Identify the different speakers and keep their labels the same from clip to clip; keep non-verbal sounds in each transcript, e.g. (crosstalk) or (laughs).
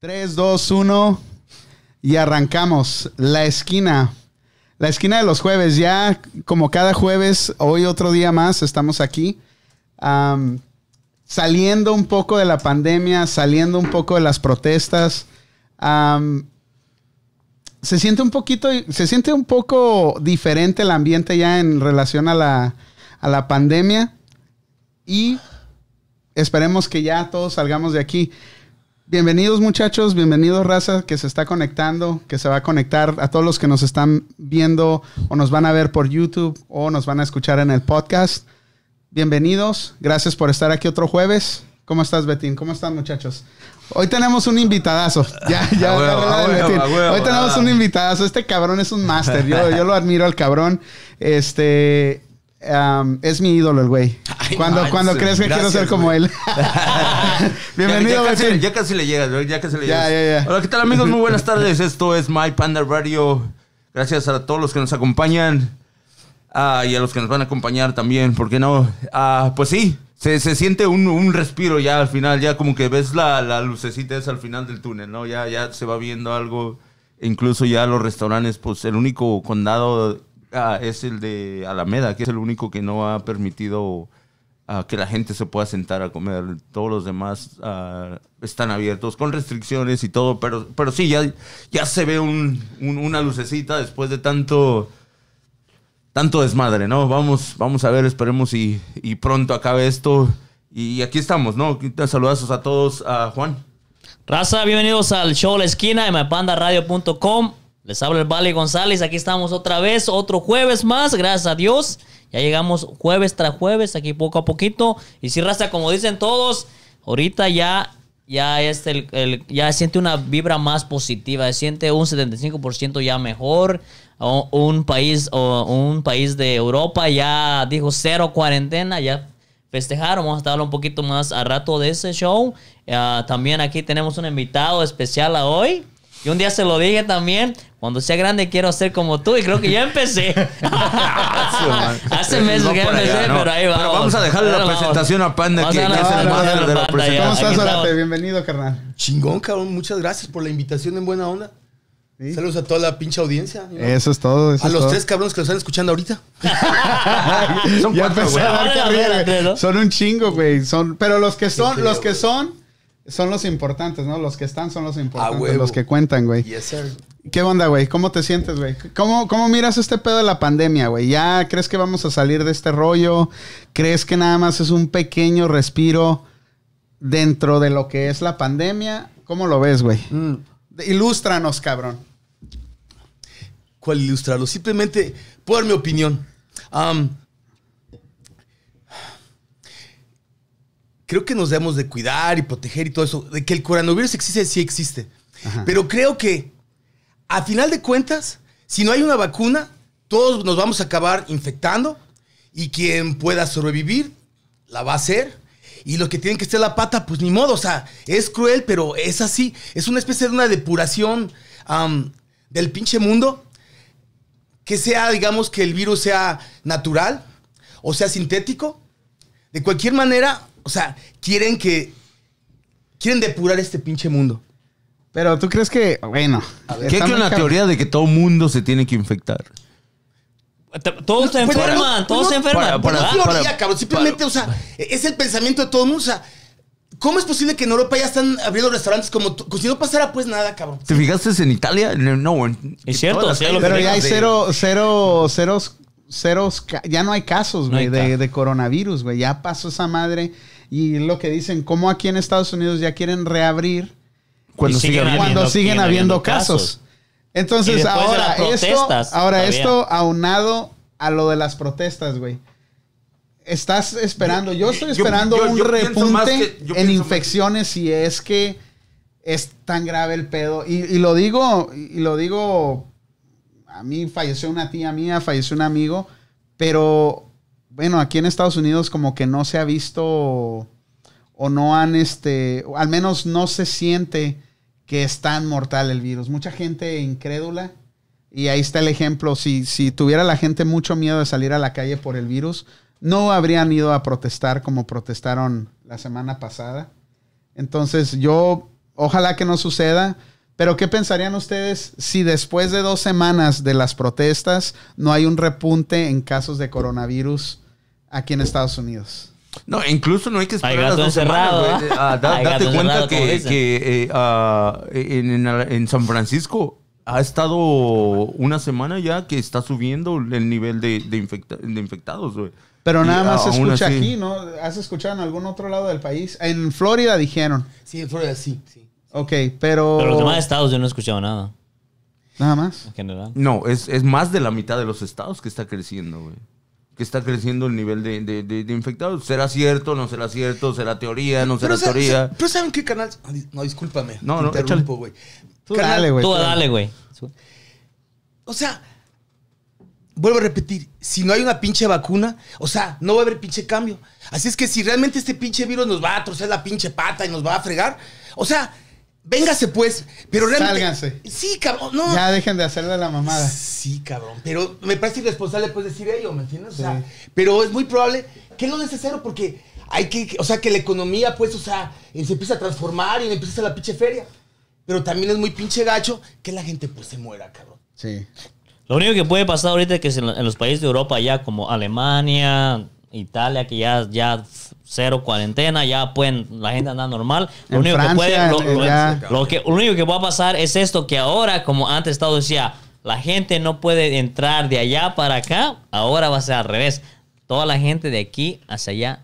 Speaker 1: 3, 2, 1 y arrancamos. La esquina. La esquina de los jueves. Ya como cada jueves, hoy otro día más, estamos aquí. Am, saliendo un poco de la pandemia, saliendo un poco de las protestas. Am, se siente un poquito, se siente un poco diferente el ambiente ya en relación a la, a la pandemia. Y esperemos que ya todos salgamos de aquí. Bienvenidos muchachos, bienvenidos raza que se está conectando, que se va a conectar a todos los que nos están viendo o nos van a ver por YouTube o nos van a escuchar en el podcast. Bienvenidos, gracias por estar aquí otro jueves. ¿Cómo estás Betín? ¿Cómo están muchachos? Hoy tenemos un invitadazo. Ya, ya,
Speaker 2: A huevo,
Speaker 1: agarré la del
Speaker 2: a huevo,
Speaker 1: Betín.
Speaker 2: a huevo.
Speaker 1: Hoy tenemos un invitadazo. Este cabrón es un máster. Yo, yo lo admiro al cabrón. Este am, es mi ídolo el güey.
Speaker 2: Ay,
Speaker 1: Cuando,
Speaker 2: manches,
Speaker 1: cuando crees que quiero
Speaker 2: gracias,
Speaker 1: ser como
Speaker 2: güey.
Speaker 1: él. Bienvenido,
Speaker 2: ya, ya, casi,
Speaker 1: Betín.
Speaker 2: ya casi le llegas, güey, ya casi le
Speaker 1: Ya,
Speaker 2: llegas.
Speaker 1: ya, ya.
Speaker 2: Hola, ¿qué tal amigos? Muy buenas tardes. Esto es My Panda Radio. Gracias a todos los que nos acompañan ah, y a los que nos van a acompañar también, ¿por qué no? Ah, pues sí, se, se siente un, un respiro ya al final, ya como que ves la, la lucecita esa al final del túnel, ¿no? Ya, ya se va viendo algo. E incluso ya los restaurantes, pues el único condado ah, es el de Alameda, que es el único que no ha permitido a que la gente se pueda sentar a comer. Todos los demás ah, están abiertos con restricciones y todo, pero, pero sí, ya, ya se ve un- un- una lucecita después de tanto, tanto desmadre, ¿no? Vamos, vamos a ver, esperemos y, y pronto acabe esto. Y aquí estamos, ¿no? Saludazos a todos, a Juan.
Speaker 3: Raza, bienvenidos al show La Esquina de mypandaradio.com. Les habla el Vale González. Aquí estamos otra vez, otro jueves más, gracias a Dios. Ya llegamos jueves tras jueves, aquí poco a poquito. Y sí, Raza, como dicen todos, ahorita ya, ya, es el, el- ya siente una vibra más positiva. Se siente un 75% ya mejor. O- un, país, o un país de Europa ya dijo cero cuarentena, ya festejar. Vamos a hablar un poquito más a rato de ese show. Ah, también aquí tenemos un invitado especial a hoy. Y un día se lo dije también, cuando sea grande quiero ser como tú y creo que ya (laughs) empecé. (laughs) Hace meses
Speaker 2: No
Speaker 3: que
Speaker 2: por allá,
Speaker 3: empecé,
Speaker 2: ¿no?
Speaker 3: pero ahí
Speaker 2: Pero
Speaker 3: vamos.
Speaker 2: vamos a dejarle la presentación a Panda,
Speaker 3: Vamos a
Speaker 2: que- que
Speaker 3: darle
Speaker 1: es el
Speaker 3: a
Speaker 1: máster
Speaker 3: Panda,
Speaker 2: de la
Speaker 3: ya,
Speaker 2: presentación.
Speaker 1: ¿Cómo
Speaker 3: aquí
Speaker 1: estás,
Speaker 3: estamos.
Speaker 1: Orate? Bienvenido, carnal.
Speaker 4: Chingón, cabrón. Muchas gracias por la invitación en buena onda.
Speaker 1: Sí.
Speaker 4: Saludos a toda la pinche audiencia. ¿no?
Speaker 1: Eso es todo. eso
Speaker 4: a
Speaker 1: es
Speaker 4: los
Speaker 1: todo.
Speaker 4: tres cabrones que nos están escuchando ahorita.
Speaker 1: (laughs)
Speaker 2: Son
Speaker 1: Ya
Speaker 2: cuatro,
Speaker 1: empecé
Speaker 2: güey.
Speaker 1: a dar
Speaker 3: Ahora la
Speaker 1: carrera,
Speaker 3: verdad,
Speaker 1: güey.
Speaker 3: ¿no?
Speaker 1: Son un chingo, güey. Son, pero los que son,
Speaker 4: creo,
Speaker 1: los que
Speaker 4: güey.
Speaker 1: son, son los importantes, ¿no? Los que están son los importantes,
Speaker 4: huevo.
Speaker 1: los que cuentan, güey.
Speaker 4: Yes, sir.
Speaker 1: ¿Qué onda, güey? ¿Cómo te sientes, güey? ¿Cómo, ¿Cómo miras este pedo de la pandemia, güey? ¿Ya crees que vamos a salir de este rollo? ¿Crees que nada más es un pequeño respiro dentro de lo que es la pandemia? ¿Cómo lo ves, güey?
Speaker 4: Mm.
Speaker 1: Ilústranos, cabrón.
Speaker 4: ¿Cuál ilustrarlo? Simplemente puedo dar mi opinión. Am, creo que nos debemos de cuidar y proteger y todo eso. De que el coronavirus existe, sí existe.
Speaker 1: Ajá.
Speaker 4: Pero creo que, a final de cuentas, si no hay una vacuna, todos nos vamos a acabar infectando y quien pueda sobrevivir, la va a hacer. Y los que tienen que estar la pata, pues ni modo. O sea, es cruel, pero es así. Es una especie de una depuración am, del pinche mundo que sea, digamos, que el virus sea natural o sea sintético. De cualquier manera, o sea, quieren que. Quieren depurar este pinche mundo.
Speaker 1: Pero tú crees que, bueno.
Speaker 2: ¿Qué
Speaker 1: está
Speaker 2: hay
Speaker 1: muy
Speaker 2: una
Speaker 1: cabrón.
Speaker 2: teoría de que todo mundo se tiene que infectar?
Speaker 3: Te- Todos se
Speaker 4: Pues, no,
Speaker 3: enferman,
Speaker 4: no,
Speaker 3: todos
Speaker 4: no,
Speaker 3: se enferman.
Speaker 2: para- para-
Speaker 4: No
Speaker 3: ¿verdad?
Speaker 4: es teoría,
Speaker 2: para-
Speaker 4: cabrón. Simplemente,
Speaker 2: para-
Speaker 4: o sea, es el pensamiento de todo el mundo. O sea, ¿cómo es posible que en Europa ya están abriendo restaurantes como tú? Como si no pasara pues nada, cabrón?
Speaker 2: ¿Te fijaste en Italia? No, en-
Speaker 3: Es cierto,
Speaker 2: todas las
Speaker 3: sí, es lo
Speaker 2: calles
Speaker 1: Pero ya hay
Speaker 2: de-
Speaker 1: cero, cero, ceros, ceros, ca- ya no hay casos,
Speaker 3: No
Speaker 1: güey,
Speaker 3: hay
Speaker 1: de,
Speaker 3: casos.
Speaker 1: de coronavirus, güey. Ya pasó esa madre. Y lo que dicen, como aquí en Estados Unidos ya quieren reabrir
Speaker 2: Cuando
Speaker 3: Y
Speaker 2: sigue
Speaker 3: siguen
Speaker 2: habiendo-
Speaker 3: habiendo-
Speaker 1: cuando siguen
Speaker 3: siguen
Speaker 1: habiendo
Speaker 3: habiendo
Speaker 1: casos.
Speaker 3: casos. Y
Speaker 1: Entonces,
Speaker 3: después de
Speaker 1: ahora,
Speaker 3: las
Speaker 1: esto,
Speaker 3: protestas,
Speaker 1: ahora
Speaker 3: todavía.
Speaker 1: esto aunado a lo de las protestas, güey. Estás esperando, yo estoy
Speaker 2: Yo-
Speaker 1: esperando
Speaker 2: yo- yo
Speaker 1: un
Speaker 2: pienso más
Speaker 1: repunte
Speaker 2: que- yo
Speaker 1: en
Speaker 2: pienso-
Speaker 1: infecciones si es que es tan grave el pedo. Y, y lo digo, y lo digo, a mí falleció una tía mía, falleció un amigo, pero bueno, aquí en Estados Unidos como que no se ha visto o no han, este, o al menos no se siente que es tan mortal el virus. Mucha gente incrédula. Y ahí está el ejemplo. Si, si tuviera la gente mucho miedo de salir a la calle por el virus, no habrían ido a protestar como protestaron la semana pasada. Entonces yo Ojalá que no suceda. Pero ¿qué pensarían ustedes si después de dos semanas de las protestas no hay un repunte en casos de coronavirus aquí en Estados Unidos?
Speaker 2: No, incluso no hay que esperar
Speaker 3: Hay
Speaker 2: las
Speaker 3: gato
Speaker 2: dos semanas,
Speaker 3: encerrado,
Speaker 2: güey.
Speaker 3: ¿ah?
Speaker 2: Ah, da-
Speaker 3: Hay gato
Speaker 2: date cuenta
Speaker 3: encerrado, como
Speaker 2: que,
Speaker 3: dicen.
Speaker 2: que, eh, ah, en, en- en San Francisco ha estado una semana ya que está subiendo el nivel de, de infecta- de infectados, güey.
Speaker 1: Pero
Speaker 2: Y
Speaker 1: nada más se
Speaker 2: aún
Speaker 1: escucha
Speaker 2: así-
Speaker 1: aquí, ¿no? ¿Has escuchado en algún otro lado del país? En Florida dijeron.
Speaker 4: Sí, en Florida sí, sí.
Speaker 1: Ok, pero...
Speaker 3: Pero los demás estados yo no he escuchado nada,
Speaker 1: Nada más.
Speaker 3: en general.
Speaker 2: No, es, es más de la mitad de los estados que está creciendo, güey. Que está creciendo el nivel de, de- de- de infectados. ¿Será cierto? ¿No será cierto? ¿Será teoría? ¿No será
Speaker 4: sa-
Speaker 2: Pues teoría?
Speaker 4: sa- pero ¿saben qué canal? Ah, di- No, discúlpame.
Speaker 2: No,
Speaker 4: te
Speaker 2: no, échale.
Speaker 4: interrumpo, güey.
Speaker 1: Tú
Speaker 4: Carnal,
Speaker 1: dale, güey.
Speaker 3: Tú
Speaker 1: tú
Speaker 3: dale, güey.
Speaker 4: O sea, vuelvo a repetir, si no hay una pinche vacuna, o sea, no va a haber pinche cambio. Así es que si realmente este pinche virus nos va a torcer la pinche pata y nos va a fregar, o sea, véngase pues, pero realmente...
Speaker 1: Sálganse.
Speaker 4: Sí, cabrón, no.
Speaker 1: Ya dejen de hacerle la mamada.
Speaker 4: Sí, cabrón. Pero me parece irresponsable pues decir ello, ¿me entiendes? O sea,
Speaker 1: Sí.
Speaker 4: pero es muy probable que es lo necesario porque hay que, o sea, que la economía pues, o sea, eh, se empieza a transformar y empieza a hacer la pinche feria. Pero también es muy pinche gacho que la gente pues se muera, cabrón.
Speaker 1: Sí.
Speaker 3: Lo único que puede pasar ahorita es que si en lo- en los países de Europa ya como Alemania, Italia, que ya, ya f- cero cuarentena, ya pueden, la gente anda normal. Lo
Speaker 1: En
Speaker 3: único que
Speaker 1: Francia,
Speaker 3: puede, lo,
Speaker 1: eh,
Speaker 3: lo-
Speaker 1: ya.
Speaker 3: lo que, lo único que va a pasar es esto que ahora, como antes Estados decía, la gente no puede entrar de allá para acá, ahora va a ser al revés. Toda la gente de aquí hacia allá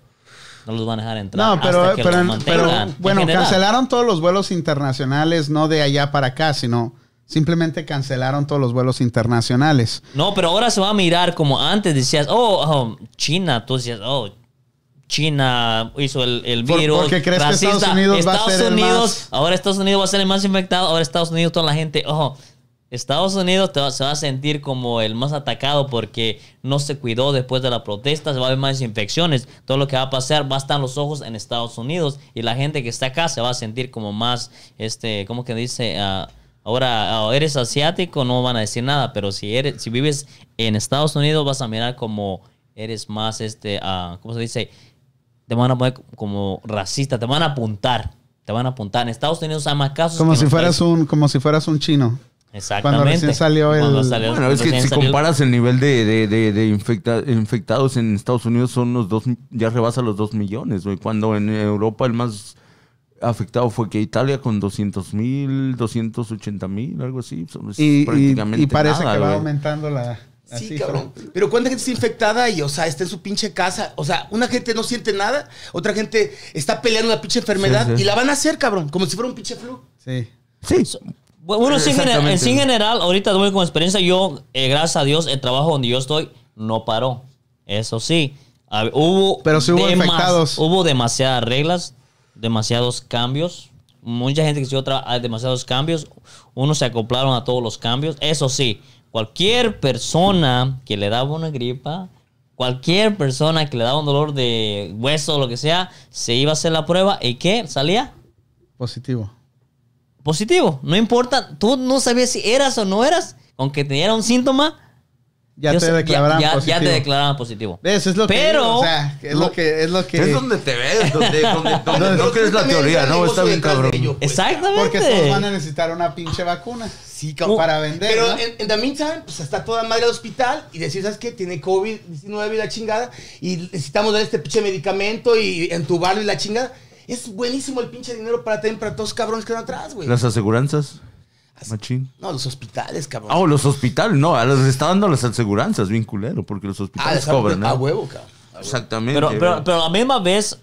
Speaker 3: no los van a dejar entrar.
Speaker 1: No, pero,
Speaker 3: hasta que los
Speaker 1: pero, pero,
Speaker 3: mantengan en
Speaker 1: bueno,
Speaker 3: general.
Speaker 1: cancelaron todos los vuelos internacionales, no de allá para acá, sino simplemente cancelaron todos los vuelos internacionales.
Speaker 3: No, pero ahora se va a mirar como antes decías, oh, oh, China, tú decías, oh, China hizo el, el
Speaker 1: Por-
Speaker 3: virus.
Speaker 1: porque crees que Estados Unidos va a ser el más-
Speaker 3: Ahora Estados Unidos va a ser el más infectado, ahora Estados Unidos, toda la gente, oh, Estados Unidos te va- se va a sentir como el más atacado porque no se cuidó después de la protesta, se va a ver más infecciones, todo lo que va a pasar va a estar los ojos en Estados Unidos y la gente que está acá se va a sentir como más, este, ¿cómo que dice? Ah, ahora ah, eres asiático, no van a decir nada, pero si eres, si vives en Estados Unidos vas a mirar como eres más, este, ah, ¿cómo se dice? te van a poner como racista, te van a apuntar. Te van a apuntar. En Estados Unidos hay más casos.
Speaker 1: Como
Speaker 3: que en
Speaker 1: si
Speaker 3: los
Speaker 1: fueras
Speaker 3: países.
Speaker 1: un, como si fueras un chino.
Speaker 3: Exactamente.
Speaker 1: cuando recién salió el-
Speaker 3: Cuando salió-
Speaker 2: Bueno, es que
Speaker 3: cuando recién
Speaker 2: si
Speaker 3: salió el-
Speaker 2: comparas el nivel de, de- de- de infecta- infectados en Estados Unidos, son los dos, ya rebasa los 2 millones, güey. Cuando en Europa el más afectado fue que Italia con 200 mil, 280 mil, algo así. son- es
Speaker 1: Y, y-
Speaker 2: prácticamente
Speaker 1: y parece
Speaker 2: nada,
Speaker 1: que va
Speaker 2: güey.
Speaker 1: aumentando la, la
Speaker 4: Sí,
Speaker 1: cifra.
Speaker 4: cabrón. Pero cuánta gente está infectada y, o sea, está en su pinche casa. O sea, una gente no siente nada, otra gente está peleando una pinche enfermedad
Speaker 2: Sí, sí.
Speaker 4: y la van a hacer, cabrón, como si fuera un pinche flu.
Speaker 1: Sí.
Speaker 2: Sí.
Speaker 3: Bueno, uno sí en general, en
Speaker 2: Exactamente.
Speaker 3: sí en general, ahorita voy con experiencia, yo, eh, gracias a Dios, el trabajo donde yo estoy no paró. Eso sí, hab- hubo...
Speaker 1: Pero sí hubo
Speaker 3: demas-
Speaker 1: infectados.
Speaker 3: Hubo demasiadas reglas, demasiados cambios. Mucha gente que se otra hay demasiados cambios. Unos se acoplaron a todos los cambios. Eso sí, cualquier persona que le daba una gripa, cualquier persona que le daba un dolor de hueso o lo que sea, se iba a hacer la prueba y ¿qué? ¿Salía?
Speaker 1: Positivo.
Speaker 3: positivo. No importa, tú no sabías si eras o no eras, aunque teniera un síntoma.
Speaker 1: Ya
Speaker 3: yo
Speaker 1: te
Speaker 3: sa-
Speaker 1: declararon
Speaker 3: ya, ya-
Speaker 1: positivo.
Speaker 3: ya te declaraban positivo.
Speaker 1: ¿Ves? Es lo que
Speaker 3: Pero-
Speaker 1: digo, o sea, es lo que es lo que
Speaker 2: Es donde te ves, donde, donde, donde-
Speaker 1: No,
Speaker 2: lo que es la
Speaker 4: También
Speaker 2: teoría,
Speaker 4: hay
Speaker 2: ¿no?
Speaker 4: negocio
Speaker 2: Está bien
Speaker 4: detrás de
Speaker 2: cabrón.
Speaker 4: ello, pues.
Speaker 1: porque todos van a
Speaker 3: Exactamente.
Speaker 1: necesitar una pinche vacuna.
Speaker 4: Sí,
Speaker 1: cabrón. Para vender,
Speaker 4: Pero
Speaker 1: ¿no?
Speaker 4: en, en the meantime, pues está toda madre al hospital y decir, ¿sabes qué? Tiene COVID-19 y la chingada y necesitamos dar este pinche medicamento y entubarlo y la chingada. Es buenísimo el pinche dinero para también para todos los cabrones que están atrás, güey.
Speaker 2: Las aseguranzas.
Speaker 4: As-
Speaker 2: Machín.
Speaker 4: No, los hospitales, cabrón.
Speaker 2: Ah, o los hospitales, no, a los está dando las aseguranzas, bien culero, porque los
Speaker 4: Ah,
Speaker 2: hospitales
Speaker 4: les hablo de-
Speaker 2: cobran, ¿no?
Speaker 4: a huevo, cabrón.
Speaker 2: Exactamente.
Speaker 3: Pero, pero,
Speaker 2: güey.
Speaker 3: pero a la misma vez,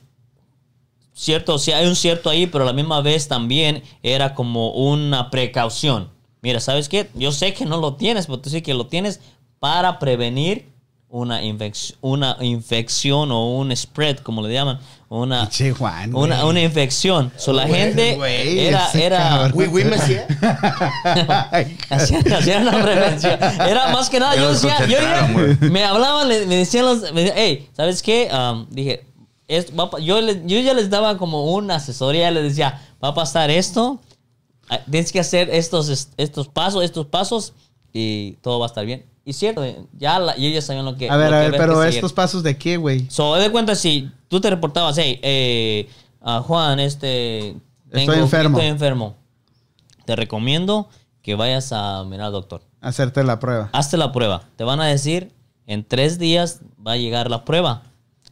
Speaker 3: cierto, sí hay un cierto ahí, pero a la misma vez también era como una precaución. Mira, ¿sabes qué? Yo sé que no lo tienes, pero tú sí que lo tienes para prevenir una, infec- una infección o un spread, como le llaman. Una,
Speaker 1: Pinche Juan, güey.
Speaker 3: Ah, una, una infección. So, la
Speaker 4: Güey,
Speaker 3: gente
Speaker 1: güey,
Speaker 3: era,
Speaker 1: ese
Speaker 3: era,
Speaker 1: cabrón.
Speaker 4: Güey, güey, me hacía.
Speaker 1: (laughs) Ay,
Speaker 3: (laughs) hacían, hacían una prevención. Era más que nada,
Speaker 2: Ya
Speaker 3: yo
Speaker 2: los
Speaker 3: decía, yo
Speaker 2: concentraron,
Speaker 3: iba-
Speaker 2: güey.
Speaker 3: me hablaban, le- me decían los, me decían, hey, ¿sabes qué? Am, dije, esto va a pa- yo, les- yo ya les daba como una asesoría, les decía, va a pasar esto, ah, tienes que hacer estos, est- estos pasos, estos pasos, y todo va a estar bien. Y cierto, ya la- y ellos sabían lo que
Speaker 1: A ver,
Speaker 3: lo
Speaker 1: a
Speaker 3: que
Speaker 1: ver,
Speaker 3: había que
Speaker 1: pero
Speaker 3: seguir.
Speaker 1: estos pasos de qué, güey?
Speaker 3: So, haz de cuenta, si tú te reportabas, hey, eh, a Juan, este,
Speaker 1: Estoy
Speaker 3: Tengo-
Speaker 1: enfermo.
Speaker 3: Estoy enfermo. Te recomiendo que vayas a mirar al doctor.
Speaker 1: Hacerte la prueba. (laughs)
Speaker 3: Hazte la prueba. Te van a decir, en tres días va a llegar la prueba.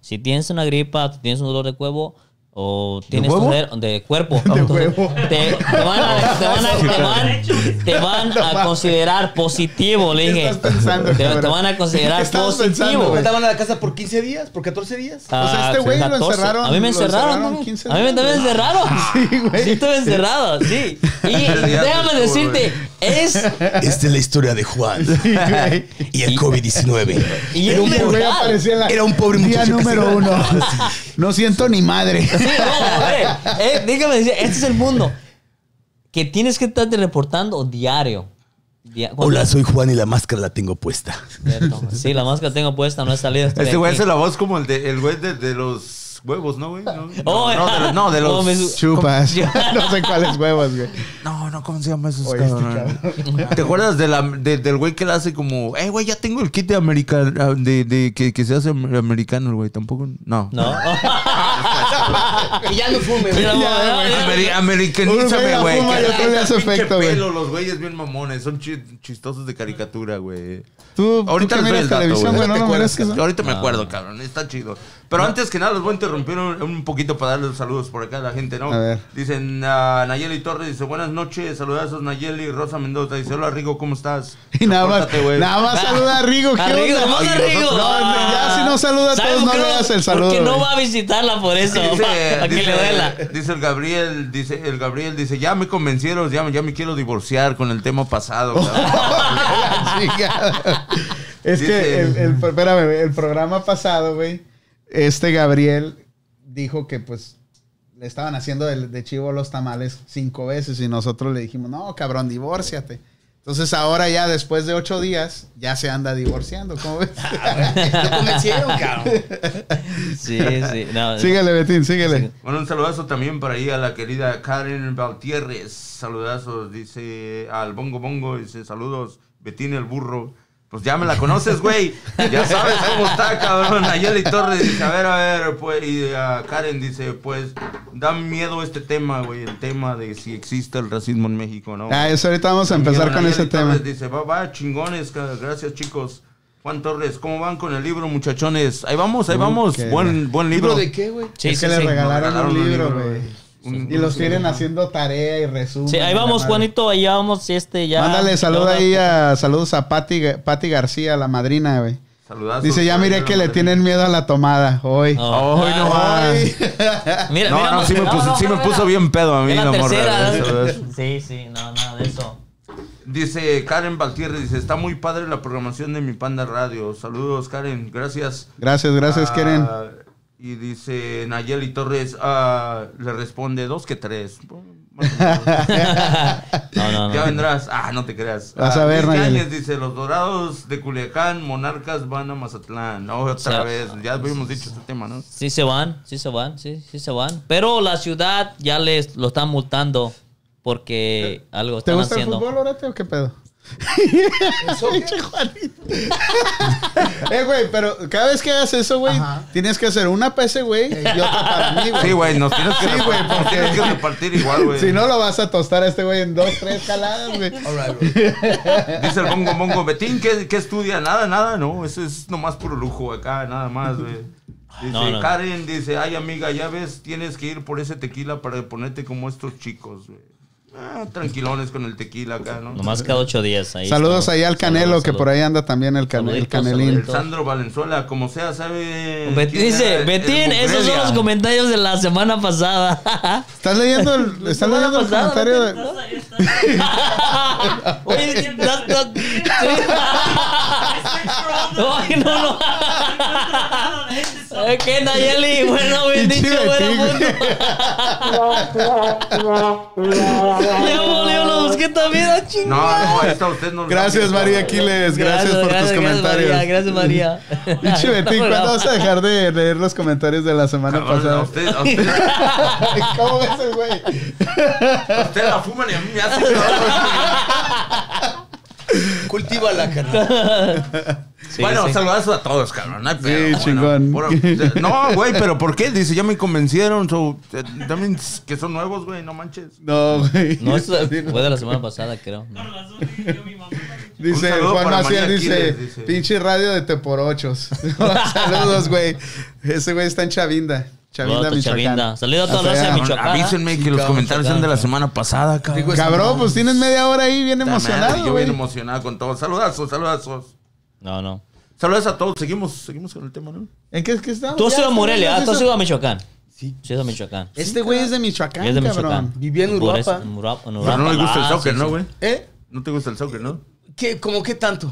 Speaker 3: Si tienes una gripa, si tienes un dolor de cuervo o tienes
Speaker 1: huevo?
Speaker 3: dolor de cuerpo,
Speaker 1: (laughs) De
Speaker 3: Entonces,
Speaker 1: huevo.
Speaker 3: Te, te van a, te van a- te van- te
Speaker 1: (laughs)
Speaker 3: van
Speaker 1: No
Speaker 3: a
Speaker 1: mames.
Speaker 3: considerar positivo, le
Speaker 1: ¿Qué
Speaker 3: dije.
Speaker 1: estás pensando,
Speaker 3: Te- te,
Speaker 1: cabrón?
Speaker 3: van a considerar
Speaker 1: ¿Qué estás
Speaker 3: positivo.
Speaker 1: pensando, güey?
Speaker 4: Estaban a la casa por 15 días, por 14 días.
Speaker 1: O sea,
Speaker 3: Ah,
Speaker 1: este güey lo
Speaker 3: 14.
Speaker 1: encerraron-
Speaker 3: A mí me
Speaker 1: lo
Speaker 3: encerraron.
Speaker 1: encerraron
Speaker 3: ¿no?
Speaker 1: 15
Speaker 3: a mí me
Speaker 1: días.
Speaker 3: también me encerraron.
Speaker 1: (laughs) Sí, güey.
Speaker 3: Sí, estuve encerrado, sí. Y
Speaker 2: Ya
Speaker 3: déjame
Speaker 2: estuvo,
Speaker 3: decirte, es.
Speaker 4: Esta es la historia de Juan
Speaker 3: (laughs)
Speaker 1: güey.
Speaker 4: y el COVID-19.
Speaker 3: Y
Speaker 4: Era
Speaker 3: es
Speaker 4: un
Speaker 1: Este
Speaker 3: legal.
Speaker 1: güey aparecía en la-
Speaker 4: Era un pobre
Speaker 1: Día
Speaker 4: muchacho que se-
Speaker 1: número
Speaker 3: (laughs)
Speaker 1: uno. No siento ni madre.
Speaker 3: Sí, no, a ver, eh, déjame decir, este es el mundo. Que tienes que estarte reportando diario. Dia-
Speaker 4: Hola, soy Juan y la máscara la tengo puesta.
Speaker 3: Cierto. Sí, la máscara tengo puesta, no he salido. estoy
Speaker 2: Este güey
Speaker 3: aquí.
Speaker 2: hace la voz como el de el güey de, de los huevos, ¿no, güey? No,
Speaker 3: Oh,
Speaker 2: no, no, de, los- no, de
Speaker 3: (laughs) no, me
Speaker 2: los.
Speaker 3: su-
Speaker 1: Chupas. (laughs) No sé cuáles huevos, güey.
Speaker 2: No, no, ¿cómo se llama esos
Speaker 1: Oíste,
Speaker 2: cabrones? ¿Te acuerdas de la, de- del güey que le hace como, eh, güey, ya tengo el kit de americano, de, de- que, que se hace americano, el güey? Tampoco, no.
Speaker 3: No. (laughs)
Speaker 4: Y ya no fume, güey.
Speaker 3: Ya, güey.
Speaker 2: Ameri-
Speaker 1: Uno
Speaker 2: americanízame,
Speaker 1: pega
Speaker 2: güey.
Speaker 1: fuma y
Speaker 2: que-
Speaker 1: otro le hace
Speaker 2: pinche
Speaker 1: efecto, güey.
Speaker 2: pelo, Los güeyes bien mamones, son chi- chistosos de caricatura, güey.
Speaker 1: Tú,
Speaker 2: Ahorita
Speaker 1: tú
Speaker 2: les
Speaker 1: que
Speaker 2: doy el
Speaker 1: miras
Speaker 2: dato,
Speaker 1: televisión,
Speaker 2: güey.
Speaker 1: güey, no
Speaker 2: ¿Te
Speaker 1: lo
Speaker 2: acuerdas,
Speaker 1: miras.
Speaker 2: cabrón? Ahorita me
Speaker 3: Ah.
Speaker 2: acuerdo, cabrón. Está chido. Pero antes que nada, los voy a interrumpir un, un poquito para darles saludos por acá a la gente, ¿no?
Speaker 1: A ver.
Speaker 2: Dicen ah, Nayeli Torres, dice buenas noches, saludazos Nayeli, Rosa Mendoza, dice hola Rigo, ¿cómo estás?
Speaker 1: (laughs) (laughs) Y nada más,
Speaker 2: Compórtate, güey.
Speaker 1: nada más saluda a
Speaker 3: (laughs)
Speaker 1: Rigo. ¿Qué
Speaker 3: A Rigo,
Speaker 1: onda?
Speaker 3: vamos a Rigo.
Speaker 1: No, no, ya si no saluda a
Speaker 3: ¿Sabes
Speaker 1: todos,
Speaker 3: por
Speaker 1: no
Speaker 3: qué
Speaker 1: le das el saludo.
Speaker 3: Porque no
Speaker 1: güey.
Speaker 3: va a visitarla por eso. (laughs) para que le duela.
Speaker 2: dice el Gabriel, dice el Gabriel, dice ya me convencieron, ya, me- ya me quiero divorciar con el tema
Speaker 1: (laughs)
Speaker 2: pasado. cabrón".
Speaker 1: La chingada. es que
Speaker 2: Dice-
Speaker 1: el, el- espérame, güey, el programa pasado, güey, este Gabriel dijo que pues le estaban haciendo de, de chivo los tamales cinco veces y nosotros le dijimos, no, cabrón, divórciate. Entonces ahora ya después de ocho días ya se anda divorciando, ¿cómo ves?
Speaker 3: Ah,
Speaker 4: Lo convencieron, cabrón.
Speaker 3: Sí, sí. No,
Speaker 1: (laughs) síguele, Betín, síguele.
Speaker 2: Bueno, un saludazo también para ahí a la querida Karen Baltierres. Saludazos, dice al Bongo Bongo, dice saludos, Betín el burro. Pues ya me la
Speaker 1: (laughs)
Speaker 2: conoces, güey. Ya sabes cómo está, cabrón. Ayeli Torres dice, a ver, a ver, pues, y a Karen dice, pues, da miedo este tema, güey, el tema de si existe el racismo en México, ¿no?
Speaker 1: Ah, eso ahorita vamos a empezar
Speaker 2: Mira,
Speaker 1: con
Speaker 2: Nayeli
Speaker 1: ese tema.
Speaker 2: Torres Dice, va, va, chingones, ca- gracias chicos. Juan Torres, ¿cómo van con el libro, muchachones? Ahí vamos, ahí vamos.
Speaker 1: Ok.
Speaker 2: Buen, buen libro.
Speaker 4: ¿Libro de qué, güey?
Speaker 3: Sí,
Speaker 1: es
Speaker 3: sí,
Speaker 1: que le
Speaker 3: sí.
Speaker 1: regalaron,
Speaker 2: Regalaron
Speaker 1: un
Speaker 2: un
Speaker 1: libro,
Speaker 2: libro,
Speaker 1: güey.
Speaker 2: güey. Un-
Speaker 1: Y los
Speaker 2: un-
Speaker 1: tienen haciendo tarea y resumen.
Speaker 3: Sí, ahí vamos,
Speaker 1: La madre.
Speaker 3: Juanito. Ahí vamos. Este ya.
Speaker 1: Mándale salud ahí a saludos a Patti Pati García, la madrina, güey.
Speaker 2: Saludazos.
Speaker 1: Dice, ya miré que le tienen miedo a la tomada hoy.
Speaker 3: Oh.
Speaker 2: Ay, no,
Speaker 1: Ay.
Speaker 3: Mira,
Speaker 2: No,
Speaker 3: mira,
Speaker 2: no, sí me
Speaker 3: no,
Speaker 2: puso,
Speaker 3: no,
Speaker 2: sí me
Speaker 3: mira.
Speaker 2: puso bien pedo a mí
Speaker 3: Es la
Speaker 2: la morra.
Speaker 3: tercera.
Speaker 2: güey.
Speaker 3: Sí, sí, no, nada de eso.
Speaker 2: Dice Karen Baltierre, dice, está muy padre la programación de mi Panda Radio. Saludos, Karen, gracias.
Speaker 1: Gracias, gracias,
Speaker 2: Ah,
Speaker 1: Keren.
Speaker 2: Y dice Nayeli Torres, ah, le responde dos que tres. Más o menos. (laughs)
Speaker 3: No, no, no.
Speaker 2: Ya vendrás. Ah, no te creas.
Speaker 1: Vas
Speaker 2: Ah,
Speaker 1: a ver,
Speaker 2: Luis
Speaker 1: Nayeli.
Speaker 2: Yáñez dice, los dorados de Culiacán, monarcas van a Mazatlán. No, otra
Speaker 3: sea,
Speaker 2: vez. Ya habíamos dicho este tema, ¿no?
Speaker 3: Sí se van, sí se van, sí, sí se van. Pero la ciudad ya les lo están multando porque algo
Speaker 1: Eh, ¿Te
Speaker 3: están
Speaker 1: gusta
Speaker 3: haciendo.
Speaker 1: el fútbol, Orate, o qué pedo? (laughs)
Speaker 4: ¿Eso qué?
Speaker 1: Eh, güey, pero cada vez que hagas eso, güey, tienes que hacer una para ese güey y otra para mí, güey.
Speaker 2: Sí, güey, nos tienes que,
Speaker 1: Sí, güey,
Speaker 2: repartir, nos tienes que repartir igual,
Speaker 1: (laughs)
Speaker 2: güey.
Speaker 1: Si no, lo vas a tostar a este güey en dos, tres jaladas, güey.
Speaker 4: All right, bro.
Speaker 2: Dice el bongo mongo, Betín, ¿qué, qué estudia? Nada, nada, no. Eso es nomás puro lujo acá, nada más,
Speaker 3: (laughs)
Speaker 2: güey. Dice
Speaker 3: No, no.
Speaker 2: Karen, dice, ay amiga, ya ves, tienes que ir por ese tequila para ponerte como estos chicos, güey. Ah, tranquilones con el tequila acá, ¿no?
Speaker 3: Nomás cada ocho días. Ahí
Speaker 1: Saludos
Speaker 3: estamos.
Speaker 1: ahí al Canelo,
Speaker 3: Saludos,
Speaker 1: que
Speaker 3: saludos.
Speaker 1: por ahí anda también el, Can- el
Speaker 3: Saluditos,
Speaker 1: Canelín.
Speaker 2: El Sandro Valenzuela, como sea, sabe.
Speaker 3: Betín
Speaker 2: quién
Speaker 3: dice,
Speaker 2: era el
Speaker 3: Betín, esos son
Speaker 2: Morelia".
Speaker 3: los comentarios de la semana
Speaker 2: (laughs)
Speaker 3: pasada.
Speaker 1: ¿Estás leyendo el, estás leyendo el
Speaker 3: Semana
Speaker 1: comentario?
Speaker 3: pasada,
Speaker 1: de-
Speaker 3: Oye, es que estás- estás-
Speaker 2: (laughs)
Speaker 3: Ay, no, no. ¿Qué, Nayeli? Bueno, bien
Speaker 1: Pinche
Speaker 3: dicho, bueno, pues,
Speaker 1: Betín,
Speaker 3: punto. Ya volvió, lo busqué también, ah, ching-
Speaker 2: No, no, ahí está usted no lo
Speaker 1: Gracias,
Speaker 2: sabe.
Speaker 1: María Aquiles. Gracias, por tus comentarios.
Speaker 3: Gracias, María. gracias, María.
Speaker 1: (laughs) Pinche Betín, ¿cuándo vas a dejar de leer los comentarios de la semana
Speaker 2: Cabrón, a
Speaker 1: pasada? (laughs)
Speaker 2: usted, a usted, a
Speaker 1: ¿Cómo ves el güey?
Speaker 2: usted la fuman y a mí me hace.
Speaker 4: Cultívala, carnal.
Speaker 3: (laughs) Sí,
Speaker 2: bueno,
Speaker 3: sí.
Speaker 2: saludazos a todos, cabrón. No, hay pedo, bueno,
Speaker 1: chingón.
Speaker 2: por- no, güey, pero ¿por qué? Dice, ya me convencieron. so, eh, también s- que son nuevos, güey, no manches.
Speaker 1: No, güey.
Speaker 3: No, eso
Speaker 1: (laughs)
Speaker 3: fue de la semana pasada, creo.
Speaker 1: Dice
Speaker 2: saludo
Speaker 1: Juan
Speaker 2: para
Speaker 1: Maciel,
Speaker 2: María
Speaker 1: dice,
Speaker 2: Aquiles, dice.
Speaker 1: pinche radio de teporochos. (laughs)
Speaker 3: (laughs)
Speaker 1: Saludos, güey. Ese güey está en Chavinda. Chavinda,
Speaker 3: Saludos a
Speaker 1: Michoacán.
Speaker 3: Chavinda. Saludos a toda la
Speaker 1: Hasta
Speaker 3: raza de
Speaker 1: allá.
Speaker 3: Michoacán.
Speaker 2: Avísenme que los
Speaker 4: Chingado,
Speaker 2: comentarios
Speaker 3: chingado.
Speaker 2: son de la semana pasada,
Speaker 4: Digo,
Speaker 2: cabrón.
Speaker 4: es-
Speaker 1: Cabrón, pues tienes media hora ahí bien
Speaker 2: Puta madre,
Speaker 1: emocionado,
Speaker 2: Yo
Speaker 1: güey.
Speaker 2: bien emocionado con todos. Saludazos, saludazos.
Speaker 3: No, no.
Speaker 2: Saludos a todos. Seguimos, seguimos con el tema, ¿no?
Speaker 1: ¿En qué, qué estamos?
Speaker 3: Tú has
Speaker 1: Ya, este
Speaker 3: ido a
Speaker 1: güey
Speaker 3: Morelia,
Speaker 1: nos
Speaker 3: ¿ah? tú has
Speaker 1: hizo-
Speaker 3: ido a Michoacán.
Speaker 4: Sí.
Speaker 3: Sí, has ido a Michoacán.
Speaker 1: Este güey es de Michoacán,
Speaker 3: Y es de
Speaker 1: cabrón.
Speaker 3: Michoacán.
Speaker 4: Vivía en
Speaker 3: Por eso,
Speaker 4: Uruapa.
Speaker 3: en Urapa- en
Speaker 2: Pero no
Speaker 3: Urapa,
Speaker 2: le gusta el
Speaker 3: ah,
Speaker 2: soccer,
Speaker 3: sí,
Speaker 2: ¿no,
Speaker 3: sí.
Speaker 2: güey?
Speaker 4: ¿Eh?
Speaker 2: No te gusta el soccer, ¿no?
Speaker 4: ¿Qué, ¿Cómo qué tanto?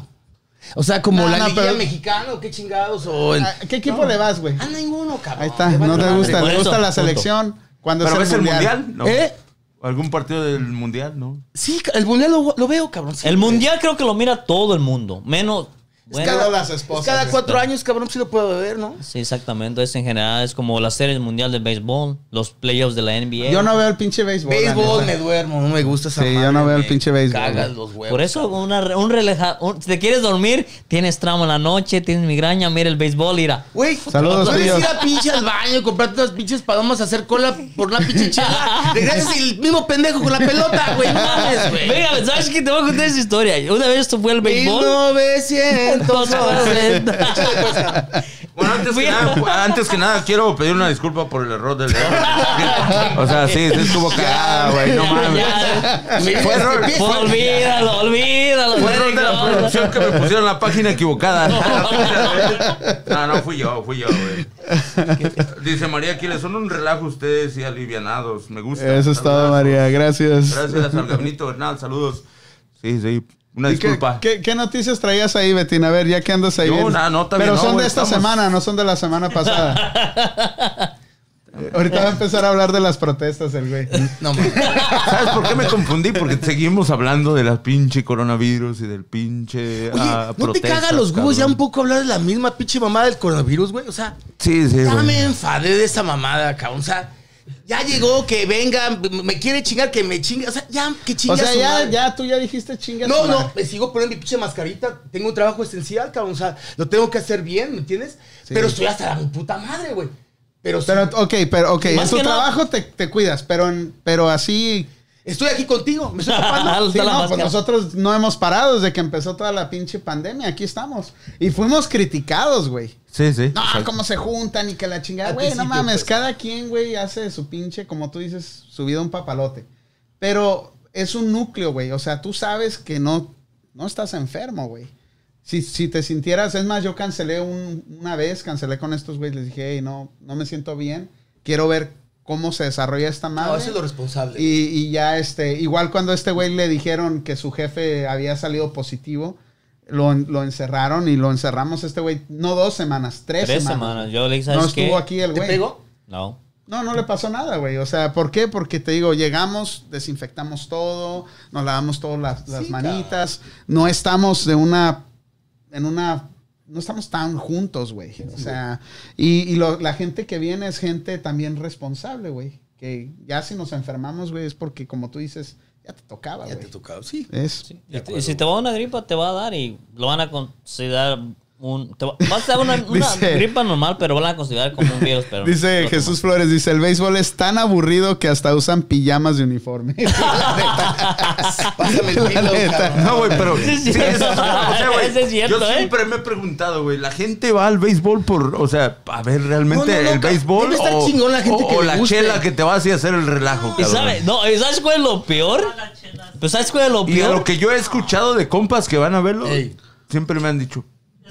Speaker 4: O sea, como
Speaker 1: No,
Speaker 4: la
Speaker 1: no,
Speaker 4: liga
Speaker 1: pero-
Speaker 4: mexicana, ¿o qué chingados? O el...
Speaker 1: ¿A ¿Qué equipo le vas, güey?
Speaker 4: Ah, ninguno, cabrón.
Speaker 1: Ahí está,
Speaker 4: Me vale
Speaker 1: no te
Speaker 4: madre.
Speaker 1: gusta,
Speaker 3: Por
Speaker 1: le
Speaker 3: eso,
Speaker 1: gusta la
Speaker 3: punto.
Speaker 1: selección. Cuando
Speaker 2: ¿Pero ves
Speaker 1: es el mundial.
Speaker 2: No.
Speaker 4: ¿Eh?
Speaker 2: ¿Algún partido del mundial? No.
Speaker 4: Sí, ca- el mundial lo, lo veo, cabrón. sí.
Speaker 3: El mundial creo que lo mira todo el mundo. Menos. bueno,
Speaker 1: cada-
Speaker 4: Cada,
Speaker 1: las esposas,
Speaker 4: pues, cada
Speaker 1: güey.
Speaker 4: cuatro años, cabrón, sí lo puedo ver, ¿no?
Speaker 3: Sí, exactamente. Es en general, es como la serie mundial de béisbol, los playoffs de la NBA.
Speaker 1: Yo no veo el pinche béisbol. la
Speaker 4: Béisbol
Speaker 1: neta.
Speaker 4: me duermo, no me gusta esa
Speaker 1: Sí,
Speaker 4: madre,
Speaker 1: yo no veo el
Speaker 4: me
Speaker 1: pinche béisbol,
Speaker 4: Cagas
Speaker 1: güey.
Speaker 4: los huevos.
Speaker 3: Por eso,
Speaker 4: cabrón.
Speaker 3: una, un relaja, un- si te quieres dormir, tienes tramo en la noche, tienes migraña, mira el béisbol, irá.
Speaker 4: Güey,
Speaker 1: Saludos,
Speaker 4: puedes
Speaker 1: tíos.
Speaker 4: ir a pinche al baño, comprarte unas pinches palomas, hacer cola por una pinche chela. Regresas y el mismo pendejo con la pelota, güey. No mames, güey.
Speaker 3: Venga, ¿sabes qué? Te voy a contar esa historia. Una vez tú fue al béisbol. (laughs) eh.
Speaker 4: 1990.
Speaker 2: Bueno, antes que, nada, pues, antes que nada, quiero pedir una disculpa por el error del O sea, sí, sí estuvo cagada, güey. No mames.
Speaker 3: Ya, ya.
Speaker 2: Fue error,
Speaker 3: Pues,
Speaker 2: fue-
Speaker 3: olvídalo, olvídalo.
Speaker 2: Fue error de la
Speaker 3: Venga, (laughs)
Speaker 2: producción que me pusieron la página equivocada. (laughs) No, no, fui yo, fui yo, güey. Dice María Aquiles, son un relajo ustedes y alivianados. Me gusta.
Speaker 1: Eso es todo,
Speaker 2: Saludazos.
Speaker 1: María. Gracias.
Speaker 2: Gracias al Gabinito Bernal, saludos. Sí, sí, una
Speaker 1: ¿Y qué,
Speaker 2: disculpa.
Speaker 1: qué- qué noticias traías ahí, Betín? A ver, ya que andas ahí.
Speaker 2: No,
Speaker 1: bien.
Speaker 2: na- no, también
Speaker 1: Pero
Speaker 2: no,
Speaker 1: son de
Speaker 2: güey,
Speaker 1: esta
Speaker 2: estamos-
Speaker 1: semana, no son de la semana pasada. Eh, Ahorita va a empezar a hablar de las protestas el güey.
Speaker 4: No mames.
Speaker 2: ¿Sabes por qué me confundí? Porque seguimos hablando de la pinche coronavirus y del pinche.
Speaker 4: Oye,
Speaker 2: ah,
Speaker 4: ¿no te
Speaker 2: protestas,
Speaker 4: caga los huevos ya
Speaker 2: cabrón?
Speaker 4: un poco hablar de la misma pinche mamada del coronavirus, güey? O sea,
Speaker 2: Sí, sí.
Speaker 4: ya
Speaker 2: güey.
Speaker 4: me enfadé de esa mamada, cabrón. O sea, ya llegó, que venga, me me quiere chingar, que me chingue. O sea, ya, que chingue
Speaker 1: O sea,
Speaker 4: a su
Speaker 1: ya,
Speaker 4: madre.
Speaker 1: ya tú ya dijiste chingas.
Speaker 4: No, no, me sigo poniendo mi pinche mascarita. Tengo un trabajo esencial, cabrón. O sea, lo tengo que hacer bien, ¿me entiendes? Pero estoy hasta la mi puta madre, güey. Pero, sí,
Speaker 1: Pero, ok, pero, ok. En
Speaker 3: Más
Speaker 1: tu
Speaker 3: que nada-
Speaker 1: trabajo te, te cuidas, pero, en- pero así.
Speaker 4: estoy aquí contigo. Me estoy
Speaker 3: Alta
Speaker 1: (laughs)
Speaker 4: tapando.
Speaker 1: Sí,
Speaker 3: la
Speaker 1: no, pues
Speaker 3: máscara.
Speaker 1: nosotros no hemos parado desde que empezó toda la pinche pandemia. Aquí estamos. Y fuimos criticados, güey.
Speaker 2: Sí, sí.
Speaker 1: No,
Speaker 2: exacto.
Speaker 1: cómo se juntan y que la chingada.
Speaker 4: Al
Speaker 1: Güey, no
Speaker 4: principio,
Speaker 1: mames,
Speaker 4: pues.
Speaker 1: cada quien, güey, hace su pinche, como tú dices, su vida un papalote. Pero es un núcleo, güey. O sea, tú sabes que no, no estás enfermo, güey. Si, si te sintieras, es más, yo cancelé un- una vez, cancelé con estos güeyes, les dije, hey, no, no me siento bien, quiero ver cómo se desarrolla esta madre.
Speaker 4: No, eso es lo responsable.
Speaker 1: Y, y ya, este, igual cuando a este güey le dijeron que su jefe había salido positivo, lo, en- lo encerraron y lo encerramos este güey, no dos semanas, tres,
Speaker 3: Tres
Speaker 1: semanas.
Speaker 3: semanas. Yo le dije,
Speaker 1: no
Speaker 3: ¿sabes
Speaker 1: estuvo
Speaker 3: qué?
Speaker 1: aquí el
Speaker 4: ¿Te
Speaker 1: güey.
Speaker 4: pegó?
Speaker 3: No.
Speaker 1: No, no le pasó nada, güey. O sea, ¿por qué? Porque te digo, llegamos, desinfectamos todo, nos lavamos todas las, las
Speaker 4: Sí,
Speaker 1: manitas, no estamos de una, en una, no estamos tan juntos, güey. O sea, y, y lo- la gente que viene es gente también responsable, güey. Que ya si nos enfermamos, güey, es porque como tú dices, ya te tocaba,
Speaker 4: Ya
Speaker 1: güey.
Speaker 4: te tocaba, sí.
Speaker 1: Es-
Speaker 3: Y, te- y si te va a dar una gripa, te va a dar y lo van a considerar un... te va- vas a dar una, una
Speaker 1: Dice-
Speaker 3: gripa normal, pero van a considerar como un virus. Pero
Speaker 1: Dice
Speaker 3: no-
Speaker 1: Jesús Flores, dice, el béisbol es tan aburrido que hasta usan pijamas de uniforme. (laughs)
Speaker 4: Pásame el pilo,
Speaker 1: neta.
Speaker 4: cabrón.
Speaker 2: No, güey, pero.
Speaker 3: Sí, es
Speaker 2: sí,
Speaker 3: cierto.
Speaker 2: eso es otra cosa, güey.
Speaker 3: Eso es cierto,
Speaker 2: Yo
Speaker 3: ¿eh?
Speaker 2: siempre me he preguntado, güey. La gente va al béisbol por. O sea, a ver realmente
Speaker 4: No, no, no,
Speaker 2: el
Speaker 4: ca-
Speaker 2: béisbol.
Speaker 4: debe estar
Speaker 2: o,
Speaker 4: chingón la gente
Speaker 2: o-
Speaker 4: que
Speaker 2: o
Speaker 4: le
Speaker 2: la
Speaker 4: guste.
Speaker 2: chela que te vas a hacer el relajo,
Speaker 3: ¿Y
Speaker 2: cabrón.
Speaker 3: sabes? No, ¿y ¿sabes cuál es lo peor? Pues ¿sabes cuál es lo
Speaker 2: Y a
Speaker 3: peor?
Speaker 2: lo que yo he escuchado de compas que van a verlo,
Speaker 4: Ey.
Speaker 2: siempre me han dicho,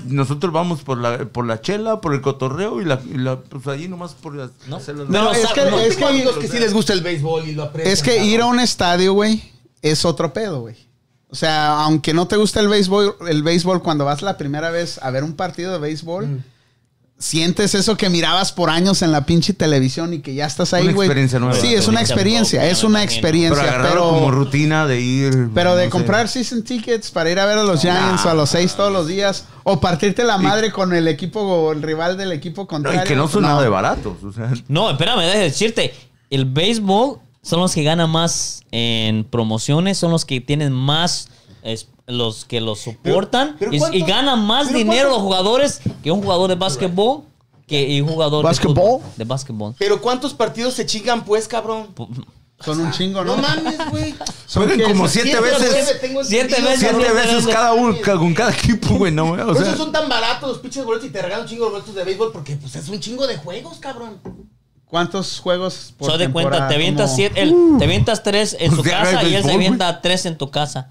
Speaker 2: nosotros vamos por la, por la chela, por el cotorreo y la, y la- pues allí nomás por las...
Speaker 3: No.
Speaker 2: hacerlo".
Speaker 3: No,
Speaker 1: es
Speaker 3: sa-
Speaker 1: que-
Speaker 3: no,
Speaker 1: es
Speaker 4: Tengo
Speaker 1: que
Speaker 4: amigos que sí les gusta el béisbol y lo aprecian.
Speaker 1: Es que
Speaker 4: cabrón.
Speaker 1: ir a un estadio, güey, es otro pedo, güey. O sea, aunque no te guste el béisbol, el béisbol cuando vas la primera vez a ver un partido de béisbol,
Speaker 2: Mm.
Speaker 1: sientes eso que mirabas por años en la pinche televisión y que ya estás ahí,
Speaker 2: Una
Speaker 1: güey.
Speaker 2: experiencia nueva.
Speaker 1: Sí, es una experiencia, es una
Speaker 2: Pero
Speaker 1: experiencia,
Speaker 2: agarrarlo
Speaker 1: pero
Speaker 2: como rutina de ir...
Speaker 1: pero de
Speaker 2: no sé.
Speaker 1: comprar season tickets para ir a ver a los Giants o a los seis todos los días o partirte la madre con el equipo o el rival del equipo
Speaker 2: No,
Speaker 1: contrario.
Speaker 2: y que no son nada de baratos, o sea...
Speaker 3: No, espérame, déjame decirte. El béisbol son los que ganan más en promociones, son los que tienen más es- los que los soportan
Speaker 4: pero
Speaker 3: y- y,
Speaker 4: ¿cuánto-
Speaker 3: ganan más
Speaker 4: pero
Speaker 3: dinero
Speaker 4: cuánto-
Speaker 3: los jugadores que un jugador de básquetbol que y un jugador
Speaker 1: ¿Básquetbol?
Speaker 3: de, fútbol, de básquetbol.
Speaker 4: Pero ¿cuántos partidos se chingan, pues, cabrón?
Speaker 1: Son un chingo, ¿no?
Speaker 4: No mames,
Speaker 1: (laughs)
Speaker 4: güey.
Speaker 1: Son
Speaker 2: Juegan
Speaker 1: que-
Speaker 2: como siete
Speaker 4: Siete
Speaker 2: veces.
Speaker 4: veces tengo
Speaker 3: Siete
Speaker 4: entendido,
Speaker 3: veces,
Speaker 4: cabrón.
Speaker 2: Siete
Speaker 3: siete
Speaker 2: veces
Speaker 3: veces.
Speaker 2: cada uno, con cada equipo, güey, no, o
Speaker 4: Por
Speaker 2: sea.
Speaker 4: eso son tan baratos los pinches boletos y te regalan un chingo de boletos de béisbol porque pues es un chingo de juegos, cabrón.
Speaker 1: ¿Cuántos juegos por
Speaker 3: So de cuenta,
Speaker 1: temporada?
Speaker 3: te avientas,
Speaker 1: Como-
Speaker 3: siete, el- te avientas tres en su
Speaker 2: Pues, (laughs) ya
Speaker 3: casa
Speaker 2: hay
Speaker 3: y él se
Speaker 2: béisbol, güey.
Speaker 3: avienta tres en tu casa.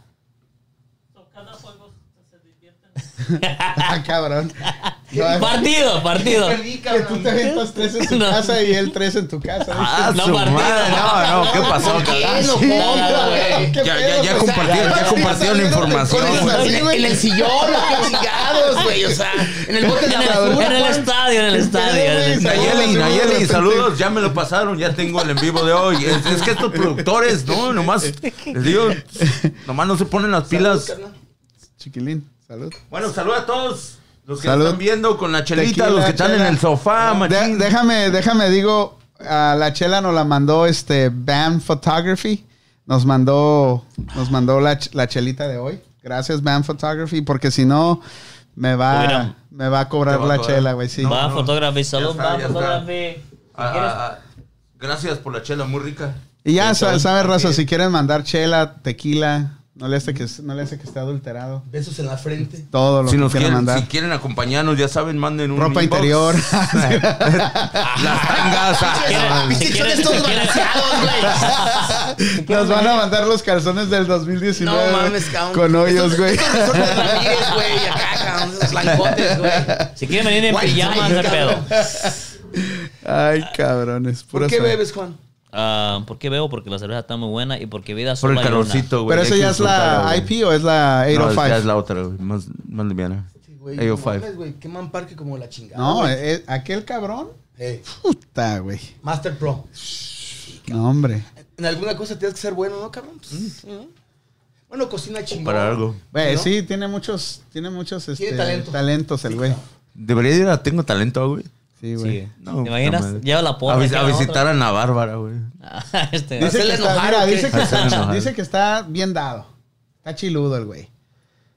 Speaker 1: Ah, cabrón.
Speaker 4: (laughs)
Speaker 1: No,
Speaker 3: Partido, partido.
Speaker 4: Perdí,
Speaker 1: que tú
Speaker 4: cabrón.
Speaker 1: te avientas tres en tu
Speaker 3: No.
Speaker 1: casa y él tres en tu casa. (laughs)
Speaker 2: Ah,
Speaker 3: No,
Speaker 2: su
Speaker 3: partido.
Speaker 2: madre, no, no, ¿qué pasó,
Speaker 4: ¿Por qué,
Speaker 2: cabrón?
Speaker 4: no,
Speaker 2: Sí.
Speaker 4: jodas,
Speaker 1: ¿Qué
Speaker 4: güey?
Speaker 2: Ya, ya,
Speaker 1: pedo,
Speaker 2: ya
Speaker 1: pues?
Speaker 2: compartieron,
Speaker 1: (laughs)
Speaker 2: ya compartieron la información,
Speaker 1: Con esas-
Speaker 2: güey.
Speaker 1: así,
Speaker 4: En,
Speaker 1: güey.
Speaker 4: en el sillón, (laughs) los chingados, güey. O sea, en el (laughs) bote de
Speaker 3: En
Speaker 4: la
Speaker 3: el,
Speaker 4: basura.
Speaker 3: en el
Speaker 4: cabrón.
Speaker 3: estadio, en el estadio. en el
Speaker 1: güey,
Speaker 3: estadio.
Speaker 2: Nayeli,
Speaker 1: Saludos,
Speaker 2: Nayeli,
Speaker 1: saludos.
Speaker 2: saludos, ya me lo pasaron, ya tengo el en vivo de hoy. Es, es que estos productores, no, nomás, les digo, nomás no se ponen las pilas.
Speaker 1: Chiquilín, salud.
Speaker 2: Bueno, saludos a todos los que
Speaker 1: Salud.
Speaker 2: están viendo con la chelita,
Speaker 1: Tequila,
Speaker 2: los que están
Speaker 1: chela.
Speaker 2: en el sofá,
Speaker 1: De-
Speaker 2: machín.
Speaker 1: déjame, déjame, digo, a la chela nos la mandó este BAM Photography. Nos mandó, nos mandó la, ch- la chelita de hoy. Gracias, BAM Photography, porque si no, me va,
Speaker 3: Hubiera-
Speaker 1: me va a cobrar
Speaker 2: Te va a
Speaker 1: la
Speaker 2: cobrar.
Speaker 1: chela, güey. Sí.
Speaker 2: No,
Speaker 3: Va,
Speaker 2: no.
Speaker 3: fotógrafo, salud,
Speaker 2: está,
Speaker 3: va,
Speaker 2: ya está.
Speaker 3: fotógrafo. Si
Speaker 2: Ah,
Speaker 3: quieres-
Speaker 2: ah, ah, gracias por la chela, muy rica.
Speaker 1: Y ya
Speaker 3: Sí,
Speaker 1: sa-
Speaker 3: salud.
Speaker 1: sabes, raza, si quieren mandar chela, tequila, no le hace que, no le hace que esté adulterado.
Speaker 4: Besos en la frente.
Speaker 1: Todo lo
Speaker 2: Si
Speaker 1: que
Speaker 2: nos
Speaker 1: quieran
Speaker 2: quieren,
Speaker 1: mandar.
Speaker 2: si quieren acompañarnos, ya saben, manden un
Speaker 1: Ropa
Speaker 2: inbox. (laughs)
Speaker 1: interior.
Speaker 2: Las tangas. ah,
Speaker 3: Si
Speaker 4: Mis
Speaker 3: quieres-
Speaker 4: chichones todos
Speaker 3: si quieres-
Speaker 4: balanceados, güey.
Speaker 1: (laughs) Nos van a mandar los calzones del 2019.
Speaker 4: No mames, cabrón.
Speaker 1: Con hoyos, güey.
Speaker 4: Estos resortes Ramírez, güey. Acá, cabrón. Esos (laughs) blancotes, güey.
Speaker 3: (laughs) Si quieren venir en
Speaker 4: White
Speaker 3: pijamas,
Speaker 4: tie,
Speaker 3: de pedo.
Speaker 4: cabrón.
Speaker 1: (laughs) Ay, cabrones.
Speaker 4: ¿Por
Speaker 1: pura
Speaker 4: qué
Speaker 1: suerte.
Speaker 4: bebes, Juan?
Speaker 3: Ah, ¿Por qué veo? Porque la cerveza está muy buena y porque vida
Speaker 2: Por
Speaker 3: solo
Speaker 2: el
Speaker 3: hay una.
Speaker 2: calorcito, güey.
Speaker 1: Pero esa
Speaker 2: hay
Speaker 1: ya
Speaker 2: que
Speaker 1: es la
Speaker 2: disfrutarla, güey.
Speaker 1: IP o es la
Speaker 2: No, es-
Speaker 1: 805.
Speaker 2: ya es la oh otra, güey, más, más liviana.
Speaker 4: Sí, güey, no
Speaker 2: 805.
Speaker 4: mames, güey, Queman Parque como la chingada.
Speaker 1: No,
Speaker 4: güey.
Speaker 1: eh, eh, aquel cabrón.
Speaker 4: Eh,
Speaker 1: Puta, güey.
Speaker 4: Master Pro.
Speaker 1: No, hombre.
Speaker 4: En alguna cosa tienes que ser bueno, ¿no, cabrón? Pues, sí, ¿no? Bueno, cocina chingón.
Speaker 2: Para algo.
Speaker 1: Güey,
Speaker 4: ¿No?
Speaker 1: sí, tiene muchos, tiene muchos este,
Speaker 4: talento.
Speaker 1: talentos el güey.
Speaker 2: Debería ir a Tengo Talento, güey.
Speaker 1: Sí, güey.
Speaker 3: Sí.
Speaker 2: No,
Speaker 3: ¿Te imaginas?
Speaker 2: puta madre.
Speaker 3: Lleva la porra.
Speaker 2: A, vis-
Speaker 3: aquí
Speaker 2: a
Speaker 3: la otra.
Speaker 2: visitar a Ana
Speaker 1: (laughs)
Speaker 2: Bárbara, güey.
Speaker 3: (laughs) Ah, este,
Speaker 1: Dice, que
Speaker 4: Hacerle
Speaker 1: está,
Speaker 4: enojar,
Speaker 1: mira,
Speaker 4: ¿o qué?
Speaker 1: dice, que
Speaker 2: Hacerle
Speaker 1: está,
Speaker 2: enojar.
Speaker 1: dice que está bien dado. Está chiludo el güey.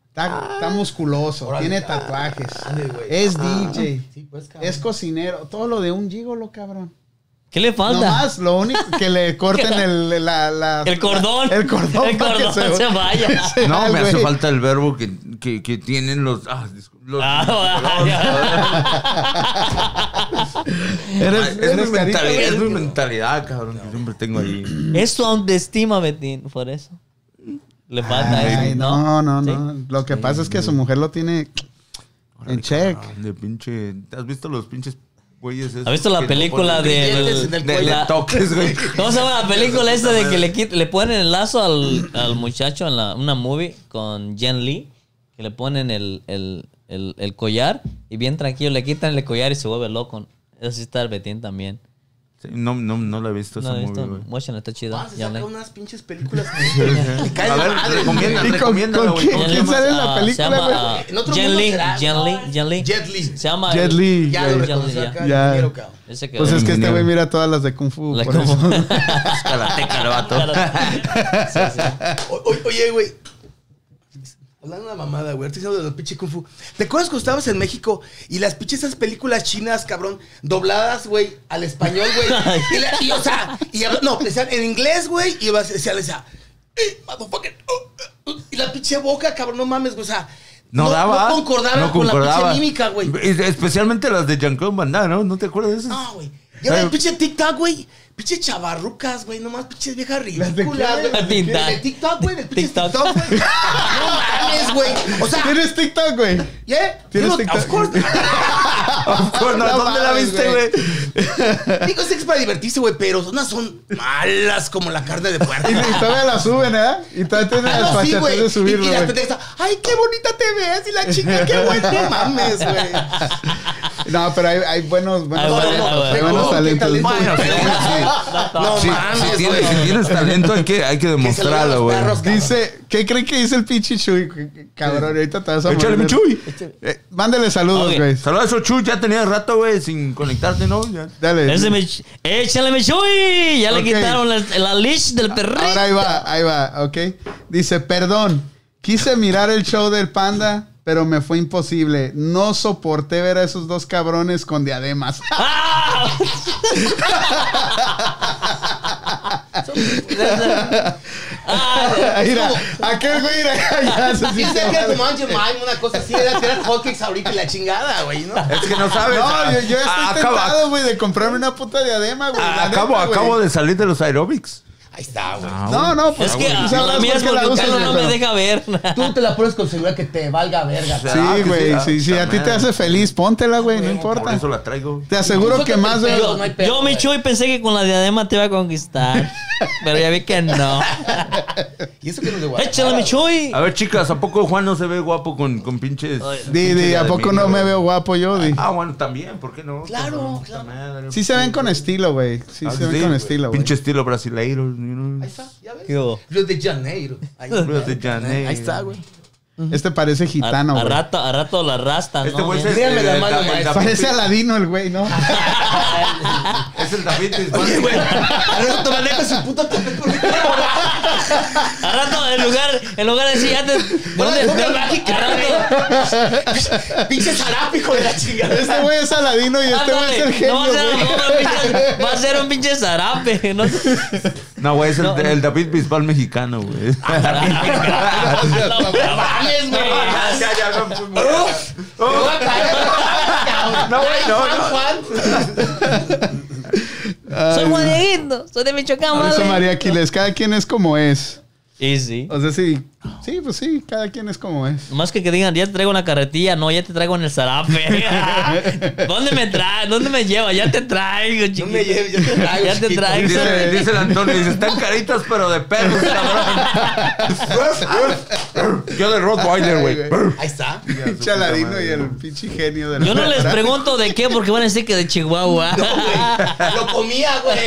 Speaker 1: Está, está musculoso,
Speaker 4: Órale.
Speaker 1: tiene tatuajes.
Speaker 4: Ándale, güey.
Speaker 1: es DJ.
Speaker 4: Sí, pues, cabrón.
Speaker 1: Es cocinero. Todo lo de un gigolo, cabrón.
Speaker 3: ¿Qué le falta?
Speaker 1: Nomás, lo único que le corten el, la- la-
Speaker 3: El cordón.
Speaker 1: El cordón.
Speaker 3: El
Speaker 1: para que
Speaker 3: cordón se, vaya.
Speaker 1: (laughs)
Speaker 2: No, me hace
Speaker 1: güey.
Speaker 2: falta el verbo que, que, que tienen los. Ah, discul- los-
Speaker 3: Ah, (laughs) vaya.
Speaker 1: Eres,
Speaker 2: es,
Speaker 1: eres
Speaker 2: mi mentalidad,
Speaker 1: carito,
Speaker 2: es mi
Speaker 1: güey.
Speaker 2: mentalidad, cabrón, que siempre tengo ahí.
Speaker 3: es tu autoestima, Betín, por eso. Le falta
Speaker 1: Ay,
Speaker 3: eso.
Speaker 1: no, no,
Speaker 3: Sí.
Speaker 1: no. Lo que pasa es que su mujer lo tiene en check.
Speaker 2: Ah, De pinche. ¿Has visto los pinches güeyes? esos
Speaker 3: ¿Has visto la
Speaker 2: que te
Speaker 3: película
Speaker 2: ponen-
Speaker 3: de...
Speaker 4: billetes en
Speaker 2: De,
Speaker 4: el cuello?
Speaker 2: de
Speaker 3: la-
Speaker 2: (laughs) toques, güey.
Speaker 3: ¿Cómo se llama la película esta de que le, quit- le ponen el lazo al, al muchacho en la, una movie con Jen Lee? Que le ponen el, el, el, el collar y bien tranquilo le quitan el collar y se vuelve loco. Eso sí está el Betín también.
Speaker 2: Sí, No, no, no la he visto
Speaker 3: No,
Speaker 2: esa
Speaker 3: está,
Speaker 2: movie, güey.
Speaker 3: Watchmen está chido.
Speaker 4: Ah, se
Speaker 3: Ya
Speaker 4: saca
Speaker 3: la-
Speaker 4: unas pinches películas que que caen
Speaker 2: A
Speaker 4: la
Speaker 2: ver,
Speaker 4: madre,
Speaker 2: recomienda,
Speaker 1: ¿Y con-
Speaker 2: recomienda,
Speaker 1: con
Speaker 2: güey.
Speaker 1: quién?
Speaker 2: ¿Cómo se
Speaker 1: ¿Quién
Speaker 2: llama?
Speaker 1: sale en la
Speaker 3: ah,
Speaker 1: película,
Speaker 3: se llama,
Speaker 1: güey?
Speaker 3: ah,
Speaker 4: En otro
Speaker 3: Jen
Speaker 4: mundo
Speaker 3: Lee,
Speaker 4: será,
Speaker 3: Jen
Speaker 4: ¿no?
Speaker 3: Lee, Jen Lee.
Speaker 4: Jet Li.
Speaker 3: Se llama...
Speaker 1: Jet Li.
Speaker 4: Ya
Speaker 1: güey.
Speaker 4: lo
Speaker 3: Ya, ya,
Speaker 4: reconoció
Speaker 3: ya.
Speaker 4: acá el
Speaker 1: Ya.
Speaker 4: ingeniero, cabrón.
Speaker 3: Ese que...
Speaker 1: Pues es que este
Speaker 2: Ingeniero.
Speaker 1: güey mira todas las de Kung Fu.
Speaker 3: La
Speaker 1: por
Speaker 3: como-
Speaker 1: (laughs) eso.
Speaker 2: Es Karateca el vato.
Speaker 4: O- o- Oye, güey. Hablando de una mamada, güey. Ahorita diciendo de los pinches kung fu. ¿Te acuerdas cuando estabas en México y las pinches esas películas chinas, cabrón, dobladas, güey, al español,
Speaker 3: (laughs)
Speaker 4: güey? Y, la- y, o sea, y habla- no, decían en inglés, güey, y vas- decían, decía, "Eh, motherfucker, uh, uh", y la pinche boca, cabrón, no mames, güey, o sea.
Speaker 2: No, daba.
Speaker 4: No concordaba
Speaker 2: no
Speaker 4: con la
Speaker 2: concordaba.
Speaker 4: pinche mímica, güey.
Speaker 2: Es- Especialmente las de Jean-Claude Van Damme, ¿no? ¿No te acuerdas de esas?
Speaker 1: Ah.
Speaker 2: (laughs)
Speaker 4: No, güey. Y ahora
Speaker 2: Ay,
Speaker 4: el pinche TikTok, güey. Pinche chavarrucas, güey. Nomás pinches viejas
Speaker 1: de qué?
Speaker 4: ridículas, güey.
Speaker 3: Las de
Speaker 4: El
Speaker 3: TikTok.
Speaker 4: de TikTok, güey. Del pinche
Speaker 3: TikTok.
Speaker 4: TikTok, güey. No mames, güey. O sea,
Speaker 1: ¿Tienes TikTok, güey?
Speaker 4: ¿yeah?
Speaker 1: ¿Tienes
Speaker 4: Digo,
Speaker 1: TikTok?
Speaker 4: Of course.
Speaker 2: ¿Dónde
Speaker 1: No
Speaker 2: la
Speaker 1: mames,
Speaker 2: viste,
Speaker 1: güey.
Speaker 2: güey?
Speaker 4: Digo, es para divertirse, güey. Pero unas son malas como la carne de puerco.
Speaker 1: Y, y todavía la suben, ¿eh? Y todavía tienen
Speaker 4: Ah,
Speaker 1: las
Speaker 4: no, sí,
Speaker 1: fachatez
Speaker 4: güey.
Speaker 1: de
Speaker 4: Y, y
Speaker 1: subirlo,
Speaker 4: las
Speaker 1: güey.
Speaker 4: pendejas, ay, qué bonita te ves. Y la
Speaker 1: (laughs)
Speaker 4: chica, qué buena. No mames, güey.
Speaker 1: No, pero hay, hay buenos, buenos
Speaker 3: Hay
Speaker 4: No,
Speaker 3: buenos-
Speaker 1: talentos.
Speaker 4: no, no.
Speaker 1: Hay buenos
Speaker 3: buenos
Speaker 4: qué
Speaker 1: talentos.
Speaker 4: talento,
Speaker 2: Bueno,
Speaker 4: güey. No
Speaker 2: Si,
Speaker 4: mames,
Speaker 2: si
Speaker 4: güey.
Speaker 2: tienes, si tienes talento, hay que, hay que
Speaker 4: salgan
Speaker 2: demostrarlo,
Speaker 4: los
Speaker 2: güey.
Speaker 4: perros,
Speaker 1: Dice, ¿qué cree que dice el pinche Chuy? Cabrón, ahorita te vas a
Speaker 2: Échale, mi
Speaker 1: morir.
Speaker 2: Chuy.
Speaker 1: Eh, mándale saludos,
Speaker 3: Ok.
Speaker 1: güey.
Speaker 2: Saludos a esos Chuy, ya tenía rato, güey, sin conectarte, ¿no? Ya.
Speaker 1: Dale.
Speaker 3: (laughs) Ese me... ¡Échale, me chuy! Ya le
Speaker 1: Ok.
Speaker 3: quitaron la, la leash del perrito.
Speaker 1: Ahora ahí va, ahí va, ok. Dice, perdón, Quise mirar el show del panda, pero me fue imposible. No soporté ver a esos dos cabrones con diademas. (laughs)
Speaker 3: Ah.
Speaker 1: Mira, aquel güey mira, (laughs) ya se
Speaker 4: (laughs) Y
Speaker 1: siente
Speaker 4: se
Speaker 1: mal.
Speaker 4: que como Angel Mime, una cosa así, era tirar hotcakes ahorita y la chingada, güey, ¿no?
Speaker 2: Es que no sabes.
Speaker 1: No, yo, yo
Speaker 2: Ah,
Speaker 1: estoy
Speaker 2: acaba-
Speaker 1: tentado, güey, de comprarme una puta diadema, güey.
Speaker 2: ah,
Speaker 1: la neta,
Speaker 2: acabo,
Speaker 1: güey.
Speaker 2: acabo de salir de los aerobics.
Speaker 4: Ahí está, güey.
Speaker 1: No, no, pues.
Speaker 3: Es que
Speaker 1: tú
Speaker 3: ah,
Speaker 1: sabrás
Speaker 3: la mía es
Speaker 1: por qué
Speaker 3: porque
Speaker 1: la usas,
Speaker 3: Carlos no me
Speaker 1: pero-
Speaker 3: deja ver.
Speaker 4: Tú te la pones con seguridad que te valga verga.
Speaker 2: Sí, Ah,
Speaker 1: Sí,
Speaker 2: que sí,
Speaker 1: güey,
Speaker 2: ah,
Speaker 1: sí, sí, a
Speaker 2: puta
Speaker 1: ti te
Speaker 2: madre.
Speaker 1: hace feliz, póntela, güey, no
Speaker 2: Por
Speaker 1: importa.
Speaker 2: eso la traigo.
Speaker 1: Te aseguro que
Speaker 4: Chúpate
Speaker 1: más
Speaker 4: el
Speaker 1: de...
Speaker 4: pelo, no hay pedo,
Speaker 3: Yo, mi
Speaker 4: güey.
Speaker 3: Chuy, pensé que con la diadema te iba a conquistar. pero ya vi que no.
Speaker 4: Y eso que no es
Speaker 3: Échale,
Speaker 4: de Guadalajara.
Speaker 3: mi Chuy.
Speaker 2: A ver, chicas, ¿a poco Juan no se ve guapo con, con pinches.
Speaker 3: Ay.
Speaker 2: con
Speaker 1: Di,
Speaker 2: pinche
Speaker 1: di, ¿a
Speaker 2: de
Speaker 1: poco
Speaker 2: mí,
Speaker 1: no me
Speaker 2: güey?
Speaker 1: veo guapo yo, di?
Speaker 2: Ah, bueno, también, ¿por qué no?
Speaker 4: Claro,
Speaker 2: Cabrón, puta
Speaker 4: claro.
Speaker 2: madre.
Speaker 1: Sí se ven con estilo, güey. Sí
Speaker 2: Ah,
Speaker 1: se ven
Speaker 2: sí,
Speaker 1: con
Speaker 2: güey.
Speaker 1: estilo, güey.
Speaker 2: Pinche estilo brasileiro. you know.
Speaker 4: Ahí está, ya ves.
Speaker 3: ¿Qué hubo?
Speaker 4: Río de Janeiro. Ahí,
Speaker 2: Río de Janeiro.
Speaker 4: Ahí está, güey.
Speaker 1: Este parece
Speaker 3: A,
Speaker 1: gitano,
Speaker 3: a
Speaker 1: güey.
Speaker 3: rato, a rato la rasta,
Speaker 2: Este
Speaker 3: ¿no?
Speaker 2: güey es
Speaker 3: Bien.
Speaker 2: el,
Speaker 4: Léame la
Speaker 2: el-
Speaker 4: mano,
Speaker 2: el- el-
Speaker 4: maestro.
Speaker 1: Parece aladino el güey, ¿no?
Speaker 2: Es el David
Speaker 4: Oye, güey.
Speaker 2: Bisbal.
Speaker 4: Ahora te maneja su puta papel con
Speaker 3: A rato, en lugar, en lugar de decir antes. ¿Dónde
Speaker 4: de boca
Speaker 3: dónde-
Speaker 4: mágica,
Speaker 3: a rato,
Speaker 4: (laughs) Pinche zarape, hijo de la chingada.
Speaker 1: Este güey es aladino y este güey es el
Speaker 3: ándale, no
Speaker 1: genio,
Speaker 3: va
Speaker 1: güey.
Speaker 3: a ser, no, va a pinche- va a ser un pinche zarape. (laughs) No sé.
Speaker 2: No, güey, es el, el David Bisbal mexicano, güey.
Speaker 4: Ah,
Speaker 3: No mames, güey.
Speaker 2: (laughs) ya, ya, no, muy mal. Oh, No, güey, no, no.
Speaker 4: Juan,
Speaker 3: Soy Juan Dieguito, soy de
Speaker 1: (laughs)
Speaker 3: Michoacán,
Speaker 1: Por eso
Speaker 3: ¿vale?
Speaker 1: María Aquiles, cada quien es como es.
Speaker 3: Y sí.
Speaker 1: O sea, sí, sí, pues sí, cada quien es como es.
Speaker 3: Más que que digan, ya te traigo en la carretilla, no, ya te traigo en
Speaker 1: (laughs)
Speaker 3: el zarape. ¿Dónde me traes? ¿Dónde me llevas? Ya te traigo, chiquito.
Speaker 4: No me lleves, ya te traigo,
Speaker 3: Ya te
Speaker 4: chiquito.
Speaker 3: traigo.
Speaker 2: Dice, dice el Antonio, dice, están caritas pero de perros,
Speaker 1: (laughs)
Speaker 2: cabrón. Yo de Rottweiler,
Speaker 1: Ay,
Speaker 2: güey.
Speaker 1: güey.
Speaker 4: Ahí está.
Speaker 1: Pinche aladino y el pinche genio de la (laughs)
Speaker 3: Yo no les
Speaker 1: raza.
Speaker 3: pregunto de qué, porque van a decir que de
Speaker 1: (laughs)
Speaker 3: Chihuahua. (laughs)
Speaker 4: Lo comía, güey.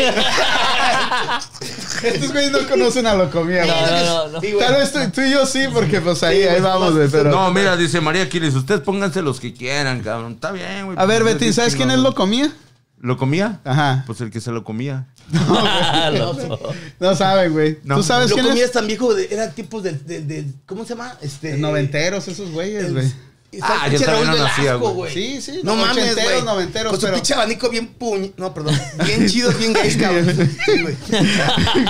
Speaker 1: Estos güeyes no conocen a Locomía,
Speaker 3: No,
Speaker 1: güey.
Speaker 3: no, no, no.
Speaker 4: Sí, güey.
Speaker 1: Tal vez tú, tú y yo sí, porque pues ahí,
Speaker 4: Sí,
Speaker 1: ahí
Speaker 4: güey,
Speaker 1: vamos,
Speaker 4: no,
Speaker 1: güey, pero...
Speaker 2: No, mira, dice María Aquiles, ustedes pónganse los que quieran, cabrón. Está bien, güey.
Speaker 1: A ver, Betty, ¿sabes quién es Ah. Locomía?
Speaker 2: ¿Lo comía?
Speaker 1: Ajá.
Speaker 2: Pues el que se lo comía.
Speaker 3: Loco.
Speaker 1: No saben, güey.
Speaker 2: No.
Speaker 1: ¿Tú sabes
Speaker 4: Lo este-
Speaker 1: quién
Speaker 4: comías
Speaker 1: es?
Speaker 4: tan viejo, de, eran tipos del, del, del- ¿Cómo se llama? Este.
Speaker 1: Noventeros esos güeyes,
Speaker 4: el- (laughs)
Speaker 1: güey. (laughs)
Speaker 4: está
Speaker 2: Ah,
Speaker 4: el
Speaker 2: yo
Speaker 4: pinche
Speaker 2: todavía
Speaker 4: Raúl
Speaker 2: no nacía,
Speaker 4: Velasco,
Speaker 2: güey.
Speaker 4: güey.
Speaker 1: Sí, sí,
Speaker 4: No mames,
Speaker 1: ochenteros,
Speaker 4: güey.
Speaker 1: noventeros,
Speaker 4: Con su
Speaker 1: pero-
Speaker 4: pinche abanico bien puño. No, perdón.
Speaker 1: (laughs)
Speaker 4: Bien chidos, bien gays, cabrón. Sí, güey.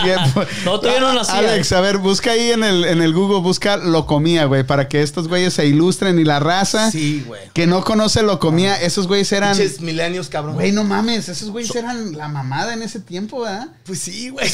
Speaker 1: Bien, pues.
Speaker 3: No, todavía no nacía.
Speaker 1: Alex, a ver, busca ahí en el, en el Google, busca Locomía, güey, para que estos güeyes se ilustren y la raza
Speaker 4: Sí, güey. Ah.
Speaker 1: que no conoce Locomía, esos güeyes eran...
Speaker 4: Pinches milenios, cabrón.
Speaker 1: Güey, no mames, esos güeyes eran la mamada en ese tiempo,
Speaker 4: (laughs)
Speaker 1: ¿verdad?
Speaker 4: Pues sí, güey.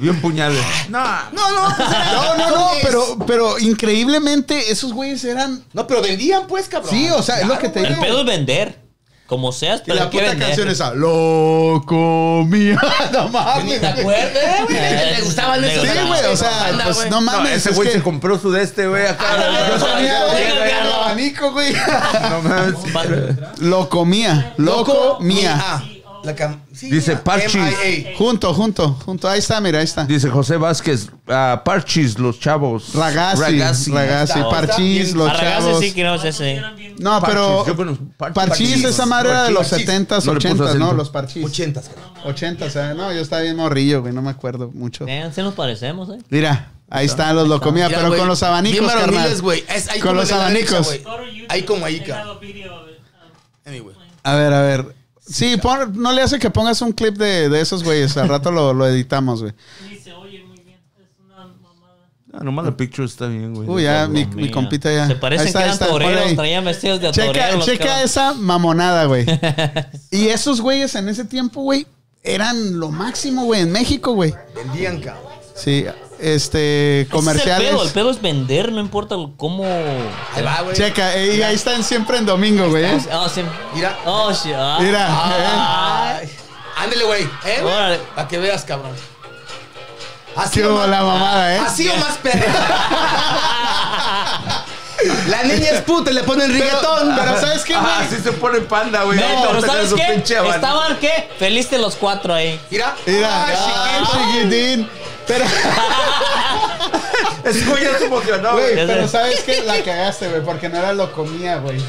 Speaker 2: Bien puñales.
Speaker 1: Ah.
Speaker 2: No,
Speaker 4: No, no, pues
Speaker 1: (laughs)
Speaker 4: era-
Speaker 1: No, no, no,
Speaker 4: son gays.
Speaker 1: pero, pero increíblemente esos güeyes eran...
Speaker 4: No, pero vendían, pues, cabrón.
Speaker 1: Sí, o sea, es lo que te
Speaker 3: El
Speaker 1: digo.
Speaker 3: pedo es vender. Como seas,
Speaker 1: Y
Speaker 3: pero
Speaker 1: la
Speaker 3: hay que
Speaker 1: puta
Speaker 3: vender.
Speaker 1: canción esa, Locomía, (laughs) no mames. (laughs)
Speaker 4: ¿Te acuerdas, güey? Le gustaban
Speaker 3: Sí,
Speaker 4: esos.
Speaker 1: Eh, Sí,
Speaker 4: cabrón,
Speaker 1: güey, o sea,
Speaker 4: banda,
Speaker 1: pues
Speaker 4: güey.
Speaker 1: no mames.
Speaker 2: ese
Speaker 1: es
Speaker 2: güey
Speaker 1: que-
Speaker 2: se compró su de este,
Speaker 1: (laughs)
Speaker 2: güey, acá.
Speaker 1: Lo comía,
Speaker 3: Venga,
Speaker 1: güey,
Speaker 3: Carlos.
Speaker 1: el abanico, güey. (laughs) Ah.
Speaker 2: No mames.
Speaker 1: Lo comía, loco mía.
Speaker 4: Ah, la cam- sí,
Speaker 2: Dice
Speaker 4: la
Speaker 2: Parchis.
Speaker 4: MIA.
Speaker 1: Junto, junto, junto. Ahí está, mira, ahí está.
Speaker 2: Dice José Vázquez, ah, Parchis, los chavos.
Speaker 1: Ragazzi, Ragazzi,
Speaker 4: Está,
Speaker 1: Parchís,
Speaker 4: está
Speaker 1: los
Speaker 3: Arragase
Speaker 1: chavos.
Speaker 3: sí que no es ese.
Speaker 1: No,
Speaker 2: Parchís,
Speaker 1: pero
Speaker 2: yo conozco Parchís.
Speaker 1: Parchís, esa madre era de los
Speaker 4: Parchís.
Speaker 1: 70s,
Speaker 2: No le puso
Speaker 1: 80s, ¿no?
Speaker 2: acento.
Speaker 1: Los Parchís.
Speaker 4: Ochentas, cabrón.
Speaker 1: 80s, ¿eh? no, yo estaba bien morrillo, güey, no me acuerdo mucho.
Speaker 3: Eh, sí nos parecemos, eh.
Speaker 1: Mira, ahí está, los lo comía,
Speaker 4: Mira,
Speaker 1: pero
Speaker 4: güey,
Speaker 1: con los
Speaker 4: Bien
Speaker 1: abanicos,
Speaker 4: varoniles,
Speaker 1: carnal.
Speaker 4: güey. Es ahí
Speaker 1: Con
Speaker 4: como
Speaker 1: los
Speaker 4: en la derecha,
Speaker 1: abanicos.
Speaker 4: güey. Ahí como ahí, cabrón. Anyway.
Speaker 1: A ver, a ver. Sí, pon- no le hace que pongas un clip de, de esos güeyes, al rato lo, lo editamos,
Speaker 3: (laughs)
Speaker 1: güey.
Speaker 2: Ah, nomás la picture está bien, güey.
Speaker 1: Uy, ya, mi,
Speaker 3: Dios
Speaker 1: mi
Speaker 3: mío.
Speaker 1: compita ya.
Speaker 3: Se
Speaker 1: Ahí
Speaker 3: parecen
Speaker 1: está,
Speaker 3: que
Speaker 1: ahí
Speaker 3: eran
Speaker 1: está, ponle
Speaker 3: toreros,
Speaker 1: ahí.
Speaker 3: traían vestidos de
Speaker 1: Checa,
Speaker 3: toreros.
Speaker 1: checa esa mamonada,
Speaker 3: (laughs)
Speaker 1: güey. y esos güeyes en ese tiempo, güey, eran lo máximo, güey, en México, güey.
Speaker 4: Vendían, cabrón.
Speaker 1: Sí, este,
Speaker 3: Comerciales. El pedo, el
Speaker 1: comerciales.
Speaker 3: pedo es vender, no importa el- cómo.
Speaker 4: Ahí va, güey.
Speaker 1: Checa, eh, y ahí están siempre en domingo, güey. eh.
Speaker 3: Ah, sí.
Speaker 4: Mira.
Speaker 3: Oh, sí. ah.
Speaker 1: Mira, ¿eh?
Speaker 4: Ay. Ándale, güey. ¿Eh, güey?
Speaker 3: Órale.
Speaker 4: Para que veas, cabrón. Así
Speaker 1: qué
Speaker 4: o
Speaker 1: hubo
Speaker 4: más,
Speaker 1: la
Speaker 3: ah,
Speaker 1: mamada, ¿eh?
Speaker 4: así o más
Speaker 1: (laughs)
Speaker 4: perra. la niña es puta y le ponen reggaetón.
Speaker 1: Pero ¿sabes qué,
Speaker 2: Ah, sí
Speaker 1: güey?
Speaker 2: se pone panda, güey.
Speaker 3: No, pero
Speaker 2: Ahorita
Speaker 3: ¿sabes
Speaker 2: con su
Speaker 3: qué?
Speaker 2: pinche abanico. (laughs)
Speaker 3: Estaban, ¿qué? Felices los cuatro ahí.
Speaker 4: Mira.
Speaker 1: Mira,
Speaker 4: Ay,
Speaker 1: ah, chiquitín. Pero,
Speaker 2: Ese güey ya se emocionó,
Speaker 1: güey,
Speaker 2: güey.
Speaker 3: Ya
Speaker 1: pero
Speaker 3: sé.
Speaker 1: ¿sabes qué? La cagaste, güey, porque no era lo comía, güey.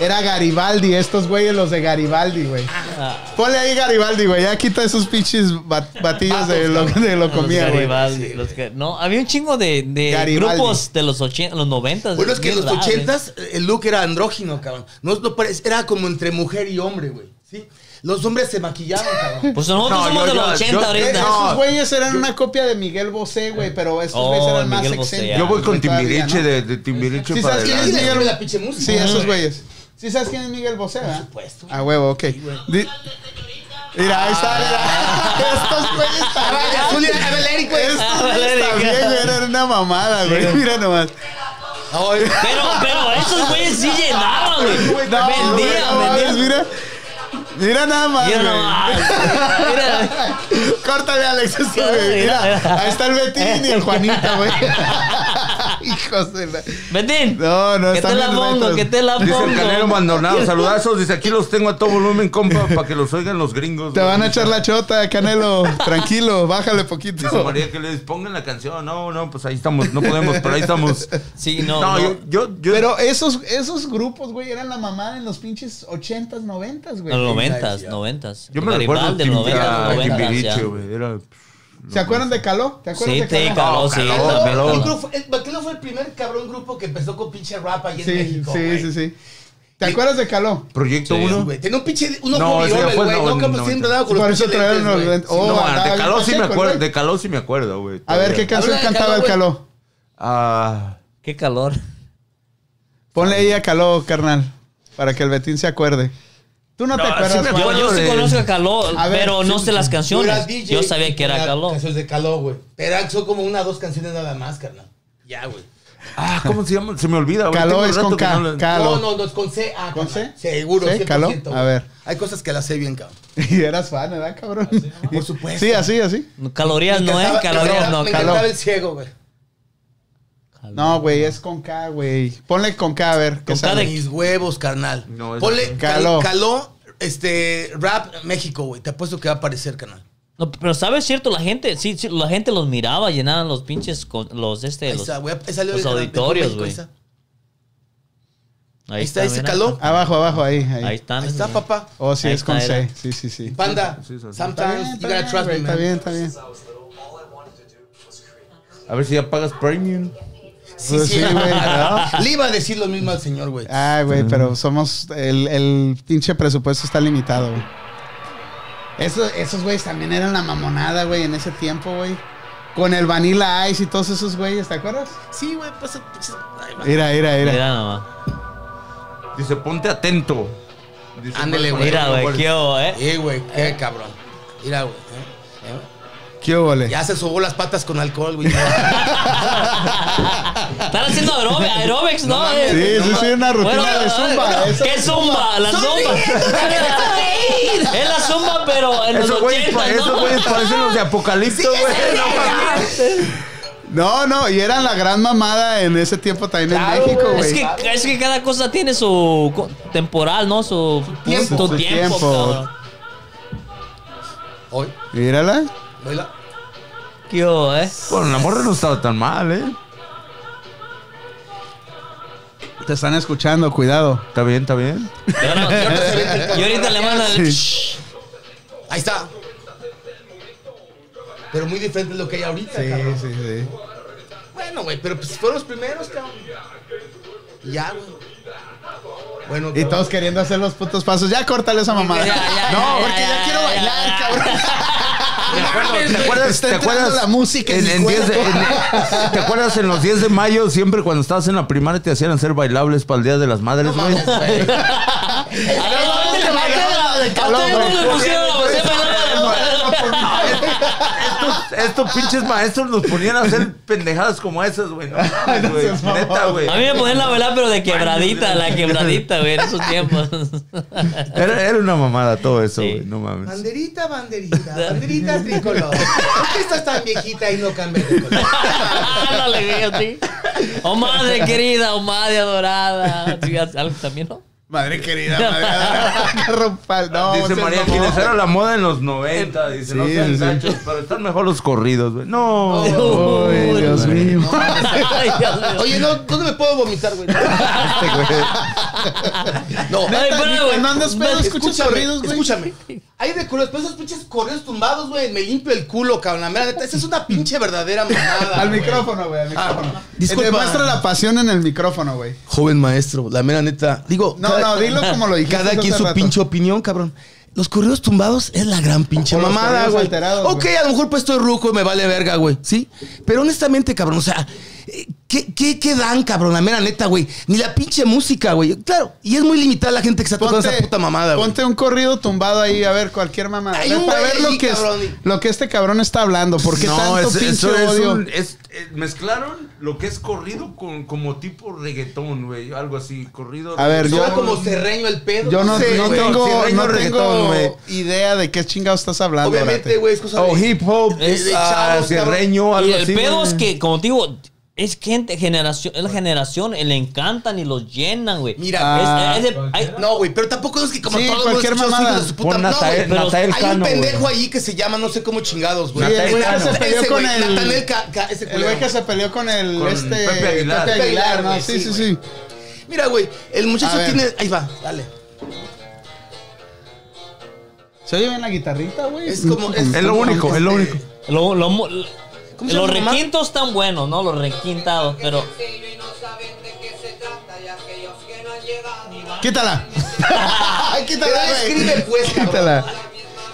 Speaker 1: Era Garibaldi, estos güeyes, los de Garibaldi, güey.
Speaker 3: Ah,
Speaker 1: Ponle ahí Garibaldi, güey. Ya quita esos pinches bat- batillos de lo, de lo comía,
Speaker 3: los
Speaker 1: güey.
Speaker 3: Garibaldi, los que- no, había un chingo de, de
Speaker 1: Garibaldi.
Speaker 3: grupos de los, ochen- los 90.
Speaker 4: Bueno, es que en los
Speaker 3: bien raros, ¿eh?
Speaker 4: ochentas el look era andrógino, cabrón. No, no parece- era como entre mujer y hombre, güey. ¿sí? Los hombres se maquillaban, (laughs) cabrón.
Speaker 3: Pues nosotros
Speaker 2: No,
Speaker 3: somos
Speaker 2: yo-
Speaker 3: de los
Speaker 2: yo-
Speaker 3: 80
Speaker 2: yo-
Speaker 1: Eh,
Speaker 3: ahorita.
Speaker 1: Esos
Speaker 2: No.
Speaker 1: güeyes eran una copia de Miguel Bosé, güey, pero estos
Speaker 3: Oh,
Speaker 1: güeyes eran
Speaker 3: el
Speaker 1: más
Speaker 3: Miguel Bosé,
Speaker 1: excéntricos.
Speaker 2: Yo voy con
Speaker 1: Pues todavía,
Speaker 2: Timbiriche
Speaker 1: ¿no?
Speaker 2: de, de Timbiriche
Speaker 1: Sí,
Speaker 2: para
Speaker 1: ¿sabes quién es
Speaker 2: adelante.
Speaker 1: Miguel?
Speaker 4: Miguel? La pinche música. Ah,
Speaker 1: Sí,
Speaker 3: Mm.
Speaker 1: esos güeyes. ¿Sí sabes quién es Miguel Bosé, verdad?
Speaker 4: supuesto.
Speaker 1: A huevo, ok. Di- Mira, ahí está, mira. (laughs) Estos güeyes
Speaker 4: Ah,
Speaker 1: también.
Speaker 4: Julia, a ver, Eric, güey.
Speaker 1: Estos
Speaker 3: Ah,
Speaker 1: güeyes
Speaker 3: Valeria.
Speaker 1: también güey, eran una mamada, güey. Mira nomás.
Speaker 4: Ay,
Speaker 3: Pero, pero esos güeyes sí llenaban, güey.
Speaker 1: No, güey, no
Speaker 3: vendían,
Speaker 1: mames,
Speaker 3: vendían.
Speaker 1: Mira. Mira nada más,
Speaker 3: Mira nomás.
Speaker 1: güey.
Speaker 3: Mira,
Speaker 1: (laughs) Córtale, Alex. eso, güey.
Speaker 3: Mira,
Speaker 1: Mira,
Speaker 3: mira.
Speaker 1: ahí está el Betín y el Juanita, güey. (laughs) Hijos de la...
Speaker 3: Betín,
Speaker 1: No, no,
Speaker 3: que
Speaker 1: están
Speaker 3: te la
Speaker 1: bien
Speaker 3: pongo,
Speaker 1: retros.
Speaker 3: que te la pongo.
Speaker 2: Dice el Canelo Maldonado, saludazos. Dice, aquí los tengo a todo volumen,
Speaker 1: (laughs)
Speaker 2: compa, para que los oigan los gringos.
Speaker 1: Te
Speaker 2: güey.
Speaker 1: van a echar la chota, Canelo. Tranquilo, bájale poquito.
Speaker 2: Dice María que les pongan la canción. No, no, pues ahí estamos. No podemos, pero
Speaker 1: (laughs)
Speaker 2: ahí estamos.
Speaker 3: Sí, no,
Speaker 2: No,
Speaker 3: no.
Speaker 2: yo, yo, yo-
Speaker 1: Pero esos, esos grupos, güey, eran la mamada en los pinches 80s, 90s, güey.
Speaker 3: Los noventas, noventas.
Speaker 2: yo me
Speaker 3: Garibaldi,
Speaker 2: recuerdo de
Speaker 3: los noventas, los noventas,
Speaker 2: Timbiriche,
Speaker 3: ya.
Speaker 2: güey. Era...
Speaker 1: ¿Se acuerdan de Caló? ¿Te acuerdas
Speaker 3: Sí,
Speaker 1: de
Speaker 3: te
Speaker 1: Caló?
Speaker 3: caló, sí,
Speaker 2: No,
Speaker 3: también,
Speaker 2: caló.
Speaker 3: caló.
Speaker 4: el grupo fue- el- Baquelo fue el primer cabrón grupo que empezó con pinche rap ahí en
Speaker 1: Sí,
Speaker 4: México.
Speaker 1: sí,
Speaker 4: güey.
Speaker 1: sí, sí. ¿Te acuerdas de Caló?
Speaker 2: Proyecto
Speaker 3: Sí.
Speaker 2: 1.
Speaker 4: Güey, Tenía un pinche. Uno
Speaker 2: No,
Speaker 4: no,
Speaker 2: ese ya
Speaker 4: güey.
Speaker 2: fue
Speaker 4: No,
Speaker 2: no-
Speaker 4: cabrón, siempre andaba con los
Speaker 1: Por eso
Speaker 4: pinches
Speaker 1: trajeron
Speaker 4: lentes,
Speaker 1: los
Speaker 4: güey.
Speaker 1: lentes. Oh,
Speaker 2: no,
Speaker 1: andaba
Speaker 2: de
Speaker 1: bien
Speaker 2: Caló sí me
Speaker 1: pacheco,
Speaker 2: acuerdo,
Speaker 1: güey.
Speaker 2: de Caló sí me acuerdo, güey.
Speaker 1: A ver, ¿qué
Speaker 2: todavía.
Speaker 1: canción
Speaker 4: Habla de
Speaker 1: cantaba el
Speaker 4: Caló, güey.
Speaker 1: Caló?
Speaker 2: Ah,
Speaker 3: Qué calor.
Speaker 1: Ponle ahí a Caló, carnal, para que el Betín se acuerde. Tú no,
Speaker 2: No,
Speaker 1: te
Speaker 2: sí
Speaker 1: acuerdas,
Speaker 2: me
Speaker 1: Juan.
Speaker 3: Yo,
Speaker 2: acuerdo.
Speaker 3: yo sí
Speaker 2: de-
Speaker 3: conozco a Caló,
Speaker 1: A ver,
Speaker 3: pero no
Speaker 1: sí,
Speaker 3: sé las
Speaker 4: Yo era
Speaker 3: canciones.
Speaker 4: DJ
Speaker 3: Yo sabía que era
Speaker 4: ponía
Speaker 3: Caló.
Speaker 4: Canciones de Caló, güey. Pero eran- son como una dos canciones nada más, carnal. Ya, güey.
Speaker 2: ah, ¿cómo se llama? Se me olvida. güey.
Speaker 1: Caló
Speaker 2: Tengo
Speaker 1: es con
Speaker 2: rato que
Speaker 1: K.
Speaker 2: no la-
Speaker 1: Caló.
Speaker 4: No, no, no, es con C. Ah,
Speaker 1: ¿Con
Speaker 4: carnal.
Speaker 1: C?
Speaker 4: Seguro,
Speaker 1: ¿Sí?
Speaker 4: 100%.
Speaker 1: ¿Caló?
Speaker 4: güey.
Speaker 1: A ver.
Speaker 4: Hay cosas que las sé bien, cabrón.
Speaker 1: (laughs) Y eras fan, ¿verdad, cabrón?
Speaker 4: Por supuesto.
Speaker 1: Sí, así, así.
Speaker 3: Calorías
Speaker 4: Me
Speaker 3: no es,
Speaker 4: encantaba-
Speaker 3: calorías no,
Speaker 4: Me
Speaker 3: Caló.
Speaker 4: encantaba el ciego, güey.
Speaker 1: No, güey, es con K, güey. Ponle con K, a ver. ¿qué
Speaker 3: Con K
Speaker 1: sale.
Speaker 3: de-
Speaker 4: Mis huevos, carnal.
Speaker 2: No, es-
Speaker 4: Ponle
Speaker 1: Caló.
Speaker 4: Caló. Caló, este, rap México, güey. Te apuesto que va a aparecer, carnal.
Speaker 3: No, pero sabes cierto, la gente, sí, sí, la gente los miraba, llenaban los pinches con- los este
Speaker 4: Ahí
Speaker 3: los,
Speaker 4: está, güey. Ahí salió
Speaker 3: los
Speaker 4: de- de- de
Speaker 3: auditorios,
Speaker 4: México,
Speaker 3: güey.
Speaker 4: ahí está.
Speaker 3: Ahí,
Speaker 4: Ahí está, ese
Speaker 3: mira.
Speaker 4: Caló.
Speaker 1: Abajo, abajo, ahí, ahí.
Speaker 3: Ahí están.
Speaker 4: Ahí está,
Speaker 3: esos, güey.
Speaker 4: papá.
Speaker 1: Oh, sí,
Speaker 3: Ahí
Speaker 1: es con
Speaker 3: está,
Speaker 1: C.
Speaker 3: era.
Speaker 1: Sí, sí, sí.
Speaker 4: Panda,
Speaker 2: Sí, sí, sí.
Speaker 1: Está
Speaker 4: sometimes
Speaker 1: bien,
Speaker 4: you
Speaker 1: está
Speaker 4: gotta
Speaker 1: bien,
Speaker 4: trust me,
Speaker 1: güey,
Speaker 4: man.
Speaker 1: está bien, está bien.
Speaker 2: A ver si ya pagas premium.
Speaker 4: Sí,
Speaker 1: Pues
Speaker 4: (laughs) sí,
Speaker 1: sí, güey, ¿no?
Speaker 4: Le iba a decir lo mismo al señor, güey.
Speaker 1: Ah, güey, pero somos. El, el pinche presupuesto está limitado, güey. Eso- esos güeyes también eran la mamonada, güey, en ese tiempo, güey. Con el Vanilla Ice y todos esos güeyes, ¿te acuerdas?
Speaker 4: Sí, güey, pasa. pinches- ay, va.
Speaker 1: Era, era, era.
Speaker 3: Mira nomás.
Speaker 2: Dice, ponte atento. Dice, "Ponte
Speaker 4: Ándele, güey,
Speaker 3: Mira,
Speaker 2: atento,
Speaker 3: güey, qué hubo, eh.
Speaker 4: Eh, güey, qué cabrón. Mira, güey. eh, eh, güey.
Speaker 1: ¿Qué ole?
Speaker 4: Ya se sobó las patas con alcohol, güey. (laughs)
Speaker 3: Están haciendo aerobe- aerobics, ¿no? Eh,
Speaker 1: Sí,
Speaker 3: no
Speaker 1: sí,
Speaker 3: mames.
Speaker 1: sí, una rutina
Speaker 3: Bueno,
Speaker 1: de zumba.
Speaker 3: eh,
Speaker 1: Eso
Speaker 3: ¿Qué
Speaker 1: es
Speaker 3: zumba? La zumba. (laughs) Es la zumba, pero en los
Speaker 2: Esos güeyes
Speaker 3: 80,
Speaker 2: pa- esos
Speaker 3: ¿no?
Speaker 2: güeyes parecen los de Apocalipto, güey. No mames.
Speaker 1: No, no, y eran la gran mamada en ese tiempo también en México, güey.
Speaker 3: Es que, es que cada cosa tiene su co- temporal, ¿no? Su,
Speaker 1: tiempo.
Speaker 3: punto,
Speaker 1: Su
Speaker 3: tiempo,
Speaker 1: tiempo.
Speaker 3: cabrón.
Speaker 4: Hoy,
Speaker 1: Mírala.
Speaker 4: baila.
Speaker 3: ¿Qué hubo, eh?
Speaker 2: Bueno, la morra no estaba tan mal, ¿eh?
Speaker 1: Te están escuchando, cuidado.
Speaker 2: Está bien, está bien.
Speaker 3: Yo, no- yo no-
Speaker 1: (laughs)
Speaker 3: yo ahorita le mando el...
Speaker 4: Ahí está. Pero muy diferente de lo que hay ahorita,
Speaker 1: Sí,
Speaker 4: cabrón.
Speaker 1: sí, sí.
Speaker 4: Bueno, güey, pero pues fueron los primeros, cabrón. Ya, güey. Bueno,
Speaker 1: Y
Speaker 4: cabrón.
Speaker 1: todos queriendo hacer los putos pasos. Ya córtale esa mamada.
Speaker 3: Ya, ya,
Speaker 1: no,
Speaker 3: ya,
Speaker 1: porque
Speaker 3: ya,
Speaker 1: ya,
Speaker 3: ya,
Speaker 1: quiero
Speaker 3: ya,
Speaker 1: bailar,
Speaker 3: ya.
Speaker 1: cabrón.
Speaker 2: ¿Te acuerdas? ¿Te acuerdas?
Speaker 1: Está
Speaker 2: ¿Te acuerdas?
Speaker 1: entrando la música en
Speaker 2: en,
Speaker 1: mi
Speaker 2: en 10 de-
Speaker 1: cuerpo.
Speaker 2: en- ¿Te acuerdas en los 10 de mayo siempre cuando estabas en la primaria te hacían hacer bailables para el Día de las Madres, güey?
Speaker 4: mames, güey.
Speaker 3: A ver,
Speaker 1: no, no,
Speaker 3: ¿dónde le
Speaker 1: no,
Speaker 3: mandaron?
Speaker 1: no, de
Speaker 3: ¿A
Speaker 1: calor,
Speaker 3: ustedes
Speaker 1: güey.
Speaker 3: dónde le pusieron la vacía
Speaker 1: (laughs)
Speaker 3: para no-
Speaker 2: Estos pinches maestros nos ponían a hacer pendejadas como esas, güey. No, mames, güey. Neta, güey.
Speaker 3: A mí me ponían la vela, pero de quebradita, la quebradita, güey, en esos tiempos.
Speaker 1: (laughs)
Speaker 2: Era, era una mamada todo eso,
Speaker 3: Sí.
Speaker 2: güey. No
Speaker 1: Pues.
Speaker 2: mames.
Speaker 4: Banderita, banderita,
Speaker 1: (laughs)
Speaker 4: banderita tricolor. ¿Por qué estás tan viejita y no cambias de (laughs) color?
Speaker 3: Ándale, güey, así. Oh, madre querida, oh, madre adorada. Sí, algo también, ¿no?
Speaker 1: Madre querida, madre. Agarra un pal- No,
Speaker 2: Dice
Speaker 1: seas
Speaker 2: María
Speaker 1: mamón.
Speaker 2: Quiles, era la moda en los 90. Dice, no
Speaker 1: Sí,
Speaker 2: sean
Speaker 1: sí, sí.
Speaker 2: ganchos, pero están mejor los corridos, güey. No.
Speaker 1: Uy, Dios mío. (laughs)
Speaker 3: Ay, Dios mío.
Speaker 4: Oye, no, ¿dónde me puedo vomitar, güey?
Speaker 1: Este güey.
Speaker 4: No,
Speaker 1: (laughs)
Speaker 3: No, espera, güey.
Speaker 1: Cuando andas pedo, escuchas corridos, güey. (laughs)
Speaker 4: escúchame. Hay de culos, pues esos pinches corridos tumbados, güey, me limpio el culo, cabrón. La mera neta, esa es una pinche verdadera mamada.
Speaker 1: Al
Speaker 4: güey.
Speaker 1: micrófono, güey, al micrófono.
Speaker 4: disculpa.
Speaker 1: Demuestra la pasión en el micrófono, güey.
Speaker 4: Joven maestro, la mera neta. Digo,
Speaker 1: No, no,
Speaker 4: (laughs)
Speaker 1: dilo como lo dijiste
Speaker 4: Cada
Speaker 1: hace
Speaker 4: quien su
Speaker 1: rato.
Speaker 4: pinche opinión, cabrón. Los corridos tumbados es la gran pinche
Speaker 1: O los
Speaker 4: mamada,
Speaker 1: corridos
Speaker 4: güey.
Speaker 1: alterados,
Speaker 4: Ok,
Speaker 1: güey.
Speaker 4: a lo mejor pues estoy ruco y me vale verga, güey. Sí. Pero honestamente, cabrón, o sea, eh, ¿qué, qué, qué dan, cabrón? La mera neta, güey. Ni la pinche música, güey. Claro, y es muy limitada la gente que se ha tocado esa puta mamada, güey.
Speaker 1: ponte un corrido tumbado ahí, a ver, cualquier mamada.
Speaker 4: Hay
Speaker 1: Ve
Speaker 4: un
Speaker 1: para
Speaker 4: güey
Speaker 1: ver lo
Speaker 4: ahí,
Speaker 1: que, es-
Speaker 4: cabrón.
Speaker 1: lo que este cabrón está hablando. ¿Por qué tanto
Speaker 2: es-
Speaker 1: pinche
Speaker 2: eso es
Speaker 1: odio?
Speaker 2: un- es- eh, mezclaron lo que es corrido con como tipo reggaetón, güey. Algo así, corrido.
Speaker 1: A ver,
Speaker 4: Suena
Speaker 1: yo-
Speaker 4: como serreño el pedo.
Speaker 1: Yo no,
Speaker 4: sé,
Speaker 1: no
Speaker 4: güey.
Speaker 1: tengo,
Speaker 2: Sirreño
Speaker 1: no
Speaker 2: reggaetón, güey.
Speaker 1: tengo idea de qué chingado estás hablando.
Speaker 4: Obviamente,
Speaker 1: Orate.
Speaker 4: güey, es cosa
Speaker 2: O
Speaker 4: de-
Speaker 2: Oh, hip hop,
Speaker 3: Eh,
Speaker 4: de-
Speaker 2: es
Speaker 4: de chavos, cabrón.
Speaker 2: serreño, algo
Speaker 3: Y el
Speaker 2: así.
Speaker 3: pedo
Speaker 2: güey.
Speaker 3: es que, como te digo, es gente, generación, es la generación, eh, le encantan y los llenan, güey.
Speaker 4: Mira,
Speaker 1: Ah.
Speaker 3: Es- es- es- hay-
Speaker 4: No, güey, pero tampoco es que como
Speaker 1: Sí,
Speaker 4: todos los
Speaker 1: cualquier
Speaker 4: hijos
Speaker 1: mamada.
Speaker 4: de su puta
Speaker 2: Pon
Speaker 4: no, güey,
Speaker 2: Natael,
Speaker 3: pero
Speaker 2: Natael
Speaker 4: Hay un
Speaker 2: Cano,
Speaker 4: pendejo
Speaker 2: güey.
Speaker 4: ahí que se llama, no sé cómo chingados, güey.
Speaker 1: Sí,
Speaker 2: Natal
Speaker 1: el güey que
Speaker 2: Cano.
Speaker 1: se peleó
Speaker 4: Ese,
Speaker 1: con
Speaker 4: güey, Natanel
Speaker 1: el...
Speaker 4: Ca- Ca- ese
Speaker 1: El güey
Speaker 4: culero.
Speaker 1: que se peleó con el...
Speaker 2: Este Con
Speaker 1: este,
Speaker 2: Pepe Aguilar.
Speaker 1: Pepe Aguilar, ¿no?
Speaker 4: güey,
Speaker 1: Sí, sí,
Speaker 4: sí,
Speaker 1: sí.
Speaker 4: Mira, güey, el muchacho
Speaker 1: A ver.
Speaker 4: tiene. Ahí va, dale.
Speaker 1: ¿Se oye bien la guitarrita, güey?
Speaker 4: Es como. Es,
Speaker 2: Es lo
Speaker 4: como,
Speaker 2: único, es lo
Speaker 3: este,
Speaker 2: único.
Speaker 3: lo- lo mo- l-
Speaker 4: ¿Cómo se
Speaker 3: los
Speaker 4: llama, mamá?
Speaker 3: requintos están buenos, ¿no? Los requintados, pero.
Speaker 5: y no saben de qué se trata y aquellos que no han llegado.
Speaker 1: Quítala. Ay,
Speaker 4: Pero
Speaker 1: quítala,
Speaker 4: ahí
Speaker 1: güey.
Speaker 4: escribe, pues, cabrón.
Speaker 1: Quítala.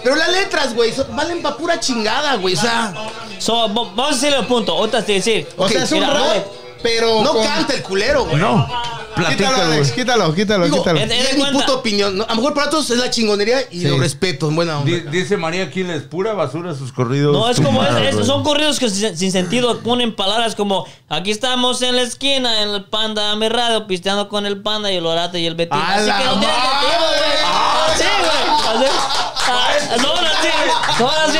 Speaker 4: Pero las letras, güey, son- valen pa' pura chingada, güey. O sea,
Speaker 3: So, va- vamos a decirle el punto. Otra te decir.
Speaker 1: O sea, es un
Speaker 3: mira,
Speaker 1: rap,
Speaker 3: güey,
Speaker 1: pero...
Speaker 4: no
Speaker 1: con-
Speaker 4: canta el culero, güey.
Speaker 2: No,
Speaker 1: Quítalo,
Speaker 2: platícalo,
Speaker 1: Alex,
Speaker 2: güey.
Speaker 1: quítalo, quítalo,
Speaker 4: Digo,
Speaker 1: quítalo. Ah, (laughs)
Speaker 4: es,
Speaker 3: Eh,
Speaker 4: es
Speaker 3: eh,
Speaker 4: mi
Speaker 3: cuenta.
Speaker 4: puta opinión. ¿no? A lo mejor para otros es la chingonería y
Speaker 1: Sí.
Speaker 4: lo respeto, en buena onda.
Speaker 2: Di-
Speaker 4: cabrón.
Speaker 2: Dice María Quiles, pura basura sus corridos.
Speaker 3: No, es como.
Speaker 2: tumbados,
Speaker 3: es- es-
Speaker 2: güey.
Speaker 3: son corridos que sin, sin sentido ponen palabras como: aquí estamos en la esquina, en el panda, mi radio, pisteando con el panda y el orate y el betín.
Speaker 1: ¡A
Speaker 3: Así
Speaker 1: la
Speaker 3: que no tiene sentido,
Speaker 1: madre!
Speaker 3: güey.
Speaker 1: ¡Ah,
Speaker 3: Sí, güey. Así- ah, No, no, sí, güey. No, así,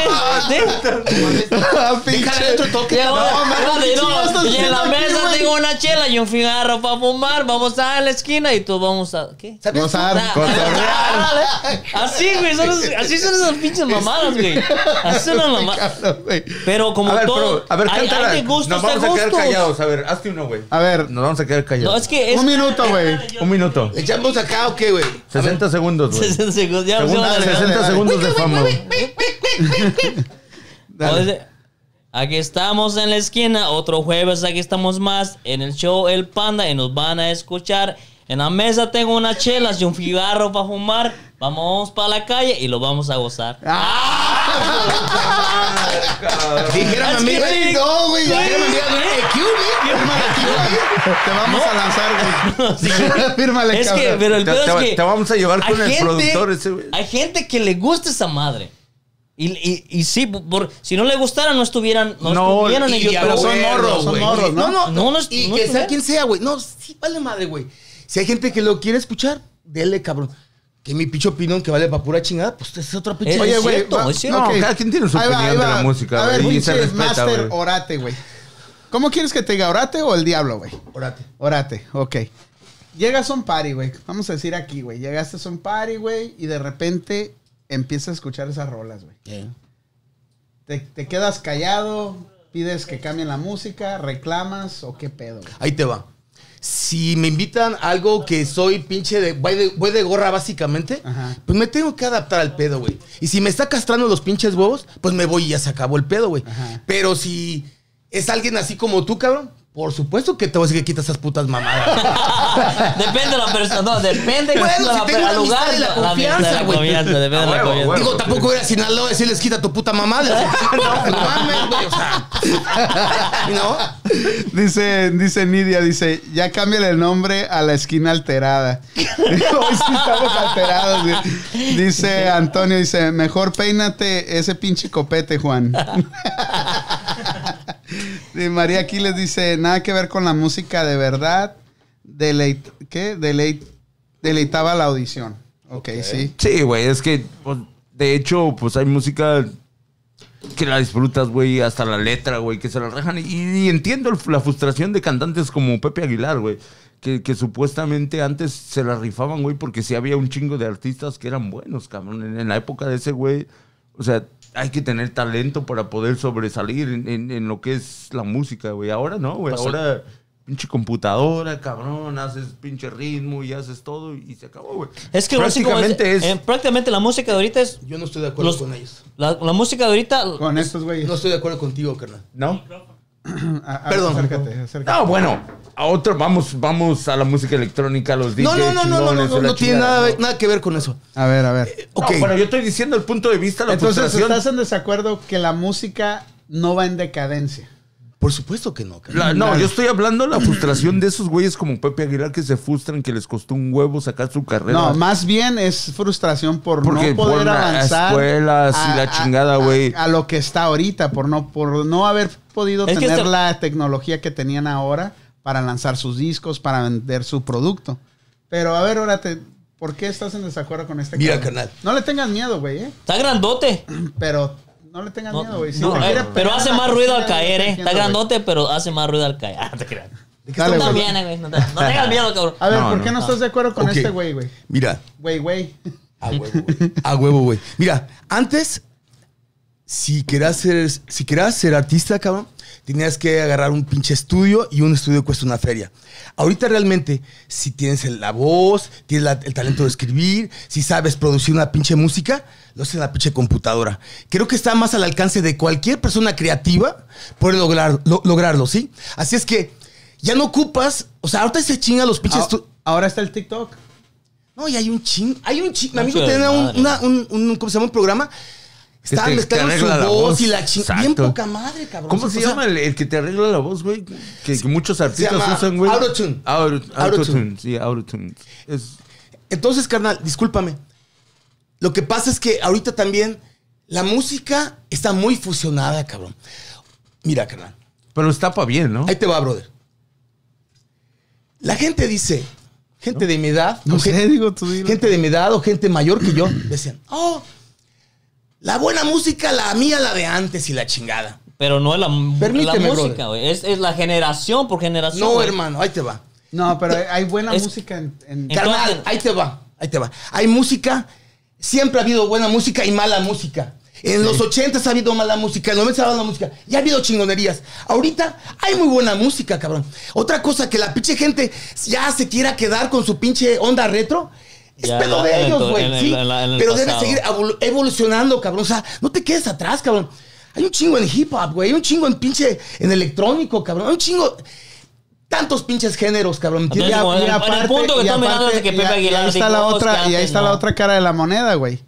Speaker 3: sí.
Speaker 1: Ah, (laughs) pinche.
Speaker 4: Déjale otro toque.
Speaker 3: Ya,
Speaker 4: cabrón.
Speaker 3: ahora,
Speaker 1: man,
Speaker 3: espérate,
Speaker 1: ¿qué
Speaker 3: no,
Speaker 1: chingados estás
Speaker 3: y en
Speaker 1: haciendo
Speaker 3: la
Speaker 1: aquí,
Speaker 3: mesa
Speaker 1: güey?
Speaker 3: tengo una chela y un cigarro para fumar. Vamos a la esquina y tú vamos a. ¿Qué?
Speaker 4: ¿Sabes?
Speaker 1: Gozar,
Speaker 3: Ah,
Speaker 1: cotorrear.
Speaker 3: dale. Así, güey. son los- así son esas pinches mamadas, güey. Así son las mamadas.
Speaker 1: Claro, güey.
Speaker 3: Pero como
Speaker 2: a ver,
Speaker 3: todo.
Speaker 2: pero, a ver,
Speaker 3: hay,
Speaker 2: cántala.
Speaker 3: hay de gustos,
Speaker 2: Nos
Speaker 3: de
Speaker 2: vamos a quedar
Speaker 3: gustos.
Speaker 2: callados. A ver, hazte uno, güey.
Speaker 1: A ver,
Speaker 2: Nos vamos a quedar
Speaker 3: No,
Speaker 2: callados.
Speaker 3: es que es.
Speaker 1: un
Speaker 3: (laughs)
Speaker 1: minuto, güey.
Speaker 2: (laughs) Un minuto.
Speaker 4: ¿Echamos acá o qué, güey?
Speaker 2: 60 segundos, güey.
Speaker 3: 60 segundos. Ya
Speaker 2: Segunda-
Speaker 3: vamos a-
Speaker 2: 60
Speaker 1: dale.
Speaker 2: segundos de fama. güey.
Speaker 1: Dale.
Speaker 3: Ahora dice, Aquí estamos en la esquina, otro jueves aquí estamos más en el show El Panda y nos van a escuchar. En la mesa tengo unas chelas y un cigarro para fumar. Vamos para la calle y lo vamos
Speaker 2: (laughs)
Speaker 3: a gozar. (laughs)
Speaker 4: Dijera mi
Speaker 3: Es que
Speaker 4: amiga.
Speaker 3: sí.
Speaker 4: No, güey. Dijera mi amiga. eh, ¿qué hubo?
Speaker 1: Te vamos a lanzar,
Speaker 3: (laughs)
Speaker 1: güey. (laughs) Fírmale,
Speaker 3: es que,
Speaker 1: cabrón.
Speaker 3: pero el
Speaker 2: Te-
Speaker 3: pedo
Speaker 2: te-
Speaker 3: es que
Speaker 2: te vamos a (laughs) llevar
Speaker 3: hay
Speaker 2: con el productor ese, güey.
Speaker 3: Hay gente que le gusta esa madre. Y, y, y sí, por- si no le gustara, no estuvieran, no
Speaker 2: No,
Speaker 3: estuvieran en
Speaker 4: Y
Speaker 3: YouTube.
Speaker 4: a
Speaker 1: son
Speaker 4: huevo,
Speaker 1: morros, son
Speaker 4: güey.
Speaker 1: morros, ¿no?
Speaker 4: No, no,
Speaker 3: No, no es-
Speaker 4: y
Speaker 3: no
Speaker 4: que
Speaker 3: es
Speaker 4: sea
Speaker 3: mujer.
Speaker 4: quien sea, güey. No, sí, vale madre, güey. Si hay gente que lo quiere escuchar, dele, cabrón. Que mi pinche opinión que vale para pura chingada, pues es otra pinche.
Speaker 3: Es
Speaker 1: Oye, güey.
Speaker 3: cierto,
Speaker 1: Eh, va-
Speaker 3: es cierto.
Speaker 1: ok.
Speaker 2: No, cada quien tiene su
Speaker 1: Ahí va,
Speaker 2: opinión
Speaker 1: ahí
Speaker 2: de
Speaker 1: va.
Speaker 2: la música,
Speaker 1: A
Speaker 2: güey,
Speaker 1: ver,
Speaker 2: y
Speaker 1: pinche
Speaker 2: se respeta,
Speaker 1: Master
Speaker 2: güey.
Speaker 1: Orate, güey. ¿Cómo quieres que te diga, Orate o el diablo, güey?
Speaker 4: Órate.
Speaker 1: Orate, ok. Llegas a un party, güey. Vamos a decir aquí, güey. Llegaste a un party, güey, y de repente empiezas a escuchar esas rolas, güey. Te, te quedas callado, pides que cambien la música, reclamas o qué pedo, güey.
Speaker 4: Ahí te va. Si me invitan a algo que soy pinche de voy, de. voy de gorra, básicamente,
Speaker 1: Ajá.
Speaker 4: pues me tengo que adaptar al pedo, güey. Y si me está castrando los pinches huevos, pues me voy y ya se acabó el pedo, güey.
Speaker 1: Ajá.
Speaker 4: Pero si es alguien así como tú, cabrón, por supuesto que te voy a decir que quita esas putas mamadas.
Speaker 3: (laughs) Depende de la persona. No, depende
Speaker 4: Bueno, si
Speaker 3: de la,
Speaker 4: tengo una
Speaker 3: al lugar.
Speaker 4: amistad y la
Speaker 3: amistad,
Speaker 4: confianza,
Speaker 3: la
Speaker 4: güey.
Speaker 3: confianza, depende
Speaker 2: A
Speaker 3: de la
Speaker 2: huevo,
Speaker 3: confianza.
Speaker 2: huevo.
Speaker 4: Digo, tampoco voy a ir a Sinaloa a decirles quita tu
Speaker 2: (laughs)
Speaker 4: puta mamada. no, no mames, güey. O sea, ¿no?
Speaker 1: Dice, dice Nidia, dice, ya cámbiale el nombre a la esquina alterada. Hoy sí estamos alterados, güey. Dice Antonio, dice, mejor peínate ese pinche copete, Juan. (laughs) Y María Aquiles dice, nada que ver con la música de verdad. Deleit ¿Qué? Deleit deleitaba la audición. ok, sí.
Speaker 2: Sí, güey, es que, pues, de hecho, pues hay música que la disfrutas, güey, hasta la letra, güey, que se la rejan. Y, y entiendo el- la frustración de cantantes como Pepe Aguilar, güey, que, que supuestamente antes se la rifaban, güey, porque sí había un chingo de artistas que eran buenos, cabrón. En, en la época de ese, güey, o sea, hay que tener talento para poder sobresalir en, en- en lo que es la música, güey. Ahora no, güey,
Speaker 3: Pues,
Speaker 2: ahora... pinche computadora, cabrón, haces pinche ritmo y haces todo y se acabó, güey.
Speaker 3: Es que prácticamente
Speaker 2: prácticamente es,
Speaker 4: eh,
Speaker 3: prácticamente la música de ahorita es.
Speaker 4: Yo no estoy de acuerdo
Speaker 3: Los-
Speaker 4: con ellos.
Speaker 3: La, la música de ahorita.
Speaker 1: Con estos güeyes.
Speaker 4: No estoy de acuerdo contigo, carnal.
Speaker 2: ¿no?
Speaker 1: A- a-
Speaker 4: Perdón.
Speaker 1: Acércate, acércate.
Speaker 2: No, bueno, a otro vamos vamos a la música electrónica, los DJs.
Speaker 4: No, no, no, no, no, no,
Speaker 2: chingones,
Speaker 4: no,
Speaker 2: la
Speaker 4: no tiene
Speaker 2: chingada,
Speaker 4: nada,
Speaker 2: ¿no?
Speaker 4: nada que ver con eso.
Speaker 1: A ver, a ver.
Speaker 2: No,
Speaker 4: Ok.
Speaker 2: bueno, yo estoy diciendo el punto de vista, la
Speaker 1: Entonces,
Speaker 2: frustración.
Speaker 1: ¿estás en desacuerdo que la música no va en decadencia?
Speaker 4: Por supuesto que no, carnal.
Speaker 2: La- no,
Speaker 1: Dale.
Speaker 2: yo estoy hablando de la frustración de esos güeyes como Pepe Aguilar que se frustran, que les costó un huevo sacar su carrera.
Speaker 1: No, más bien es frustración por
Speaker 2: Porque
Speaker 1: no poder
Speaker 2: por las
Speaker 1: avanzar.
Speaker 2: escuelas y la chingada, güey.
Speaker 1: A, a lo que está ahorita, por no, por no haber podido
Speaker 3: Es que
Speaker 1: tener
Speaker 3: este-
Speaker 1: la tecnología que tenían ahora para lanzar sus discos, para vender su producto. Pero a ver, ahora te- ¿por qué estás en desacuerdo con este
Speaker 4: Mira,
Speaker 1: cabrón?
Speaker 4: carnal.
Speaker 1: No le tengas miedo, güey, ¿eh?
Speaker 3: Está grandote.
Speaker 1: Pero no le tengas
Speaker 3: No,
Speaker 1: miedo, güey. Si
Speaker 3: no,
Speaker 1: te
Speaker 3: eh,
Speaker 1: quiere
Speaker 3: pero
Speaker 1: pegar
Speaker 3: hace
Speaker 1: la
Speaker 3: más ruido al
Speaker 1: costilla, güey,
Speaker 3: caer, eh.
Speaker 1: entiendo,
Speaker 3: Está
Speaker 1: güey.
Speaker 3: grandote, pero hace más ruido al caer. (laughs) Ah, te creas.
Speaker 1: Dale,
Speaker 3: Tú
Speaker 1: güey.
Speaker 3: también, eh, güey. No, te- no tengas miedo, cabrón.
Speaker 1: A ver,
Speaker 2: No,
Speaker 1: ¿por
Speaker 2: no.
Speaker 1: qué no estás de acuerdo con
Speaker 4: Ok.
Speaker 1: este güey, güey?
Speaker 4: Mira,
Speaker 1: Güey, güey.
Speaker 4: a huevo, güey. A huevo, güey. Mira, antes, si querías ser, si querías ser artista, cabrón, tenías que agarrar un pinche estudio y un estudio cuesta una feria. Ahorita realmente, si tienes el- la voz, tienes la- el talento de escribir, si sabes producir una pinche música, lo haces en la pinche computadora. Creo que está más al alcance de cualquier persona creativa poder lograr, lo- lograrlo, ¿sí? Así es que ya no ocupas, o sea, ahorita se chinga los pinches...
Speaker 1: Ah,
Speaker 4: estu-
Speaker 1: Ahora está el TikTok.
Speaker 4: no, y hay un ching. Hay un ching. Mi
Speaker 3: No,
Speaker 4: amigo
Speaker 3: pero
Speaker 4: tenía un,
Speaker 3: madre.
Speaker 4: una- un, un- ¿Cómo se llama? Un programa. Estaba
Speaker 2: te-
Speaker 4: mezclando
Speaker 2: te
Speaker 4: su
Speaker 2: arregla la
Speaker 4: voz,
Speaker 2: voz.
Speaker 4: y la ching. Bien
Speaker 2: Exacto.
Speaker 4: poca madre, cabrón.
Speaker 2: ¿Cómo
Speaker 4: O
Speaker 2: se
Speaker 4: sea,
Speaker 2: llama el, el que te arregla la voz, güey? Que, que muchos artistas
Speaker 4: llama
Speaker 2: usan, güey.
Speaker 4: Autotune.
Speaker 2: Auto- Autotune,
Speaker 4: Autotune.
Speaker 2: sí, Autotune. Es-
Speaker 4: Entonces, carnal, discúlpame. Lo que pasa es que ahorita también la música está muy fusionada, cabrón. Mira, carnal.
Speaker 2: pero está para bien, ¿no?
Speaker 4: Ahí te va, brother. La gente dice, gente de mi edad,
Speaker 1: No
Speaker 4: o gen-
Speaker 1: sé, digo, tú dilo.
Speaker 4: gente de mi edad o gente mayor que yo, decían, oh, la buena música, la mía, la de antes y la chingada.
Speaker 3: Pero no es la, la
Speaker 4: Permíteme,
Speaker 3: música,
Speaker 4: brother.
Speaker 3: güey. Es, es la generación por generación.
Speaker 4: No,
Speaker 3: güey.
Speaker 4: hermano, ahí te va.
Speaker 1: No, pero hay- hay buena
Speaker 3: Es-
Speaker 1: música en, en-
Speaker 3: Entonces-
Speaker 4: Carnal, ahí te va, ahí te va. Hay música, siempre ha habido buena música y mala música. En los 80 ha habido mala música, en los 90 ha habido mala música, y ha habido chingonerías. Ahorita hay muy buena música, cabrón. Otra cosa que la pinche gente ya se quiera quedar con su pinche onda retro. Es
Speaker 3: Ya,
Speaker 4: pedo
Speaker 3: en
Speaker 4: de
Speaker 3: el
Speaker 4: ellos,
Speaker 3: to- en
Speaker 4: güey.
Speaker 3: el-
Speaker 4: sí.
Speaker 3: en la- en el
Speaker 4: Pero deben
Speaker 3: pasado.
Speaker 4: seguir evolu- evolucionando, cabrón. O sea, no te quedes atrás, cabrón. Hay un chingo en hip hop, güey. Hay un chingo en pinche en electrónico, cabrón. Hay un chingo. Tantos pinches géneros, cabrón. ¿entiendes?
Speaker 3: Entonces, como- en el punto que
Speaker 1: y
Speaker 3: están mirando
Speaker 1: aparte-
Speaker 3: es que
Speaker 1: y
Speaker 3: Pepe
Speaker 1: a- y
Speaker 3: Aguilar
Speaker 1: ahí está
Speaker 3: dijo,
Speaker 1: la
Speaker 3: "Oh, es
Speaker 1: otra
Speaker 3: que
Speaker 1: y ahí
Speaker 3: antes
Speaker 1: está
Speaker 3: no".
Speaker 1: la otra cara de la moneda, güey.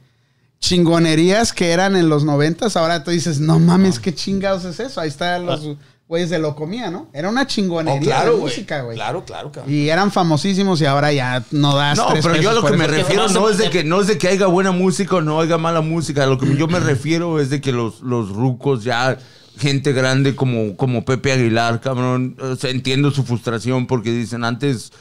Speaker 1: Chingonerías que eran en los noventas, ahora tú dices, no mames, qué chingados es eso. Ahí están los
Speaker 3: Ah.
Speaker 1: güeyes de Locomía, ¿no? Era una
Speaker 4: Oh,
Speaker 1: chingonería de música, güey.
Speaker 4: Claro, claro, cabrón.
Speaker 1: Y eran famosísimos y ahora ya no das.
Speaker 2: No,
Speaker 1: tres
Speaker 2: pero yo a
Speaker 1: pesos
Speaker 2: lo
Speaker 1: por
Speaker 2: que me
Speaker 1: eso.
Speaker 2: refiero
Speaker 3: Porque
Speaker 2: no es de
Speaker 3: además-
Speaker 2: que no es de que haya buena música o no haya mala música. A lo que yo me refiero es de que los, los rucos ya, gente grande como, como Pepe Aguilar, cabrón, o sea, entiendo su frustración porque dicen antes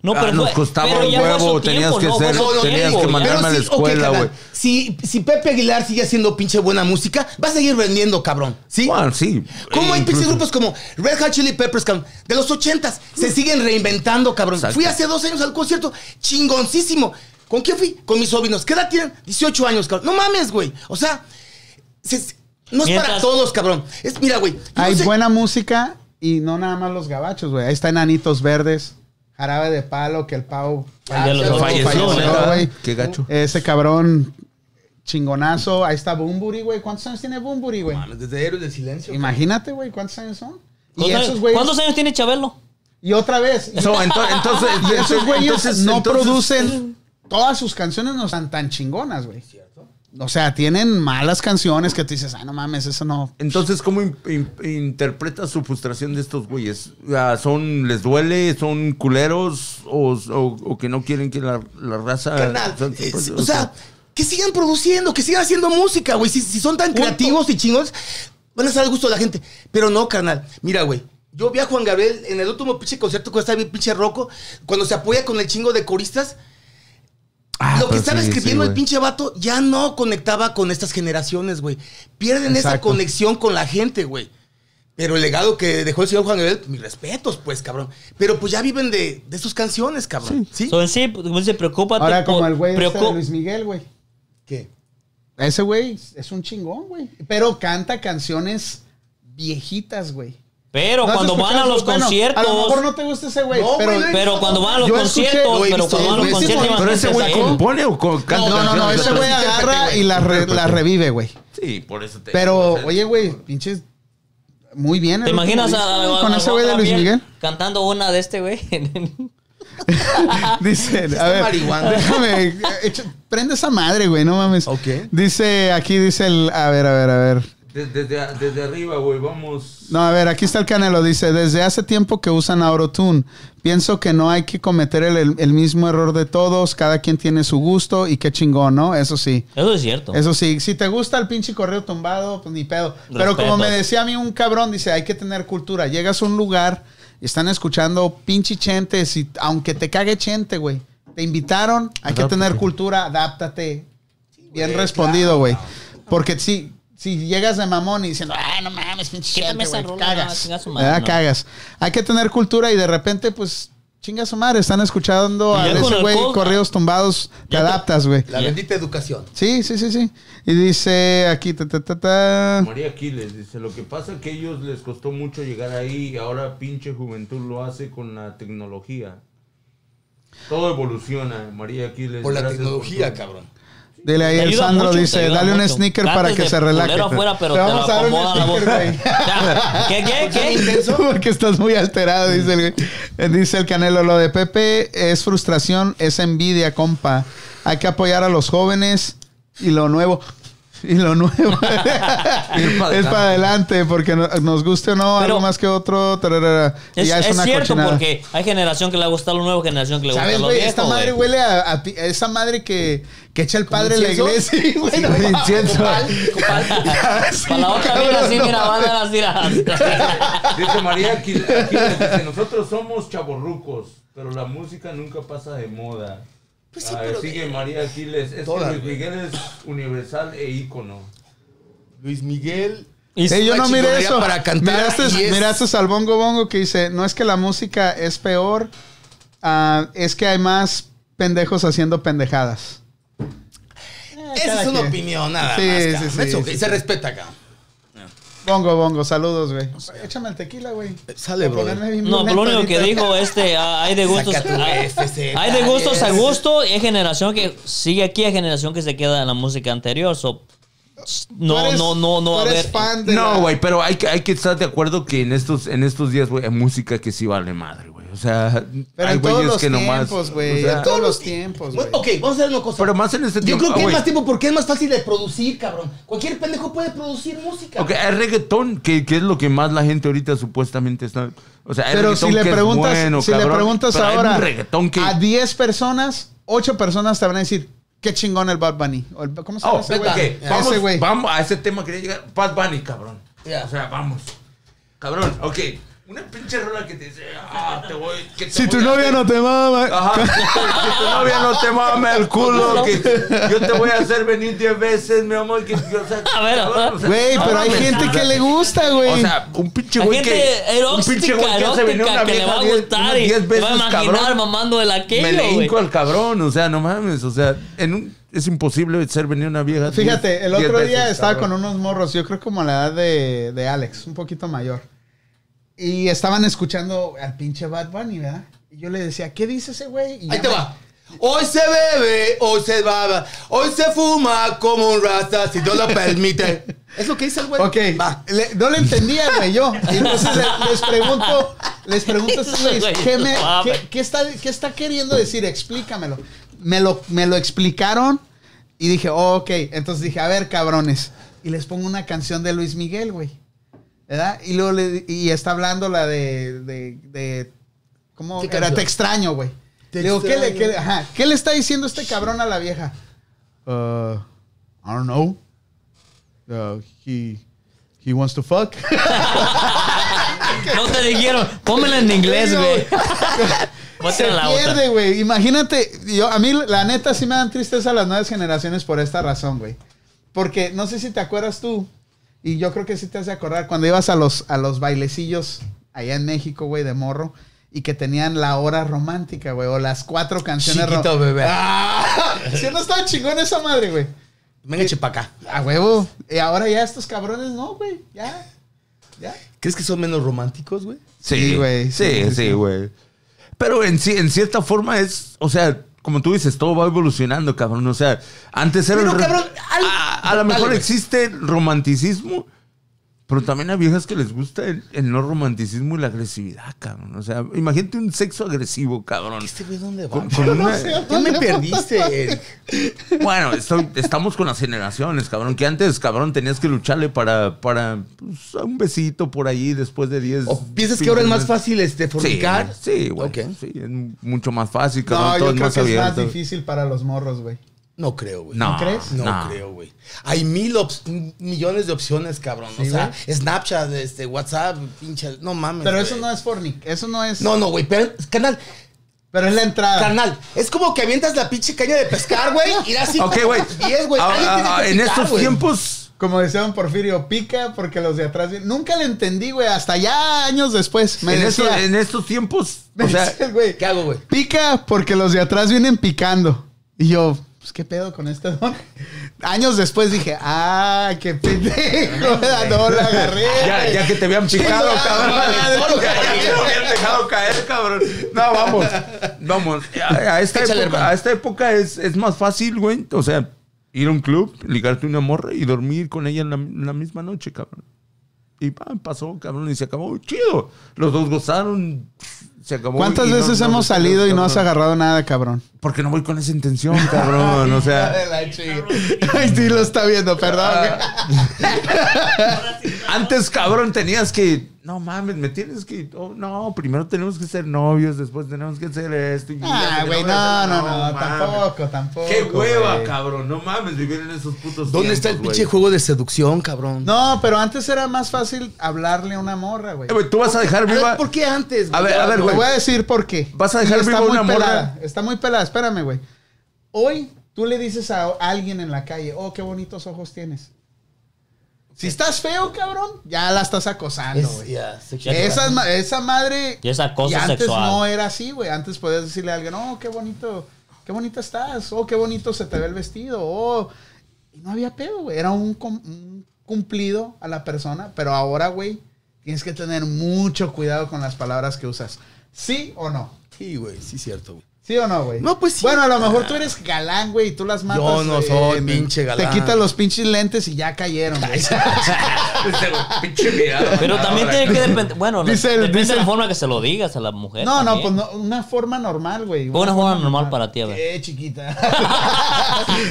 Speaker 3: No, pero
Speaker 2: ah, nos
Speaker 3: fue-
Speaker 2: costaba
Speaker 3: pero
Speaker 2: un
Speaker 3: ya fue su
Speaker 2: huevo, tenías
Speaker 3: tiempo,
Speaker 2: que
Speaker 3: ¿no?
Speaker 2: ser,
Speaker 3: Fue su
Speaker 2: tenías
Speaker 3: tiempo,
Speaker 2: que
Speaker 3: ya.
Speaker 2: mandarme a la
Speaker 4: Pero sí, ok,
Speaker 2: escuela,
Speaker 4: carnal.
Speaker 2: güey.
Speaker 4: si, si Pepe Aguilar sigue haciendo pinche buena música, va a seguir vendiendo, cabrón. ¿Sí?
Speaker 2: Bueno, sí.
Speaker 4: ¿Cómo hay pinches
Speaker 2: Incluso-
Speaker 4: grupos como Red Hot Chili Peppers, cabrón? De los ochentas. Se siguen reinventando, cabrón.
Speaker 2: Exacto.
Speaker 4: Fui hace dos años al concierto. Chingoncísimo. ¿Con quién fui? Con mis sobrinos. ¿Qué edad tienen? 18 años, cabrón. No mames, güey. O sea, se- no es para
Speaker 3: Mientras-
Speaker 4: todos, cabrón. Es, mira, güey. yo
Speaker 1: Hay
Speaker 4: sé-
Speaker 1: buena música y no nada más los gabachos, güey. Ahí está Enanitos Verdes, Jarabe de Palo, que el Pau
Speaker 3: Ah, ya los-
Speaker 2: Falleció,
Speaker 3: falleció,
Speaker 2: neta.
Speaker 1: güey.
Speaker 2: Qué gacho.
Speaker 1: Ese cabrón chingonazo. Ahí está Bumburi, güey. ¿Cuántos años tiene Bumburi, güey?
Speaker 4: Mames, Desde Héroes del Silencio.
Speaker 1: Imagínate, güey, ¿cuántos años son? Y
Speaker 3: ¿Cuántos,
Speaker 1: esos güeyes.
Speaker 3: cuántos años tiene Chabelo?
Speaker 1: Y otra vez. y-
Speaker 2: So, ento- entonces,
Speaker 1: Y esos güeyes
Speaker 2: entonces-
Speaker 1: no
Speaker 2: entonces-
Speaker 1: producen. Todas sus canciones no están tan chingonas, güey. O sea, tienen malas canciones que tú dices, ah, no mames, eso no.
Speaker 2: Entonces, ¿cómo in- in- interpretas su frustración de estos güeyes? Ah, ¿Son, ¿Les duele? ¿Son culeros? ¿O, o- o que no quieren que la, la raza...
Speaker 4: Carnal,
Speaker 2: son-
Speaker 4: eh,
Speaker 2: pues,
Speaker 4: o sea, que sigan produciendo, que sigan haciendo música, güey. Si, si son tan creativos y chingones, van a estar al gusto de la gente. Pero no, carnal. Mira, güey. Yo vi a Juan Gabriel en el último pinche concierto cuando estaba bien pinche roco, cuando se apoya con el chingo de coristas.
Speaker 2: ah,
Speaker 4: lo que
Speaker 2: pero
Speaker 4: estaba
Speaker 2: sí, sí,
Speaker 4: escribiendo el
Speaker 2: güey.
Speaker 4: pinche vato ya no conectaba con estas generaciones, güey. Pierden esa
Speaker 1: Exacto.
Speaker 4: conexión con la gente, güey. Pero el legado que dejó el señor Juan Gabriel, mis respetos, pues, cabrón. Pero pues ya viven de, de sus canciones, cabrón. ¿Sí?
Speaker 3: So, en sí, como dice, preocúpate.
Speaker 1: Ahora, como
Speaker 3: por-
Speaker 1: el güey este de
Speaker 3: preocu-
Speaker 1: Luis Miguel, güey.
Speaker 4: ¿Qué?
Speaker 1: Ese güey es un chingón, güey. Pero canta canciones viejitas, güey.
Speaker 3: Pero
Speaker 1: ¿No has
Speaker 3: cuando van
Speaker 1: escuchado
Speaker 3: a los
Speaker 1: eso? Bueno,
Speaker 3: conciertos.
Speaker 1: A lo mejor no te gusta ese güey.
Speaker 4: No,
Speaker 1: pero,
Speaker 4: güey, no
Speaker 3: Pero cuando van a los
Speaker 1: Yo escuché-
Speaker 3: conciertos,
Speaker 4: Lo he
Speaker 3: pero
Speaker 4: visto,
Speaker 3: cuando van a los
Speaker 4: lo he visto,
Speaker 3: conciertos, iban
Speaker 2: Pero ese güey
Speaker 3: artistas ahí.
Speaker 2: compone o co- canta.
Speaker 1: no, no, no,
Speaker 2: canciones de
Speaker 1: ese
Speaker 2: otros?
Speaker 1: güey agarra y la, re- la revive, güey.
Speaker 2: Sí, por eso te.
Speaker 1: Pero,
Speaker 2: o sea,
Speaker 1: oye, güey, pinches. Muy bien. ¿eh?
Speaker 3: ¿Te
Speaker 1: el último
Speaker 3: imaginas
Speaker 1: disco,
Speaker 3: a, a-
Speaker 1: güey,
Speaker 3: a-
Speaker 1: con
Speaker 3: a-
Speaker 1: ese güey de
Speaker 3: Juan
Speaker 1: Luis
Speaker 3: Gabriel (laughs)
Speaker 1: Miguel? (laughs)
Speaker 3: Cantando una de este güey.
Speaker 1: Dice, a ver,
Speaker 4: marihuana.
Speaker 1: déjame, eh, echa- prende esa madre, güey, no mames.
Speaker 4: Ok.
Speaker 1: Dice, aquí dice el, a ver, a ver, a ver.
Speaker 2: Desde, desde, desde arriba, güey, vamos.
Speaker 1: No, a ver, aquí está el Canelo, dice, desde hace tiempo que usan Aurotune, pienso que no hay que cometer el, el- el mismo error de todos, cada quien tiene su gusto y qué chingón, ¿no? Eso sí.
Speaker 3: Eso es cierto.
Speaker 1: Eso sí, si te gusta el pinche correo tumbado, pues ni pedo. Pero
Speaker 3: Respeto.
Speaker 1: como me decía a mí un cabrón, dice, hay que tener cultura. Llegas a un lugar, están escuchando pinche chente, si, aunque te cague chente, güey. Te invitaron, hay que tener cultura, adáptate. Bien respondido, güey. Porque si, si llegas de mamón y diciendo, ah, no mames, pinche chente,
Speaker 3: Quítame esa
Speaker 1: güey,
Speaker 3: rola, no,
Speaker 1: cagas.
Speaker 3: chinga su madre,
Speaker 1: ¿Verdad?
Speaker 3: no.
Speaker 1: Cagas. Hay que tener cultura y de repente, pues, chinga su madre, están escuchando
Speaker 3: Y
Speaker 1: a
Speaker 3: ya con
Speaker 1: ese
Speaker 3: el
Speaker 1: güey,
Speaker 3: codo-
Speaker 1: correos tumbados, te
Speaker 3: Ya te-
Speaker 1: adaptas, güey.
Speaker 4: La bendita educación.
Speaker 1: Sí, sí, sí, sí. Y dice aquí, ta, ta, ta, ta.
Speaker 2: María Aquiles dice: Lo que pasa es que a ellos les costó mucho llegar ahí y ahora pinche juventud lo hace con la tecnología. Todo evoluciona, María Aquiles.
Speaker 4: Por la
Speaker 2: gracias
Speaker 4: tecnología,
Speaker 2: tu-
Speaker 4: cabrón.
Speaker 1: Dile ahí,
Speaker 3: Te
Speaker 1: el
Speaker 3: ayuda
Speaker 1: Sandro
Speaker 3: mucho, te
Speaker 1: dice,
Speaker 3: ayuda
Speaker 1: dale un
Speaker 3: mucho.
Speaker 1: sneaker
Speaker 3: Antes
Speaker 1: para que
Speaker 3: de
Speaker 1: se relaje.
Speaker 3: culero afuera, pero
Speaker 1: Te
Speaker 3: te
Speaker 1: vamos
Speaker 3: lo
Speaker 1: a dar un
Speaker 3: acomoda la voz.
Speaker 1: sneaker, güey.
Speaker 3: Ya. ¿Qué, (laughs) qué, qué?
Speaker 1: (laughs) Porque estás muy alterado, dice el, güey. Eh, dice el Canelo. Lo de Pepe es frustración, es envidia, compa. Hay que apoyar a los jóvenes y lo nuevo. Y lo
Speaker 3: (laughs)
Speaker 1: nuevo es para adelante, porque no- nos guste o no,
Speaker 3: Pero-
Speaker 1: algo más que otro. tararara. Y
Speaker 3: Es,
Speaker 1: ya
Speaker 3: es cierto,
Speaker 1: cochinada.
Speaker 3: porque hay generación que le gusta lo nuevo, generación que le gusta
Speaker 1: ¿Sabes,
Speaker 3: lo
Speaker 1: güey?
Speaker 3: viejo.
Speaker 1: Esta
Speaker 3: güey.
Speaker 1: madre huele a, a pi- a esa madre que, que echa el padre en la
Speaker 4: incienso?
Speaker 1: iglesia. (laughs) güey, no
Speaker 4: con
Speaker 1: mames.
Speaker 4: incienso.
Speaker 1: Sí,
Speaker 3: Para la otra,
Speaker 1: cabrón,
Speaker 3: mira, así,
Speaker 1: no
Speaker 3: mira,
Speaker 1: mames.
Speaker 3: van a las tiras.
Speaker 2: Dice María Aquiles: Aquiles, dice, Nosotros somos chaborrucos, pero la música nunca pasa de moda.
Speaker 1: Pues
Speaker 4: sí,
Speaker 2: Ah,
Speaker 4: pero-
Speaker 2: sigue María Aquiles. Es
Speaker 4: Todas,
Speaker 2: que Luis
Speaker 4: güey.
Speaker 2: Miguel es universal e ícono.
Speaker 4: Luis Miguel.
Speaker 3: Y
Speaker 1: Eh, yo
Speaker 4: una
Speaker 1: no miré
Speaker 4: chingonería
Speaker 1: eso. este
Speaker 4: para cantar
Speaker 1: miraste,
Speaker 4: y es-
Speaker 1: miraste al Bongo Bongo que dice, no es que la música es peor, ah, es que hay más pendejos haciendo pendejadas.
Speaker 4: Eh, Esa
Speaker 1: Eh, cada
Speaker 4: es una
Speaker 1: quien.
Speaker 4: opinión, nada
Speaker 1: Sí,
Speaker 4: más.
Speaker 1: sí,
Speaker 4: cabrón.
Speaker 1: sí,
Speaker 4: Eso,
Speaker 1: sí,
Speaker 4: se
Speaker 1: sí.
Speaker 4: respeta acá.
Speaker 1: Bongo Bongo, saludos, güey. Échame el tequila, güey.
Speaker 4: Sale,
Speaker 1: Para
Speaker 4: brother.
Speaker 1: ponerme bien
Speaker 3: No, pero
Speaker 1: violento
Speaker 3: lo único que
Speaker 1: ahorita.
Speaker 3: dijo este, ah, hay de gustos.
Speaker 4: Saca tu
Speaker 3: ah,
Speaker 4: FZ,
Speaker 3: hay de gustos a
Speaker 4: yes.
Speaker 3: gusto y hay generación que sigue aquí, hay generación que se queda en la música anterior. so,
Speaker 1: Tú
Speaker 3: no,
Speaker 1: eres-
Speaker 3: no, no, no,
Speaker 1: tú
Speaker 3: a
Speaker 1: eres
Speaker 3: ver.
Speaker 1: fan de la-
Speaker 2: No, güey, pero hay que, hay que estar de acuerdo que en estos, en estos días, güey, hay música que sí vale madre, güey. O sea,
Speaker 1: Pero
Speaker 2: hay
Speaker 1: en todos
Speaker 2: güeyes
Speaker 1: los
Speaker 2: que nomás-
Speaker 1: tiempos, güey.
Speaker 2: o sea,
Speaker 1: en todos los tiempos, güey.
Speaker 6: Bueno, ok, vamos a hacer una cosa.
Speaker 2: pero más en este
Speaker 6: Yo
Speaker 2: tiempo.
Speaker 6: creo que
Speaker 2: ah,
Speaker 6: es
Speaker 2: güey.
Speaker 6: más tiempo porque es más fácil de producir, cabrón. Cualquier pendejo puede producir música.
Speaker 2: Ok, hay reggaetón, que, que es lo que más la gente ahorita supuestamente está. O sea, hay
Speaker 1: Pero
Speaker 2: reggaetón
Speaker 1: si le
Speaker 2: que es
Speaker 1: preguntas,
Speaker 2: bueno,
Speaker 1: si le
Speaker 2: cabrón,
Speaker 1: preguntas
Speaker 2: pero hay un
Speaker 1: ahora
Speaker 2: reggaetón que.
Speaker 1: a 10 personas, 8 personas te van a decir, qué chingón el Bad Bunny. O el- ¿Cómo se llama
Speaker 2: Oh,
Speaker 1: ese güey?
Speaker 2: ok,
Speaker 1: Ese
Speaker 2: vamos,
Speaker 1: güey.
Speaker 2: vamos a ese tema quería llegar. Bad Bunny, cabrón.
Speaker 6: Ya.
Speaker 2: O sea, vamos. Cabrón, ok. Una pinche rola que te dice, ah, te voy. que te
Speaker 1: Si tu
Speaker 2: voy a
Speaker 1: novia
Speaker 2: hacer-
Speaker 1: no te mama.
Speaker 2: Ajá. (laughs) Si tu novia no te mame el
Speaker 3: (laughs)
Speaker 2: culo, que yo te voy a hacer venir 10 veces, mi amor. Que, o sea,
Speaker 3: A ver,
Speaker 2: cabrón, o sea,
Speaker 1: Güey,
Speaker 2: no
Speaker 1: pero hay
Speaker 2: mames.
Speaker 1: gente que le gusta, güey.
Speaker 2: O sea, un pinche
Speaker 3: Hay
Speaker 2: güey
Speaker 3: gente
Speaker 2: que. Un pinche güey
Speaker 3: erótica,
Speaker 2: que hace venir
Speaker 3: erótica
Speaker 2: una
Speaker 3: que le
Speaker 2: vieja
Speaker 3: va a
Speaker 2: 10
Speaker 3: gustar
Speaker 2: unas
Speaker 3: y
Speaker 2: 10
Speaker 3: te va a
Speaker 2: veces,
Speaker 3: imaginar
Speaker 2: cabrón.
Speaker 3: mamando el
Speaker 2: Me le
Speaker 3: aquello, güey.
Speaker 2: hinco al cabrón, o sea, no mames, o sea, en un- es imposible hacer venir una vieja.
Speaker 1: Fíjate, el
Speaker 2: 10
Speaker 1: otro día
Speaker 2: veces,
Speaker 1: estaba
Speaker 2: cabrón.
Speaker 1: con unos morros, yo creo como a la edad de, de Alex, un poquito mayor. Y estaban escuchando al pinche Bad Bunny, ¿verdad? Y yo le decía, ¿qué dice ese güey? Y
Speaker 4: Ahí
Speaker 1: ya
Speaker 4: te
Speaker 1: me-
Speaker 4: va. Hoy se bebe, hoy se baba, hoy se fuma como un rasta, si Dios lo permite. Es lo que dice el güey.
Speaker 1: Ok,
Speaker 4: Va.
Speaker 1: le- no le entendía, güey, yo. Y entonces le- les pregunto, les pregunto a estos güeyes, ¿qué, me- qué- qué está, qué está queriendo decir? Explícamelo. Me lo, me lo explicaron y dije, oh, ok. Entonces dije, a ver, cabrones. Y les pongo una canción de Luis Miguel, güey. ¿Verdad? Y luego le- y está hablando la de, de, de- ¿cómo?
Speaker 6: ¿Qué
Speaker 1: Era,
Speaker 6: canción?
Speaker 1: te extraño, güey.
Speaker 4: Te
Speaker 1: Le digo, ¿qué le,
Speaker 4: extraño.
Speaker 1: qué le- ajá, ¿qué le está diciendo este cabrón a la vieja? Uh, I don't know. Uh, he, he wants to fuck.
Speaker 3: No te dijeron, pónmela en inglés,
Speaker 1: Digo, (laughs)
Speaker 3: güey. (laughs)
Speaker 1: Se
Speaker 3: Póntela la otra.
Speaker 1: pierde, güey. Imagínate, yo, a mí la neta sí me dan tristeza las nuevas generaciones por esta razón, güey. Porque no sé si te acuerdas tú, y yo creo que sí te has de acordar, cuando ibas a los, a los bailecillos allá en México, güey, de morro, y que tenían la hora romántica, güey, o las cuatro canciones ro-
Speaker 4: Chiquito bebé.
Speaker 1: Ah, si no estaba chingón esa madre, güey.
Speaker 4: Venga, chepa acá.
Speaker 1: Eh, A huevo. Y ahora ya estos cabrones no, güey. Ya.
Speaker 4: ¿Crees que son menos románticos, güey?
Speaker 1: Sí, güey, sí,
Speaker 2: Sí,
Speaker 1: sí, sí.
Speaker 2: sí, güey. Pero en, ci- en cierta forma es, o sea, como tú dices, todo va evolucionando, cabrón. O sea, antes era...
Speaker 4: Pero,
Speaker 2: el re-
Speaker 4: cabrón, al-
Speaker 2: a, a lo
Speaker 4: dale,
Speaker 2: mejor
Speaker 4: güey.
Speaker 2: existe romanticismo, pero también hay viejas que les gusta el, el no romanticismo y la agresividad, cabrón. O sea, imagínate un sexo agresivo, cabrón.
Speaker 4: ¿Este güey dónde va?
Speaker 2: Con-
Speaker 4: (laughs)
Speaker 2: con una-
Speaker 4: Ya me perdiste, (laughs) Eric.
Speaker 2: Bueno, estoy- estamos con las generaciones, cabrón. Que antes, cabrón, tenías que lucharle para, para pues, un besito por ahí después de 10.
Speaker 4: ¿O Oh, piensas que ahora es más fácil este,
Speaker 2: Sí,
Speaker 4: fornicar?
Speaker 2: sí, güey.
Speaker 4: Ok.
Speaker 2: Sí, es mucho más fácil, cabrón.
Speaker 1: No,
Speaker 2: todo
Speaker 1: yo
Speaker 2: es
Speaker 1: creo
Speaker 2: más
Speaker 1: que es más
Speaker 2: abierto.
Speaker 1: difícil para los morros, güey.
Speaker 4: No creo, güey.
Speaker 2: No,
Speaker 1: ¿No crees?
Speaker 4: No
Speaker 2: no.
Speaker 4: creo, güey. Hay mil ops- millones de opciones, cabrón.
Speaker 1: Sí,
Speaker 4: o sea, Snapchat, este, WhatsApp, pinche. No mames.
Speaker 1: Pero eso
Speaker 4: güey.
Speaker 1: no es fornic, eso no es...
Speaker 4: No, no, güey. Pero, canal,
Speaker 1: Pero es la
Speaker 2: Ah.
Speaker 1: entrada.
Speaker 4: carnal. Es como que avientas la pinche caña de pescar, güey. Y la así.
Speaker 2: Ok,
Speaker 4: (laughs)
Speaker 2: güey.
Speaker 4: Y es, güey.
Speaker 2: Ah,
Speaker 4: alguien tiene
Speaker 2: ah,
Speaker 4: que
Speaker 2: en
Speaker 4: picar,
Speaker 2: estos
Speaker 4: güey.
Speaker 2: tiempos.
Speaker 1: Como decía don Porfirio, pica porque los de atrás... vienen. Nunca le entendí, güey, hasta ya años después. Me
Speaker 2: En,
Speaker 1: decía,
Speaker 2: estos- en estos tiempos.
Speaker 1: (laughs) me
Speaker 2: O sea,
Speaker 1: decía el güey,
Speaker 4: ¿Qué hago, güey?
Speaker 1: pica porque los de atrás vienen picando. Y yo, pues, ¿qué pedo con este don? (laughs) Años después dije, ah, qué
Speaker 4: (laughs)
Speaker 1: pendejo, no la agarré.
Speaker 2: Ya, ya que te habían picado,
Speaker 1: Chingada
Speaker 2: cabrón.
Speaker 1: madre.
Speaker 2: Ya, ya que te habían dejado caer, cabrón. No, vamos. Vamos. A, a esta,
Speaker 4: Échale,
Speaker 2: época,
Speaker 4: hermano.
Speaker 2: a esta época es, es más fácil, güey. O sea, ir a un club, ligarte una morra y dormir con ella en la, en la misma noche, cabrón. Y pa, pasó, cabrón, y se acabó. Chido. Los dos gozaron. Se acabó.
Speaker 1: ¿Cuántas
Speaker 2: y no-
Speaker 1: veces
Speaker 2: no-
Speaker 1: hemos
Speaker 2: no-
Speaker 1: salido y no has
Speaker 2: cabrón.
Speaker 1: agarrado nada, cabrón?
Speaker 2: Porque no voy con esa intención, cabrón.
Speaker 1: (laughs)
Speaker 2: O (laughs) sea.
Speaker 1: Ah. Ay, sí, lo está viendo, perdón. güey.
Speaker 2: Antes, cabrón, tenías que. No mames, me tienes que. oh, no, primero tenemos que ser novios, después tenemos que ser esto. y-
Speaker 1: Ah, güey, no, no, no,
Speaker 2: mames.
Speaker 1: tampoco, tampoco.
Speaker 2: Qué hueva,
Speaker 1: güey.
Speaker 2: cabrón. No mames, vivir en esos putos.
Speaker 4: ¿Dónde está el
Speaker 2: tiempos,
Speaker 4: pinche
Speaker 2: güey.
Speaker 4: juego de seducción, cabrón?
Speaker 1: No, pero antes era más fácil hablarle a una morra, güey.
Speaker 2: Eh, güey, Tú vas a dejar
Speaker 4: A ver,
Speaker 2: viva.
Speaker 4: ¿por qué antes?
Speaker 2: A
Speaker 4: güey?
Speaker 2: ver, a ver,
Speaker 1: Te
Speaker 2: güey.
Speaker 1: voy a decir por qué.
Speaker 2: ¿Vas a dejar
Speaker 1: Y está
Speaker 2: viva
Speaker 1: muy
Speaker 2: una morra?
Speaker 1: pelada, Está muy pelada, espérame, güey. Hoy tú le dices a alguien en la calle, oh, qué bonitos ojos tienes. Si estás feo, cabrón, ya la estás acosando,
Speaker 4: Es-
Speaker 1: güey.
Speaker 4: Ah, ya, se-
Speaker 3: Ya-
Speaker 1: Esa, ma- esa madre.
Speaker 3: Y es acoso
Speaker 1: y antes
Speaker 3: sexual.
Speaker 1: no era así, güey. Antes podías decirle a alguien, oh, qué bonito, qué bonita estás, oh, qué bonito se te ve el vestido, oh. Y no había pedo, güey. Era un, cum- un cumplido a la persona, pero ahora, güey, tienes que tener mucho cuidado con las palabras que usas. ¿Sí o no?
Speaker 4: Sí, güey, sí, cierto, güey.
Speaker 1: ¿Sí o no, güey?
Speaker 4: No, pues sí.
Speaker 1: Bueno, a lo mejor tú eres galán, güey, y tú las matas. eh,
Speaker 4: Yo no soy pinche galán.
Speaker 1: Te quitas los pinches lentes y ya cayeron, güey.
Speaker 2: (laughs) Este, güey, pinche mirada.
Speaker 3: Pero también tiene que depender. Bueno, no,
Speaker 1: Dice el-
Speaker 3: depende
Speaker 1: dice
Speaker 3: de la
Speaker 1: el-
Speaker 3: forma que se lo digas a la
Speaker 1: (laughs)
Speaker 3: mujer.
Speaker 1: No, no,
Speaker 3: también.
Speaker 1: pues no, una forma normal, güey.
Speaker 3: Pon una forma normal para ti, a
Speaker 1: (laughs)
Speaker 3: ver.
Speaker 4: Eh,
Speaker 1: Qué chiquita.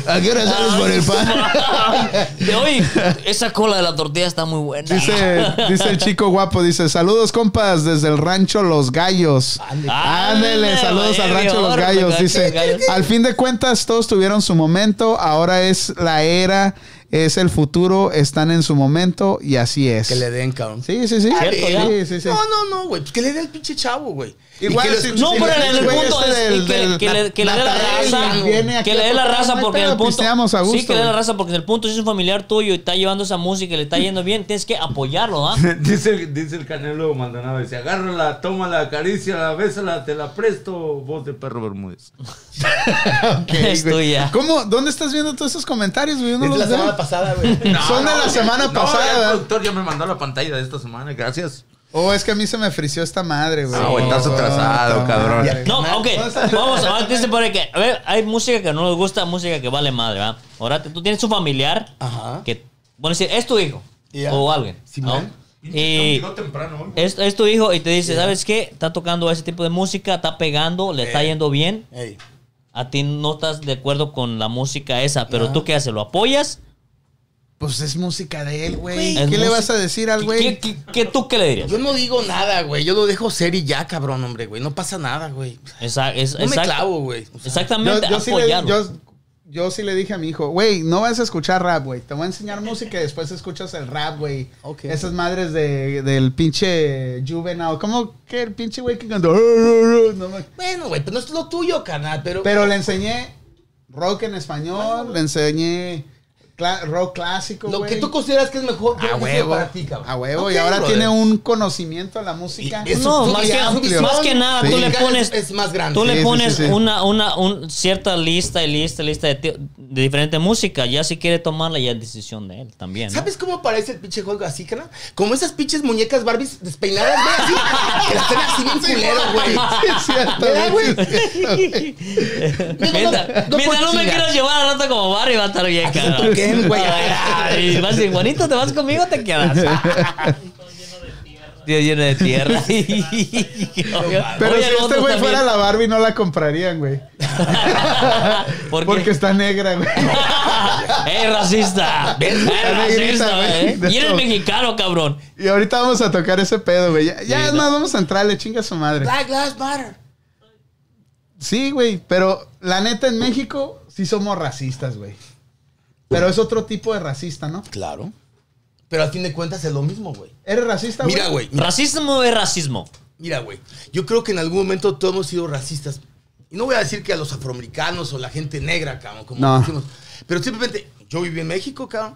Speaker 1: ¿A qué hora sales por el
Speaker 3: (laughs)
Speaker 1: pan?
Speaker 3: De hoy, esa cola de la tortilla está muy buena.
Speaker 1: Dice, dice el chico guapo, dice, saludos compas desde el rancho Los Gallos. Ándele,
Speaker 3: Ándele, eh,
Speaker 1: saludos
Speaker 3: güey,
Speaker 1: al rancho Los
Speaker 3: ahora,
Speaker 1: Gallos.
Speaker 3: rancho
Speaker 1: Dice,
Speaker 3: Los Gallos.
Speaker 1: al fin de cuentas todos tuvieron su momento, ahora es la era, es el futuro, están en su momento y así es.
Speaker 4: Que le den, cabrón.
Speaker 1: Sí, sí, sí.
Speaker 3: Cierto, ya.
Speaker 1: Sí, sí, sí.
Speaker 4: No, no, no, güey. Pues que le dé al pinche chavo, güey.
Speaker 1: Igual
Speaker 4: Y que
Speaker 1: si-
Speaker 4: lo-
Speaker 3: No,
Speaker 1: si
Speaker 3: pero
Speaker 1: le-
Speaker 3: en el
Speaker 1: güey,
Speaker 3: punto
Speaker 1: este
Speaker 3: es
Speaker 1: del-
Speaker 3: que-
Speaker 1: del-
Speaker 3: que le- que le dé la
Speaker 1: Natarel
Speaker 3: raza,
Speaker 1: viene aquí
Speaker 3: Que le
Speaker 1: a
Speaker 3: dé la
Speaker 1: tocar,
Speaker 3: raza
Speaker 1: no hay
Speaker 3: porque en
Speaker 1: pedo,
Speaker 3: el punto.
Speaker 1: pisteamos a
Speaker 3: sí, que
Speaker 1: gusto,
Speaker 3: le dé la
Speaker 1: güey.
Speaker 3: raza porque en el punto es un familiar tuyo y está llevando esa música y le está yendo bien. Tienes que
Speaker 1: (laughs)
Speaker 3: apoyarlo, ¿ah?
Speaker 2: (laughs) Dice, dice el Canelo Maldonado, dice, agárrala, tómala, acaríciala, bésala, te la presto, voz de perro Bermúdez.
Speaker 1: Ok, güey.
Speaker 3: Es tuya.
Speaker 1: ¿Cómo? ¿Dónde estás viendo todos esos comentarios, güey? Yo no
Speaker 4: Desde
Speaker 1: los
Speaker 4: la
Speaker 1: veo.
Speaker 4: semana pasada, güey.
Speaker 1: (laughs) Son de la semana
Speaker 2: no,
Speaker 1: pasada,
Speaker 2: ya
Speaker 1: ¿verdad?
Speaker 2: El productor ya me mandó la pantalla de esta semana, gracias.
Speaker 1: Oh, es que a mí se me frició esta madre, güey.
Speaker 2: Ah, güey, estás atrasado,
Speaker 1: puta
Speaker 2: cabrón.
Speaker 1: madre.
Speaker 3: No, ok.
Speaker 1: ¿Dónde está?
Speaker 3: Vamos, ahora dice por ahí que. A ver, hay música que no nos gusta, música que vale madre, ¿verdad? Ahora tú tienes un familiar
Speaker 4: Ajá.
Speaker 3: que. Bueno, si es tu hijo
Speaker 4: Ya.
Speaker 3: o alguien. ¿no?
Speaker 4: Simón.
Speaker 3: Y.
Speaker 2: Llegó temprano hoy.
Speaker 3: Es, es tu hijo y te dice, ¿sabes qué? Está tocando ese tipo de música, está pegando, le está
Speaker 4: Eh.
Speaker 3: yendo bien.
Speaker 4: Ey.
Speaker 3: A ti no estás de acuerdo con la música esa, pero tú qué haces, ¿lo apoyas?
Speaker 1: Pues es música de él, güey.
Speaker 3: Es
Speaker 1: ¿Qué le
Speaker 3: música-
Speaker 1: vas a decir al
Speaker 3: ¿Qué,
Speaker 1: güey?
Speaker 3: qué, qué- tú qué le dirías?
Speaker 4: Yo no digo nada, güey. Yo lo dejo ser y ya, cabrón, hombre, güey. No pasa nada, güey.
Speaker 3: Esa- es-
Speaker 4: No me
Speaker 3: exact-
Speaker 4: clavo, güey. O sea,
Speaker 1: Yo,
Speaker 3: Exactamente,
Speaker 1: yo sí le,
Speaker 3: apoyarlo.
Speaker 1: yo- yo sí le dije a mi hijo, güey, no vas a escuchar rap, güey. Te voy a enseñar música y después escuchas el rap, güey.
Speaker 4: Ok.
Speaker 1: Esas madres de, del pinche juvenal. ¿Cómo que el pinche güey que cantó? No me-
Speaker 4: Bueno, güey, pero no es lo tuyo, canal. Pero,
Speaker 1: Pero le enseñé rock en español, le enseñé cla- rock clásico,
Speaker 4: Lo
Speaker 1: güey.
Speaker 4: que tú consideras que es mejor, yo
Speaker 1: A
Speaker 4: lo considero
Speaker 1: huevo.
Speaker 4: para ti, cabrón.
Speaker 1: A huevo,
Speaker 4: Ok,
Speaker 1: y ahora
Speaker 4: brother.
Speaker 1: tiene un conocimiento de la música.
Speaker 4: Y eso-
Speaker 3: No,
Speaker 4: es
Speaker 3: más
Speaker 4: muy
Speaker 3: que-
Speaker 4: amplio.
Speaker 3: más que nada, tú
Speaker 4: Sí.
Speaker 3: le
Speaker 4: Es-
Speaker 3: pones-
Speaker 4: Es más grande.
Speaker 3: Tú
Speaker 1: Sí,
Speaker 3: le
Speaker 1: sí,
Speaker 3: pones
Speaker 1: sí, sí.
Speaker 3: una, una un- cierta lista y lista, lista de, ti- de diferente música. Ya si quiere tomarla, ya es decisión de él también. ¿no?
Speaker 4: ¿Sabes cómo parece el pinche juego así, cara? Como esas pinches muñecas Barbies despeinadas, güey, así. que las traen así bien culero, güey.
Speaker 1: (laughs) Sí, es cierto,
Speaker 4: ¿Verdad,
Speaker 1: güey?
Speaker 3: Mientras
Speaker 4: no
Speaker 3: no, mientras no me
Speaker 4: chingas.
Speaker 3: quieras llevar al rato como Barry, va a estar bien,
Speaker 4: que se
Speaker 3: cabrón.
Speaker 4: toquen, güey.
Speaker 3: Ay, ay, Vas bien, Juanito, te vas conmigo, o te quedas. Dios lleno de tierra.
Speaker 1: Pero
Speaker 3: Oye,
Speaker 1: si
Speaker 3: el
Speaker 1: este
Speaker 3: otro
Speaker 1: güey fuera
Speaker 3: también.
Speaker 1: la Barbie, no la comprarían, güey.
Speaker 3: ¿Por qué?
Speaker 1: Porque está negra, güey.
Speaker 3: ¡Eh, racista! ¡Eh,
Speaker 1: negrita,
Speaker 3: racista,
Speaker 1: güey.
Speaker 3: eh! Y eres
Speaker 1: No.
Speaker 3: mexicano, cabrón.
Speaker 1: Y ahorita vamos a tocar ese pedo, güey. Ya, ya
Speaker 3: Sí,
Speaker 1: es
Speaker 3: no.
Speaker 1: más, vamos a entrarle, chinga su madre.
Speaker 4: Black Lives Matter.
Speaker 1: Sí, güey, pero la neta en México sí somos racistas, güey. Pero es otro tipo de racista, ¿no?
Speaker 4: Claro. Pero al fin de cuentas es lo mismo, güey.
Speaker 1: ¿Eres racista, güey? (laughs)
Speaker 4: Mira, güey. mira,
Speaker 3: Racismo es racismo.
Speaker 4: Mira, güey. Yo creo que en algún momento todos hemos sido racistas. Y no voy a decir que a los afroamericanos o la gente negra, cabrón, como
Speaker 1: No.
Speaker 4: decimos. Pero simplemente, yo viví en México, cabrón.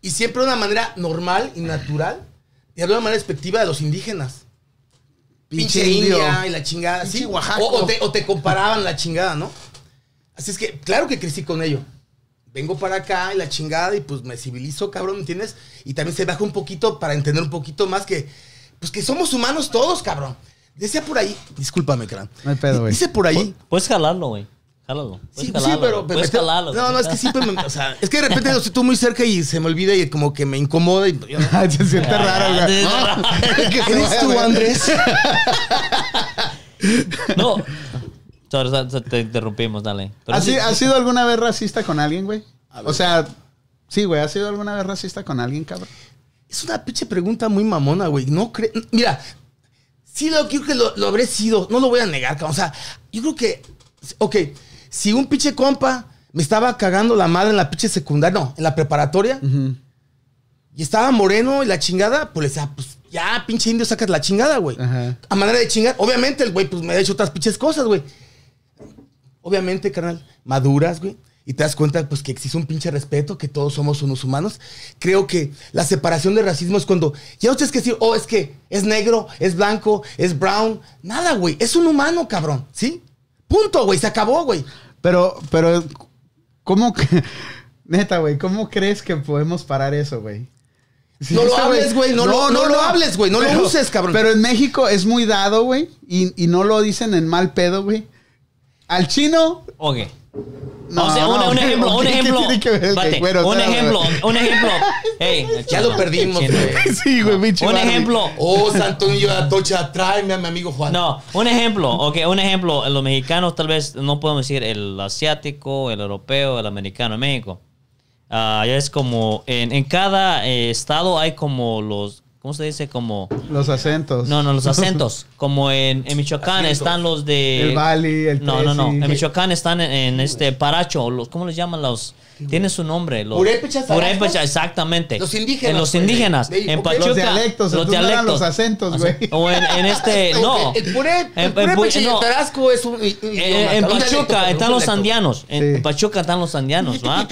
Speaker 4: Y siempre de una manera normal y natural, y hablar de una manera despectiva de los indígenas. Pinche, India y la chingada.
Speaker 1: Pinche
Speaker 4: sí,
Speaker 1: Oaxaca.
Speaker 4: O, o te, o te comparaban la chingada, ¿no? Así es que, claro que crecí con ello. Vengo para acá y la chingada y pues me civilizo, cabrón, ¿me entiendes? Y también se baja un poquito para entender un poquito más que, pues que somos humanos todos, cabrón. Decía por ahí, discúlpame, crán.
Speaker 1: No hay pedo, güey.
Speaker 4: Dice por ahí.
Speaker 3: Puedes jalarlo, güey. Jálalo.
Speaker 1: Pues,
Speaker 3: Puedes
Speaker 4: Sí, sí,
Speaker 3: jalarlo,
Speaker 4: pero... pero
Speaker 3: Puedes
Speaker 4: me-
Speaker 3: jalarlo.
Speaker 4: no, no, es que siempre me... O sea, es que de repente yo estoy tú muy cerca y se me olvida y como que me incomoda y...
Speaker 1: se siente
Speaker 3: Ah,
Speaker 1: raro, güey. (laughs) Que se
Speaker 4: ¿Eres
Speaker 1: vaya,
Speaker 4: tú,
Speaker 1: güey.
Speaker 4: Andrés?
Speaker 3: (laughs) No. Sorry, so- so- te interrumpimos, dale. Pero
Speaker 1: ¿Has,
Speaker 3: sí-
Speaker 1: si- has sido alguna vez racista con alguien, güey? O sea, sí, güey, ¿has sido alguna vez racista con alguien, cabrón?
Speaker 4: Es una pinche pregunta muy mamona, güey. No cre- Mira, sí lo creo que lo, lo habré sido. No lo voy a negar, cabrón. O sea, yo creo que. Ok, si un pinche compa me estaba cagando la madre en la pinche secundaria, no, en la preparatoria, y estaba moreno y la chingada, pues le decía, pues ya, pinche indio, sacas la chingada, güey.
Speaker 1: Ajá.
Speaker 4: A manera de chingar. Obviamente, el güey, pues me ha hecho otras pinches cosas, güey. Obviamente, carnal, maduras, güey. Y te das cuenta, pues, que existe un pinche respeto, que todos somos unos humanos. Creo que la separación de racismo es cuando ya ustedes que decir, oh, es que es negro, es blanco, es brown. Nada, güey. Es un humano, cabrón. ¿Sí? Punto, güey. Se acabó, güey.
Speaker 1: Pero, pero, ¿cómo que- (laughs) Neta, güey, ¿cómo crees que podemos parar eso, güey? Si
Speaker 4: No lo
Speaker 1: este,
Speaker 4: hables, güey, no lo- no lo hables, güey, no lo uses, cabrón.
Speaker 1: Pero en México es muy dado, güey, y, y no lo dicen en mal pedo, güey. Al chino,
Speaker 3: Ok.
Speaker 1: no.
Speaker 3: o sea, un,
Speaker 1: (laughs) no,
Speaker 3: un
Speaker 1: güey,
Speaker 3: ejemplo, un
Speaker 1: ¿qué- qué
Speaker 3: ejemplo.
Speaker 1: tiene que ver el
Speaker 3: Espérate,
Speaker 1: güero?
Speaker 3: un
Speaker 1: No, no,
Speaker 3: ejemplo,
Speaker 1: güey.
Speaker 3: un ejemplo.
Speaker 1: (laughs)
Speaker 3: Ey,
Speaker 4: Ya lo perdimos,
Speaker 3: chino.
Speaker 4: güey.
Speaker 1: Sí, güey, (laughs) pinche
Speaker 3: Un
Speaker 1: Barbie.
Speaker 3: ejemplo.
Speaker 4: Oh, Santonio de Atocha, tráeme a mi amigo Juan.
Speaker 3: No, un ejemplo, ok, un ejemplo. Los mexicanos tal vez no podemos decir el asiático, el europeo, el americano en México. Ah, ya es como, en, en cada eh, estado hay como los, ¿cómo se dice? Como,
Speaker 1: Los acentos.
Speaker 3: no,
Speaker 1: (laughs)
Speaker 3: no, los acentos. Como en, en Michoacán
Speaker 4: Acentos.
Speaker 3: están los de...
Speaker 1: El Bali, el
Speaker 3: eh, No, no, no.
Speaker 1: Tesi.
Speaker 3: En Michoacán están en, en este Paracho, los, ¿cómo les llaman los? Tiene su nombre. Los,
Speaker 4: ¿Purépechas,
Speaker 3: Purépechas,
Speaker 4: tarascas?
Speaker 3: exactamente.
Speaker 4: Los indígenas,
Speaker 3: En los
Speaker 4: güey.
Speaker 3: indígenas.
Speaker 4: De-
Speaker 3: en
Speaker 4: ok.
Speaker 3: Pachuca.
Speaker 1: Los dialectos,
Speaker 3: Los
Speaker 1: entonces no eran
Speaker 3: dialectos.
Speaker 1: los acentos, güey.
Speaker 3: O en, en
Speaker 4: (laughs)
Speaker 3: este, no.
Speaker 4: El puré, el
Speaker 3: En-
Speaker 4: puré
Speaker 3: en-
Speaker 4: peche y el
Speaker 3: no.
Speaker 4: tarasco es un. un
Speaker 3: Eh,
Speaker 4: idioma,
Speaker 3: en
Speaker 4: cabrón. Un dialecto,
Speaker 3: Pachuca están
Speaker 4: un
Speaker 3: los
Speaker 4: dialecto.
Speaker 3: andianos. En
Speaker 1: Sí.
Speaker 3: Pachuca están los andianos,
Speaker 4: (laughs)
Speaker 3: ¿va?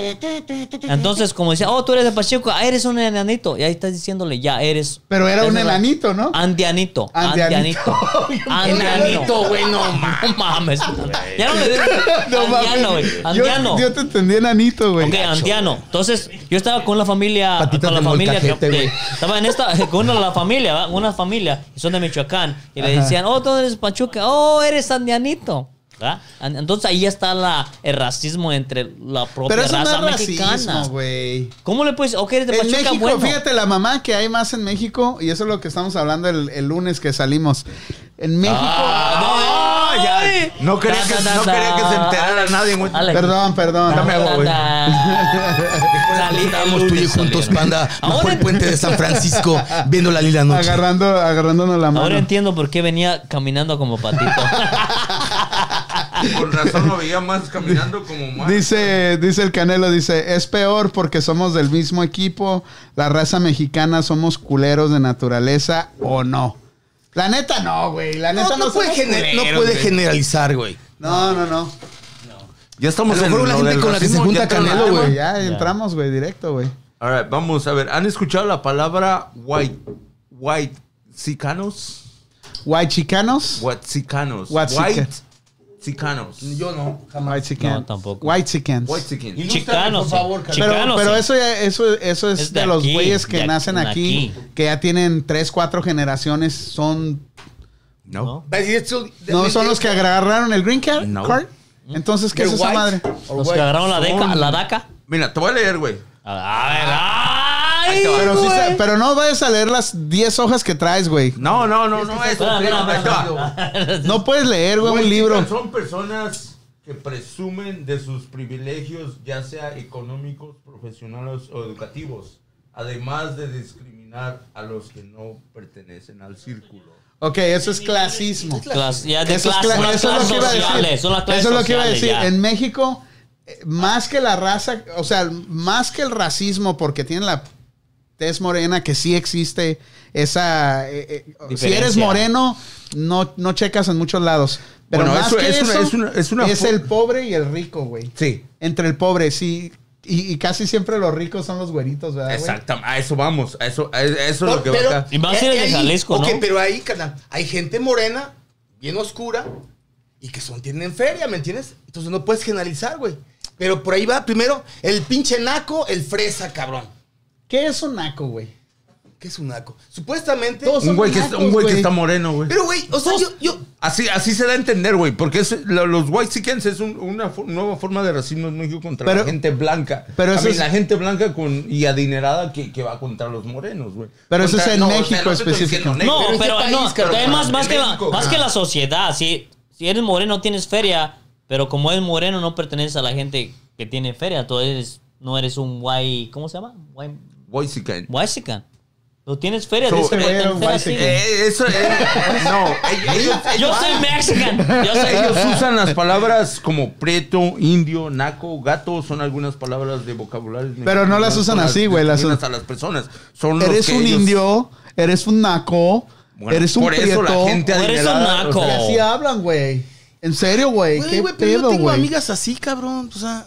Speaker 3: Entonces, como decía, oh, tú eres de Pachuca, ah, eres un enanito. Y ahí estás diciéndole, ya eres.
Speaker 1: Pero era un
Speaker 3: eres-
Speaker 1: enanito, ¿no?
Speaker 3: Andianito.
Speaker 1: Andianito.
Speaker 3: Andianito.
Speaker 1: (laughs)
Speaker 4: Enanito,
Speaker 3: Andianito.
Speaker 4: güey, no
Speaker 3: (laughs)
Speaker 4: mames.
Speaker 3: No mames. Ya no le digo.
Speaker 1: (laughs) (laughs) No mames.
Speaker 3: Andiano, güey.
Speaker 1: Yo-
Speaker 3: Andiano.
Speaker 1: Yo, te entendí enanito, güey.
Speaker 3: Ok, andiano. Entonces, yo estaba con la familia.
Speaker 4: Patitas
Speaker 3: con la
Speaker 4: de
Speaker 3: familia que-
Speaker 4: molcajete, güey.
Speaker 3: Estaba en esta. (laughs) Con una, la familia, ¿va? Una familia. Y son de Michoacán. Y le
Speaker 1: Ajá.
Speaker 3: decían, oh, tú eres Pachuca. Oh, eres andianito. ¿Va? An- Entonces ahí ya está la, el racismo entre la propia
Speaker 1: Pero eso no
Speaker 3: raza
Speaker 1: es
Speaker 3: mexicana.
Speaker 1: racismo, güey.
Speaker 3: ¿Cómo le puedes.? Ok, eres de
Speaker 1: En
Speaker 3: Pachuca,
Speaker 1: México,
Speaker 3: bueno.
Speaker 1: fíjate la mamá que hay más en México, y eso es lo que estamos hablando el, el lunes que salimos. En México.
Speaker 3: Ah, no,
Speaker 2: ya. No quería que- no quería que se enterara nadie, güey.
Speaker 1: Perdón, perdón.
Speaker 2: Dame agua, güey.
Speaker 3: Salí-
Speaker 4: Estábamos
Speaker 3: el
Speaker 4: tú y yo
Speaker 3: lunes
Speaker 4: juntos,
Speaker 3: salieron. (laughs)
Speaker 4: panda, bajo
Speaker 3: Ahora-
Speaker 4: el puente de
Speaker 3: (laughs)
Speaker 4: San Francisco, viendo la lila noche.
Speaker 1: agarrando, agarrándonos la
Speaker 3: Ahora
Speaker 1: mano.
Speaker 3: entiendo por qué venía caminando como patito.
Speaker 2: Con razón lo veía más caminando como más.
Speaker 1: Dice, dice el Canelo, dice, es peor porque somos del mismo equipo, la raza mexicana, somos culeros de naturaleza o no. La neta no, güey. La
Speaker 4: No,
Speaker 1: neta
Speaker 4: no
Speaker 1: no,
Speaker 4: puede,
Speaker 1: somos
Speaker 4: gener- no
Speaker 1: culeros,
Speaker 4: puede
Speaker 1: güey.
Speaker 4: generalizar, güey.
Speaker 1: No, no, no.
Speaker 2: Ya
Speaker 4: A
Speaker 2: estamos
Speaker 4: lo mejor
Speaker 2: en
Speaker 4: la
Speaker 2: lo
Speaker 4: gente
Speaker 2: del
Speaker 4: con la que se
Speaker 2: racismo,
Speaker 4: junta
Speaker 2: ya entraron
Speaker 4: Canelo,
Speaker 2: al tema.
Speaker 4: güey.
Speaker 1: Ya entramos, güey, directo, güey.
Speaker 2: All right, vamos a ver. ¿Han escuchado la palabra white? White sicanos?
Speaker 1: White chicanos.
Speaker 2: What sicanos?
Speaker 1: What
Speaker 2: white
Speaker 1: sica-
Speaker 2: sicanos.
Speaker 4: Yo no,
Speaker 1: White
Speaker 4: jamás.
Speaker 1: chican.
Speaker 3: No, tampoco.
Speaker 1: White chicans.
Speaker 2: White chicken.
Speaker 4: Ilústrame,
Speaker 3: Chicanos,
Speaker 4: por favor,
Speaker 3: sí.
Speaker 4: Carlos.
Speaker 1: pero,
Speaker 3: Chicanos,
Speaker 1: pero
Speaker 3: sí.
Speaker 1: eso, ya- eso, eso es,
Speaker 3: Es
Speaker 1: de,
Speaker 3: de
Speaker 1: los
Speaker 3: aquí,
Speaker 1: güeyes que
Speaker 3: de
Speaker 1: nacen
Speaker 3: aquí.
Speaker 1: aquí, que ya tienen tres, cuatro generaciones, son
Speaker 2: No.
Speaker 4: Va a decir, esto-
Speaker 1: no son los que agarraron el green card.
Speaker 2: No.
Speaker 1: card? Entonces, ¿qué es
Speaker 4: They're
Speaker 1: esa
Speaker 4: white
Speaker 1: madre?
Speaker 4: or
Speaker 3: Los que
Speaker 4: white.
Speaker 3: agarraron la, deca, la DACA. Ah.
Speaker 2: Mira, te voy a leer, güey.
Speaker 3: A ver, ay,
Speaker 1: Pero, sí
Speaker 3: güey.
Speaker 1: sa- pero no vayas a leer las 10 hojas que traes, güey.
Speaker 2: No, no, no, no. eso,
Speaker 3: Espera,
Speaker 2: sí,
Speaker 3: espera,
Speaker 2: ahí te va.
Speaker 3: espera.
Speaker 1: No puedes leer, güey, un
Speaker 2: White
Speaker 1: libro.
Speaker 2: chican Son personas que presumen de sus privilegios, ya sea económicos, profesionales o educativos, además de discriminar a los que no pertenecen al círculo.
Speaker 1: Ok, eso es clasismo.
Speaker 3: Clas- ya de
Speaker 1: Eso es,
Speaker 3: clase,
Speaker 1: cla-
Speaker 3: son las
Speaker 1: eso es lo
Speaker 3: clases
Speaker 1: que iba a decir.
Speaker 3: sociales, son las clases
Speaker 1: Eso es lo que iba a
Speaker 3: sociales,
Speaker 1: decir.
Speaker 3: ya.
Speaker 1: En México, eh, más que la raza, o sea, más que el racismo, porque tienen la tez morena, que sí existe esa... eh, eh, si
Speaker 3: Diferencia.
Speaker 1: eres moreno, no, no checas en muchos lados. Pero
Speaker 2: Bueno,
Speaker 1: más
Speaker 2: eso-
Speaker 1: que
Speaker 2: es una-
Speaker 1: eso,
Speaker 2: es una- es una
Speaker 1: es
Speaker 2: fo-
Speaker 1: el pobre y el rico, güey.
Speaker 2: Sí.
Speaker 1: Entre el pobre, sí. Y, y casi siempre los ricos son los güeritos, ¿verdad, güey?
Speaker 2: Exactamente, a eso vamos, a eso, a eso es lo que
Speaker 4: Pero-
Speaker 2: va acá.
Speaker 3: Y más si eres de
Speaker 4: ahí-
Speaker 3: Jalisco,
Speaker 4: ok,
Speaker 3: ¿no?
Speaker 4: pero ahí, carnal, hay gente morena, bien oscura, y que son, tienen feria, ¿me entiendes? Entonces no puedes generalizar, güey. Pero por ahí va primero el pinche naco, el fresa, cabrón.
Speaker 1: ¿Qué es un naco, güey?
Speaker 4: ¿Qué es un naco? Supuestamente.
Speaker 1: Todos
Speaker 2: Un
Speaker 1: son
Speaker 2: güey que,
Speaker 1: nacos,
Speaker 2: un güey que
Speaker 1: güey.
Speaker 2: está moreno, güey.
Speaker 4: Pero, güey, o sea, yo, yo.
Speaker 2: Así, así se da a entender, güey, porque es- lo- los white chickens es un- una fo- nueva forma de racismo en México contra
Speaker 1: Pero-
Speaker 2: la gente blanca.
Speaker 1: pero
Speaker 2: A
Speaker 1: eso
Speaker 2: mí,
Speaker 1: es-
Speaker 2: la gente blanca con, y adinerada que, que va contra los morenos, güey.
Speaker 1: Pero eso
Speaker 2: Contra-
Speaker 1: es en
Speaker 2: o sea,
Speaker 1: México este
Speaker 2: te estoy diciendo
Speaker 1: específico.
Speaker 2: negro,
Speaker 3: No,
Speaker 4: ¿en qué
Speaker 3: pero
Speaker 4: país,
Speaker 3: no,
Speaker 4: cabrón?
Speaker 3: es más, más,
Speaker 2: En
Speaker 3: que, la,
Speaker 2: México,
Speaker 3: más
Speaker 2: cabrón.
Speaker 3: que la sociedad. Si, si eres moreno, tienes feria, pero como eres moreno, no perteneces a la gente que tiene feria. Tú eres, no eres un guay, ¿cómo se llama? Guay,
Speaker 2: White chicken.
Speaker 3: guaysican. No tienes feria,
Speaker 2: So,
Speaker 3: dices que no
Speaker 2: eh,
Speaker 3: tienes
Speaker 1: un
Speaker 3: feria,
Speaker 1: guaysican.
Speaker 3: sí.
Speaker 2: Eh, eso es. (laughs) No, ellos, ellos-
Speaker 3: Yo soy mexican. Yo soy
Speaker 2: ellos usan las palabras como preto, indio, naco, gato, son algunas palabras de vocabulario.
Speaker 1: Pero no las usan así, güey, las-
Speaker 2: usan a las personas. Son los
Speaker 1: Eres
Speaker 2: que
Speaker 1: un
Speaker 2: ellos-
Speaker 1: indio, eres un naco,
Speaker 2: Bueno,
Speaker 1: eres un
Speaker 2: por
Speaker 1: prieto.
Speaker 2: eso la gente
Speaker 3: O eres un
Speaker 2: adinerada, o sea,
Speaker 1: Y
Speaker 3: naco.
Speaker 1: así hablan, güey. En serio, güey.
Speaker 4: Güey,
Speaker 1: ¿Qué
Speaker 4: güey, pero yo
Speaker 1: pedo,
Speaker 4: tengo
Speaker 1: güey?
Speaker 4: amigas así, cabrón. O sea.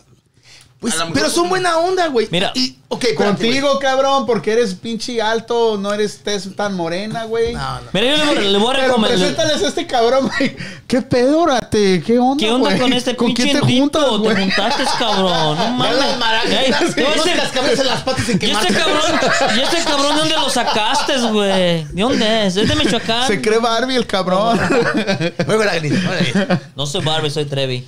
Speaker 4: Pues,
Speaker 2: A la mujer-
Speaker 4: pero son buena onda, güey.
Speaker 3: Mira.
Speaker 4: Y, ok, espérate,
Speaker 1: Contigo, cabrón, porque eres pinche alto, no eres tez tan morena, güey.
Speaker 4: güey. No, no.
Speaker 3: Mira, yo le, le voy a
Speaker 1: Pero
Speaker 3: recomendar.
Speaker 1: preséntales a este cabrón, güey. ¿Qué pedo, Rate? ¿Qué onda,
Speaker 3: ¿Qué onda
Speaker 1: güey?
Speaker 3: con este
Speaker 1: ¿Con
Speaker 3: pinche
Speaker 1: quién te
Speaker 3: indito?
Speaker 1: juntas,
Speaker 3: Te
Speaker 1: güey?
Speaker 3: juntaste, cabrón. No
Speaker 4: Vean las
Speaker 3: mames. Ey,
Speaker 4: maracas,
Speaker 3: te voy a
Speaker 4: güey,
Speaker 3: decir-
Speaker 4: las cabezas en las patas en que
Speaker 3: ¿Y este
Speaker 4: matan.
Speaker 3: cabrón? ¿Y este cabrón de dónde lo sacaste, güey? ¿De dónde es? ¿Es de Michoacán?
Speaker 1: Se cree Barbie el cabrón.
Speaker 4: Güey, güey, la grita, órale.
Speaker 3: No soy Barbie, soy Trevi.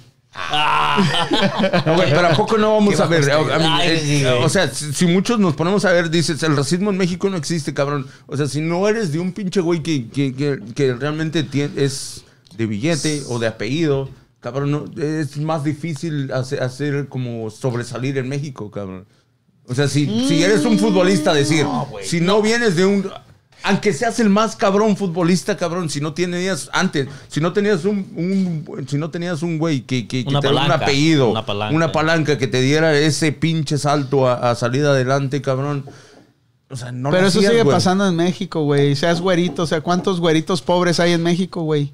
Speaker 2: No, güey, pero ¿a poco no vamos a ver? I mean,
Speaker 3: Ay,
Speaker 2: eh,
Speaker 3: sí, güey.
Speaker 2: o sea, si, si muchos nos ponemos a ver, dices, el racismo en México no existe, cabrón. O sea, si no eres de un pinche güey que, que, que- que realmente tie- es de billete o de apellido, cabrón, no- es más difícil hace- hacer, como sobresalir en México, cabrón. O sea, si, si eres un futbolista, decir, si Mm. no vienes de un... Aunque seas el más cabrón futbolista, cabrón, si no tenías antes, si no tenías un, un- si no tenías un güey que, que, que
Speaker 3: Una
Speaker 2: te daba un
Speaker 3: palanca,
Speaker 2: apellido,
Speaker 3: una palanca.
Speaker 2: una palanca que te diera ese pinche salto a, a salir adelante, cabrón. O sea, no
Speaker 1: Pero eso
Speaker 2: nacías,
Speaker 1: sigue
Speaker 2: güey.
Speaker 1: pasando en México, güey. Seas güerito, o sea, ¿cuántos güeritos pobres hay en México, güey?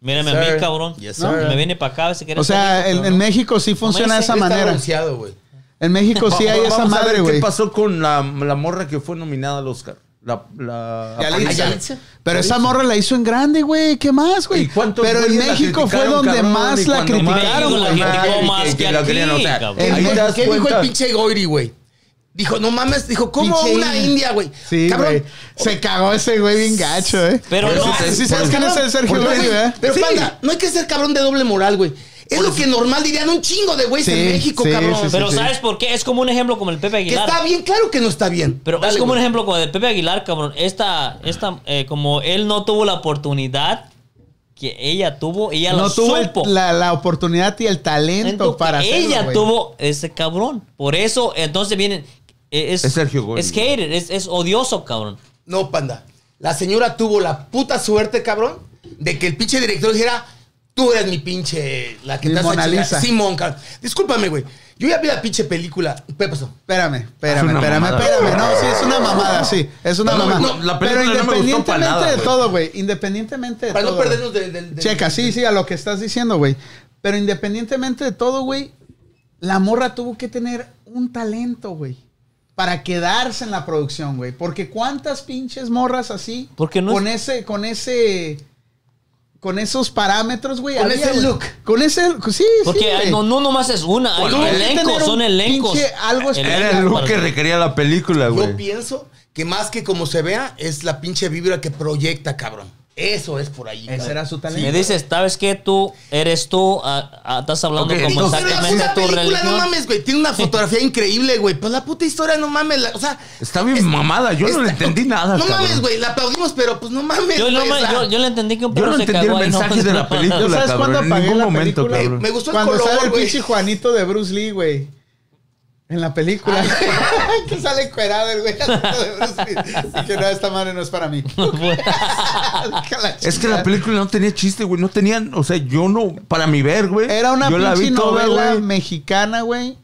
Speaker 3: Mírame
Speaker 4: Yes,
Speaker 3: a mí,
Speaker 4: sir.
Speaker 3: cabrón.
Speaker 4: Yes,
Speaker 3: No,
Speaker 4: sir.
Speaker 3: Me viene para acá a ver si quieres
Speaker 1: O sea,
Speaker 3: salir,
Speaker 1: en,
Speaker 3: pero
Speaker 1: en
Speaker 3: no.
Speaker 1: México sí funciona de
Speaker 3: dice
Speaker 1: esa
Speaker 4: Está
Speaker 1: manera.
Speaker 4: bronceado, güey.
Speaker 1: En México sí hay
Speaker 2: Vamos
Speaker 1: esa
Speaker 2: a ver
Speaker 1: madre, güey.
Speaker 2: ¿Qué pasó con la, la morra que fue nominada al Oscar? La, la-
Speaker 1: Yalitza.
Speaker 4: Ah, Yalitza.
Speaker 1: Pero esa morra la hizo en grande, güey. ¿Qué más,
Speaker 2: ¿Y
Speaker 1: güey?
Speaker 2: cuántos
Speaker 1: Pero en
Speaker 2: güeyes la
Speaker 1: México fue
Speaker 2: criticaron,
Speaker 1: donde
Speaker 2: cabrón?
Speaker 1: más
Speaker 2: Y
Speaker 1: la
Speaker 2: cuando más-
Speaker 1: criticaron,
Speaker 3: México la
Speaker 1: güey.
Speaker 3: criticó
Speaker 2: Ay,
Speaker 3: más que
Speaker 2: la
Speaker 3: aquí,
Speaker 2: querían, o sea,
Speaker 3: cabrón.
Speaker 2: ahí
Speaker 1: En-
Speaker 2: te das
Speaker 4: ¿Qué dijo el
Speaker 2: cuenta.
Speaker 4: pinche Goiri, güey? Dijo, no mames, dijo, ¿cómo
Speaker 1: Pinche
Speaker 4: una
Speaker 1: india.
Speaker 4: india, güey?
Speaker 1: Sí, güey. Se cagó ese güey bien gacho, eh.
Speaker 3: Pero
Speaker 2: Por
Speaker 3: no,
Speaker 2: eso te-
Speaker 1: Sí sabes quién es el Sergio
Speaker 4: Pero,
Speaker 1: Goyri,
Speaker 4: güey,
Speaker 1: ¿verdad?
Speaker 4: Pero
Speaker 2: Sí.
Speaker 4: panda, no hay que ser cabrón de doble moral, güey. Es lo que normal dirían un chingo de güeyes
Speaker 1: Sí,
Speaker 4: en México,
Speaker 1: sí,
Speaker 4: cabrón.
Speaker 1: sí, sí.
Speaker 4: Pero
Speaker 3: pero ¿sabes por qué? Es como un ejemplo como el Pepe
Speaker 4: que
Speaker 3: Aguilar.
Speaker 4: está bien, claro que no está bien.
Speaker 3: Pero
Speaker 4: Dale,
Speaker 3: es como
Speaker 4: güey.
Speaker 3: un ejemplo como de Pepe Aguilar, cabrón. Esta, esta, eh, como él no tuvo la oportunidad que ella tuvo, ella lo
Speaker 1: No tuvo el-
Speaker 3: supo.
Speaker 1: la, la oportunidad y el
Speaker 3: Siento
Speaker 1: talento
Speaker 3: que
Speaker 1: para hacerlo,
Speaker 3: ella
Speaker 1: güey.
Speaker 3: tuvo ese cabrón. Por eso, entonces vienen. eh, Es,
Speaker 2: Es Sergio Goyri.
Speaker 3: Es hater, es, es odioso, cabrón.
Speaker 4: No, panda. La señora tuvo la puta suerte, cabrón, de que el pinche director dijera, tú eres mi pinche... La que
Speaker 1: Mi
Speaker 4: te hace
Speaker 1: Mona
Speaker 4: chingar".
Speaker 1: Lisa.
Speaker 4: Simón, cabrón. Discúlpame, güey. Yo ya vi la pinche película. ¿Qué pasó?
Speaker 1: Espérame, espérame,
Speaker 2: Es una
Speaker 1: espérame,
Speaker 2: mamada.
Speaker 1: espérame. No, sí, es una mamada, sí. Es una
Speaker 2: No,
Speaker 1: mamada.
Speaker 2: no, la
Speaker 1: Pero
Speaker 2: película no me gustó
Speaker 1: independientemente
Speaker 2: para nada,
Speaker 1: de
Speaker 2: güey.
Speaker 1: todo, güey. Independientemente de
Speaker 4: Para
Speaker 1: todo.
Speaker 4: no
Speaker 1: güey.
Speaker 4: perdernos del... del- del-
Speaker 1: Checa, sí, sí, a lo que estás diciendo, güey. Pero independientemente de todo, güey, la morra tuvo que tener un talento, güey. Para quedarse en la producción, güey. Porque cuántas pinches morras así.
Speaker 3: Porque no
Speaker 1: con ese, con ese. Con esos parámetros, güey.
Speaker 4: Con
Speaker 1: había,
Speaker 4: ese
Speaker 1: güey.
Speaker 4: look.
Speaker 1: Con ese. Sí, sí.
Speaker 3: Porque
Speaker 1: güey.
Speaker 3: no, no nomás es una, hay
Speaker 1: Tuvo que
Speaker 3: elencos,
Speaker 1: tener un
Speaker 3: son elencos.
Speaker 1: pinche algo especial.
Speaker 2: Era lo que requería la película,
Speaker 4: Yo
Speaker 2: güey.
Speaker 4: pienso que más que como se vea, es la pinche vibra que proyecta, cabrón. Eso es por ahí.
Speaker 1: Ese
Speaker 4: cabrón.
Speaker 1: era su talento.
Speaker 3: Me dices, ¿sabes qué? Tú eres tú, ah, ah, estás hablando
Speaker 2: Ok,
Speaker 3: como
Speaker 2: entonces-
Speaker 3: exactamente
Speaker 4: Una
Speaker 3: tu
Speaker 4: película,
Speaker 3: religión.
Speaker 4: No mames, güey. Tiene una fotografía increíble, güey. Pues la puta historia, no mames. la- o sea,
Speaker 2: Está bien mamada, yo no le
Speaker 4: está- (laughs)
Speaker 2: entendí nada,
Speaker 4: No mames,
Speaker 2: cabrón.
Speaker 4: güey. La aplaudimos, pero pues no mames.
Speaker 3: yo, no
Speaker 4: güey, o
Speaker 3: me-
Speaker 4: sea,
Speaker 3: yo, yo le entendí que un
Speaker 2: Yo
Speaker 3: perro
Speaker 2: no
Speaker 3: se
Speaker 2: entendí el
Speaker 3: cagó ahí, no
Speaker 2: mensaje de la película,
Speaker 1: ¿Sabes
Speaker 2: cabrón.
Speaker 1: cuándo
Speaker 2: En
Speaker 1: apagué
Speaker 2: ningún
Speaker 1: la
Speaker 2: momento,
Speaker 1: película?
Speaker 2: cabrón.
Speaker 4: me gustó el
Speaker 1: Cuando
Speaker 4: color,
Speaker 1: sale el
Speaker 4: güey.
Speaker 1: pinche Juanito de Bruce Lee, güey. En la película.
Speaker 4: Ah,
Speaker 1: (laughs) que sale encuerado el güey. (laughs) de Bruce Lee. Y que no, esta madre no es para
Speaker 2: (laughs)
Speaker 1: mí. (laughs) Que la
Speaker 2: Es que
Speaker 1: chingada.
Speaker 2: la película no tenía chiste, güey. No tenían, o sea, yo no, para mi ver, güey.
Speaker 1: Era una
Speaker 2: yo la
Speaker 1: pinche
Speaker 2: vi toda,
Speaker 1: novela
Speaker 2: güey.
Speaker 1: mexicana, güey.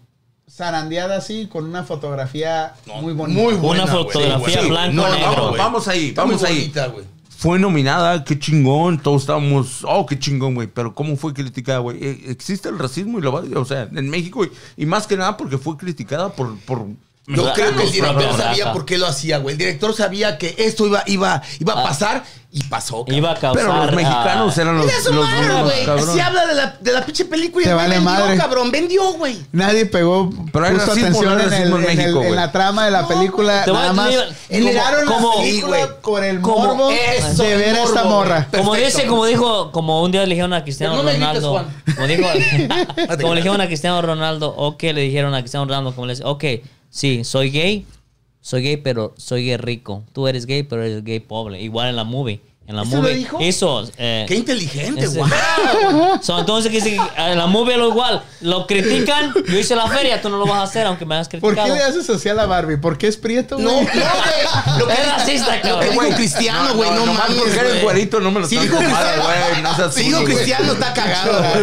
Speaker 1: Zarandeada así, con una fotografía muy bonita.
Speaker 4: Muy buena,
Speaker 3: Una
Speaker 4: güey.
Speaker 3: fotografía
Speaker 4: Sí,
Speaker 3: blanco
Speaker 4: no, no,
Speaker 3: negro.
Speaker 4: no,
Speaker 2: vamos,
Speaker 4: güey.
Speaker 2: vamos ahí,
Speaker 4: Está
Speaker 2: vamos
Speaker 4: muy
Speaker 2: ahí.
Speaker 4: bonita, güey.
Speaker 2: Fue nominada, qué chingón. Todos estábamos, oh, qué chingón, güey. Pero ¿cómo fue criticada, güey? Eh, Existe el racismo y lo va, o sea, en México, güey. y más que nada porque fue criticada por. por
Speaker 4: Yo
Speaker 3: Blanco,
Speaker 4: creo que el director
Speaker 3: blanco.
Speaker 4: sabía por qué lo hacía, güey. El director sabía que esto iba, iba, iba a
Speaker 3: Ah.
Speaker 4: pasar y pasó. cabrón.
Speaker 3: Iba a causar.
Speaker 2: pero los mexicanos
Speaker 3: ah,
Speaker 2: eran los.
Speaker 4: Mira su
Speaker 2: los
Speaker 4: madre,
Speaker 2: mismos,
Speaker 4: güey.
Speaker 2: cabrón.
Speaker 4: Así habla de la, de la pinche película y
Speaker 1: Te
Speaker 4: no
Speaker 1: vale
Speaker 4: vendió,
Speaker 1: madre.
Speaker 4: cabrón. Vendió, güey.
Speaker 1: Nadie pegó,
Speaker 2: Pero hay
Speaker 1: puso
Speaker 2: racismo,
Speaker 1: atención
Speaker 2: no hay
Speaker 1: en, el-
Speaker 2: racismo en
Speaker 1: en el-
Speaker 2: México,
Speaker 1: en
Speaker 2: güey.
Speaker 1: la trama de la película.
Speaker 3: Te voy a
Speaker 1: nada más
Speaker 3: decir, como-
Speaker 1: generaron la
Speaker 3: como-
Speaker 1: película
Speaker 4: Sí, güey.
Speaker 1: con el
Speaker 3: Como
Speaker 1: morbo
Speaker 4: eso,
Speaker 1: de ver
Speaker 4: el
Speaker 1: a esta
Speaker 4: morbo,
Speaker 1: morra.
Speaker 4: güey.
Speaker 3: Como
Speaker 4: Perfecto.
Speaker 3: dice, como dijo, como un día le dijeron a Cristiano
Speaker 4: Pero no me grites,
Speaker 3: Ronaldo.
Speaker 4: Juan.
Speaker 3: Como
Speaker 4: (laughs)
Speaker 3: dijo, (laughs) como le dijeron a Cristiano Ronaldo, ok, le dijeron a Cristiano Ronaldo, como le dice, ok, sí, soy gay, soy gay, pero soy gay rico. Tú eres gay, pero eres gay pobre. Igual en la movie. En la
Speaker 4: ¿Eso
Speaker 3: movie.
Speaker 4: lo dijo?
Speaker 3: Eso. eh,
Speaker 4: Qué inteligente,
Speaker 2: (laughs)
Speaker 3: ese-
Speaker 4: güey.
Speaker 3: So, entonces que si en la movie lo igual, lo critican, yo hice la feria, tú no lo vas a hacer aunque me hayas
Speaker 1: ¿Por qué
Speaker 3: criticado.
Speaker 1: le haces así a la Barbie? ¿Por qué es prieto,
Speaker 4: No, no,
Speaker 1: güey?
Speaker 4: güey. Lo que
Speaker 3: Es
Speaker 4: dijo-
Speaker 3: racista,
Speaker 4: Lo
Speaker 3: cabrón.
Speaker 4: que dijo
Speaker 2: Güey,
Speaker 4: Cristiano, güey. No,
Speaker 2: nomás
Speaker 4: mames,
Speaker 2: porque eres
Speaker 4: güey.
Speaker 2: güerito, no me lo
Speaker 4: Si
Speaker 2: estás
Speaker 4: dijo
Speaker 2: tomando,
Speaker 4: Cristiano,
Speaker 2: güey. No seas
Speaker 4: si dijo
Speaker 2: culo, güey.
Speaker 4: Cristiano está
Speaker 1: (laughs)
Speaker 4: cagado.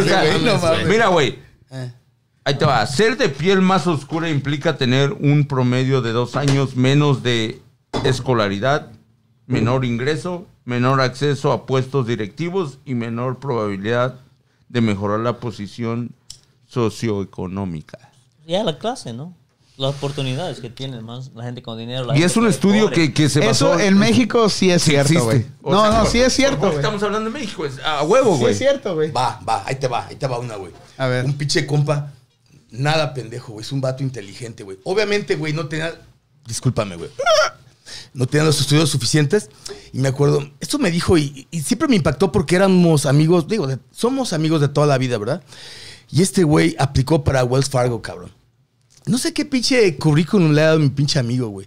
Speaker 2: (laughs) O sea,
Speaker 4: güey.
Speaker 1: no mames.
Speaker 2: Mira, güey.
Speaker 4: Eh.
Speaker 2: Ahí te va. Ser de piel más oscura implica tener un promedio de dos años menos de escolaridad, menor ingreso, menor acceso a puestos directivos y menor probabilidad de mejorar la posición socioeconómica.
Speaker 3: Ya la clase, ¿no? Las oportunidades que tienen más la gente con dinero. la
Speaker 2: Y
Speaker 3: gente
Speaker 2: es un
Speaker 3: que
Speaker 2: estudio
Speaker 3: pobre.
Speaker 2: que, que se basó...
Speaker 1: Eso en México sí es
Speaker 2: Sí
Speaker 1: cierto,
Speaker 2: existe.
Speaker 1: güey.
Speaker 2: O
Speaker 1: No,
Speaker 2: sea,
Speaker 1: no,
Speaker 2: por-
Speaker 1: sí es
Speaker 2: por-
Speaker 1: cierto, güey.
Speaker 2: Estamos hablando de México, es a huevo,
Speaker 1: Sí
Speaker 2: güey.
Speaker 1: es cierto, güey.
Speaker 4: Va, va, ahí te va, ahí te va una, güey.
Speaker 1: A ver.
Speaker 4: Un pinche compa, nada pendejo, güey. Es un vato inteligente, güey. Obviamente, güey, no tenía. Discúlpame, güey. No tenía los estudios suficientes. Y me acuerdo, esto me dijo y, y siempre me impactó porque éramos amigos, digo, de- somos amigos de toda la vida, ¿verdad? Y este güey aplicó para Wells Fargo, cabrón. No sé qué pinche currículum le ha dado mi pinche amigo, güey.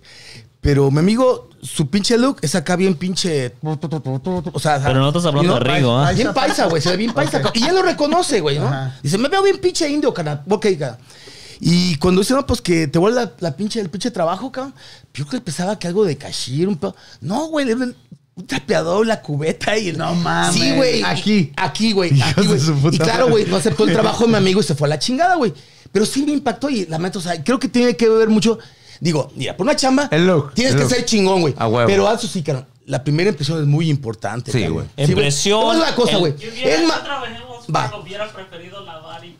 Speaker 4: Pero mi amigo, su pinche look es acá bien pinche. O sea,
Speaker 3: Pero no estás hablando
Speaker 4: ¿no?
Speaker 3: de Rigo, ¿ah?
Speaker 1: Ay,
Speaker 4: Bien paisa, güey. Se ve bien paisa.
Speaker 1: Ok.
Speaker 4: Y ya lo reconoce, güey, ¿no?
Speaker 1: Ajá.
Speaker 4: Dice, me veo bien pinche indio, cara. Ok, cara. Y cuando dice, no, pues que te vuelve la, la pinche, el pinche trabajo, cabrón. Yo que pensaba que algo de cashir, un pedo. No, güey, era un un trapeador, la cubeta y el-
Speaker 1: No mames.
Speaker 4: Sí, güey.
Speaker 1: Aquí.
Speaker 4: Aquí, güey.
Speaker 1: Hijos
Speaker 4: aquí,
Speaker 1: de
Speaker 4: güey.
Speaker 1: su puta
Speaker 4: Y claro,
Speaker 1: madre.
Speaker 4: güey, no aceptó
Speaker 1: (laughs)
Speaker 4: el trabajo de mi amigo y se fue a la chingada, güey. Pero sí me impactó y lamento, o sea, creo que tiene que ver mucho. Digo, mira, por una chamba,
Speaker 2: El look,
Speaker 4: tienes
Speaker 2: el
Speaker 4: que
Speaker 2: look.
Speaker 4: ser chingón, güey.
Speaker 2: A huevo.
Speaker 4: Pero eso sí, cabrón. La primera impresión es muy importante.
Speaker 2: Sí,
Speaker 4: cabrón.
Speaker 2: güey.
Speaker 4: güey.
Speaker 3: Impresión,
Speaker 4: Te voy a decir una cosa,
Speaker 3: el-
Speaker 4: güey.
Speaker 7: Yo hubiera,
Speaker 4: Es
Speaker 7: yo
Speaker 4: ma-
Speaker 7: trabajé en Wells
Speaker 4: Va.
Speaker 7: Fargo, hubiera preferido lavar (laughs) y...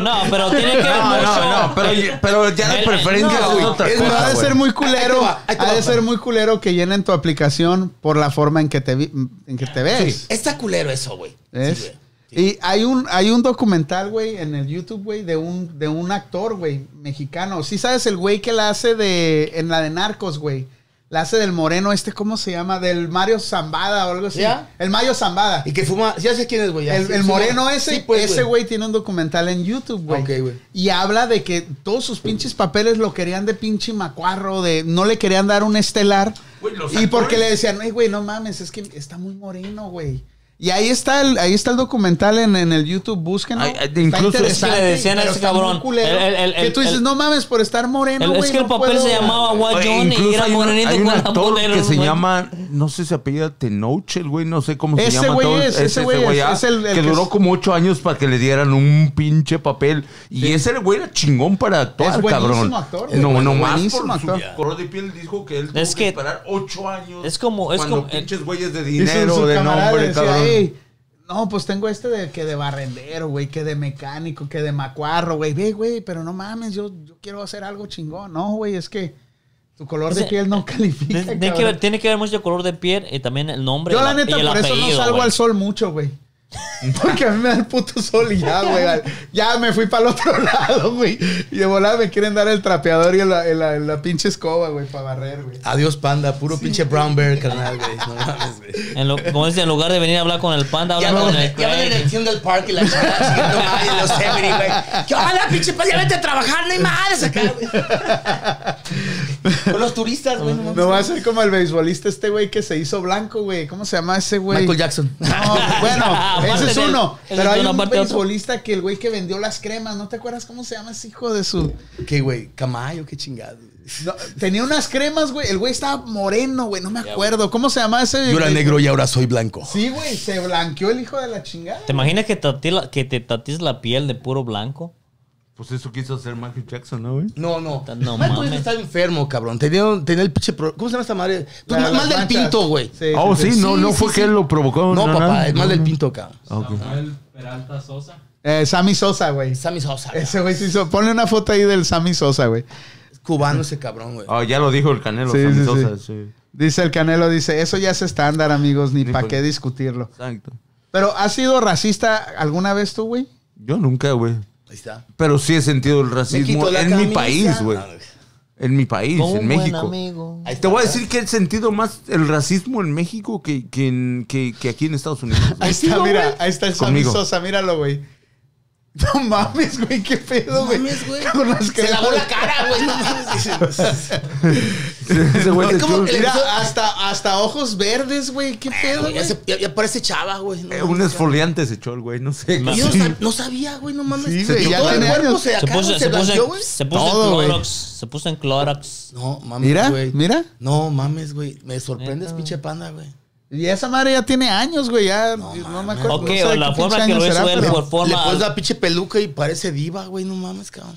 Speaker 3: No, pero tiene que ver
Speaker 2: No,
Speaker 3: mucho.
Speaker 2: no, no, pero, pero ya la
Speaker 3: El-
Speaker 2: preferencia
Speaker 3: no,
Speaker 2: es
Speaker 3: güey.
Speaker 2: otra
Speaker 4: Es
Speaker 2: cosa,
Speaker 1: ha de
Speaker 2: güey.
Speaker 1: ser muy
Speaker 4: Ahí
Speaker 1: culero.
Speaker 4: te va, ahí te
Speaker 1: ha de
Speaker 4: va.
Speaker 1: ser muy culero que llenen tu aplicación por la forma en que te, vi- en que te ves.
Speaker 4: Está culero eso, güey.
Speaker 1: ¿Ves?
Speaker 4: Sí, güey.
Speaker 1: Y hay un, hay un documental, güey, en el YouTube, güey, de un, de un actor, güey, mexicano. Sí sabes el güey que la hace de, en la de Narcos, güey. La hace del moreno este, ¿cómo se llama? Del Mario Zambada o algo así.
Speaker 4: ¿Ya?
Speaker 1: El Mario Zambada.
Speaker 4: Y que fuma. Ya sé quién es, güey. ya
Speaker 1: El,
Speaker 4: sé,
Speaker 1: el
Speaker 4: sí,
Speaker 1: moreno
Speaker 4: güey.
Speaker 1: ese,
Speaker 4: Sí, pues,
Speaker 1: ese güey tiene un documental en YouTube, güey.
Speaker 4: Ok, güey.
Speaker 1: Y habla de que todos sus pinches papeles lo querían de pinche macuarro, de no le querían dar un estelar.
Speaker 2: Güey, los
Speaker 1: y porque
Speaker 2: actores-
Speaker 1: le decían, "Ey, güey, no mames, es que está muy moreno, güey. Y ahí está el, ahí está el documental en, en el YouTube, búsquenlo.
Speaker 2: Ay, ay,
Speaker 1: Está
Speaker 2: incluso-
Speaker 1: interesante,
Speaker 3: Es que le decían a
Speaker 1: pero
Speaker 3: ese
Speaker 1: está muy
Speaker 3: cabrón,
Speaker 1: culero.
Speaker 3: el- el- el-
Speaker 1: que tú dices,
Speaker 3: el-
Speaker 1: no mames, por estar moreno,
Speaker 3: El-
Speaker 1: güey.
Speaker 3: es que el
Speaker 1: no
Speaker 3: papel
Speaker 1: puedo".
Speaker 3: se llamaba White
Speaker 2: Oye,
Speaker 3: Johnny y
Speaker 2: incluso
Speaker 3: era
Speaker 2: hay un,
Speaker 3: morenito
Speaker 2: hay un
Speaker 3: con la
Speaker 2: actor
Speaker 3: morena,
Speaker 2: que se
Speaker 3: güey.
Speaker 2: llama, no sé si se apellida Tenoch, el güey, no sé cómo
Speaker 1: Ese
Speaker 2: se llama.
Speaker 1: güey
Speaker 2: todo,
Speaker 1: es, ese güey es,
Speaker 2: ah,
Speaker 1: es el- el
Speaker 2: que
Speaker 1: que
Speaker 2: duró
Speaker 1: es-
Speaker 2: como ocho años para que le dieran un pinche papel. Y ese güey era chingón para actuar,
Speaker 1: Es buenísimo
Speaker 2: cabrón.
Speaker 1: actor, güey.
Speaker 2: no, no más
Speaker 1: Buenísimo
Speaker 2: por
Speaker 1: actor.
Speaker 2: su color de piel dijo que él tuvo
Speaker 3: Es
Speaker 2: que,
Speaker 3: que-
Speaker 2: esperar ocho años.
Speaker 3: es como- es
Speaker 2: cuando
Speaker 3: como- eh,
Speaker 2: pinches güeyes de
Speaker 1: Y su-
Speaker 2: dinero,
Speaker 1: su
Speaker 2: de
Speaker 1: camarada le
Speaker 2: nombre,
Speaker 1: decía,
Speaker 2: cabrón.
Speaker 1: "Ey, No, pues tengo este de que de barrendero, güey, que de mecánico, que de macuarro, güey. Ve, güey, pero no mames, yo, yo quiero hacer algo chingón. No, güey, es que tu color de
Speaker 3: O sea,
Speaker 1: piel no califica.
Speaker 3: Tiene que,
Speaker 1: cabrón.
Speaker 3: ver, tiene que ver mucho el color de piel y también el nombre.
Speaker 1: yo
Speaker 3: y
Speaker 1: la
Speaker 3: el
Speaker 1: neta
Speaker 3: ape- y el
Speaker 1: por eso no
Speaker 3: apellido,
Speaker 1: salgo
Speaker 3: güey.
Speaker 1: al sol mucho, güey. (laughs) Porque a mí me da el puto sol y ya, güey. Ya me fui para el otro (laughs) lado, güey. Y de volada me quieren dar el trapeador y la, la- la pinche escoba, güey, para barrer, güey.
Speaker 4: Adiós, panda. Puro pinche brown bear, carnal, güey. No mames, güey.
Speaker 3: En lo- como dice, en lugar de venir a hablar con el panda, habla
Speaker 6: Ya
Speaker 3: con
Speaker 6: van
Speaker 3: el
Speaker 6: ya van en
Speaker 3: Craig.
Speaker 6: el Central Park y la chingada siguiendo mal en los Emery, güey. Que ojalá, pinche paz, ya vete a trabajar, no hay madres acá, güey. Con los turistas,
Speaker 3: Ah,
Speaker 6: güey, no mames.
Speaker 1: Me va a hacer como el beisbolista este güey que se hizo blanco, güey. ¿Cómo se llama ese güey?
Speaker 4: Michael Jackson. (laughs)
Speaker 1: No, pues, bueno,
Speaker 3: Aparte
Speaker 1: ese es
Speaker 3: del-
Speaker 1: uno.
Speaker 3: ese
Speaker 1: pero
Speaker 3: es
Speaker 1: hay
Speaker 3: uno,
Speaker 1: un
Speaker 3: aparte otro.
Speaker 1: beisbolista que el güey que vendió las cremas, ¿no te acuerdas cómo se llama ese hijo de su?
Speaker 4: ¿Qué, güey? Camayo, qué chingado.
Speaker 1: No, tenía unas cremas, güey. El güey estaba moreno, güey. No me acuerdo. ¿Cómo se llama ese?
Speaker 4: Yo era negro y ahora soy blanco.
Speaker 1: Sí, güey. Se blanqueó el hijo de la chingada.
Speaker 3: ¿Te imaginas que, tati la- que te tatís la piel de puro blanco?
Speaker 2: Pues eso quiso hacer Michael Jackson, ¿no, güey?
Speaker 4: No, no.
Speaker 3: No
Speaker 4: Michael Jackson
Speaker 3: mames.
Speaker 4: estaba enfermo, cabrón. Tenía, tenía el pinche. pro- ¿Cómo se llama esta madre?
Speaker 1: La-
Speaker 4: Pues
Speaker 1: las
Speaker 4: mal, mal del
Speaker 1: manchas.
Speaker 4: pinto, güey.
Speaker 1: Sí,
Speaker 2: Oh, sí, no,
Speaker 4: Sí,
Speaker 2: no
Speaker 4: sí,
Speaker 2: fue
Speaker 4: sí.
Speaker 2: que él lo provocó.
Speaker 4: No, papá,
Speaker 2: nada.
Speaker 4: es mal del pinto, cabrón.
Speaker 2: Ah, ok.
Speaker 7: Samuel Peralta Sosa.
Speaker 1: Eh, Sammy Sosa, güey.
Speaker 4: Sammy Sosa. güey.
Speaker 1: Ese güey se hizo. Ponle una foto ahí del Sammy Sosa, güey.
Speaker 4: Es cubano ese cabrón, güey.
Speaker 2: Ah, ya lo dijo el Canelo.
Speaker 1: Sí,
Speaker 2: Sammy
Speaker 1: sí,
Speaker 2: Sosa,
Speaker 1: sí.
Speaker 2: sí.
Speaker 1: Dice el Canelo, dice, eso ya es estándar, amigos, ni
Speaker 2: Ni
Speaker 1: para
Speaker 2: pa'
Speaker 1: qué
Speaker 2: qué.
Speaker 1: discutirlo.
Speaker 2: Exacto.
Speaker 1: Pero, ¿has sido racista alguna vez tú, güey?
Speaker 2: Yo nunca, güey.
Speaker 4: Ahí está.
Speaker 2: Pero sí he sentido el racismo
Speaker 4: quito la
Speaker 2: en mi
Speaker 4: camisa.
Speaker 2: país, güey. En mi país,
Speaker 3: Como
Speaker 2: en
Speaker 3: un buen
Speaker 2: México.
Speaker 3: amigo.
Speaker 4: Ahí
Speaker 2: Te voy a
Speaker 4: está.
Speaker 2: decir que he sentido más el racismo en México que, que, en- que- que aquí en Estados
Speaker 1: (laughs)
Speaker 2: Unidos. güey.
Speaker 1: Ahí está,
Speaker 2: Digo,
Speaker 1: mira,
Speaker 2: güey.
Speaker 1: ahí está el Sammy
Speaker 2: Conmigo.
Speaker 1: Sosa, míralo, güey. No mames, güey, qué pedo, güey.
Speaker 4: mames, güey.
Speaker 1: Con las
Speaker 6: Se
Speaker 1: que-
Speaker 6: lavó la cara, güey, no mames.
Speaker 2: Ese (laughs) güey
Speaker 4: Es
Speaker 2: le
Speaker 4: como
Speaker 2: echó-
Speaker 4: que le-
Speaker 1: Mira, hasta, hasta ojos verdes, güey, qué pedo,
Speaker 6: Ah, Ya,
Speaker 1: güey.
Speaker 6: se- ya- ya parece chava, güey.
Speaker 2: eh,
Speaker 6: no mames,
Speaker 2: un
Speaker 6: cabrón.
Speaker 2: esfoliante se echó el güey, no sé. (laughs)
Speaker 6: Yo no, sab- no sabía, güey, no mames.
Speaker 1: Sí,
Speaker 6: Se
Speaker 1: güey, ya
Speaker 6: tocó el
Speaker 1: tiene
Speaker 6: cuerpo,
Speaker 1: años.
Speaker 6: se
Speaker 3: Se
Speaker 6: acá,
Speaker 3: puso,
Speaker 6: güey,
Speaker 3: se
Speaker 6: se
Speaker 3: puso,
Speaker 6: blanqueó,
Speaker 3: en,
Speaker 6: güey.
Speaker 3: se puso en
Speaker 1: Todo, güey.
Speaker 3: Clorox. Se puso en Clorox.
Speaker 4: No, mames,
Speaker 1: Mira,
Speaker 4: güey.
Speaker 1: mira.
Speaker 4: No, mames, güey. Me sorprendes, pinche panda, güey.
Speaker 1: Y esa madre ya tiene años, güey, ya no, me acuerdo.
Speaker 3: Ok,
Speaker 1: no sé
Speaker 3: o
Speaker 1: de
Speaker 3: la
Speaker 1: qué
Speaker 3: forma
Speaker 1: pinche
Speaker 3: que
Speaker 1: año
Speaker 3: lo
Speaker 1: será,
Speaker 3: hizo él
Speaker 1: pero-
Speaker 3: por
Speaker 4: Le
Speaker 3: forma.
Speaker 4: pones la pinche peluca y parece diva, güey. No mames, cabrón.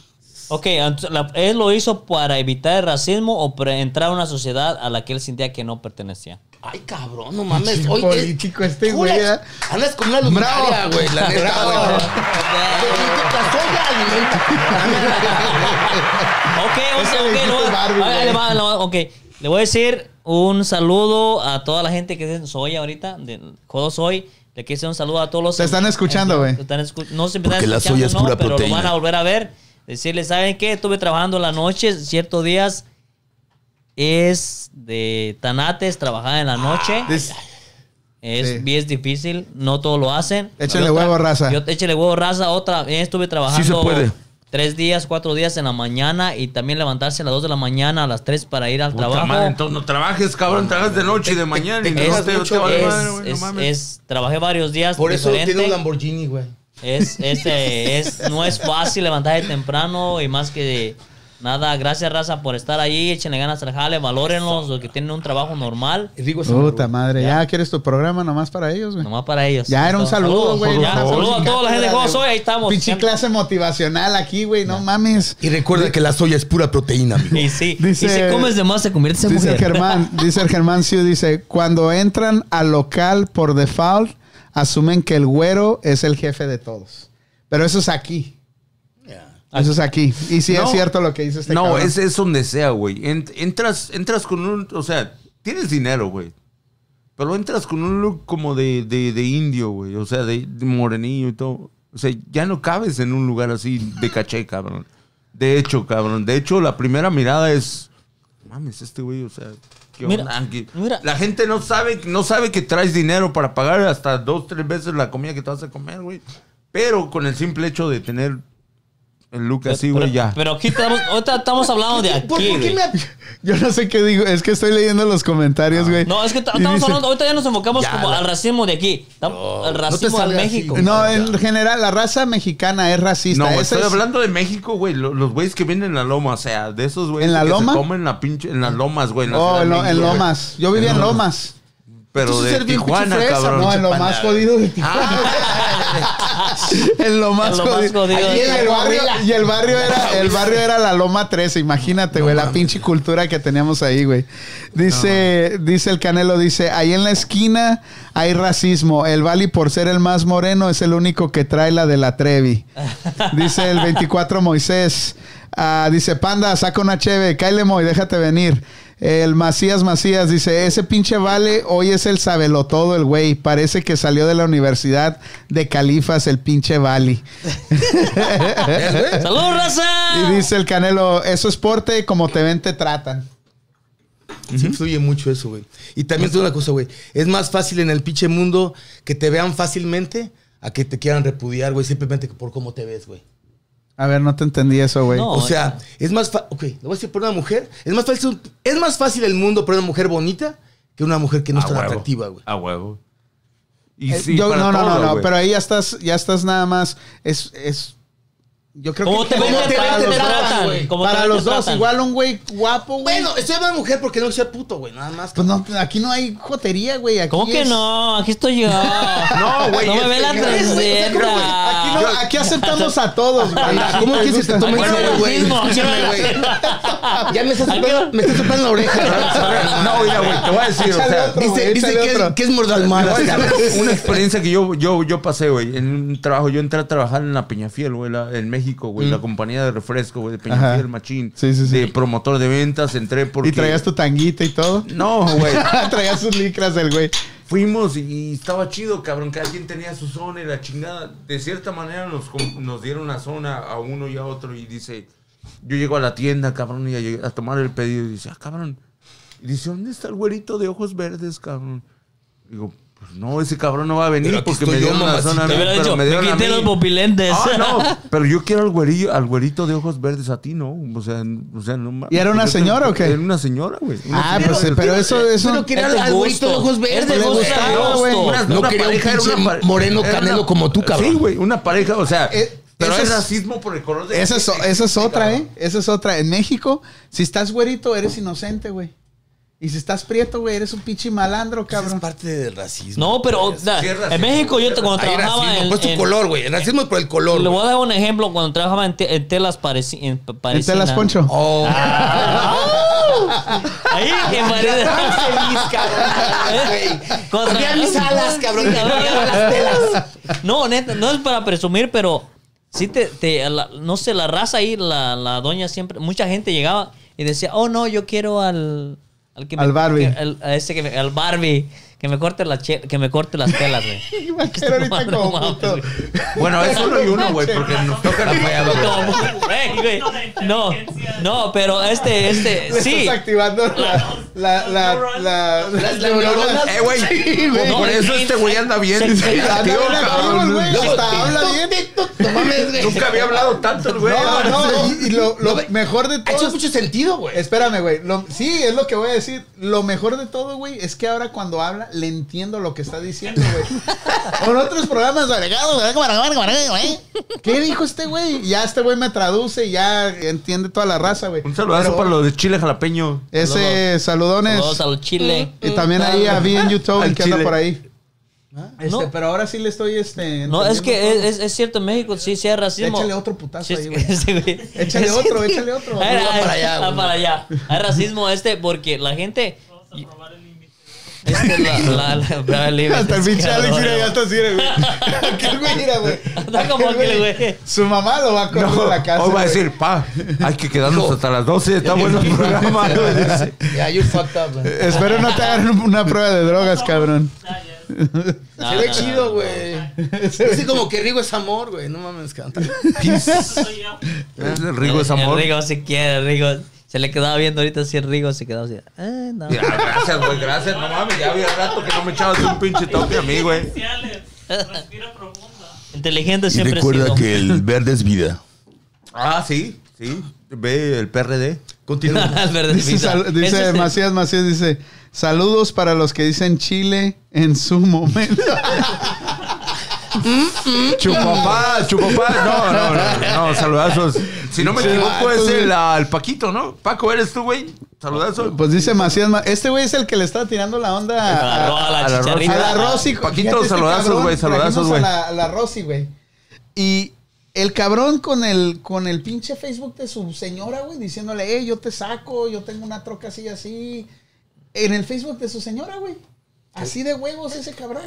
Speaker 3: Ok, ent- la- él lo hizo para evitar el racismo o para entrar a una sociedad a la que él sentía que no pertenecía.
Speaker 6: Ay, cabrón, no mames.
Speaker 1: Pinche
Speaker 6: Hoy
Speaker 1: político este,
Speaker 6: Tú,
Speaker 1: güey,
Speaker 6: la-
Speaker 1: ¿eh?
Speaker 6: Andas con una luminaria,
Speaker 1: Bravo.
Speaker 6: güey, la neta, güey. La soya alimenta.
Speaker 1: (laughs)
Speaker 3: Ok, o sea,
Speaker 1: Ese
Speaker 3: ok,
Speaker 1: viejito
Speaker 3: no,
Speaker 1: Barbie,
Speaker 3: a- a- le
Speaker 1: güey.
Speaker 3: va- le va- ok. Le voy a decir un saludo a toda la gente que es Soy ahorita, de Jodo Soy. Le quiero hacer un saludo a todos los.
Speaker 1: Te están escuchando, güey.
Speaker 3: Te están escu- No se me están
Speaker 4: Porque la
Speaker 3: escuchando,
Speaker 4: soya es
Speaker 3: no,
Speaker 4: pura
Speaker 3: pero
Speaker 4: proteína.
Speaker 3: lo van a volver a ver. Decirles, ¿saben qué? Estuve trabajando en la noche, ciertos días. Es de Tanates, trabajar en la noche.
Speaker 1: This-
Speaker 3: Es,
Speaker 1: Ah, Sí.
Speaker 3: bien difícil, no todos lo hacen.
Speaker 1: Échenle
Speaker 3: Yo tra-
Speaker 1: huevo, raza.
Speaker 3: Yo échenle huevo, raza. Otra, eh, estuve trabajando
Speaker 2: Sí se puede.
Speaker 3: tres días, cuatro días en la mañana y también levantarse a las dos de la mañana, a las tres para ir al
Speaker 2: Puta
Speaker 3: trabajo.
Speaker 2: madre, entonces no trabajes, cabrón, trabajas de noche y de mañana. Y
Speaker 4: te
Speaker 2: no
Speaker 3: es,
Speaker 4: quejas
Speaker 2: te,
Speaker 4: mucho,
Speaker 2: te vale
Speaker 3: es-
Speaker 2: madre, güey, no
Speaker 3: es-
Speaker 2: mames.
Speaker 3: es- trabajé varios días.
Speaker 4: Por eso
Speaker 3: diferente.
Speaker 4: tiene un Lamborghini, güey.
Speaker 3: Es, es, eh, es- no es fácil levantarse temprano y más que nada, gracias raza por estar ahí, échenle ganas al jale, valórenlos, los que tienen un trabajo normal,
Speaker 4: Rigo
Speaker 1: Puta madre, ya. quieres tu programa nomás para ellos, güey.
Speaker 3: nomás para ellos.
Speaker 1: Ya era un
Speaker 3: Entonces,
Speaker 1: saludo, güey.
Speaker 3: Ya,
Speaker 1: Por
Speaker 3: saludo a
Speaker 1: favor.
Speaker 3: toda la gente de Juegos Hoy, ahí estamos.
Speaker 1: Pinche
Speaker 3: Siempre-
Speaker 1: clase motivacional aquí, güey, no mames.
Speaker 4: Y recuerda que la soya es pura proteína, amigo.
Speaker 3: Y sí,
Speaker 1: Dice-
Speaker 3: y si comes de más te conviertes en
Speaker 1: Dice el
Speaker 3: mujer.
Speaker 1: Germán, dice el Germán Siu, dice, cuando entran al local por default, asumen que el güero es el jefe de todos. Pero eso es aquí. Eso es aquí. Y sí
Speaker 2: No.
Speaker 1: es cierto lo que dice este
Speaker 2: no,
Speaker 1: cabrón.
Speaker 2: es, es donde sea, güey. Ent- entras, entras con un. O sea, tienes dinero, güey. Pero entras con un look como de, de- de indio, güey. O sea, de, de morenillo y todo. O sea, ya no cabes en un lugar así de caché, cabrón. De hecho, cabrón. De hecho, la primera mirada es. Mames, este güey, o sea. ¿qué
Speaker 3: Mira,
Speaker 2: onda? ¿Qué-
Speaker 3: mira.
Speaker 2: La gente no sabe, no sabe que traes dinero para pagar hasta dos, tres veces la comida que te vas a comer, güey. Pero con el simple hecho de tener el look así, güey,
Speaker 3: pero,
Speaker 2: ya.
Speaker 3: pero aquí estamos, ahorita estamos hablando de
Speaker 1: (laughs)
Speaker 3: aquí.
Speaker 1: ¿Por, por qué
Speaker 3: güey.
Speaker 1: me- Yo no sé qué digo. Es que estoy leyendo los
Speaker 2: Ah.
Speaker 1: comentarios, güey.
Speaker 3: No, es que t-
Speaker 1: Y
Speaker 3: estamos
Speaker 1: dice-
Speaker 3: hablando, ahorita ya nos enfocamos
Speaker 4: Ya,
Speaker 3: como
Speaker 4: la-
Speaker 3: al racismo de aquí. Estamos- al racismo de
Speaker 4: salgas
Speaker 1: (laughs)
Speaker 4: así,
Speaker 3: México.
Speaker 4: güey.
Speaker 1: No, en general, la raza mexicana es racista.
Speaker 2: No,
Speaker 1: Esa
Speaker 2: estoy
Speaker 1: es-
Speaker 2: hablando de México, güey. lo- Los güeyes que vienen en la loma, o sea, de esos güeyes
Speaker 1: ¿En la
Speaker 2: que
Speaker 1: loma?
Speaker 2: se comen la pinche, en las lomas, güey. la
Speaker 1: Oh,
Speaker 2: Ciudad
Speaker 1: en,
Speaker 2: de
Speaker 1: lo- en
Speaker 2: México, güey.
Speaker 1: Lomas. Yo vivía en Lomas.
Speaker 2: Pero
Speaker 4: Entonces,
Speaker 2: de
Speaker 4: ser bien
Speaker 2: Tijuana,
Speaker 4: pinche fresa,
Speaker 2: cabrón. (laughs) Ah,
Speaker 1: No, en lo más jodido de Tijuana. En lo más,
Speaker 3: En lo más
Speaker 1: jodido.
Speaker 3: jodido.
Speaker 1: Y el barrio,
Speaker 6: Gorila.
Speaker 1: y el barrio era, el barrio era la Loma 13, imagínate, güey, la pinche cultura que teníamos ahí, güey. Dice, dice el Canelo, dice, ahí en la esquina hay racismo. El Bali, por ser el más moreno, es el único que trae la de la Trevi. Dice el 24 Moisés. Ah, dice, panda, saca una cheve, cáile Moy, déjate venir. El Macías Macías dice, ese pinche vale, hoy es el sabelotodo el güey. Parece que salió de la universidad de Califas el pinche vale.
Speaker 3: ¡Salud, raza!
Speaker 1: Y dice el Canelo, eso es porte, como te ven te tratan.
Speaker 4: Sí, influye mucho eso, güey. Y también es una cosa, güey. Es más fácil en el pinche mundo que te vean fácilmente a que te quieran repudiar, güey, simplemente por cómo te ves, güey.
Speaker 1: A ver, no te entendí eso, güey.
Speaker 3: No.
Speaker 4: O sea, es más fácil. Ok, lo voy a decir por una mujer. Es más fácil, es más fácil el mundo por una mujer bonita que una mujer que no
Speaker 2: A
Speaker 4: es tan
Speaker 2: Ah, huevo.
Speaker 4: atractiva, güey.
Speaker 2: A huevo. Y
Speaker 1: Eh,
Speaker 2: sí,
Speaker 1: yo-
Speaker 2: para
Speaker 1: no, no,
Speaker 2: todo,
Speaker 1: no, no,
Speaker 2: güey.
Speaker 1: pero ahí ya estás, ya estás nada más. Es, es. Yo creo
Speaker 3: ¿Cómo
Speaker 1: que
Speaker 3: te ven,
Speaker 1: para los
Speaker 3: te tratan,
Speaker 1: dos,
Speaker 3: tratan,
Speaker 1: güey.
Speaker 3: ¿Cómo te
Speaker 1: para
Speaker 3: ven,
Speaker 1: los
Speaker 3: te
Speaker 1: dos,
Speaker 3: tratan?
Speaker 1: igual un güey guapo, güey.
Speaker 4: Bueno, estoy hablando de mujer porque no sea puto, güey. Nada más.
Speaker 1: Pues no, aquí no hay jotería, güey. aquí
Speaker 3: ¿Cómo que
Speaker 1: es- este,
Speaker 3: no? Aquí estoy yo.
Speaker 2: No, güey,
Speaker 3: No me
Speaker 2: es
Speaker 3: ve
Speaker 2: que
Speaker 3: la
Speaker 2: no
Speaker 4: es, güey, o sea, creo, güey,
Speaker 1: Aquí, no,
Speaker 3: trenceta.
Speaker 1: aquí aceptamos a todos, güey.
Speaker 4: Anda, ¿Cómo que se te toma en
Speaker 3: Bueno,
Speaker 4: serio, güey?
Speaker 3: racismo.
Speaker 4: Escúchame, güey. Ya me estás soplando, me estás soplando
Speaker 2: (laughs)
Speaker 4: la
Speaker 2: (laughs)
Speaker 4: oreja.
Speaker 2: No, mira, güey, te voy a decir, o sea,
Speaker 1: Échale otro,
Speaker 4: Dice,
Speaker 1: güey,
Speaker 4: dice
Speaker 1: échale
Speaker 4: que, es-
Speaker 1: otro.
Speaker 4: que es mordalmada. (laughs)
Speaker 2: una experiencia que yo, yo, yo pasé, güey, en un trabajo. Yo entré a trabajar en la Peñafiel, güey, la- en México, güey, la compañía de refresco, güey, de Peñafiel,
Speaker 1: Mm. Ajá.
Speaker 2: machín.
Speaker 1: Sí, sí, sí.
Speaker 2: De promotor de ventas, entré porque...
Speaker 1: Y traías tu tanguita y todo. (laughs)
Speaker 2: No, güey.
Speaker 1: traías sus licras del güey.
Speaker 2: Fuimos y estaba chido, cabrón. Cada quien tenía su zona y la chingada. De cierta manera nos, com- nos dieron una zona a uno y a otro. Y dice, yo llego a la tienda, cabrón, y a, lleg- a tomar el pedido. Y dice, ah, cabrón. Y dice, ¿dónde está el güerito de ojos verdes, cabrón? Digo, pues no, ese cabrón no va a venir
Speaker 4: Pero aquí
Speaker 2: porque
Speaker 4: estoy
Speaker 2: me
Speaker 4: yo,
Speaker 2: dieron la
Speaker 4: mamacita.
Speaker 2: zona. a mí,
Speaker 3: Te hubiera
Speaker 2: pero
Speaker 3: dicho,
Speaker 2: me
Speaker 3: me
Speaker 2: dieron a
Speaker 3: quité
Speaker 2: mí".
Speaker 3: los pupilentes.
Speaker 2: Ah, no, pero yo quiero al güerillo, al güerito de ojos verdes a ti, ¿no? O sea, n- o sea no mames.
Speaker 1: ¿Y era una
Speaker 2: Yo te-
Speaker 1: señora o qué?
Speaker 2: Era una señora, güey. Una
Speaker 1: Ah,
Speaker 2: señora.
Speaker 1: pues, pero, eso, eso.
Speaker 4: Yo no
Speaker 3: (laughs)
Speaker 4: quería
Speaker 3: Es de
Speaker 4: al güerito de
Speaker 3: gusto.
Speaker 4: ojos
Speaker 3: Es
Speaker 4: verdes,
Speaker 3: de
Speaker 4: güey.
Speaker 3: gusto.
Speaker 2: Pero, güey,
Speaker 3: gusto.
Speaker 2: una-
Speaker 4: No
Speaker 2: una
Speaker 4: quería un
Speaker 2: pareja, era
Speaker 4: pinche
Speaker 2: una pare-
Speaker 4: moreno
Speaker 2: era
Speaker 4: canelo
Speaker 2: una-
Speaker 4: como tú, cabrón.
Speaker 2: Sí, güey, una pareja, o sea,
Speaker 1: Eh,
Speaker 2: pero
Speaker 1: esa
Speaker 2: es
Speaker 1: es-
Speaker 2: racismo por el color de
Speaker 1: Esa es, esa es otra, ¿eh? Esa es otra. En México, si estás güerito, eres inocente, güey. Y si estás prieto, güey, eres un pinche malandro,
Speaker 4: Es
Speaker 1: cabrón.
Speaker 4: parte del racismo.
Speaker 3: No, pero da-
Speaker 2: Sí, es racismo.
Speaker 3: en México yo te- cuando
Speaker 4: Hay
Speaker 3: trabajaba
Speaker 4: racismo,
Speaker 3: en,
Speaker 4: pues tu
Speaker 3: en-
Speaker 4: color, güey. El racismo es por el color.
Speaker 3: le voy
Speaker 4: güey.
Speaker 3: a dar un ejemplo cuando trabajaba en, te- en telas pareci- en pa-
Speaker 1: ¿En
Speaker 3: parecinas.
Speaker 1: telas, Poncho?
Speaker 4: Oh, (laughs)
Speaker 1: (laughs)
Speaker 3: Ahí en
Speaker 6: Tan
Speaker 3: parecinas.
Speaker 6: feliz, cabrón.
Speaker 3: ¿Eh?
Speaker 6: güey.
Speaker 3: Contra-
Speaker 6: Vean mis alas, cabrón.
Speaker 3: Sí,
Speaker 6: que
Speaker 3: cabrón.
Speaker 6: brillan las telas.
Speaker 3: No, neta, no es para presumir, pero sí te, te- la- no sé, la raza ahí, la, la doña siempre, mucha gente llegaba y decía, oh no, yo quiero al al, que
Speaker 1: Al Barbie.
Speaker 3: que- al- a ese que me- al Barbie que me corte las que me corte las telas, güey.
Speaker 1: (laughs) Iba a quedar ahorita
Speaker 3: (laughs) No
Speaker 1: como
Speaker 3: mames,
Speaker 1: puto.
Speaker 3: güey.
Speaker 2: Bueno, es uno y uno, güey, porque nos toca la fea, güey.
Speaker 3: Como, güey, güey. No, no, pero este,
Speaker 1: (laughs)
Speaker 3: este,
Speaker 1: Le
Speaker 3: sí.
Speaker 1: Estás activando la, la, la, la,
Speaker 4: Las neuronas.
Speaker 2: Eh, güey,
Speaker 1: güey.
Speaker 2: por eso este güey anda bien.
Speaker 3: Se-
Speaker 2: Tío,
Speaker 1: Anda bien activo el
Speaker 2: cabrón.
Speaker 1: güey,
Speaker 4: Luego,
Speaker 1: hasta
Speaker 4: tic,
Speaker 1: habla
Speaker 4: toc,
Speaker 1: bien.
Speaker 4: tic, toc. No mames, güey.
Speaker 2: Nunca había hablado tanto el güey.
Speaker 1: No, no, y, y lo, lo
Speaker 4: No, güey.
Speaker 1: mejor de
Speaker 4: Ha hecho
Speaker 1: todo.
Speaker 4: mucho sentido, güey.
Speaker 1: Espérame, güey. Lo- Sí, es lo que voy a decir. Lo mejor de todo, güey, es que ahora cuando habla, le entiendo lo que está diciendo, güey. Con otros programas agregados, ¿verdad? Como, como, como, güey. ¿Qué dijo este güey? Ya este güey me traduce, ya entiende toda la raza, güey.
Speaker 2: Un saludazo
Speaker 1: Pero
Speaker 2: para los de Chile jalapeño.
Speaker 1: Ese saludones.
Speaker 3: Todos al chile.
Speaker 1: Y también ahí a en YouTube
Speaker 2: Al
Speaker 1: que anda
Speaker 2: chile.
Speaker 1: por ahí. Este,
Speaker 3: No.
Speaker 1: pero ahora sí le estoy este.
Speaker 3: No, es que
Speaker 1: entendiendo todo.
Speaker 3: es, es- es cierto, en México sí, sí hay racismo.
Speaker 1: Échale otro putazo
Speaker 3: Sí,
Speaker 1: ahí,
Speaker 3: sí, (laughs)
Speaker 1: güey.
Speaker 3: sí, güey.
Speaker 1: Échale
Speaker 3: Sí,
Speaker 1: otro,
Speaker 3: sí.
Speaker 1: échale otro.
Speaker 3: (laughs) Ay,
Speaker 1: Va
Speaker 3: ay,
Speaker 4: para allá,
Speaker 3: va
Speaker 4: güey.
Speaker 3: para allá. Hay racismo este porque la gente...
Speaker 7: Vamos a probar el invitado.
Speaker 3: Este, la, la, la- la- la-
Speaker 1: Hasta el
Speaker 3: es
Speaker 1: pinche
Speaker 3: que
Speaker 1: Alex
Speaker 3: adoro.
Speaker 1: mira, ya está así, güey. (laughs) Aquel güey, mira, güey.
Speaker 3: Anda como
Speaker 1: Aquel
Speaker 3: aquel güey.
Speaker 1: Su mamá lo va a correr
Speaker 2: No,
Speaker 1: de la casa.
Speaker 2: hoy va a
Speaker 1: güey.
Speaker 2: decir, pa, hay que quedarnos hasta las 12, está bueno el programa. güey, dice.
Speaker 4: Ya, you fucked up, güey.
Speaker 1: Eh, Espero no te hagan una prueba de drogas, cabrón.
Speaker 7: Ya, ya.
Speaker 3: No,
Speaker 4: Se ve
Speaker 3: no, no,
Speaker 4: chido,
Speaker 3: no.
Speaker 4: Ah, güey. Así como que Rigo es amor, güey. No mames, canta.
Speaker 7: Eso soy yo.
Speaker 2: El Rigo (laughs) es amor.
Speaker 3: El Rigo se quiere, el Rigo. Se le quedaba viendo ahorita así el Rigo, se quedaba así. Ah, no.
Speaker 2: (laughs) Ya, gracias, güey, gracias. No mames, ya había rato que no me echabas un pinche toque a mí, güey.
Speaker 7: Especiales. Respira profundo.
Speaker 3: Inteligente siempre he sido.
Speaker 4: el verde es vida.
Speaker 2: Ah, sí, sí. Ve el PRD. (laughs)
Speaker 4: Continúa.
Speaker 3: Al verde
Speaker 1: Dice,
Speaker 3: pizza.
Speaker 1: sal- dice
Speaker 3: Ese es-
Speaker 1: Macías, Macías dice, saludos para los que dicen Chile en su momento.
Speaker 2: Chupapá, chupapá. No, no, no, no, saludazos. Si no me equivoco, es el, ah, el Paquito, ¿no? Paco, ¿eres tú, güey? Saludazos.
Speaker 1: (laughs) Pues dice Macías, Ma- este güey es el que le está tirando la onda
Speaker 3: A la- a la
Speaker 2: A la
Speaker 1: a
Speaker 3: chicharrita.
Speaker 1: la Rosy.
Speaker 2: Paquito,
Speaker 1: Fíjate, este
Speaker 2: saludazos,
Speaker 1: cabrón,
Speaker 2: güey, saludazos,
Speaker 1: trajimos
Speaker 2: güey.
Speaker 1: A la, a la Rosy, güey. Y el cabrón con el, con el pinche Facebook de su señora, güey, diciéndole, hey, yo te saco, yo tengo una troca así, así. En el Facebook de su señora, güey. Así de huevos ese cabrón.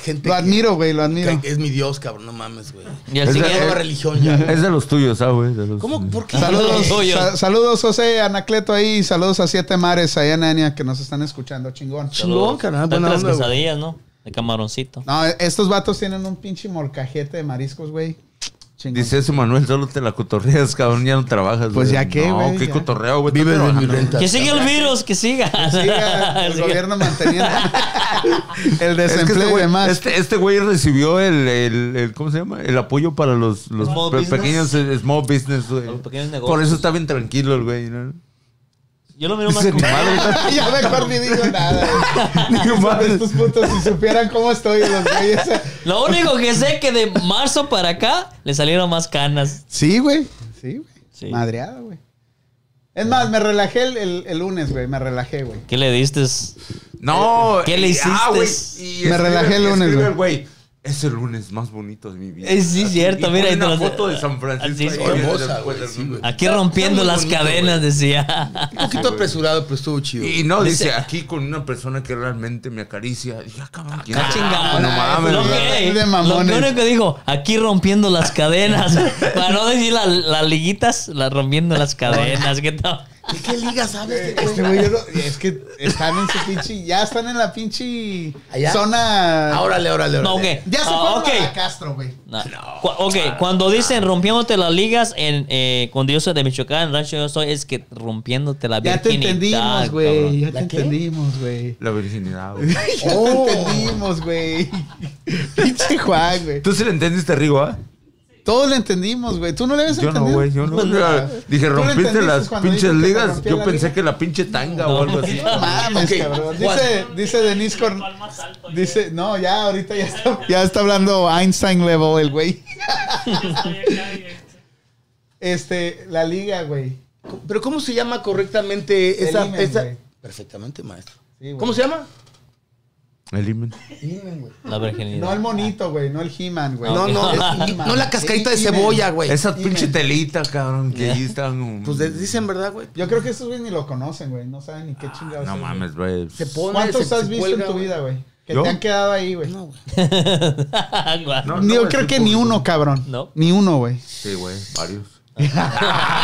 Speaker 4: Gente
Speaker 1: Lo
Speaker 4: que-
Speaker 1: admiro, güey, lo admiro.
Speaker 4: que es mi Dios, cabrón, no mames, güey.
Speaker 3: Y el
Speaker 2: Es de-
Speaker 4: Ya
Speaker 3: siguiente.
Speaker 4: nueva religión ya.
Speaker 2: Es de los tuyos, ¿ah, güey? De los-
Speaker 4: ¿Cómo? ¿Por
Speaker 2: (laughs)
Speaker 4: qué?
Speaker 1: Saludos,
Speaker 3: Tuyo.
Speaker 1: sa- saludos José Anacleto ahí, saludos a Siete Mares, allá en Ania, que nos están escuchando, chingón.
Speaker 4: Chingón, carnal,
Speaker 3: Están
Speaker 4: buena
Speaker 3: las
Speaker 4: onda, güey.
Speaker 3: quesadillas, ¿no? De camaroncito.
Speaker 1: No, estos vatos tienen un pinche molcajete de mariscos, güey. Chingón.
Speaker 2: Dice eso, Manuel, solo te la cotorreas, cabrón, ya no trabajas.
Speaker 1: Pues
Speaker 2: güey.
Speaker 1: ya qué,
Speaker 2: No,
Speaker 1: güey,
Speaker 2: qué
Speaker 1: ya.
Speaker 2: cotorreo, güey.
Speaker 4: Vive
Speaker 2: Estás
Speaker 4: de mi
Speaker 2: trabajando.
Speaker 4: renta.
Speaker 3: Que siga el virus, que siga. (laughs)
Speaker 1: Siga el
Speaker 3: Siga.
Speaker 1: gobierno manteniendo el
Speaker 2: Es que
Speaker 1: desempleo
Speaker 2: este
Speaker 1: y
Speaker 2: güey-
Speaker 1: demás.
Speaker 2: Este, este güey recibió el, el- el- ¿cómo se llama? El apoyo para los, los
Speaker 3: Small
Speaker 2: pe-
Speaker 3: business.
Speaker 2: pequeños eh, small business, güey.
Speaker 3: Los pequeños negocios.
Speaker 2: Por eso está bien tranquilo el güey, ¿no?
Speaker 3: Yo lo miro más
Speaker 2: Dice,
Speaker 3: como...
Speaker 2: "Ni
Speaker 1: (laughs)
Speaker 2: madre,
Speaker 1: ya mejor ni digo nada.
Speaker 2: (laughs)
Speaker 3: (laughs)
Speaker 2: ni
Speaker 1: güey.
Speaker 2: madre".
Speaker 1: Estos putos, si supieran cómo estoy, los güeyes.
Speaker 3: Lo único que sé es que de marzo para acá le salieron más canas.
Speaker 1: Sí, güey. Sí, güey.
Speaker 3: Sí.
Speaker 1: Madreada, güey. Es más, me relajé el, el- el lunes, güey. Me relajé, güey.
Speaker 3: ¿Qué le diste?
Speaker 2: No.
Speaker 3: ¿Qué le
Speaker 2: y-
Speaker 3: hiciste?
Speaker 2: ah, güey, y
Speaker 1: Me
Speaker 2: escribe-
Speaker 1: relajé el
Speaker 2: y
Speaker 1: lunes,
Speaker 2: escribe
Speaker 1: güey.
Speaker 2: el güey. Es el lunes más bonito de mi vida.
Speaker 3: Eh, sí, cierto,
Speaker 2: y
Speaker 3: mira,
Speaker 2: pone
Speaker 3: y te
Speaker 2: una
Speaker 3: lo-
Speaker 2: foto de San
Speaker 3: Así
Speaker 2: Francisco.
Speaker 3: es,
Speaker 2: ahí en el-
Speaker 4: hermosa, güey,
Speaker 2: el-
Speaker 4: sí, güey.
Speaker 3: Aquí rompiendo
Speaker 4: Está muy
Speaker 3: las
Speaker 4: bonito,
Speaker 3: cadenas,
Speaker 4: güey.
Speaker 3: decía.
Speaker 4: Un poquito apresurado, pero estuvo chido.
Speaker 2: Y no, dice,
Speaker 3: Dice-
Speaker 2: aquí con una persona que realmente me acaricia. Y ya, cabrón. ¿quién
Speaker 3: Ah,
Speaker 2: es?
Speaker 3: chingado.
Speaker 2: No mames.
Speaker 3: Lo
Speaker 2: güey.
Speaker 3: que,
Speaker 1: De
Speaker 3: lo
Speaker 1: mamones.
Speaker 3: que único que dijo, aquí rompiendo las cadenas. (laughs) Para no decir la- las liguitas, las rompiendo las cadenas. ¿Qué tal?
Speaker 4: ¿De qué liga sabes?
Speaker 1: Este güey, yo no- es que están en su pinche. Ya están en la pinche
Speaker 4: ¿Allá?
Speaker 1: zona.
Speaker 4: Órale, órale, órale.
Speaker 3: No, ok.
Speaker 1: Ya se
Speaker 3: Ah,
Speaker 1: fueron
Speaker 3: ok.
Speaker 1: a la Castro, güey.
Speaker 3: No. Cu- ok, cuando dicen rompiéndote las ligas en eh, cuando yo soy de Michoacán, en rancho yo soy, es que rompiéndote la
Speaker 1: Ya te
Speaker 3: virginidad,
Speaker 1: entendimos, güey.
Speaker 3: cabrón.
Speaker 1: Ya te
Speaker 4: ¿La qué?
Speaker 1: entendimos, güey.
Speaker 2: La virginidad, güey.
Speaker 1: Ya
Speaker 2: Oh.
Speaker 1: te entendimos, güey. (laughs) Pinche Juan, güey.
Speaker 2: Tú sí le entendiste, Rigo, ¿ah?
Speaker 1: Todos le entendimos, güey. Tú no le habías
Speaker 2: Yo no,
Speaker 1: entendido.
Speaker 2: güey,
Speaker 4: (laughs)
Speaker 2: yo no.
Speaker 1: Pues,
Speaker 2: Mira, Dije,
Speaker 1: ¿tú le
Speaker 2: rompiste
Speaker 1: entendiste
Speaker 2: las
Speaker 1: cuando
Speaker 2: pinches
Speaker 1: dije que
Speaker 2: ligas.
Speaker 1: rompí
Speaker 2: Yo
Speaker 1: la
Speaker 2: pensé
Speaker 1: liga?
Speaker 2: que la pinche tanga
Speaker 3: No,
Speaker 2: o algo así.
Speaker 1: No mames,
Speaker 4: Ok.
Speaker 1: cabrón.
Speaker 4: Juan.
Speaker 1: Dice, dice de Niscor.
Speaker 7: Cuál más alto, oye.
Speaker 1: Dice, no, ya ahorita ya está, ya está hablando Einstein level el güey.
Speaker 7: Yo estoy acá y, eh,
Speaker 4: (laughs)
Speaker 1: Este, la liga, güey.
Speaker 4: Pero ¿cómo se llama correctamente esa...
Speaker 1: El himen,
Speaker 4: esa-
Speaker 1: güey.
Speaker 4: Perfectamente, maestro.
Speaker 1: Sí, güey.
Speaker 4: ¿Cómo se llama?
Speaker 2: El himen.
Speaker 3: La virginidad.
Speaker 1: No el
Speaker 3: (laughs)
Speaker 1: monito, güey, no el He-Man, güey.
Speaker 4: No, no,
Speaker 1: Es
Speaker 4: es-
Speaker 1: He-Man.
Speaker 4: no la cascarita de
Speaker 1: He-Man.
Speaker 4: cebolla, güey.
Speaker 2: Esa pinche
Speaker 1: Himen.
Speaker 2: telita, cabrón, que ahí están. um,
Speaker 4: Pues de- dicen verdad, güey.
Speaker 1: Yo creo que estos güeyes ni lo conocen, güey. No saben ni
Speaker 4: Ah,
Speaker 1: qué chingados.
Speaker 2: No
Speaker 1: es, güey.
Speaker 2: mames, güey.
Speaker 4: Se pone,
Speaker 1: ¿Cuántos
Speaker 4: se-
Speaker 1: has
Speaker 4: se
Speaker 1: visto
Speaker 4: cuelga,
Speaker 1: en tu
Speaker 4: güey.
Speaker 1: vida, güey? Que
Speaker 2: ¿Yo?
Speaker 1: te han quedado ahí, güey.
Speaker 4: No, güey.
Speaker 3: Guau.
Speaker 2: No,
Speaker 1: Ni- yo
Speaker 2: güey,
Speaker 1: creo
Speaker 2: sí,
Speaker 1: que
Speaker 2: por-
Speaker 1: ni uno, cabrón.
Speaker 3: No.
Speaker 1: Ni uno,
Speaker 4: (laughs)
Speaker 1: güey.
Speaker 2: Sí, güey, varios.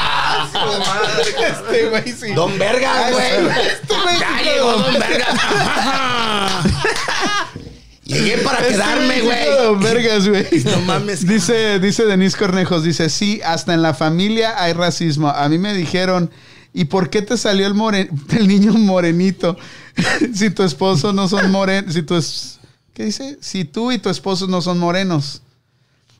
Speaker 4: Ah,
Speaker 1: Este güey sí.
Speaker 4: Don Verga, güey.
Speaker 1: Este güey
Speaker 4: Ya
Speaker 1: sí,
Speaker 4: llegó
Speaker 1: cabrón.
Speaker 4: Don Verga. Llegué (laughs) para quedarme,
Speaker 1: Este
Speaker 4: güey.
Speaker 1: es de Don Vergas, güey.
Speaker 4: No mames.
Speaker 1: Dice, dice Denise Cornejos, dice, sí, hasta en la familia hay racismo. A mí me dijeron, ¿y por qué te salió el, more- (laughs) el niño morenito? (laughs) si tu esposo no son morenos, si tu es- ¿Qué dice? Si tú y tu esposo no son morenos.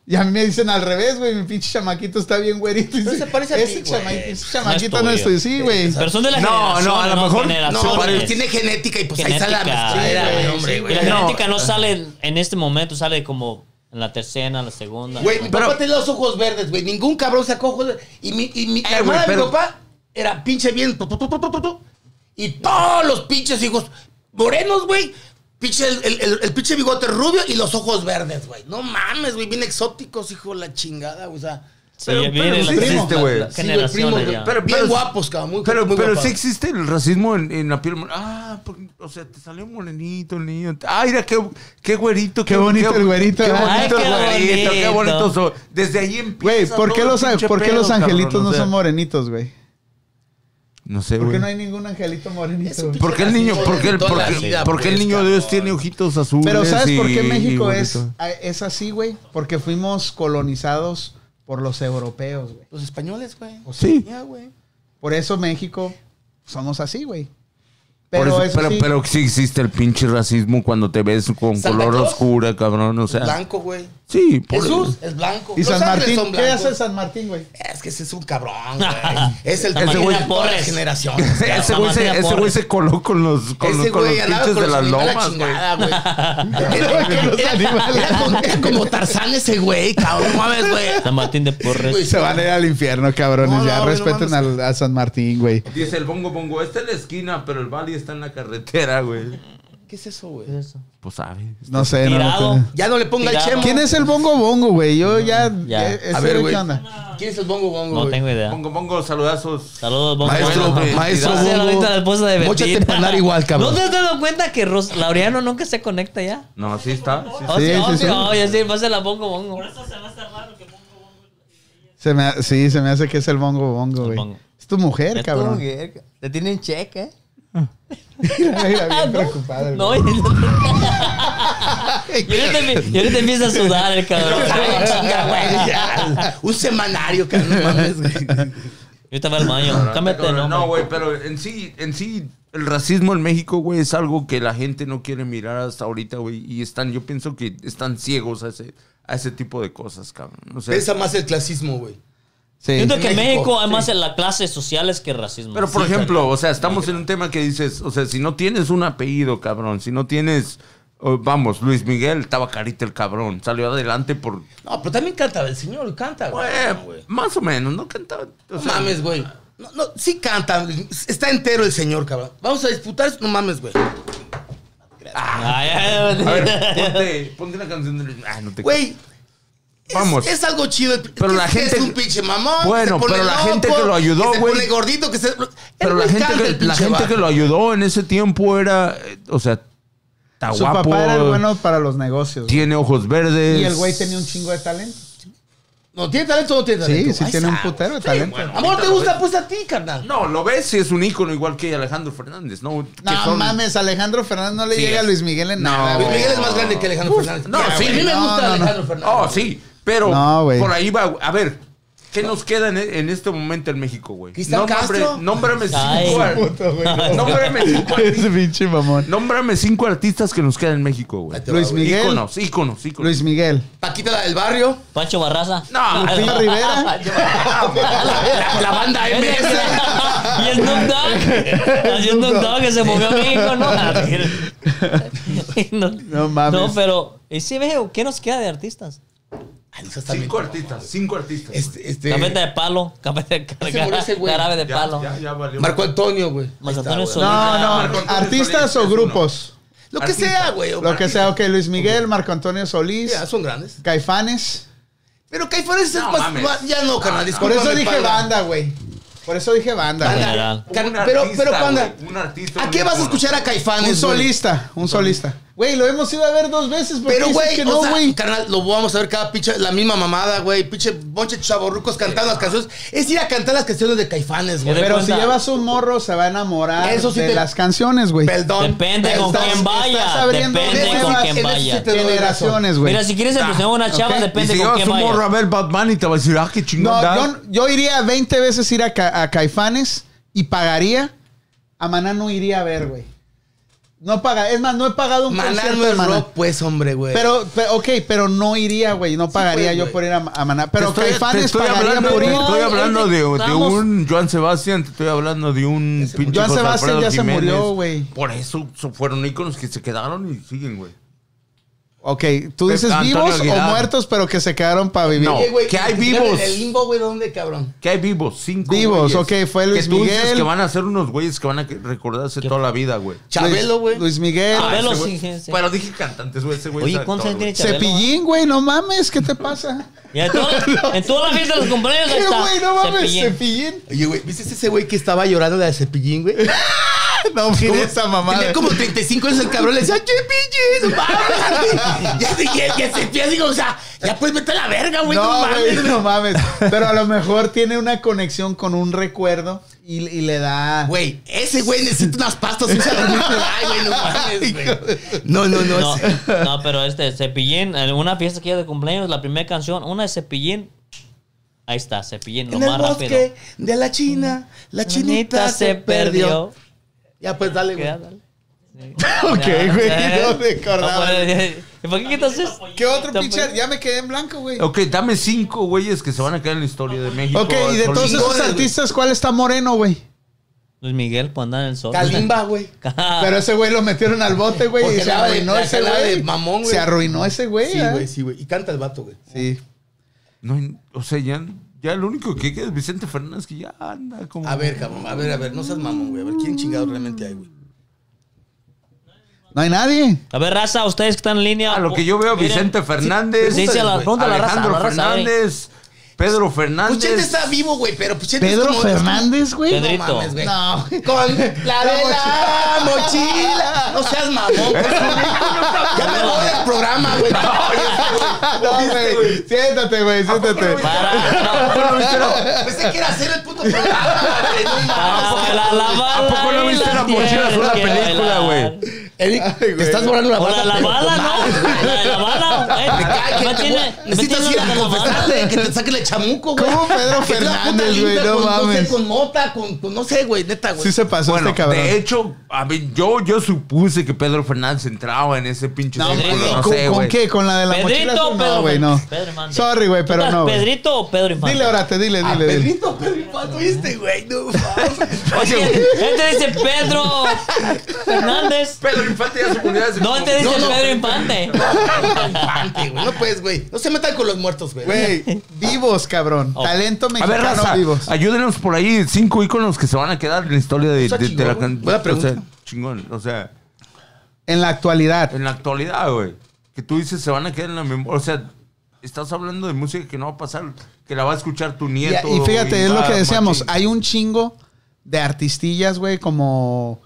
Speaker 1: Y a mí me dicen al revés, güey, mi pinche chamaquito está bien güerito.
Speaker 4: Pero se parece a
Speaker 1: ese
Speaker 4: ti, güey.
Speaker 1: chama- ese chamaquito
Speaker 3: No
Speaker 1: no
Speaker 3: es tuyo.
Speaker 1: estoy, sí, güey.
Speaker 3: Pero son de la
Speaker 2: No,
Speaker 3: generación,
Speaker 2: no, a lo mejor-
Speaker 4: No,
Speaker 3: generaciones.
Speaker 4: pero tiene genética y pues ahí sale la
Speaker 3: Genética.
Speaker 4: mezcla,
Speaker 1: Sí,
Speaker 4: güey,
Speaker 1: güey,
Speaker 4: hombre,
Speaker 1: sí,
Speaker 3: Y
Speaker 4: güey.
Speaker 3: la
Speaker 2: No.
Speaker 3: genética no sale en este momento, sale como en la tercera, en la segunda.
Speaker 4: Güey, mi
Speaker 2: Pero-
Speaker 4: papá tenía los ojos verdes, güey. Ningún cabrón sacó ojos verdes. Y mi, y mi la
Speaker 2: Eh, güey,
Speaker 4: hermana de
Speaker 2: pero-
Speaker 4: mi papá era pinche bien. tu, tu, tu, tu, tu, tu, tu. Y todos los pinches hijos morenos, güey. Pinche el, el- el- el pinche bigote rubio y los ojos verdes, güey. No mames, güey. Bien exóticos, hijo de la chingada, güey. O sea,
Speaker 3: Sí,
Speaker 2: pero-
Speaker 3: viene
Speaker 2: pero
Speaker 3: la-
Speaker 2: sí existe,
Speaker 3: la-
Speaker 2: güey.
Speaker 3: la
Speaker 2: Sí,
Speaker 4: güey, primo,
Speaker 3: generación
Speaker 4: güey.
Speaker 3: allá.
Speaker 2: Pero-
Speaker 4: bien
Speaker 2: pero-
Speaker 4: guapos, cabrón. Muy,
Speaker 2: Pero,
Speaker 4: muy
Speaker 2: pero
Speaker 4: guapos.
Speaker 2: sí existe el racismo en, en la piel. mor- Ah, por- o sea, te salió morenito el niño. Ah, mira, qué, qué güerito.
Speaker 1: Qué bonito el güerito,
Speaker 2: Qué
Speaker 1: ¿eh?
Speaker 2: bonito
Speaker 3: Ay,
Speaker 2: el
Speaker 3: qué
Speaker 2: güerito. Qué
Speaker 3: bonito.
Speaker 2: bonito. so- Desde ahí empieza.
Speaker 1: Güey, ¿por qué
Speaker 2: todo
Speaker 1: los,
Speaker 2: el pinche
Speaker 1: ¿por qué
Speaker 2: pedo,
Speaker 1: los
Speaker 2: cabrón,
Speaker 1: angelitos
Speaker 2: o
Speaker 1: no
Speaker 2: sea,
Speaker 1: son morenitos, güey?
Speaker 2: No sé,
Speaker 1: ¿Por qué
Speaker 2: güey.
Speaker 1: no hay ningún angelito
Speaker 4: Eso,
Speaker 1: morenito? güey?
Speaker 2: ¿Por qué el niño, por qué el, por qué-
Speaker 4: Sí, toda la
Speaker 2: por qué el
Speaker 4: vida,
Speaker 2: niño
Speaker 4: pues,
Speaker 2: Dios
Speaker 4: cabrón.
Speaker 2: tiene ojitos azules?
Speaker 1: Pero ¿sabes por qué
Speaker 2: y-
Speaker 1: México
Speaker 2: y
Speaker 1: es, ah,
Speaker 2: bonito?
Speaker 1: es así, güey? Porque fuimos colonizados por los europeos, güey.
Speaker 4: Los españoles, güey.
Speaker 2: Sí.
Speaker 4: Ya, güey.
Speaker 1: Por eso México somos así, güey.
Speaker 2: Por
Speaker 1: Pero
Speaker 2: eso-
Speaker 1: eso
Speaker 2: pero,
Speaker 1: sí-
Speaker 2: pero sí existe el pinche racismo cuando te ves con
Speaker 4: ¿Santa
Speaker 2: color
Speaker 4: Claus?
Speaker 2: oscura, cabrón. O sea,
Speaker 4: Blanco, güey.
Speaker 2: sí, por
Speaker 4: Jesús es blanco.
Speaker 1: ¿Y
Speaker 4: Los
Speaker 1: San
Speaker 4: ángeles
Speaker 1: Martín?
Speaker 4: son
Speaker 1: ¿Qué
Speaker 4: blancos.
Speaker 1: hace San Martín, güey?
Speaker 4: Es que ese es un cabrón,
Speaker 2: (laughs)
Speaker 4: güey. Es el
Speaker 3: San
Speaker 4: que
Speaker 2: Martín
Speaker 4: de
Speaker 3: de
Speaker 4: todas las
Speaker 3: Porres.
Speaker 4: generaciones.
Speaker 2: (laughs) Ese,
Speaker 4: cabrón.
Speaker 2: ese güey se, ese güey se coló con los, con los,
Speaker 4: Ese
Speaker 2: con los
Speaker 4: güey andaba
Speaker 2: pinches
Speaker 4: con
Speaker 2: de
Speaker 4: los
Speaker 2: las
Speaker 4: animales a
Speaker 2: lomas, güey.
Speaker 4: chingada, güey.
Speaker 2: (laughs)
Speaker 1: Con los animales.
Speaker 4: Era con- era como Tarzán ese güey, cabrón. Mames, güey.
Speaker 3: San Martín de Porres.
Speaker 1: Se van a ir al infierno, cabrones.
Speaker 4: No,
Speaker 1: ya
Speaker 4: no, güey, no
Speaker 1: respeten
Speaker 4: mames.
Speaker 1: al- a San Martín, güey.
Speaker 2: Dice el bongo bongo, está en la esquina, pero el Bali está en la carretera, güey.
Speaker 4: ¿Qué es eso, güey?
Speaker 2: Pues sabe.
Speaker 1: No sé, no lo
Speaker 3: Tirado.
Speaker 1: tengo.
Speaker 4: Ya no le ponga el
Speaker 3: Tirado.
Speaker 4: chemo.
Speaker 1: ¿Quién es el bongo bongo, güey? Yo ya.
Speaker 3: ya.
Speaker 1: eh, ese
Speaker 4: A ver, güey.
Speaker 1: ¿Qué onda?
Speaker 4: ¿Quién es el bongo bongo,
Speaker 3: No
Speaker 4: güey?
Speaker 3: tengo idea.
Speaker 2: Bongo bongo, saludazos.
Speaker 3: Saludos, vamos
Speaker 4: Maestro,
Speaker 3: Bueno,
Speaker 2: Bongo.
Speaker 4: maestro
Speaker 3: Va a ser
Speaker 4: Bongo.
Speaker 3: ahorita la esposa de
Speaker 4: Móchate
Speaker 3: Betín.
Speaker 4: pa'
Speaker 3: (laughs)
Speaker 4: andar igual, cabrón.
Speaker 3: ¿No te has dado cuenta que Ros- Laureano nunca se conecta ya?
Speaker 2: No, así está. sí está.
Speaker 3: Oh, sí,
Speaker 1: Sí,
Speaker 3: oh,
Speaker 1: sí,
Speaker 3: sí,
Speaker 1: sí.
Speaker 3: oh, ya sí, va a ser la bongo bongo.
Speaker 7: Por eso se me hace raro que pongo bongo.
Speaker 1: Se me, ha- sí, se me hace que es el bongo bongo, güey.
Speaker 3: bongo.
Speaker 1: Es tu mujer,
Speaker 3: Es tu
Speaker 1: cabrón.
Speaker 6: Te tienen cheque, ¿eh?
Speaker 1: (laughs) Mira, mira, bien preocupado. el
Speaker 3: No, (laughs)
Speaker 1: güey.
Speaker 3: y, y ahorita, empie- y ahorita empieza a sudar el cabrón.
Speaker 4: Ay, chinga, güey, ya. (laughs) Un semanario, cabrón. No mames,
Speaker 2: (laughs)
Speaker 4: güey.
Speaker 3: ahorita va al baño. Cámbiate de nombre.
Speaker 2: No, güey, pero en sí, en sí, el racismo en México, güey, es algo que la gente no quiere mirar hasta ahorita, güey. Y están, yo pienso que están ciegos a ese, a ese tipo de cosas, cabrón. O sea,
Speaker 4: Pesa más el clasismo, güey.
Speaker 1: Sí.
Speaker 3: Siento que en
Speaker 4: México,
Speaker 3: México hay
Speaker 4: sí.
Speaker 3: más en las clases sociales que racismo.
Speaker 2: Pero por ejemplo, o sea, estamos en un tema que dices, o sea, si no tienes un apellido, cabrón, si no tienes, oh, vamos, Luis Miguel, estaba carita el cabrón, salió adelante por...
Speaker 4: No, pero también canta el señor, canta, güey.
Speaker 2: Eh,
Speaker 4: No, güey.
Speaker 2: más o menos, no cantaba... o
Speaker 4: No
Speaker 2: sea,
Speaker 4: mames, güey. No, no, sí canta. Está entero el señor, cabrón. Vamos a disputar eso. No mames, güey.
Speaker 3: Ay, ay,
Speaker 2: A ver,
Speaker 3: ay.
Speaker 2: ponte, ponte una canción de Luis... Ah, no te...
Speaker 4: Güey. es-
Speaker 2: Vamos.
Speaker 4: Es, algo chido.
Speaker 2: Pero la
Speaker 4: Es que
Speaker 2: gente-
Speaker 4: Es un pinche mamón.
Speaker 2: Bueno,
Speaker 4: que se pone
Speaker 2: pero la gente que lo ayudó,
Speaker 4: que se
Speaker 2: güey.
Speaker 4: pone gordito, que se. El
Speaker 2: Pero la
Speaker 4: güey
Speaker 2: gente,
Speaker 4: canta,
Speaker 2: que,
Speaker 4: el
Speaker 2: la
Speaker 4: pinche
Speaker 2: gente
Speaker 4: vato.
Speaker 2: que lo ayudó en ese tiempo era, eh, o sea, está
Speaker 1: Su
Speaker 2: guapo,
Speaker 1: papá era el bueno para los negocios. güey.
Speaker 2: tiene ojos verdes...
Speaker 1: Y el güey tenía un chingo de talento.
Speaker 4: No, ¿tiene talento o no tiene
Speaker 1: Sí,
Speaker 4: talento?
Speaker 1: sí
Speaker 4: Ahí
Speaker 1: tiene un
Speaker 4: está.
Speaker 1: putero de
Speaker 4: Sí,
Speaker 1: talento.
Speaker 4: bueno, Amor, ¿te gusta? Pues a ti, carnal.
Speaker 2: No, lo ves y es un ícono igual que Alejandro Fernández, ¿no? Que
Speaker 1: No
Speaker 2: son-
Speaker 1: mames, Alejandro Fernández no le
Speaker 2: Sí,
Speaker 1: llega a
Speaker 2: es-
Speaker 1: Luis Miguel en nada.
Speaker 2: No.
Speaker 1: güey.
Speaker 4: Luis Miguel es más grande que Alejandro Fernández.
Speaker 2: no,
Speaker 4: Ya,
Speaker 2: sí.
Speaker 4: güey. A mí me
Speaker 1: No,
Speaker 4: gusta
Speaker 1: no, no.
Speaker 4: Alejandro Fernández.
Speaker 2: Oh, sí, pero
Speaker 1: No, güey.
Speaker 2: por ahí va. A ver, ¿qué nos queda en, en este momento en México, güey?
Speaker 4: ¿Cristian Castro?
Speaker 2: Nómbrame
Speaker 3: Ay.
Speaker 2: cinco, ar-
Speaker 1: Puto, güey, no.
Speaker 2: nómbrame
Speaker 1: (laughs)
Speaker 2: cinco
Speaker 1: Ese
Speaker 2: artistas.
Speaker 1: pinche mamón.
Speaker 2: Nómbrame cinco artistas que nos quedan en México, güey.
Speaker 4: Ahí te va,
Speaker 1: Luis
Speaker 4: güey.
Speaker 1: Miguel.
Speaker 2: Íconos, íconos, íconos.
Speaker 1: Luis Miguel.
Speaker 4: Paquita la del barrio.
Speaker 3: (laughs) Pancho Barraza.
Speaker 2: No,
Speaker 1: Lupillo
Speaker 3: (laughs)
Speaker 1: Rivera.
Speaker 4: La, la banda MS.
Speaker 3: y el Snoop Dogg. Y el Snoop Dogg que se movió a
Speaker 1: (laughs)
Speaker 3: México, ¿no? A ver. No,
Speaker 1: No mames.
Speaker 3: No, pero. Y sí, veo, ¿qué nos queda de artistas?
Speaker 4: Ay, eso está bien.
Speaker 2: cinco artistas, cinco artistas.
Speaker 4: Este, este,
Speaker 3: Cafeta de palo, cafeta de
Speaker 4: Ese murió ese güey.
Speaker 3: carabe de
Speaker 2: Ya,
Speaker 3: palo.
Speaker 2: ya, ya valió.
Speaker 4: Marco Antonio, güey.
Speaker 3: Marco
Speaker 4: Ahí está,
Speaker 3: Antonio
Speaker 4: güey.
Speaker 3: Solís.
Speaker 1: No,
Speaker 2: Marco
Speaker 1: no.
Speaker 2: Antonio
Speaker 1: Artistas
Speaker 2: Solís
Speaker 1: o
Speaker 2: es uno.
Speaker 1: grupos.
Speaker 4: Lo que
Speaker 2: Artista.
Speaker 4: sea, güey.
Speaker 1: Lo que sea, ok. Luis Miguel, Marco Antonio Solís,
Speaker 4: Ya, son grandes.
Speaker 1: Caifanes.
Speaker 4: Pero Caifanes es
Speaker 2: No,
Speaker 4: más,
Speaker 2: mames.
Speaker 4: más- Ya no, carnal.
Speaker 1: Por
Speaker 4: discúlpame,
Speaker 1: eso dije
Speaker 4: panda.
Speaker 1: banda, güey. Por eso dije banda. güey.
Speaker 3: General.
Speaker 2: Un
Speaker 4: Car-
Speaker 2: artista,
Speaker 4: pero, pero,
Speaker 2: güey,
Speaker 4: panda.
Speaker 2: un artista,
Speaker 4: ¿A
Speaker 2: un
Speaker 4: qué vas a
Speaker 2: ícono.
Speaker 4: escuchar a Caifanes?
Speaker 1: Un
Speaker 4: güey?
Speaker 1: solista, un solista. Güey, lo hemos ido a ver dos veces. ¿por qué
Speaker 4: Pero,
Speaker 1: dices
Speaker 4: güey,
Speaker 1: que
Speaker 4: no,
Speaker 1: no, güey.
Speaker 4: carnal, lo vamos a ver cada pinche, la misma mamada, güey. Pinche bonche chaborrucos cantando las canciones. Es ir a cantar las canciones de Caifanes, güey.
Speaker 3: Te
Speaker 1: Pero si
Speaker 3: cuenta.
Speaker 1: llevas un morro, se va a enamorar
Speaker 4: Eso sí
Speaker 1: de
Speaker 4: te-
Speaker 1: las canciones, güey.
Speaker 4: Perdón.
Speaker 3: Depende con
Speaker 4: perdón.
Speaker 3: quién vaya.
Speaker 1: abriendo
Speaker 3: Depende con
Speaker 1: nuevas-
Speaker 3: quién
Speaker 4: en ese
Speaker 3: vaya.
Speaker 4: te doy
Speaker 1: Generaciones, güey.
Speaker 3: Mira, si quieres impresionar a una chava,
Speaker 1: ok.
Speaker 3: depende
Speaker 2: y si
Speaker 3: con
Speaker 2: llevas
Speaker 3: quién
Speaker 2: un morro a
Speaker 3: vaya.
Speaker 2: ver Batman y te va a decir, ah, qué chingón.
Speaker 1: No,
Speaker 2: da.
Speaker 1: yo, yo iría 20 veces ir a, Ca- a Caifanes y pagaría. A Maná no iría a ver, güey. No paga, es más, no he pagado un
Speaker 4: Maná
Speaker 1: concierto
Speaker 4: no
Speaker 1: de
Speaker 4: es
Speaker 1: Maná.
Speaker 4: rock, pues, hombre, güey.
Speaker 1: Pero, pe- ok, pero no iría, güey. No pagaría
Speaker 4: güey,
Speaker 1: yo
Speaker 4: güey.
Speaker 1: por ir a, a Maná.
Speaker 2: Te
Speaker 1: Pero
Speaker 2: estoy- te
Speaker 1: Caifanes
Speaker 2: estoy
Speaker 1: pagaría
Speaker 2: hablando,
Speaker 1: por
Speaker 2: te
Speaker 1: ir.
Speaker 2: Estoy
Speaker 3: No,
Speaker 2: hablando
Speaker 3: es
Speaker 2: de,
Speaker 3: que
Speaker 2: de
Speaker 3: estamos-
Speaker 2: un Joan Sebastián, te estoy hablando de un pinche
Speaker 1: Joan
Speaker 2: José
Speaker 1: Sebastián
Speaker 2: Alfredo
Speaker 1: ya se
Speaker 2: Jiménez.
Speaker 1: murió, güey.
Speaker 2: Por eso so- fueron íconos que se quedaron y siguen, güey.
Speaker 1: Ok, tú
Speaker 2: Pe-
Speaker 1: dices
Speaker 2: Antonio
Speaker 1: vivos
Speaker 2: Aguilar.
Speaker 1: o muertos, pero que se quedaron para vivir.
Speaker 2: No.
Speaker 4: Oye, güey,
Speaker 2: que hay
Speaker 4: ¿te quedaron
Speaker 2: vivos.
Speaker 4: en El limbo, güey, ¿dónde, cabrón?
Speaker 2: Que hay vivos, cinco.
Speaker 1: Vivos,
Speaker 2: güeyes.
Speaker 1: ok, fue Luis
Speaker 2: que tú dices
Speaker 1: Miguel.
Speaker 2: que van a ser unos güeyes que van a que- recordarse toda la vida, güey.
Speaker 4: Chabelo, güey.
Speaker 1: Luis Miguel.
Speaker 3: Chabelo,
Speaker 2: Ese güey-
Speaker 3: sí, sí, sí.
Speaker 2: Bueno, dije cantantes, güey. Ese güey
Speaker 3: Oye,
Speaker 2: es actor,
Speaker 3: ¿cuántos años
Speaker 2: güey.
Speaker 3: tiene Chabelo?
Speaker 1: Cepillín, güey, no mames, ¿qué te pasa?
Speaker 3: Y
Speaker 1: (laughs)
Speaker 3: en toda- en toda la fiesta de los cumpleaños ahí
Speaker 1: ¿Qué, (laughs)
Speaker 3: está.
Speaker 1: güey? No mames,
Speaker 3: Cepillín.
Speaker 1: Cepillín.
Speaker 4: Oye, güey, ¿viste ese güey que estaba llorando de cepillín, (laughs) güey?
Speaker 1: No, mira esa mamada.
Speaker 4: Tenía como 35 años el cabrón, le decía, ¡qué pinche! ¡No mames! (laughs) Ya dije, que se pía, digo, o sea, ya puedes meter la verga, güey, no,
Speaker 1: No,
Speaker 4: mames.
Speaker 1: güey, no mames. Pero a lo mejor tiene una conexión con un recuerdo y, y le da.
Speaker 4: Güey, ese güey necesita unas pastas, un dormir por ahí, güey, no mames, güey. No, no, no.
Speaker 3: No,
Speaker 4: ese-
Speaker 3: (laughs) no, pero este Cepillín, en una fiesta que era de cumpleaños, la primera canción, una de Cepillín. Ahí está, Cepillín, lo
Speaker 4: En el
Speaker 3: más
Speaker 4: bosque
Speaker 3: rápido.
Speaker 4: de la China, la chinita se perdió. Ya, pues
Speaker 3: (laughs)
Speaker 4: dale, güey.
Speaker 3: Ya, dale.
Speaker 1: (laughs) Ok, güey,
Speaker 3: Ya.
Speaker 1: no me acordaba.
Speaker 3: No, pues, ya. ¿Por qué quitas eso?
Speaker 1: ¿Qué otro
Speaker 3: Está
Speaker 1: pinche?
Speaker 3: pues-
Speaker 1: Ya me quedé en blanco, güey.
Speaker 2: Ok, dame cinco güeyes que se van a quedar en la historia de México.
Speaker 1: Ok, y de
Speaker 2: Son
Speaker 1: todos
Speaker 2: cinco.
Speaker 1: esos artistas, ¿cuál está moreno, güey?
Speaker 3: Luis Miguel, pues andar en el sol. (laughs)
Speaker 4: Kalimba, güey.
Speaker 1: Pero ese güey lo metieron al bote, güey.
Speaker 4: Ah. Porque
Speaker 1: Y se
Speaker 4: la-
Speaker 1: arruinó
Speaker 4: la
Speaker 1: ese
Speaker 4: calada
Speaker 1: güey.
Speaker 4: de mamón, güey.
Speaker 1: Se arruinó ese güey.
Speaker 4: Sí,
Speaker 1: ¿eh?
Speaker 4: güey, sí, güey. Y canta el vato, güey.
Speaker 1: Sí.
Speaker 2: No hay- o sea, ya, ya lo único que queda es Vicente Fernández que ya anda como.
Speaker 4: A ver, cabrón, a ver, a ver, no seas mamón, güey. A ver, ¿quién chingados realmente hay, güey? Pues,
Speaker 1: No hay nadie.
Speaker 3: A ver, raza, ustedes que están en línea.
Speaker 2: A lo que yo veo,
Speaker 3: miren,
Speaker 2: Vicente Fernández.
Speaker 3: Sí, sí, a la- pregúntale a la raza, eh.
Speaker 2: Alejandro
Speaker 3: a la raza,
Speaker 2: Fernández. Pedro Fernández.
Speaker 4: Puchete está vivo, güey, pero Puchete es
Speaker 1: Pedro
Speaker 4: como-
Speaker 1: Fernández, güey.
Speaker 3: Pedrito.
Speaker 4: No mames, güey.
Speaker 1: No, (laughs) güey.
Speaker 4: Con la de la mochila. No seas mamón.
Speaker 1: (laughs)
Speaker 4: güey. ya me voy del programa, güey.
Speaker 1: No, güey. Siéntate, güey, siéntate.
Speaker 3: Para, no,
Speaker 4: Pensé que era hacer el puto programa, güey. No
Speaker 3: Ah,
Speaker 4: mames.
Speaker 3: porque la, la bala.
Speaker 2: ¿A poco no
Speaker 3: ahí
Speaker 2: viste la mochila
Speaker 3: tienes
Speaker 2: azul, la
Speaker 3: que
Speaker 2: película,
Speaker 3: bailar?
Speaker 4: Eric, te estás borrando la
Speaker 3: O la, la
Speaker 4: pero-
Speaker 3: bala, ¿no? La,
Speaker 2: (laughs)
Speaker 3: la bala. eh,
Speaker 4: Me cae que
Speaker 3: no
Speaker 4: te-
Speaker 3: tiene- no
Speaker 4: Necesitas
Speaker 3: tiene
Speaker 4: ir a
Speaker 3: la bala.
Speaker 4: confesarle, que te saquen el chamuco, güey.
Speaker 1: ¿Cómo Pedro
Speaker 4: Que te la puta
Speaker 1: Fernández, güey?
Speaker 4: limpia
Speaker 1: No
Speaker 4: con, sé,
Speaker 1: mames.
Speaker 4: con mota, con, con no sé, güey, neta, güey.
Speaker 1: Sí se pasó
Speaker 2: Bueno,
Speaker 1: este cabrón.
Speaker 2: de hecho, a mí, yo, yo supuse que Pedro Fernández entraba en ese pinche
Speaker 1: no,
Speaker 2: círculo,
Speaker 1: güey,
Speaker 2: no
Speaker 1: ¿con,
Speaker 2: sé,
Speaker 1: con
Speaker 2: güey.
Speaker 1: qué? ¿Con la de la mochila?
Speaker 3: Pedrito,
Speaker 1: azul?
Speaker 3: Pedro.
Speaker 1: No, güey, no.
Speaker 3: Pedro Infante.
Speaker 1: Sorry, güey, pero
Speaker 3: ¿Estás
Speaker 1: no. güey.
Speaker 3: ¿Pedrito o Pedro Infante?
Speaker 1: Dile, orate, dile,
Speaker 4: Ah,
Speaker 1: dile. dile.
Speaker 4: Pedrito, Pedro Infante, ¿viste, güey? No mames.
Speaker 3: Oye, él te dice Pedro Fernández.
Speaker 2: Pedro Infante ya se murió hace
Speaker 3: No, él
Speaker 2: como-
Speaker 3: te dice
Speaker 4: No, no.
Speaker 3: Pedro Infante.
Speaker 4: Infante, güey. No puedes, güey. No se metan con los muertos,
Speaker 2: (laughs)
Speaker 4: güey.
Speaker 1: Güey, vivos, cabrón.
Speaker 3: Oh.
Speaker 1: Talento
Speaker 2: A ver,
Speaker 1: mexicano
Speaker 2: raza,
Speaker 1: vivos.
Speaker 2: ayúdenos por ahí. Cinco íconos que se van a quedar en la historia de,
Speaker 4: Está
Speaker 2: de- de la
Speaker 4: chingón,
Speaker 2: can-
Speaker 4: buena
Speaker 2: o
Speaker 4: pregunta.
Speaker 2: sea, chingón. O sea,
Speaker 1: En la actualidad.
Speaker 2: en la actualidad, güey. Que tú dices se van a quedar en la memoria. O sea, estás hablando de música que no va a pasar, que la va a escuchar tu
Speaker 1: Y,
Speaker 2: nieto.
Speaker 1: y fíjate, es lo
Speaker 2: va-
Speaker 1: que decíamos.
Speaker 2: machín.
Speaker 1: Hay un chingo de artistillas, güey, como.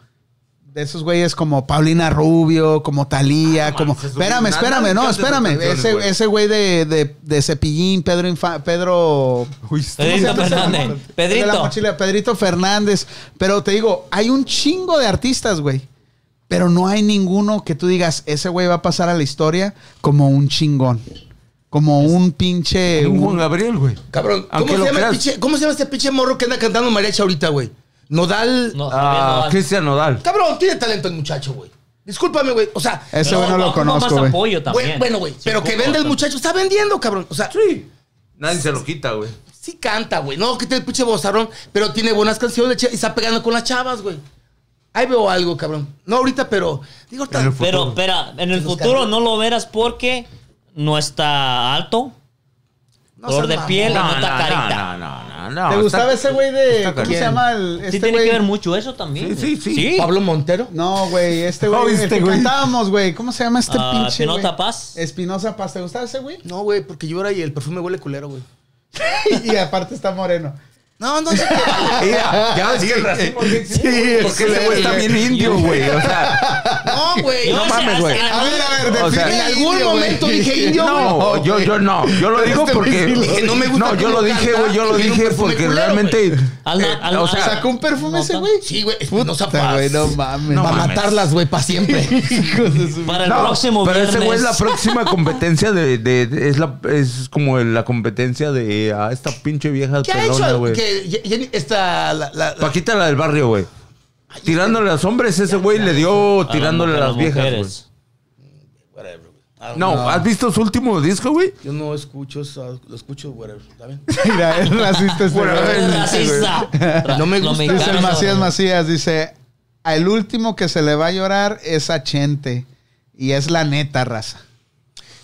Speaker 1: De esos güeyes como Paulina Rubio, como Talía, como.
Speaker 2: Ah, mames, esos
Speaker 1: espérame,
Speaker 2: güeyes
Speaker 1: espérame,
Speaker 2: nada
Speaker 1: no,
Speaker 2: más cantan
Speaker 1: espérame.
Speaker 2: sus canciones,
Speaker 1: Ese,
Speaker 2: güey.
Speaker 1: ese güey de, de, de Cepillín, Pedro Infa- Pedro.
Speaker 2: Uy, está-
Speaker 3: Pedrito
Speaker 1: ¿Cómo se llama?
Speaker 3: Fernández.
Speaker 1: El de la
Speaker 3: Pedrito.
Speaker 1: mochila, Pedrito Fernández. Pero te digo, hay un chingo de artistas, güey. Pero no hay ninguno que tú digas, ese güey va a pasar a la historia como un chingón. Como un pinche.
Speaker 2: un Juan
Speaker 1: un-
Speaker 2: Gabriel, güey.
Speaker 4: Cabrón, ¿cómo
Speaker 2: Aunque
Speaker 4: se,
Speaker 2: lo
Speaker 4: llama el
Speaker 2: creas.
Speaker 4: pinche, ¿cómo se llama este pinche morro que anda cantando mariachi ahorita, güey? Nodal.
Speaker 3: No,
Speaker 2: Ah,
Speaker 3: Javier Nodal.
Speaker 2: Cristian Nodal.
Speaker 4: Cabrón, tiene talento el muchacho, güey. Discúlpame, güey. O sea,
Speaker 1: Ese
Speaker 3: Pero
Speaker 1: güey no lo
Speaker 3: ocupa más
Speaker 1: conozco, güey.
Speaker 3: apoyo también.
Speaker 4: güey, bueno, güey.
Speaker 3: Sí,
Speaker 4: Pero que
Speaker 3: ocupa
Speaker 4: vende el
Speaker 3: bastante.
Speaker 4: muchacho. Está vendiendo, cabrón. O sea,
Speaker 2: Sí. Nadie se lo quita, güey.
Speaker 4: sí canta, güey. No, que tiene el pinche bozarrón, pero tiene buenas canciones ch- y está pegando con las chavas, güey. Ahí veo algo, cabrón. No ahorita, pero. Digo, ahorita-
Speaker 2: En el futuro.
Speaker 3: Pero, espera, en el
Speaker 4: Los
Speaker 3: futuro
Speaker 4: cabrones.
Speaker 3: no lo verás porque no está alto.
Speaker 4: no
Speaker 3: color
Speaker 4: seas
Speaker 3: de
Speaker 4: mamón.
Speaker 3: piel.
Speaker 2: No,
Speaker 3: nota
Speaker 2: no,
Speaker 3: carita.
Speaker 2: no, no, no, no.
Speaker 1: ¿Te
Speaker 2: Está-
Speaker 1: gustaba ese güey de.
Speaker 2: está
Speaker 1: ¿Cómo se
Speaker 2: cariño.
Speaker 1: llama el,
Speaker 3: Sí
Speaker 1: este
Speaker 3: tiene
Speaker 1: güey?
Speaker 3: que ver mucho eso también.
Speaker 2: Sí, sí, sí.
Speaker 4: Pablo Montero.
Speaker 1: (laughs) No, güey, este güey.
Speaker 2: No,
Speaker 1: el
Speaker 2: este
Speaker 1: que
Speaker 2: güey.
Speaker 1: cantábamos, güey. ¿Cómo se llama este
Speaker 3: Ah,
Speaker 1: pinche? güey?
Speaker 3: Espinoza Paz.
Speaker 1: Espinoza Paz. ¿Te gustaba ese güey? (laughs)
Speaker 4: No, güey, porque llora y el perfume huele culero, güey.
Speaker 1: y aparte está moreno.
Speaker 4: No, no, sí.
Speaker 2: (laughs) Mira, ya ves
Speaker 1: eh,
Speaker 2: que el racismo sí existe, Porque ese güey está bien indio, güey. O sea,
Speaker 4: No, güey.
Speaker 3: Yo
Speaker 4: No,
Speaker 3: ese-
Speaker 4: mames.
Speaker 2: mames, güey.
Speaker 3: en
Speaker 1: A
Speaker 3: algún-
Speaker 1: ver, a ver,
Speaker 2: O sea,
Speaker 1: define
Speaker 4: en
Speaker 1: (laughs)
Speaker 4: algún
Speaker 1: indio, güey.
Speaker 2: (laughs)
Speaker 4: momento dije indio, güey.
Speaker 2: No, yo, yo no. Yo lo digo
Speaker 1: Este
Speaker 2: porque.
Speaker 1: güey sí lo
Speaker 2: Dije,
Speaker 4: dijo.
Speaker 2: No, yo lo dije, güey. Yo lo
Speaker 4: Tiene un
Speaker 2: dije
Speaker 4: perfume
Speaker 2: porque
Speaker 4: culero,
Speaker 2: realmente.
Speaker 3: Al-
Speaker 2: eh,
Speaker 3: al-
Speaker 2: O
Speaker 3: al-
Speaker 2: sea,
Speaker 1: ¿Sacó un perfume ese güey?
Speaker 4: Sí, güey. No
Speaker 1: Puta, güey, no mames.
Speaker 2: No
Speaker 4: Para
Speaker 2: mames.
Speaker 4: matarlas, güey, para siempre.
Speaker 3: Para el
Speaker 2: no,
Speaker 3: próximo
Speaker 2: pero
Speaker 3: viernes.
Speaker 2: ese güey es la próxima
Speaker 4: (laughs)
Speaker 2: competencia de, de- de- es la es como la competencia de a esta pinche vieja
Speaker 4: ¿Qué ha
Speaker 2: pelona,
Speaker 4: hecho
Speaker 2: güey.
Speaker 4: que Ye- Jenny- esta la, la- la-
Speaker 2: Paquita la del barrio, güey. Tirándole a los hombres, ese güey le dio tirándole a las viejas, güey.
Speaker 3: mujeres.
Speaker 4: Whatever, güey. I don't
Speaker 2: No,
Speaker 4: know.
Speaker 2: ¿has visto su último disco, güey?
Speaker 4: Yo no escucho eso, lo escucho, whatever, ¿está bien?
Speaker 1: (laughs) Mira, es racista este
Speaker 2: Bueno,
Speaker 1: güey.
Speaker 2: es
Speaker 3: Racista.
Speaker 4: No me gusta.
Speaker 3: Los
Speaker 1: Dice
Speaker 3: mexicanos
Speaker 1: el Macías
Speaker 3: son-
Speaker 1: Macías, dice, el último que se le va a llorar es a Chente. Y es la neta, raza.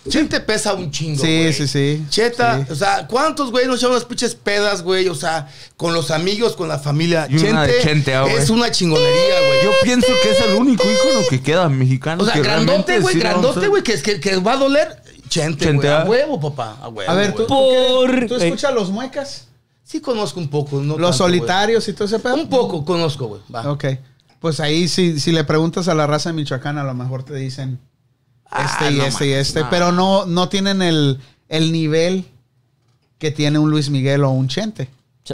Speaker 4: Chente pesa un chingo.
Speaker 1: Sí,
Speaker 4: güey.
Speaker 1: sí, sí.
Speaker 4: Cheta,
Speaker 1: Sí.
Speaker 4: o sea, ¿cuántos güey nos llaman las pinches pedas, güey? O sea, con los amigos, con la familia.
Speaker 2: Y una de Chente, ah, güey.
Speaker 4: es una chingonería, güey.
Speaker 2: Yo pienso que es el único ícono que queda mexicano.
Speaker 4: O sea,
Speaker 2: que
Speaker 4: grandote,
Speaker 2: realmente
Speaker 4: güey,
Speaker 2: sí lo vamos a-
Speaker 4: grandote, güey, que, que, que va a doler. Chente,
Speaker 2: Chente,
Speaker 4: güey. A
Speaker 2: ah.
Speaker 4: huevo, papá. A huevo.
Speaker 1: A ver, tú,
Speaker 4: güey.
Speaker 1: tú qué-
Speaker 3: Por-
Speaker 1: ¿tú escuchas los muecas?
Speaker 4: Sí conozco un poco,
Speaker 1: Los
Speaker 4: ¿no? tanto, güey.
Speaker 1: solitarios y todo ese pedo.
Speaker 4: Un poco conozco, güey. Va.
Speaker 1: Ok. Pues ahí, si, si le preguntas a la raza de Michoacán, a lo mejor te dicen este
Speaker 2: Ah,
Speaker 1: y
Speaker 2: no
Speaker 1: este y
Speaker 2: mames,
Speaker 1: este.
Speaker 2: no.
Speaker 1: Pero no, no tienen el, el nivel que tiene un Luis Miguel o un Chente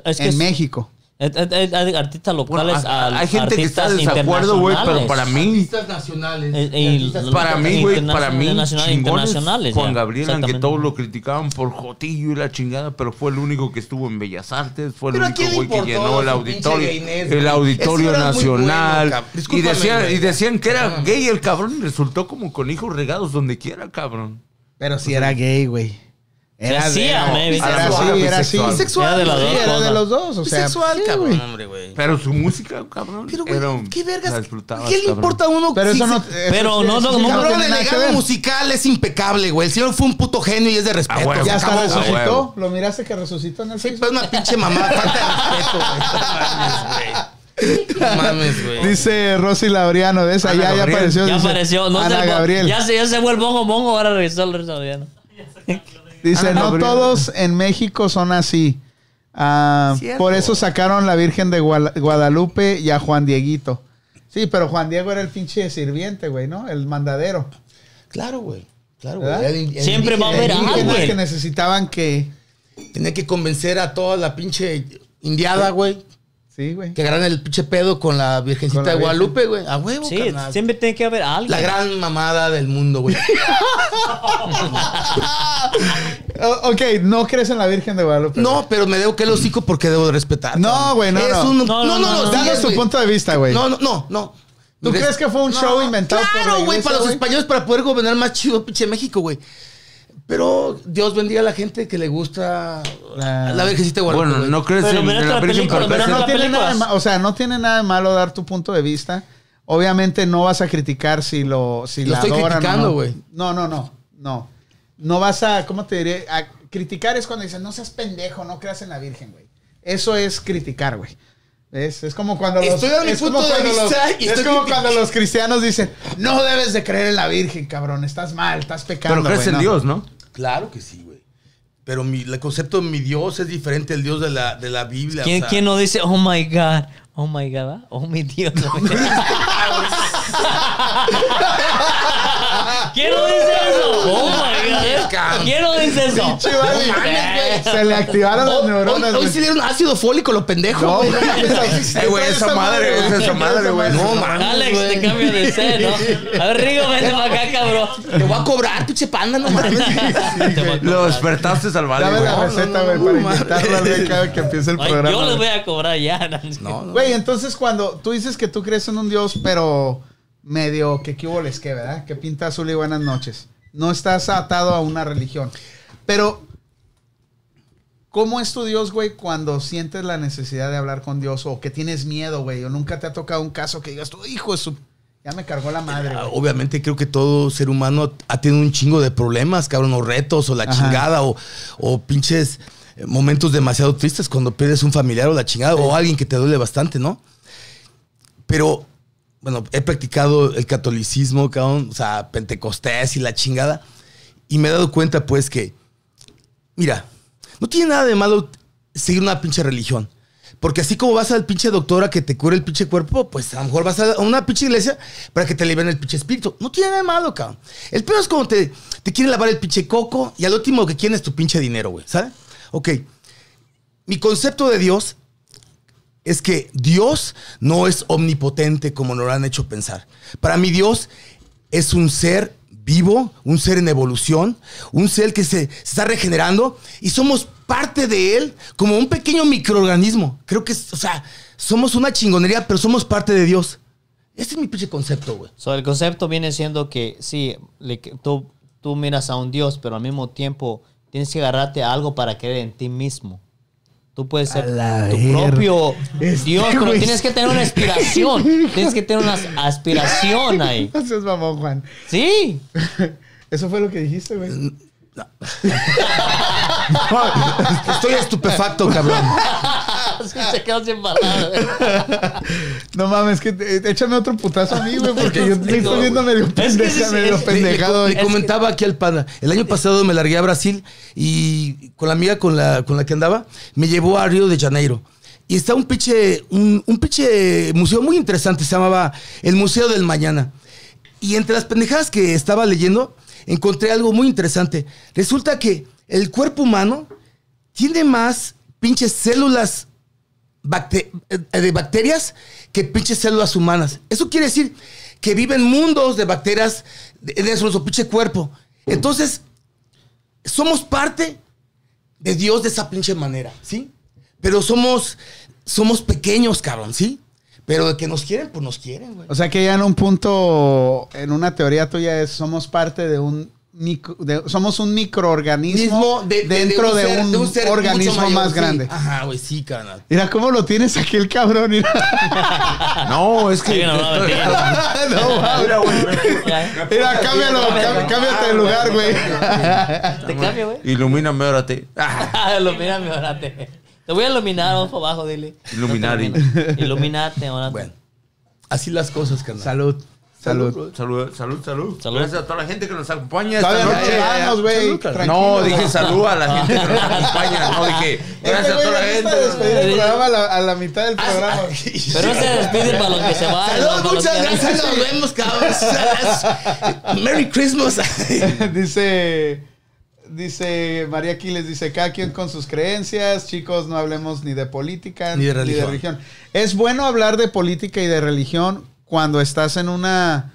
Speaker 3: Es que
Speaker 1: en
Speaker 3: es-
Speaker 1: México.
Speaker 3: Eh, eh, eh, Hay artistas
Speaker 2: Bueno,
Speaker 3: locales.
Speaker 2: a-
Speaker 3: al-
Speaker 2: hay gente que está
Speaker 3: artistas
Speaker 2: en desacuerdo, güey, pero
Speaker 3: internacionales.
Speaker 2: para mí,
Speaker 4: Artistas nacionales.
Speaker 3: Eh,
Speaker 4: y
Speaker 3: y
Speaker 4: artistas-
Speaker 3: los-
Speaker 2: para mí, güey,
Speaker 3: Internacional-
Speaker 2: para mí,
Speaker 3: internacional-
Speaker 2: chingones,
Speaker 3: internacionales,
Speaker 2: Juan
Speaker 3: ya,
Speaker 2: Gabriel, aunque
Speaker 3: exactamente.
Speaker 2: todos lo criticaban por Jotillo y la chingada, pero fue el único que estuvo en Bellas Artes, fue el
Speaker 4: Pero ¿a
Speaker 2: único
Speaker 4: quién le
Speaker 2: güey que
Speaker 4: importó
Speaker 2: llenó el
Speaker 4: su
Speaker 2: auditorio,
Speaker 4: pinche gayness, güey?
Speaker 2: el auditorio
Speaker 4: Ese era muy bueno,
Speaker 2: nacional,
Speaker 4: cabrón.
Speaker 2: y
Speaker 4: Discúlpame,
Speaker 2: decían,
Speaker 4: güey.
Speaker 2: y decían que era
Speaker 4: Ah.
Speaker 2: gay el cabrón, y resultó como con hijos regados donde quiera, cabrón.
Speaker 4: Pero si era gay, güey. Era
Speaker 3: Sí,
Speaker 4: de-
Speaker 3: a mí,
Speaker 4: bisexual.
Speaker 2: a la mejor
Speaker 1: era así.
Speaker 2: bisexual.
Speaker 3: Era de las
Speaker 1: Sí,
Speaker 3: dos
Speaker 1: era de
Speaker 3: cosas.
Speaker 1: los dos. O sea,
Speaker 4: Bisexual,
Speaker 1: sí,
Speaker 4: cabrón.
Speaker 1: güey.
Speaker 4: Hombre, güey.
Speaker 2: Pero su música, cabrón,
Speaker 4: Pero,
Speaker 2: era
Speaker 4: güey,
Speaker 2: un-
Speaker 4: ¿qué
Speaker 2: la
Speaker 4: vergas?
Speaker 2: disfrutabas,
Speaker 4: ¿Qué le
Speaker 2: cabrón.
Speaker 4: importa a uno?
Speaker 1: Pero
Speaker 4: Sí,
Speaker 1: eso
Speaker 4: sí,
Speaker 1: no.
Speaker 4: sí.
Speaker 1: eso
Speaker 3: Pero
Speaker 1: sí,
Speaker 3: no,
Speaker 1: sí,
Speaker 3: no, no,
Speaker 1: cabrón,
Speaker 4: Cabrón,
Speaker 1: tiene
Speaker 4: el
Speaker 1: nada que
Speaker 4: legado
Speaker 1: ver.
Speaker 4: musical es impecable, güey. El señor fue un puto genio y es de respeto.
Speaker 2: huevo.
Speaker 4: se
Speaker 1: Ya hasta
Speaker 4: acabó, güey.
Speaker 2: güey.
Speaker 1: resucitó. ¿Lo miraste que resucitó en el
Speaker 4: Sí,
Speaker 1: Facebook?
Speaker 4: pues una pinche mamá. Falta de respeto, güey. No mames, güey.
Speaker 1: Dice Rosy Laureano, de esa
Speaker 2: Ana
Speaker 1: ya, ya
Speaker 2: Gabriel.
Speaker 1: apareció.
Speaker 3: Ya
Speaker 1: dice,
Speaker 3: apareció. No
Speaker 1: Ana
Speaker 3: se,
Speaker 1: Gabriel.
Speaker 3: Ya se, ya se fue el bongo bongo, ahora regresó el restaurante.
Speaker 1: Dice,
Speaker 2: Ana
Speaker 1: no
Speaker 2: Ah, Gabriel.
Speaker 1: todos en México son así. Ah,
Speaker 2: Cierto.
Speaker 1: por eso sacaron la Virgen de Guala- Guadalupe y a Juan Dieguito. Sí, pero Juan Diego era el pinche sirviente, güey, ¿no? El mandadero.
Speaker 4: Claro, güey. Claro,
Speaker 1: ¿Verdad?
Speaker 4: güey. Era el- el
Speaker 3: Siempre va a haber
Speaker 4: indígena, el indígena.
Speaker 1: Indígenas
Speaker 3: güey.
Speaker 1: que necesitaban que...
Speaker 4: Tenía que convencer a toda la pinche indiada, güey.
Speaker 1: Sí, güey.
Speaker 4: Que agarran el pinche pedo con la virgencita
Speaker 1: Con la
Speaker 4: de
Speaker 1: Virgen.
Speaker 4: Guadalupe, güey. A huevo,
Speaker 3: Sí,
Speaker 4: carnal.
Speaker 3: siempre tiene que haber algo.
Speaker 4: La gran mamada del mundo,
Speaker 1: (laughs)
Speaker 4: güey.
Speaker 1: O- ok, no crees en la Virgen de Guadalupe.
Speaker 4: No, pero me debo que el hocico porque debo de respetar.
Speaker 1: No, güey, no,
Speaker 4: Es
Speaker 1: no.
Speaker 4: un-
Speaker 1: No,
Speaker 3: no,
Speaker 4: No,
Speaker 3: no,
Speaker 4: no, no.
Speaker 3: no.
Speaker 4: sí
Speaker 1: Danos
Speaker 4: es,
Speaker 1: tu
Speaker 4: güey.
Speaker 1: punto de vista, güey.
Speaker 4: No, no, no, no.
Speaker 1: ¿Tú crees que fue un show inventado por la
Speaker 4: Claro, güey,
Speaker 1: iglesia,
Speaker 4: para los
Speaker 1: güey?
Speaker 4: españoles para poder gobernar más chido pinche México, güey. Pero Dios bendiga a la gente que le gusta
Speaker 1: Ah,
Speaker 4: la, la Virgencita de Guadalupe.
Speaker 2: Bueno,
Speaker 4: güey.
Speaker 2: no crees
Speaker 3: Pero
Speaker 2: en,
Speaker 3: mira
Speaker 2: en la
Speaker 3: otra
Speaker 2: Virgen,
Speaker 3: película,
Speaker 2: pero
Speaker 3: mira
Speaker 2: crees
Speaker 1: no
Speaker 3: las
Speaker 1: tiene nada de
Speaker 3: películas.
Speaker 1: ma- o sea, no tiene nada de malo dar tu punto de vista. Obviamente no vas a criticar si lo si
Speaker 4: Lo
Speaker 1: la
Speaker 4: estoy
Speaker 1: adoran o
Speaker 4: criticando,
Speaker 1: no.
Speaker 4: güey.
Speaker 1: No, no, no, no. No vas a, ¿cómo te diré? A criticar es cuando dicen, no seas pendejo, no creas en la Virgen, güey. Eso es criticar, güey. Es, es como cuando los,
Speaker 4: Estoy dando mi
Speaker 1: es como
Speaker 4: punto de
Speaker 1: cuando los-
Speaker 4: vista y
Speaker 1: es
Speaker 4: estoy
Speaker 1: como
Speaker 4: criticando.
Speaker 1: cuando los cristianos dicen, no debes de creer en la Virgen, cabrón, estás mal, estás pecando.
Speaker 2: pero crees
Speaker 1: güey,
Speaker 2: en
Speaker 1: no.
Speaker 2: Dios, ¿no?
Speaker 4: Claro que sí, güey. Pero mi, el concepto de mi Dios es diferente al Dios de la, de la Biblia.
Speaker 3: ¿Quién,
Speaker 4: o sea.
Speaker 3: quién no dice, oh my God, oh my God, ah? oh mi Dios? (laughs) ¿Quién no dice eso? Oh my God. eh.
Speaker 4: cabrón.
Speaker 3: ¿Quién no dice eso?
Speaker 1: Pinche
Speaker 4: (laughs)
Speaker 1: Vali.
Speaker 4: No mames, güey.
Speaker 1: Se le activaron las
Speaker 4: Hoy-
Speaker 1: neuronas.
Speaker 4: Hoy, hoy
Speaker 1: güey.
Speaker 4: sí dieron ácido fólico, lo pendejo,
Speaker 1: No, (laughs)
Speaker 4: güey.
Speaker 1: no mames,
Speaker 2: Eh, güey, esa madre, esa es esa madre, güey.
Speaker 4: No mames.
Speaker 3: Alex, te cambio de ser, ¿no? A ver, Rigo, vente para acá,
Speaker 2: (laughs)
Speaker 3: cabrón.
Speaker 4: Te voy a cobrar, pinche
Speaker 1: (laughs)
Speaker 4: panda, no mames.
Speaker 3: Te voy a
Speaker 2: Lo
Speaker 3: cobrar.
Speaker 2: despertaste al vale,
Speaker 1: Dame
Speaker 2: güey.
Speaker 1: la receta, güey,
Speaker 4: no,
Speaker 1: para
Speaker 4: no, madre.
Speaker 1: inyectarla al güey cada que empiece el
Speaker 4: (laughs)
Speaker 3: Ay,
Speaker 1: programa.
Speaker 3: yo les voy
Speaker 1: güey.
Speaker 3: a cobrar ya.
Speaker 4: No, no.
Speaker 1: Güey, entonces cuando tú dices que tú crees en un Dios, pero medio que les que, ¿verdad? Que pinta azul y buenas noches. No estás atado a una religión. Pero, ¿cómo es tu Dios, güey, cuando sientes la necesidad de hablar con Dios o que tienes miedo, güey? O nunca te ha tocado un caso que digas, tu hijo es su... Ya me cargó la madre,
Speaker 4: Ah,
Speaker 1: güey.
Speaker 4: Obviamente creo que todo ser humano ha tenido un chingo de problemas, cabrón, o retos, o la
Speaker 1: Ajá.
Speaker 4: chingada, o, o pinches eh, momentos demasiado tristes cuando pierdes un familiar o la chingada, o alguien que te duele bastante, ¿no? Pero, bueno, he practicado el catolicismo, cabrón, o sea, pentecostés y la chingada, y me he dado cuenta, pues, que, mira, no tiene nada de malo seguir una pinche religión. Porque así como vas al pinche doctor a que te cure el pinche cuerpo, pues a lo mejor vas a una pinche iglesia para que te liberen el pinche espíritu. No tiene nada de malo, cabrón. El peor es cuando te, te quieren lavar el pinche coco y al último que quieren es tu pinche dinero, güey. ¿Sabes? Ok. Mi concepto de Dios es que Dios no es omnipotente como nos lo han hecho pensar. Para mí Dios es un ser vivo, un ser en evolución, un ser que se, se está regenerando y somos parte de él como un pequeño microorganismo. Creo que, es- o sea, somos una chingonería, pero somos parte de Dios. Este es mi pinche concepto, güey.
Speaker 3: So, el concepto viene siendo que sí, le- que tú, tú miras a un Dios, pero al mismo tiempo tienes que agarrarte a algo para creer en ti mismo. Tú puedes ser
Speaker 4: la
Speaker 3: tu
Speaker 4: verga.
Speaker 3: propio
Speaker 4: Este
Speaker 3: Dios, pero
Speaker 4: güey.
Speaker 3: tienes que tener una aspiración. tienes que tener una as- aspiración
Speaker 1: (laughs)
Speaker 3: ahí.
Speaker 1: Entonces, mamón, Juan.
Speaker 4: (laughs)
Speaker 3: Sí. (laughs)
Speaker 1: Eso fue lo que dijiste, güey.
Speaker 4: (laughs) Estoy estupefacto, cabrón.
Speaker 3: Así se quedó sin
Speaker 4: (laughs)
Speaker 3: palabras.
Speaker 1: No mames, que eh, échame otro putazo a mí, güey, porque yo me estoy viendo medio
Speaker 3: Es que sí,
Speaker 1: pendeja,
Speaker 3: sí,
Speaker 1: medio
Speaker 3: es-
Speaker 1: pendejado.
Speaker 4: Le, le comentaba aquí al pana. El año pasado me largué a Brasil y con la amiga con la, con la que andaba, me llevó a Río de Janeiro. Y está un pinche, un, un pinche museo muy interesante, se llamaba el Museo del Mañana. Y entre las pendejadas que estaba leyendo, encontré algo muy interesante. Resulta que el cuerpo humano tiene más pinches células bacte- eh, de bacterias que pinches células humanas. Eso quiere decir que viven mundos de bacterias de- dentro de nuestro pinche cuerpo.
Speaker 1: Mm.
Speaker 4: Entonces, somos parte de Dios de esa pinche manera, ¿sí? Pero somos, somos pequeños, cabrón, ¿sí? Pero de que nos quieren, pues nos quieren, güey.
Speaker 1: O sea que ya en un punto, en una teoría tuya es, somos parte de un micro- de- somos un microorganismo
Speaker 4: Mismo de- de- de
Speaker 1: dentro de un,
Speaker 4: ser- de un ser
Speaker 1: organismo
Speaker 4: mucho mayor,
Speaker 1: más
Speaker 4: sí. Ah.
Speaker 1: grande.
Speaker 4: Ajá, güey, sí, carnal.
Speaker 1: Mira cómo lo tienes aquí el cabrón. Mira,
Speaker 2: (laughs) No, es que.
Speaker 3: Sí, no, no,
Speaker 2: (laughs)
Speaker 1: No, wow.
Speaker 2: Mira, güey,
Speaker 1: Mira, cámbialo, cá- cámbiate de lugar, güey.
Speaker 3: Te cambio, güey. (laughs)
Speaker 2: Ilumíname, órate. Ah,
Speaker 3: Ilumíname, órate. Te voy a iluminar, vamos para abajo, dile.
Speaker 2: Illuminati.
Speaker 3: Iluminate, órate.
Speaker 4: (laughs) Bueno, así las cosas, carnal.
Speaker 1: Salud. Salud.
Speaker 4: brother.
Speaker 2: Salud, salud, salud.
Speaker 3: Salud.
Speaker 2: Gracias a toda la gente que nos acompaña.
Speaker 1: Todavía
Speaker 2: esta
Speaker 1: no
Speaker 2: noche.
Speaker 1: te vamos, güey.
Speaker 4: Salud, carnal.
Speaker 2: No,
Speaker 1: Tranquilo.
Speaker 2: dije salud a la gente que nos acompaña. No, dije gracias
Speaker 1: Este
Speaker 2: a
Speaker 1: güey
Speaker 2: toda la
Speaker 1: empieza a despedir
Speaker 2: gente.
Speaker 1: el programa a la, a la mitad del programa.
Speaker 3: Pero se despide para los que se van. ¿no? Para
Speaker 4: Saludos,
Speaker 3: los
Speaker 4: muchas
Speaker 3: que-
Speaker 4: gracias. Nos vemos, (laughs) cabrón. Merry Christmas.
Speaker 1: (laughs) dice, dice María Aquiles, dice, cada quien con sus creencias, chicos, no hablemos ni de política
Speaker 4: Ni de religión.
Speaker 1: Es bueno hablar de política y de religión cuando estás en una...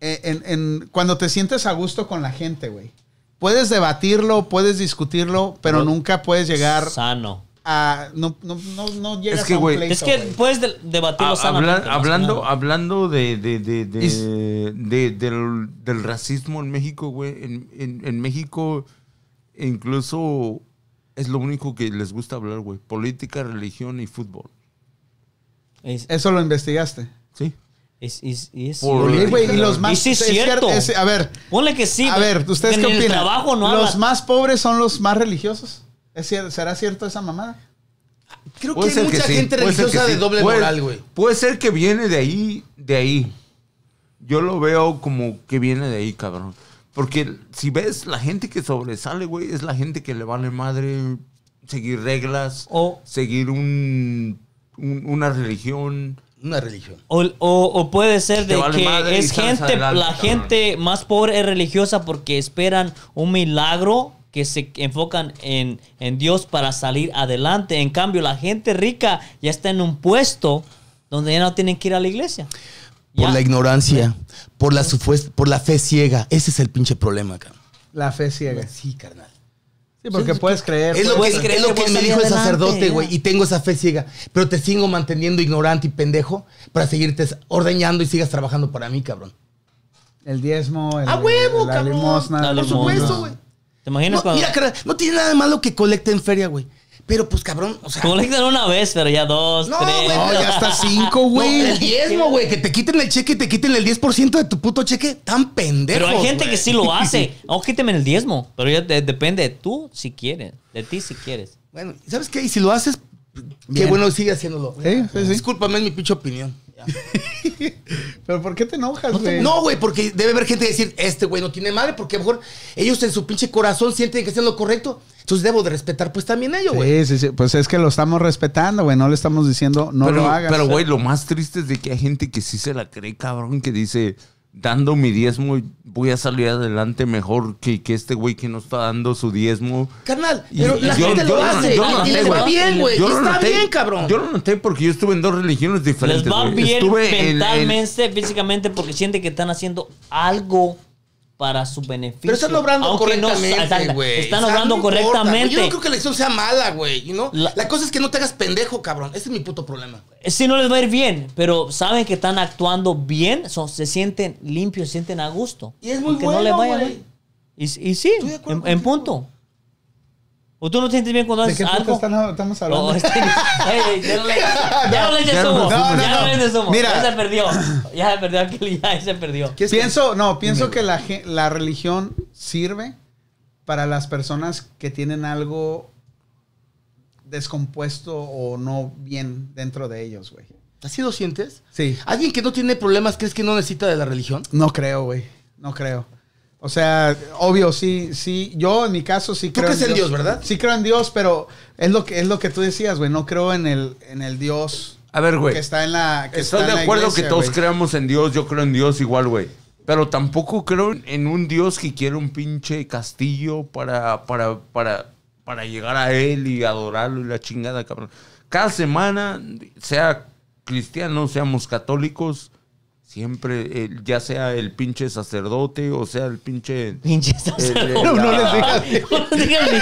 Speaker 1: eh, En, en- cuando te sientes a gusto con la gente, güey. Puedes debatirlo, puedes discutirlo, pero nunca puedes llegar
Speaker 3: Sano.
Speaker 1: a... No, no, no, no llegas
Speaker 2: Es que,
Speaker 1: a un
Speaker 2: güey,
Speaker 1: pleito,
Speaker 3: Es que
Speaker 1: güey.
Speaker 3: puedes de- debatirlo
Speaker 2: Ha-
Speaker 3: sanamente.
Speaker 2: Ah, habla-
Speaker 3: más que
Speaker 2: hablando
Speaker 3: nada.
Speaker 2: hablando de, de, de, de-
Speaker 1: Is-
Speaker 2: de- del, del racismo en México, güey. En, en, en México incluso es lo único que les gusta hablar, güey. Política, religión y fútbol.
Speaker 3: Es-
Speaker 1: Eso lo investigaste.
Speaker 2: Sí.
Speaker 3: es- es- es-
Speaker 2: Por-
Speaker 1: Oye, güey, y los más...
Speaker 3: Y sí es
Speaker 1: que-
Speaker 3: cierto.
Speaker 1: es- a ver,
Speaker 3: Ponle que sí.
Speaker 1: a ver, ¿ustedes
Speaker 3: en
Speaker 1: qué
Speaker 3: el
Speaker 1: opinan?
Speaker 3: trabajo no
Speaker 1: ¿Los
Speaker 3: habla-
Speaker 1: más pobres son los más religiosos? ¿Es cier- ¿Será cierto esa mamada?
Speaker 4: Creo
Speaker 2: Puede
Speaker 4: que hay
Speaker 2: ser que
Speaker 4: mucha
Speaker 2: sí,
Speaker 4: gente
Speaker 2: puede ser que
Speaker 4: religiosa
Speaker 2: sí.
Speaker 4: de doble
Speaker 2: Puede-
Speaker 4: moral, güey.
Speaker 2: Puede ser que viene de ahí, de ahí. Yo lo veo como que viene de ahí, cabrón. Porque si ves, la gente que sobresale, güey, es la gente que le vale madre seguir reglas,
Speaker 3: O-
Speaker 2: seguir un, un- una religión.
Speaker 4: Una religión.
Speaker 3: O, o- o puede ser de
Speaker 2: Te vale
Speaker 3: que
Speaker 2: madre y
Speaker 3: es
Speaker 2: sales
Speaker 3: gente,
Speaker 2: adelante,
Speaker 3: la
Speaker 2: cabrón.
Speaker 3: gente más pobre es religiosa porque esperan un milagro que se enfocan en, en Dios para salir adelante. En cambio, la gente rica ya está en un puesto donde ya no tienen que ir a la iglesia.
Speaker 4: Por
Speaker 3: Ya.
Speaker 4: la ignorancia, por la, supuest- por la fe ciega. Ese es el pinche problema, cabrón.
Speaker 1: La fe ciega.
Speaker 4: Sí, carnal.
Speaker 1: Sí, porque puedes creer.
Speaker 4: Es lo que,
Speaker 3: puedes creer
Speaker 4: es lo
Speaker 3: que
Speaker 4: que
Speaker 3: puedes
Speaker 4: me
Speaker 3: salir
Speaker 4: dijo el
Speaker 3: adelante,
Speaker 4: sacerdote,
Speaker 3: ya.
Speaker 4: güey. Y tengo esa fe ciega. Pero te sigo manteniendo ignorante y pendejo para seguirte ordeñando y sigas trabajando para mí, cabrón.
Speaker 1: El diezmo, el,
Speaker 4: ¡A huevo,
Speaker 1: la
Speaker 4: cabrón!
Speaker 1: limosna.
Speaker 3: La
Speaker 4: Por
Speaker 3: limosna.
Speaker 4: supuesto, güey.
Speaker 3: ¿Te imaginas
Speaker 4: No,
Speaker 3: cuando
Speaker 4: mira, carnal, no tiene nada de malo que colecten feria, güey. Pero pues, cabrón, o sea.
Speaker 3: colectan una vez, pero ya dos,
Speaker 4: No,
Speaker 3: tres?
Speaker 4: güey,
Speaker 1: No, ya
Speaker 4: (laughs)
Speaker 1: está cinco,
Speaker 4: No,
Speaker 1: güey.
Speaker 4: el diezmo, güey. Que te quiten el cheque y te quiten el 10% de tu puto cheque. Tan
Speaker 3: (laughs)
Speaker 4: pendejo.
Speaker 3: Pero hay gente que sí lo hace. No, quíteme el diezmo. Pero ya de- depende de tú si quieres. De ti si quieres.
Speaker 4: (laughs) Bueno, ¿sabes qué? Y si lo haces,
Speaker 1: Bien.
Speaker 4: qué bueno, sigue haciéndolo.
Speaker 1: Sí, sí, sí.
Speaker 4: Discúlpame, es mi pinche opinión.
Speaker 1: Pero ¿por qué te enojas, güey?
Speaker 4: No, güey, porque debe haber gente que decir, este güey no tiene madre, porque a lo mejor ellos en su pinche corazón sienten que están lo correcto. Entonces debo de respetar pues también a ellos, güey.
Speaker 1: Sí, sí, sí. Pues es que lo estamos respetando, güey. No le estamos diciendo no
Speaker 2: pero,
Speaker 1: lo hagas.
Speaker 2: pero, güey, lo más triste es de que hay gente que sí se la cree, cabrón, que dice, dando mi diezmo, voy a salir adelante mejor que, que este güey que no está dando su diezmo.
Speaker 4: Carnal,
Speaker 2: Y-
Speaker 4: pero
Speaker 2: y
Speaker 4: la
Speaker 2: yo-
Speaker 4: gente
Speaker 2: yo
Speaker 4: lo
Speaker 2: lo
Speaker 4: hace.
Speaker 2: noté, yo lo
Speaker 4: y les
Speaker 2: noté,
Speaker 4: va
Speaker 2: güey.
Speaker 4: bien, güey.
Speaker 2: Yo
Speaker 4: Y
Speaker 2: lo
Speaker 4: Está
Speaker 2: noté-
Speaker 4: bien, cabrón.
Speaker 2: Yo lo noté porque yo estuve en dos religiones diferentes.
Speaker 3: Les va
Speaker 2: güey.
Speaker 3: bien
Speaker 2: Estuve en- en-
Speaker 3: mentalmente, físicamente, porque sienten que están haciendo algo para su beneficio.
Speaker 4: Pero están obrando
Speaker 3: Aunque no-
Speaker 4: correctamente,
Speaker 3: están-
Speaker 4: güey.
Speaker 3: están
Speaker 4: O sea,
Speaker 3: obrando
Speaker 4: no importa, güey.
Speaker 3: correctamente.
Speaker 4: Yo no creo que la elección sea mala, güey. you know?
Speaker 3: La-
Speaker 4: La... cosa es que no te hagas pendejo, cabrón. Ese es mi puto problema.
Speaker 3: Sí, no les va a ir bien, pero saben que están actuando bien, son, se sienten limpios, se sienten a gusto.
Speaker 4: Y es muy
Speaker 3: Aunque
Speaker 4: bueno,
Speaker 3: le vaya
Speaker 4: güey.
Speaker 3: bien. Y, y sí,
Speaker 4: de acuerdo
Speaker 3: en, en
Speaker 4: contigo.
Speaker 3: punto. ¿O tú no te sientes bien cuando
Speaker 1: ¿De
Speaker 3: haces
Speaker 1: qué puta
Speaker 3: algo?
Speaker 1: están- estamos hablando?
Speaker 3: Oh, este- Ey,
Speaker 1: (laughs)
Speaker 3: ya no le ya no le eches
Speaker 2: ya no
Speaker 3: humo,
Speaker 2: nos
Speaker 1: fuimos.
Speaker 3: ya
Speaker 1: No,
Speaker 3: no
Speaker 1: no,
Speaker 3: le eches
Speaker 1: no.
Speaker 3: humo,
Speaker 1: Mira.
Speaker 3: ya se perdió, ya se perdió aquel, ya se perdió.
Speaker 1: Pienso, no, pienso que la, gen- la religión sirve para las personas que tienen algo descompuesto o no bien dentro de ellos, güey.
Speaker 4: ¿Así lo sientes?
Speaker 1: Sí.
Speaker 4: ¿Alguien que no tiene problemas crees que no necesita de la religión?
Speaker 1: No creo, güey. No creo. O sea, obvio, sí, sí. Yo en mi caso sí
Speaker 4: Tú
Speaker 1: creo.
Speaker 4: crees en Dios, ¿verdad?
Speaker 1: Sí creo en Dios, pero es lo que es lo que tú decías, güey. No creo en el en el Dios
Speaker 2: A ver, güey.
Speaker 1: que está en la. Que
Speaker 2: Estoy
Speaker 1: está en
Speaker 2: de
Speaker 1: la
Speaker 2: acuerdo
Speaker 1: iglesia,
Speaker 2: que todos
Speaker 1: güey.
Speaker 2: creamos en Dios, yo creo en Dios igual, güey. Pero tampoco creo en un Dios que quiere un pinche castillo para, para, para, para llegar a él y adorarlo y la chingada, cabrón. Cada semana, sea cristianos, seamos católicos, siempre, el- ya sea el pinche sacerdote o sea el pinche...
Speaker 3: Pinche (laughs)
Speaker 2: el- el-
Speaker 1: No, no les
Speaker 2: la-
Speaker 1: digas.
Speaker 3: No les digas ni-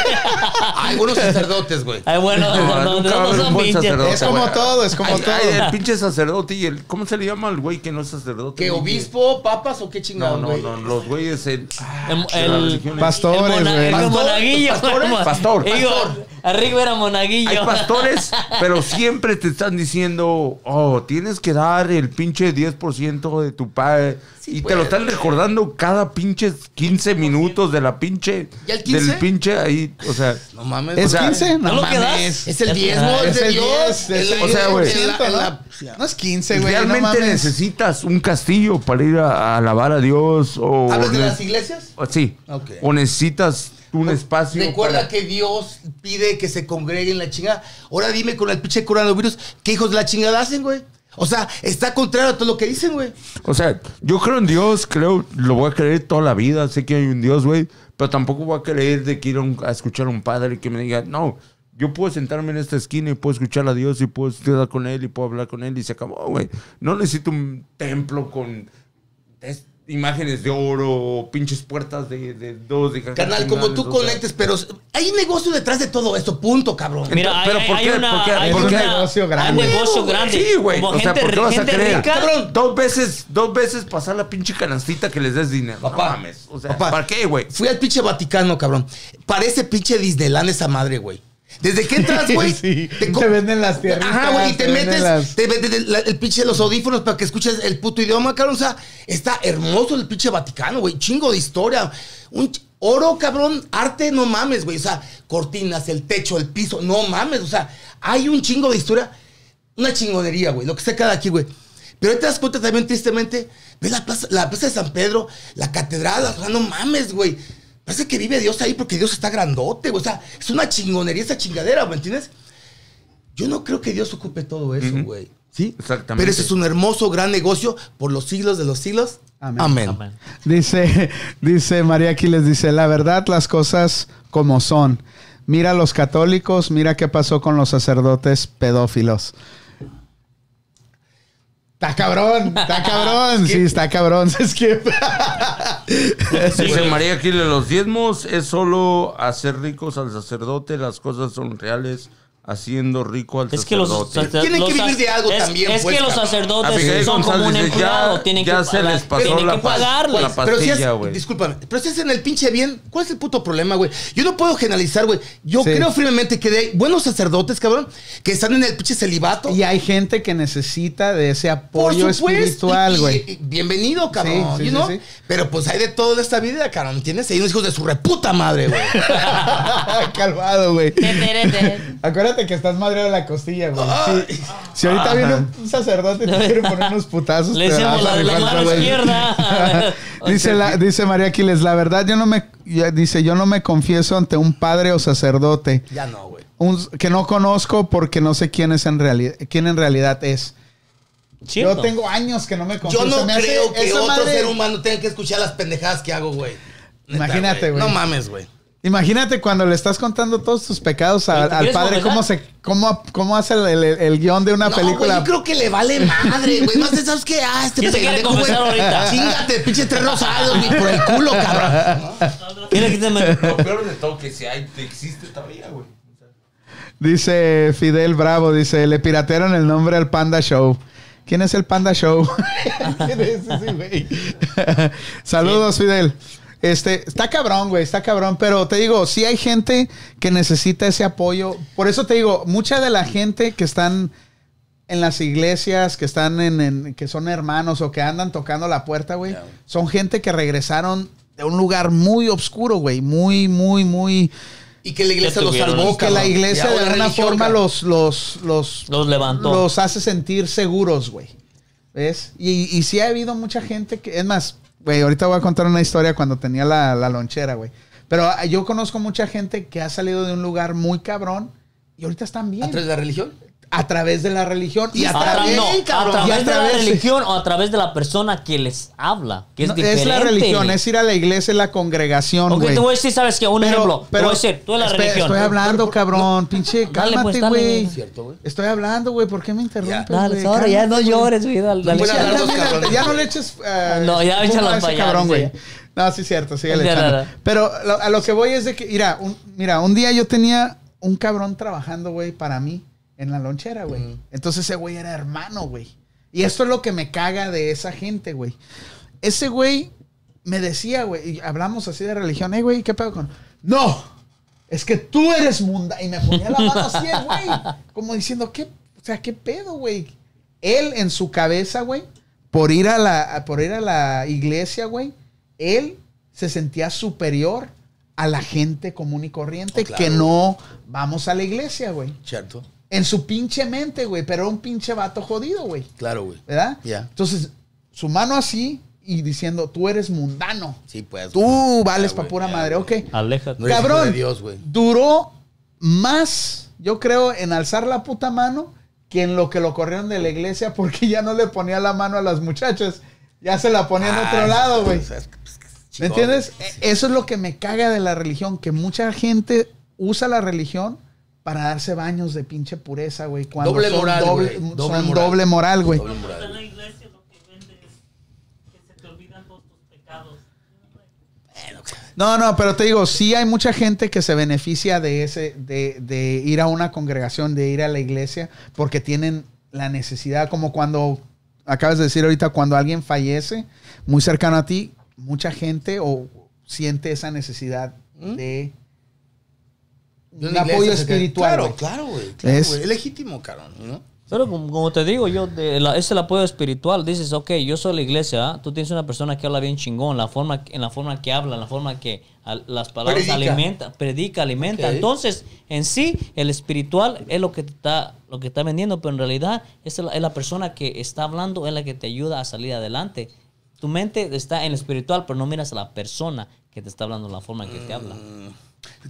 Speaker 6: Algunos sacerdotes, güey.
Speaker 3: Ay, bueno,
Speaker 2: No,
Speaker 3: no, no,
Speaker 2: nunca
Speaker 3: no
Speaker 2: va a haber
Speaker 3: son
Speaker 2: un buen
Speaker 3: pinches.
Speaker 2: sacerdote,
Speaker 1: Es como
Speaker 2: güey.
Speaker 1: todo, es como
Speaker 2: Ay,
Speaker 1: todo.
Speaker 2: ay, el pinche sacerdote y el... ¿Cómo se le llama al güey que no es sacerdote?
Speaker 6: ¿Qué obispo, papas o qué
Speaker 2: No,
Speaker 6: chingón,
Speaker 2: no,
Speaker 6: güey?
Speaker 2: no, los güeyes... El,
Speaker 3: El-
Speaker 2: de las
Speaker 3: el-
Speaker 2: religiones.
Speaker 1: Pastores,
Speaker 3: El mona-
Speaker 1: güey.
Speaker 3: el
Speaker 1: Pastor,
Speaker 3: monaguillo.
Speaker 2: pastores,
Speaker 3: Mon-
Speaker 2: pastor,
Speaker 3: Digo,
Speaker 2: pastor.
Speaker 3: Arriba era monaguillo.
Speaker 2: Hay pastores,
Speaker 6: (laughs)
Speaker 2: pero siempre te están diciendo, oh, tienes que dar el pinche 10% de tu padre. y te lo están recordando cada pinche 15 minutos de la pinche.
Speaker 6: ¿Y Este el 15?
Speaker 2: Del pinche ahí, o sea.
Speaker 6: No mames.
Speaker 1: ¿Es
Speaker 6: o sea,
Speaker 1: 15?
Speaker 3: ¿No
Speaker 1: No
Speaker 3: lo quedas?
Speaker 1: mames.
Speaker 6: Es el diezmo,
Speaker 3: Ah,
Speaker 6: es de
Speaker 1: el
Speaker 6: Dios.
Speaker 1: 10, es
Speaker 6: el-
Speaker 1: el
Speaker 2: O sea, güey.
Speaker 1: 10%,
Speaker 6: el-
Speaker 1: ¿no?
Speaker 6: la-
Speaker 1: No es 15, güey.
Speaker 2: realmente
Speaker 1: no mames.
Speaker 2: necesitas un castillo para ir a, a alabar a Dios o.
Speaker 6: ¿Hablas de
Speaker 2: ne-
Speaker 6: las iglesias?
Speaker 2: o- Sí.
Speaker 6: Ok.
Speaker 2: O necesitas un espacio.
Speaker 6: Recuerda
Speaker 2: para-
Speaker 6: que Dios pide que se congreguen la chingada. Ahora dime con el pinche coronavirus, ¿qué hijos de la chingada hacen, güey? O sea, está contrario a todo lo que dicen, güey.
Speaker 2: O sea, yo creo en Dios, creo, lo voy a creer toda la vida, sé que hay un Dios, güey, pero tampoco voy a creer de que ir a, un- a escuchar a un padre que me diga, no, yo puedo sentarme en esta esquina y puedo escuchar a Dios y puedo estudiar con él y puedo hablar con él y se acabó, güey. No necesito un templo con es- imágenes de oro o pinches puertas de, de dos de
Speaker 6: Canal, como tú
Speaker 2: o sea.
Speaker 6: conectes, pero hay un negocio detrás de todo esto, punto, cabrón.
Speaker 3: Mira, hay,
Speaker 2: Pero
Speaker 3: hay-
Speaker 2: ¿por
Speaker 3: hay
Speaker 2: qué?
Speaker 3: una,
Speaker 2: ¿Por qué?
Speaker 3: hay
Speaker 1: ¿Por
Speaker 3: una-
Speaker 1: qué? Un negocio
Speaker 3: Hay
Speaker 1: grande.
Speaker 3: un negocio grande.
Speaker 2: Sí, güey.
Speaker 3: Como
Speaker 2: O sea,
Speaker 3: gente,
Speaker 2: ¿por qué vas a
Speaker 3: gente
Speaker 2: creer?
Speaker 3: rica.
Speaker 6: Cabrón.
Speaker 2: Dos veces, dos veces pasar la pinche canastita que les des dinero.
Speaker 6: Papá,
Speaker 2: no mames. O sea,
Speaker 6: papá.
Speaker 2: ¿para qué, güey?
Speaker 6: Fui al pinche Vaticano, cabrón. Parece pinche Disneyland esa madre, güey. Desde que entras, güey.
Speaker 1: Sí,
Speaker 6: co-
Speaker 1: te venden las tierritas,
Speaker 6: Ajá, güey, y te,
Speaker 1: te venden
Speaker 6: metes.
Speaker 1: las-
Speaker 6: Te venden el, la- el pinche los audífonos para que escuches el puto idioma, cabrón. O sea, está hermoso el pinche Vaticano, güey. Chingo de historia. Un ch- oro, cabrón. Arte, no mames, güey. O sea, cortinas, el techo, el piso. No mames. O sea, hay un chingo de historia. Una chingonería, güey. Lo que se queda aquí, güey. Pero ahí te das cuenta también, tristemente, ve la plaza, la plaza de San Pedro, la catedral, o sea, no mames, güey. Parece que vive Dios ahí porque Dios está grandote, güey. O sea, es una chingonería esa chingadera, ¿me entiendes? Yo no creo que Dios ocupe todo eso, güey. ¿Sí?
Speaker 2: Exactamente.
Speaker 6: Pero ese es un hermoso, gran negocio por los siglos de los siglos.
Speaker 1: Amén.
Speaker 6: Amén.
Speaker 3: Amén.
Speaker 1: Dice, dice María Aquiles, dice, la verdad las cosas como son. Mira a los católicos, mira qué pasó con los sacerdotes pedófilos. Está cabrón, (laughs) está cabrón, sí, está cabrón. (laughs) Es que
Speaker 2: Dice María Aquiles, los diezmos es solo hacer ricos al sacerdote, las cosas son reales, haciendo rico al
Speaker 3: Es que los
Speaker 2: sacerdote.
Speaker 6: Tienen que vivir de algo
Speaker 3: es-
Speaker 6: también,
Speaker 3: Es
Speaker 6: pues,
Speaker 3: que los
Speaker 6: cabrón.
Speaker 3: sacerdotes
Speaker 2: Abigail
Speaker 3: son como un
Speaker 2: González dice,
Speaker 3: empleado.
Speaker 2: ya-
Speaker 3: tienen
Speaker 2: ya
Speaker 3: que,
Speaker 2: se
Speaker 3: pagar-
Speaker 2: les pasó
Speaker 3: tienen
Speaker 2: la
Speaker 3: que
Speaker 2: paz.
Speaker 3: pagarles.
Speaker 2: La
Speaker 6: Pero si
Speaker 2: pastilla,
Speaker 6: es,
Speaker 2: güey.
Speaker 6: discúlpame, pero si es en el pinche bien, ¿cuál es el puto problema, güey? Yo no puedo generalizar, güey. Yo
Speaker 1: Sí.
Speaker 6: creo firmemente que hay buenos sacerdotes, cabrón, que están en el pinche celibato.
Speaker 1: y hay gente que necesita de ese apoyo espiritual,
Speaker 6: y-
Speaker 1: güey.
Speaker 6: y- y Bienvenido, cabrón.
Speaker 1: Sí, sí, sí,
Speaker 6: you know?
Speaker 1: sí.
Speaker 6: Pero pues hay de todo en esta vida, cabrón. ¿Entiendes? Hay unos hijos de su reputa
Speaker 1: (laughs)
Speaker 6: madre, güey.
Speaker 1: Calvado, güey.
Speaker 3: Teterete.
Speaker 1: Acuérdate que estás madreado en la costilla, güey. Si, si ahorita
Speaker 2: Ajá.
Speaker 1: viene un sacerdote y te quiere poner unos putazos,
Speaker 3: Le
Speaker 1: te
Speaker 3: hicimos
Speaker 1: vas a
Speaker 3: la- la
Speaker 1: rifar,
Speaker 3: mano
Speaker 1: güey.
Speaker 3: izquierda.
Speaker 1: (laughs) dice, la- dice María Aquiles, la verdad yo no me ya- dice, yo no me confieso ante un padre o sacerdote
Speaker 6: ya no, güey.
Speaker 1: un- que no conozco porque no sé quién es en realidad quién en realidad es.
Speaker 3: Cierto.
Speaker 1: Yo tengo años que no me confieso.
Speaker 6: Yo no
Speaker 1: Me hace-
Speaker 6: creo que
Speaker 1: esa
Speaker 6: otro
Speaker 1: madre-
Speaker 6: ser humano tenga que escuchar las pendejadas que hago, güey. Neta,
Speaker 1: Imagínate, güey.
Speaker 6: No mames, güey.
Speaker 1: Imagínate cuando le estás contando todos tus pecados a-
Speaker 3: ¿Y tú
Speaker 1: al
Speaker 3: quieres
Speaker 1: padre, cómo se cómo, cómo hace el, el- el guión de una
Speaker 6: No,
Speaker 1: película.
Speaker 6: güey, yo creo que le vale madre, güey. No sé, ¿sabes qué? Ah, este
Speaker 3: ¿Quién se quiere
Speaker 6: pendejo, güey.
Speaker 3: confesar ahorita?
Speaker 6: Chingate, pinche tres rosados, güey, por el culo, cabrón.
Speaker 3: Mira, quítame.
Speaker 2: Lo peor de todo que si hay, existe todavía, güey.
Speaker 1: Dice Fidel Bravo, dice, le piratearon el nombre al Panda Show. ¿Quién es el Panda Show? (laughs) ¿Quién es ese güey? (laughs) Saludos, Fidel. Este, está cabrón, güey, está cabrón, pero te digo, sí hay gente que necesita ese apoyo. Por eso te digo, mucha de la gente que están en las iglesias, que están en, en- que son hermanos o que andan tocando la puerta, güey, son gente que regresaron de un lugar muy oscuro, güey, muy, muy, muy
Speaker 6: Y que la iglesia los
Speaker 3: tuvieron.
Speaker 6: salvó,
Speaker 1: o que la
Speaker 6: cabrón.
Speaker 1: iglesia
Speaker 6: Ya,
Speaker 1: de
Speaker 6: la
Speaker 1: alguna
Speaker 6: religión,
Speaker 1: forma
Speaker 6: cabrón.
Speaker 1: los, los, los,
Speaker 3: Los levantó.
Speaker 1: los hace sentir seguros, güey. ¿Ves? Y, y sí ha habido mucha gente que. Es más, güey, ahorita voy a contar una historia cuando tenía la, la lonchera, güey. Pero ah, yo conozco mucha gente que ha salido de un lugar muy cabrón y ahorita están bien.
Speaker 6: ¿Atrás de la religión?
Speaker 8: a través de la religión y a
Speaker 3: A, tra-
Speaker 8: través,
Speaker 3: no, a
Speaker 8: cabrón, y
Speaker 3: través de la
Speaker 8: través-
Speaker 3: religión o a través de la persona que les habla. Que es
Speaker 1: No,
Speaker 3: diferente.
Speaker 1: es la religión, es ir a la iglesia, es la congregación,
Speaker 3: Ok,
Speaker 1: güey.
Speaker 3: te voy a decir, ¿sabes qué? Un ejemplo. te voy a decir, tú de la
Speaker 1: espe-
Speaker 3: religión.
Speaker 1: Estoy hablando, cabrón. Pinche,
Speaker 3: pues,
Speaker 1: cálmate,
Speaker 3: dale,
Speaker 1: güey.
Speaker 3: güey.
Speaker 4: Cierto, güey.
Speaker 1: Estoy hablando, güey. ¿Por qué me interrumpes,
Speaker 4: Pues
Speaker 3: Dale,
Speaker 1: güey?
Speaker 3: sorry, ya
Speaker 1: Cálmate,
Speaker 3: no
Speaker 1: güey.
Speaker 3: llores, güey. dale, dale.
Speaker 4: Voy a hablar
Speaker 1: Ya,
Speaker 4: dos
Speaker 1: también,
Speaker 4: cabrones.
Speaker 1: ya no le eches. eh,
Speaker 3: No, ya
Speaker 1: culpa
Speaker 3: échala
Speaker 1: a ese
Speaker 3: pa' allá,
Speaker 1: cabrón, güey.
Speaker 3: sí.
Speaker 1: No, sí, es cierto, sigue
Speaker 3: Ya,
Speaker 1: echando.
Speaker 3: ya, ya.
Speaker 1: Pero lo- a lo que voy es de que, mira, un, mira, un día yo tenía un cabrón trabajando, güey, para mí, en la lonchera, güey.
Speaker 3: Mm.
Speaker 1: Entonces ese güey era hermano, güey. Y esto es lo que me caga de esa gente, güey. Ese güey me decía, güey, y hablamos así de religión, eh, güey, ¿qué pedo con? No, es que tú eres munda. Y me ponía la mano así, eh, güey. Como diciendo, ¿qué? O sea, ¿qué pedo, güey? Él en su cabeza, güey, por ir a la, a- por ir a la iglesia, güey, él se sentía superior a la gente común y corriente
Speaker 4: Oh, claro.
Speaker 1: que no vamos a la iglesia, güey.
Speaker 4: Cierto.
Speaker 1: En su pinche mente, güey, pero un pinche vato jodido, güey.
Speaker 4: Claro, güey.
Speaker 1: ¿Verdad?
Speaker 4: Ya.
Speaker 1: Entonces, su mano así y diciendo, tú eres mundano.
Speaker 4: Sí, pues. güey.
Speaker 1: Tú vales
Speaker 4: Ya,
Speaker 1: para
Speaker 4: güey,
Speaker 1: pura
Speaker 4: ya,
Speaker 1: madre.
Speaker 4: güey.
Speaker 1: Ok.
Speaker 3: Aléjate.
Speaker 4: No eres hijo
Speaker 1: Cabrón.
Speaker 4: de Dios, güey.
Speaker 1: Duró más, yo creo, en alzar la puta mano que en lo que lo corrieron de la iglesia porque ya no le ponía la mano a las muchachas. Ya se la ponía en otro
Speaker 4: Ah,
Speaker 1: lado, güey.
Speaker 4: o sea, es-
Speaker 1: ¿Me
Speaker 4: chingón,
Speaker 1: entiendes?
Speaker 4: güey.
Speaker 1: E- Eso es lo que me caga de la religión, que mucha gente usa la religión para darse baños de pinche pureza, güey. cuando
Speaker 4: Doble
Speaker 1: son
Speaker 4: moral,
Speaker 1: Doble,
Speaker 4: güey.
Speaker 1: son
Speaker 4: Doble
Speaker 1: doble
Speaker 4: moral.
Speaker 1: moral. güey.
Speaker 4: Doble
Speaker 7: Pero en la
Speaker 4: moral.
Speaker 7: iglesia lo que vende es que se te olvidan todos tus pecados.
Speaker 1: No, no, pero te digo, sí hay mucha gente que se beneficia de ese, de, de ir a una congregación, de ir a la iglesia, porque tienen la necesidad, como cuando acabas de decir ahorita, cuando alguien fallece muy cercano a ti, mucha gente o siente esa necesidad
Speaker 3: ¿Mm?
Speaker 1: de
Speaker 4: De
Speaker 1: un
Speaker 4: una iglesia,
Speaker 1: apoyo
Speaker 4: se cree-
Speaker 1: espiritual.
Speaker 4: Claro,
Speaker 1: güey.
Speaker 4: claro, güey. claro,
Speaker 1: Es-
Speaker 4: güey. Es legítimo, cabrón, ¿no?
Speaker 3: Pero como, como te digo, yo, de la- es el apoyo espiritual. Dices, ok, yo soy la iglesia. ¿ah? Tú tienes una persona que habla bien chingón. La forma, que- en la forma que habla, en la forma que al- las palabras
Speaker 4: Predica.
Speaker 3: alimenta, predica, alimenta.
Speaker 4: Ok.
Speaker 3: Entonces, en sí, el espiritual es lo que te está, lo que está vendiendo, pero en realidad es la, es la persona que está hablando, es la que te ayuda a salir adelante. Tu mente está en lo espiritual, pero no miras a la persona que te está hablando, la forma en que te habla.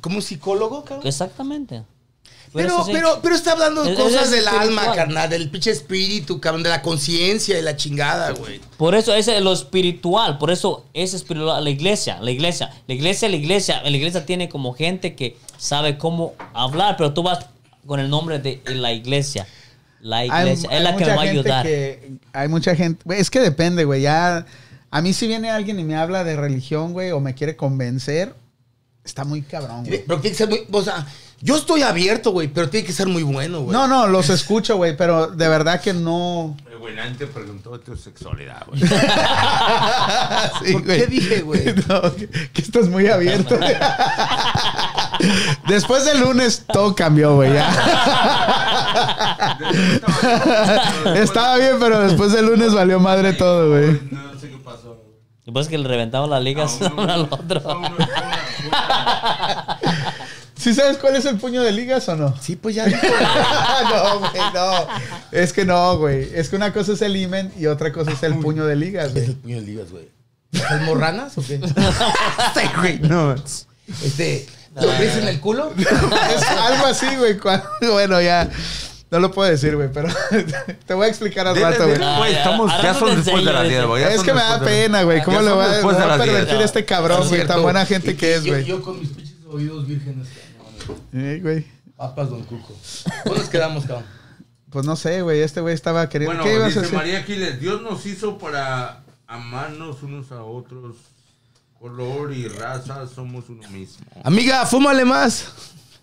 Speaker 4: Como un psicólogo, cabrón.
Speaker 3: Exactamente.
Speaker 4: Pero,
Speaker 3: eso sí.
Speaker 4: pero, pero está hablando de
Speaker 3: Es-
Speaker 4: cosas
Speaker 3: es
Speaker 4: del alma,
Speaker 3: espiritual.
Speaker 4: carnal, del pinche espíritu, cabrón, de la conciencia, de la chingada, güey.
Speaker 3: Por eso ese es lo espiritual, por eso es espiritual la iglesia, la iglesia, la iglesia, la iglesia, la iglesia tiene como gente que sabe cómo hablar, pero tú vas con el nombre de la iglesia. La
Speaker 1: Hay-
Speaker 3: iglesia
Speaker 1: hay
Speaker 3: es la que
Speaker 1: mucha
Speaker 3: nos va a
Speaker 1: gente
Speaker 3: ayudar.
Speaker 1: que- hay mucha gente. güey, es que depende, güey. Ya. A mí, si viene alguien y me habla de religión, güey, o me quiere convencer, está muy cabrón, güey.
Speaker 4: Pero tiene que ser muy. O sea, yo estoy abierto, güey, pero tiene que ser muy bueno, güey.
Speaker 1: No, no, los escucho, güey, pero de verdad que no.
Speaker 2: Eh, Güey, nadie te preguntó de tu sexualidad, güey.
Speaker 1: Sí,
Speaker 4: ¿Por
Speaker 1: güey.
Speaker 4: qué dije, güey?
Speaker 1: No, que, que estás muy abierto. Después del lunes todo cambió, güey. ya. (laughs) Estaba bien, pero después del lunes valió madre todo, güey.
Speaker 2: No sé qué pasó. güey.
Speaker 3: Después pues que le reventamos las ligas
Speaker 2: A uno-
Speaker 3: uno (laughs) al otro.
Speaker 2: a uno- a uno- a uno-
Speaker 1: ¿Sí sabes cuál es el puño de ligas o no?
Speaker 4: Sí, pues ya. dijo.
Speaker 1: (laughs) no, güey, no. Es que no, güey. Es que una cosa es el imen y otra cosa es el puño de ligas,
Speaker 4: ¿Qué
Speaker 1: güey.
Speaker 4: es el puño de ligas, güey? ¿Las morranas (laughs)
Speaker 6: (laughs)
Speaker 4: o qué?
Speaker 1: Sí, güey, no.
Speaker 4: Este, ¿Lo crees en el culo?
Speaker 1: Es algo así, güey. cuando- (laughs) Bueno, ya. No lo puedo decir, güey, pero (laughs) te voy a explicar al
Speaker 2: Dile,
Speaker 1: rato, güey.
Speaker 2: dile,
Speaker 3: Ah,
Speaker 2: güey,
Speaker 3: ya.
Speaker 2: estamos,
Speaker 3: Ahora
Speaker 2: ya
Speaker 3: no
Speaker 2: son
Speaker 3: te
Speaker 2: después de
Speaker 3: enseño,
Speaker 2: las 10, güey. ya
Speaker 1: Es
Speaker 2: son
Speaker 1: que me da
Speaker 2: después de-
Speaker 1: pena, güey. ¿Cómo
Speaker 2: Ya
Speaker 1: le
Speaker 2: son
Speaker 1: voy a,
Speaker 2: después de
Speaker 1: voy a
Speaker 2: las diez.
Speaker 1: pervertir a este cabrón,
Speaker 4: Es
Speaker 1: güey? Tan
Speaker 4: cierto.
Speaker 1: buena gente
Speaker 4: Y-
Speaker 1: que es,
Speaker 4: yo-
Speaker 1: güey.
Speaker 4: Yo, con mis pinches oídos vírgenes. cabrón.
Speaker 1: Eh, güey.
Speaker 4: Papas, don Cuco. ¿Dónde nos quedamos, cabrón?
Speaker 1: Pues no sé, güey. Este güey estaba queriendo.
Speaker 2: Bueno,
Speaker 1: ¿Qué ibas a
Speaker 2: dice
Speaker 1: decir?
Speaker 2: María Aquiles, Dios nos hizo para amarnos unos a otros. Color y raza, somos uno mismo.
Speaker 4: Amiga, fúmale más.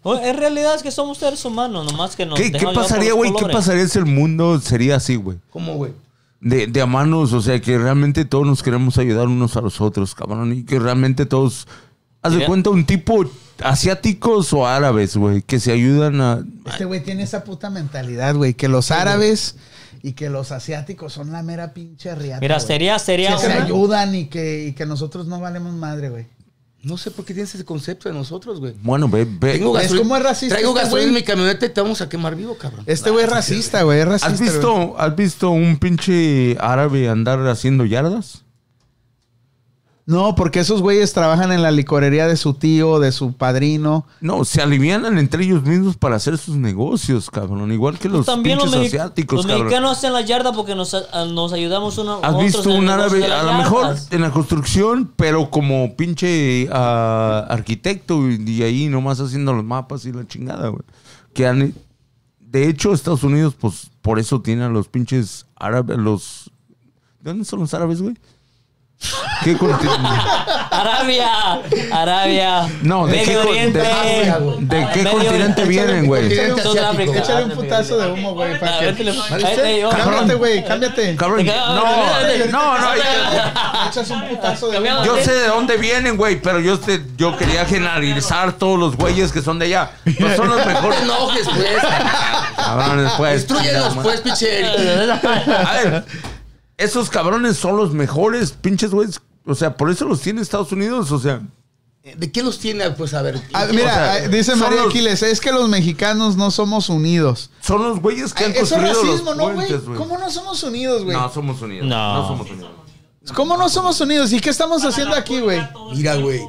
Speaker 3: Oye, En realidad es que somos seres humanos, nomás que nos
Speaker 2: ¿Qué, qué
Speaker 3: dejamos llevar por
Speaker 2: pasaría,
Speaker 3: los
Speaker 2: güey? ¿Qué
Speaker 3: colores.
Speaker 2: pasaría si el mundo sería así, güey?
Speaker 4: ¿Cómo, güey?
Speaker 2: De, de amarnos, o sea, que realmente todos nos queremos ayudar unos a los otros, cabrón. Y que realmente todos... Haz de
Speaker 3: Mira.
Speaker 2: cuenta un tipo asiáticos o árabes, güey, que se ayudan a...
Speaker 1: Este güey tiene esa puta mentalidad, güey. Que los árabes y que los asiáticos son la mera pinche riata.
Speaker 3: Mira,
Speaker 1: güey.
Speaker 3: sería sería
Speaker 1: Que se
Speaker 3: una-
Speaker 1: ayudan y que, y que nosotros no valemos madre, güey.
Speaker 4: No sé por qué tienes ese concepto de nosotros, güey.
Speaker 2: Bueno, ve, ve.
Speaker 4: Tengo
Speaker 1: ¿Ves
Speaker 4: gasolina.
Speaker 1: cómo Mm. es racista
Speaker 4: Traigo
Speaker 1: este
Speaker 4: gasolina en
Speaker 1: güey?
Speaker 4: mi camioneta y te vamos a quemar vivo, cabrón.
Speaker 1: Este güey es racista, güey. Es racista.
Speaker 2: ¿Has
Speaker 1: güey.
Speaker 2: visto, ¿Has visto un pinche árabe andar haciendo yardas?
Speaker 1: No, porque esos güeyes trabajan en la licorería de su tío, de su padrino.
Speaker 2: No, se alivianan entre ellos mismos para hacer sus negocios, cabrón. Igual que los
Speaker 3: Pues También los,
Speaker 2: pinches
Speaker 3: mexi-
Speaker 2: asiáticos,
Speaker 3: los
Speaker 2: cabrón.
Speaker 3: mexicanos hacen la yarda porque nos, a- nos ayudamos uno
Speaker 2: ¿Has
Speaker 3: otros
Speaker 2: visto
Speaker 3: en el
Speaker 2: un
Speaker 3: negocio
Speaker 2: árabe
Speaker 3: de las
Speaker 2: a lo mejor
Speaker 3: yardas.
Speaker 2: en la construcción, pero como pinche ah, arquitecto y, y ahí nomás haciendo los mapas y la chingada, güey? Que han, de hecho, Estados Unidos, pues por eso tiene a los pinches árabes, los. ¿De dónde son los árabes, güey? ¿Qué continente?
Speaker 3: (laughs) Arabia, Arabia.
Speaker 2: No, ¿de qué,
Speaker 3: Medio
Speaker 2: con-
Speaker 3: Oriente.
Speaker 2: de-
Speaker 4: Asia, güey.
Speaker 2: de qué
Speaker 3: Medio
Speaker 2: continente
Speaker 3: Oriente.
Speaker 2: vienen, güey?
Speaker 4: Continente
Speaker 3: Sudáfrica.
Speaker 4: asiático.
Speaker 1: Échale un putazo de humo, güey. para
Speaker 3: Ah,
Speaker 1: que-
Speaker 3: vete, le-
Speaker 1: ¿Viste?
Speaker 3: Ahí te-
Speaker 1: Cámbiate, güey, cámbiate.
Speaker 2: Cabrón,
Speaker 3: Te
Speaker 2: no,
Speaker 1: "Ah,
Speaker 3: cago-
Speaker 2: no, no.
Speaker 1: Echas un putazo de humo.
Speaker 3: Cambiamos.
Speaker 2: Yo sé de dónde vienen, güey, pero yo, sé- yo quería generalizar todos los güeyes que son de allá. No son los mejores.
Speaker 6: No enojes, pues.
Speaker 2: Cabrón, después.
Speaker 6: Destruyenos,
Speaker 2: chingada
Speaker 6: pues, pinche Eric.
Speaker 2: madre. A ver, esos cabrones son los mejores, pinches güeyes. O sea, por eso los tiene Estados Unidos, o sea.
Speaker 6: ¿De qué los tiene? Pues a ver.
Speaker 1: Ah, mira,
Speaker 2: sea,
Speaker 1: ah, dice
Speaker 2: son
Speaker 1: María
Speaker 2: los-
Speaker 1: Aquiles, es que los mexicanos no somos unidos. Eh,
Speaker 2: Son los güeyes que han
Speaker 1: Eso es
Speaker 2: construido
Speaker 1: racismo,
Speaker 2: los
Speaker 1: ¿no, güey?
Speaker 2: puentes, güey.
Speaker 1: ¿Cómo no somos unidos, güey?
Speaker 2: No, somos unidos.
Speaker 3: No.
Speaker 2: No, somos unidos.
Speaker 1: ¿Cómo no somos unidos? ¿Y qué estamos haciendo aquí, güey?
Speaker 6: Mira, güey.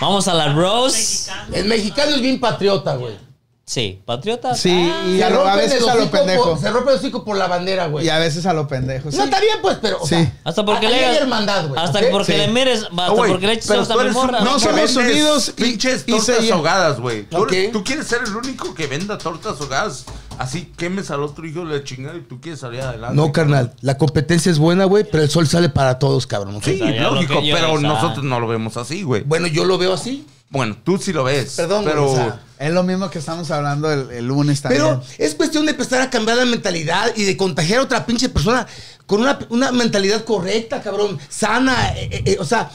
Speaker 3: Vamos a la Rose.
Speaker 6: El mexicano es bien patriota, güey.
Speaker 3: Sí, patriota.
Speaker 1: Sí,
Speaker 3: Ah,
Speaker 1: y a, lo- a
Speaker 6: rompen
Speaker 1: veces
Speaker 6: el
Speaker 1: a lo
Speaker 6: hocico por-
Speaker 1: pendejo.
Speaker 6: se rompe el hocico por la bandera, güey.
Speaker 1: Y a veces a lo pendejo.
Speaker 6: No,
Speaker 1: sí.
Speaker 6: está bien, pues, pero. o
Speaker 1: Sí.
Speaker 6: sea,
Speaker 3: Hasta porque
Speaker 6: ahí
Speaker 3: le
Speaker 6: hay hermandad, güey.
Speaker 3: Hasta
Speaker 6: ¿ok?
Speaker 3: porque
Speaker 1: Sí.
Speaker 3: le mires, hasta
Speaker 2: No, Ah, güey,
Speaker 3: Ah, porque le eches
Speaker 2: pero
Speaker 3: sos a
Speaker 2: tú
Speaker 3: mi
Speaker 2: eres un-
Speaker 3: morra.
Speaker 1: No
Speaker 2: que
Speaker 1: somos
Speaker 2: vendes
Speaker 1: unidos y-
Speaker 2: Pinches
Speaker 1: y
Speaker 2: tortas
Speaker 1: se-
Speaker 2: ahogadas, güey. Tú,
Speaker 6: Ok.
Speaker 2: eres- tú quieres ser el único que venda tortas ahogadas. Así quemes al otro hijo de la chingada y tú quieres salir adelante.
Speaker 6: No, carnal. La competencia es buena, güey, pero el sol sale para todos, cabrón. ¿ok?
Speaker 2: Sí,
Speaker 3: sea, ya Pues lo
Speaker 2: lógico,
Speaker 3: que yo-
Speaker 2: pero
Speaker 3: o sea-
Speaker 2: nosotros no lo vemos así, güey.
Speaker 6: Bueno, yo lo veo así.
Speaker 2: Bueno, tú sí lo ves.
Speaker 6: Perdón, güey,
Speaker 2: pero
Speaker 6: o sea,
Speaker 1: Es lo mismo que estamos hablando el, el lunes también.
Speaker 6: Pero es cuestión de empezar a cambiar la mentalidad y de contagiar a otra pinche persona con una, una mentalidad correcta, cabrón, sana, eh, eh, eh, o sea,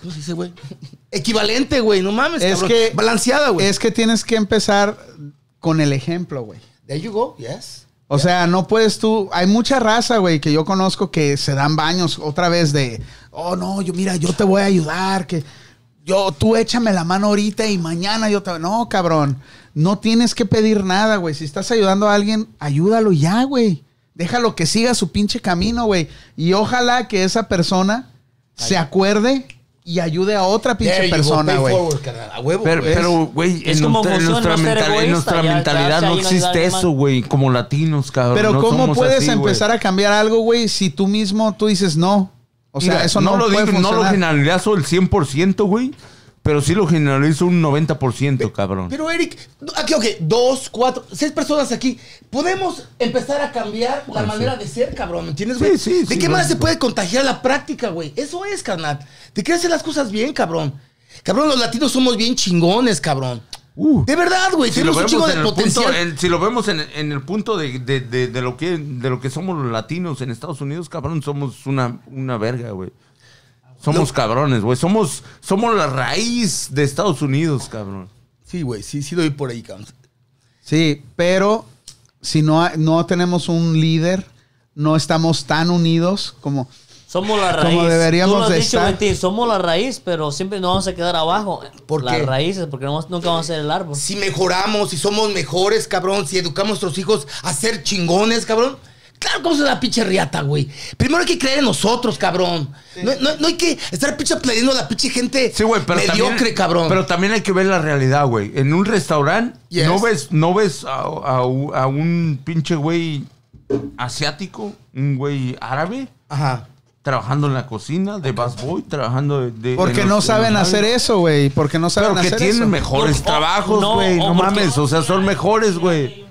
Speaker 6: ¿cómo se dice, güey? Equivalente, güey, no mames,
Speaker 1: Es
Speaker 6: cabrón.
Speaker 1: que-
Speaker 6: Balanceada, güey.
Speaker 1: es que tienes que empezar con el ejemplo, güey.
Speaker 6: There you go, yes.
Speaker 1: O sea, no puedes tú. Hay mucha raza, güey, que yo conozco que se dan baños otra vez de, oh no, yo mira, yo te voy a ayudar, que yo, tú échame la mano ahorita y mañana yo te. No, cabrón, no tienes que pedir nada, güey. Si estás ayudando a alguien, ayúdalo ya, güey. Déjalo que siga su pinche camino, güey. Y ojalá que esa persona se acuerde y ayude a otra
Speaker 6: There
Speaker 1: pinche
Speaker 6: you go,
Speaker 1: persona,
Speaker 6: pay
Speaker 1: güey.
Speaker 6: forward, carnal, a huevo,
Speaker 2: Pero,
Speaker 6: güey.
Speaker 2: pero, güey,
Speaker 3: Es
Speaker 2: en,
Speaker 3: como
Speaker 2: nuestra- en
Speaker 3: funciona
Speaker 2: nuestra,
Speaker 3: no ser
Speaker 2: mental- en
Speaker 3: egoísta,
Speaker 2: nuestra
Speaker 3: ya- ya,
Speaker 2: mentalidad
Speaker 3: ya,
Speaker 2: no
Speaker 3: ya, ya,
Speaker 2: existe
Speaker 3: ya,
Speaker 2: eso, güey. Como latinos, cabrón.
Speaker 1: Pero
Speaker 2: no
Speaker 1: ¿cómo
Speaker 2: somos
Speaker 1: puedes
Speaker 2: así, güey.
Speaker 1: empezar a cambiar algo, güey, si tú mismo tú dices no? O sea,
Speaker 2: Mira,
Speaker 1: eso no,
Speaker 2: lo
Speaker 1: puede
Speaker 2: digo- no lo
Speaker 1: funcionar.
Speaker 2: generalizo el 100%, güey. Pero sí lo generalizo un 90%, cabrón.
Speaker 6: Pero Eric, no, aquí, ok, dos, cuatro, seis personas aquí. Podemos empezar a cambiar la manera de ser, cabrón, ¿me entiendes,
Speaker 2: Sí,
Speaker 6: güey?
Speaker 2: sí,
Speaker 6: ¿De
Speaker 2: sí,
Speaker 6: qué manera se
Speaker 2: lógico.
Speaker 6: puede contagiar la práctica, güey? Eso es, carnal. Te quieres hacer las cosas bien, cabrón. Cabrón, los latinos somos bien chingones, cabrón.
Speaker 2: Uh.
Speaker 6: de verdad, güey.
Speaker 2: si lo
Speaker 6: tenemos un
Speaker 2: vemos
Speaker 6: chingo
Speaker 2: en
Speaker 6: de
Speaker 2: el
Speaker 6: potencial.
Speaker 2: punto, eh, en- si lo vemos en, en el punto de, de- de- de lo que de lo que somos los latinos en Estados Unidos, cabrón, somos una, una verga, güey. Somos cabrones, güey. Somos, somos la raíz de Estados Unidos, cabrón.
Speaker 6: Sí, güey, sí, sí doy por ahí, cabrón.
Speaker 1: Sí, pero si no, ha- no tenemos un líder, no estamos tan unidos como...
Speaker 3: Somos la raíz.
Speaker 1: Como deberíamos
Speaker 3: Tú lo has
Speaker 1: de
Speaker 3: dicho,
Speaker 1: estar.
Speaker 3: Betty, somos la raíz, pero siempre nos vamos a quedar abajo.
Speaker 6: ¿Por
Speaker 3: Las
Speaker 6: qué?
Speaker 3: raíces, porque no vamos- nunca vamos a ser el árbol.
Speaker 6: Si mejoramos, si somos mejores, cabrón, si educamos a nuestros hijos a ser chingones, cabrón. Claro, ¿cómo se la pinche riata, güey? Primero hay que creer en nosotros, cabrón. No, no- no hay que estar pinche aplaudiendo a la pinche gente
Speaker 2: Sí, güey, pero
Speaker 6: mediocre,
Speaker 2: también,
Speaker 6: cabrón.
Speaker 2: Pero también hay que ver la realidad, güey. En un restaurante
Speaker 6: Yes.
Speaker 2: no ves, no ves a, a u- a un pinche güey asiático, un güey árabe,
Speaker 6: Ajá.
Speaker 2: trabajando en la cocina, de busboy, trabajando de... de-
Speaker 1: Porque
Speaker 2: en
Speaker 1: no
Speaker 2: los- en
Speaker 1: saben
Speaker 2: los
Speaker 1: hacer
Speaker 2: bares.
Speaker 1: eso, güey. Porque no saben
Speaker 2: Pero que
Speaker 1: hacer
Speaker 2: tienen
Speaker 1: eso.
Speaker 2: mejores
Speaker 3: Porque- o-
Speaker 2: trabajos,
Speaker 3: no,
Speaker 2: güey. No,
Speaker 3: o porque-
Speaker 2: mames, o sea, son mejores, güey.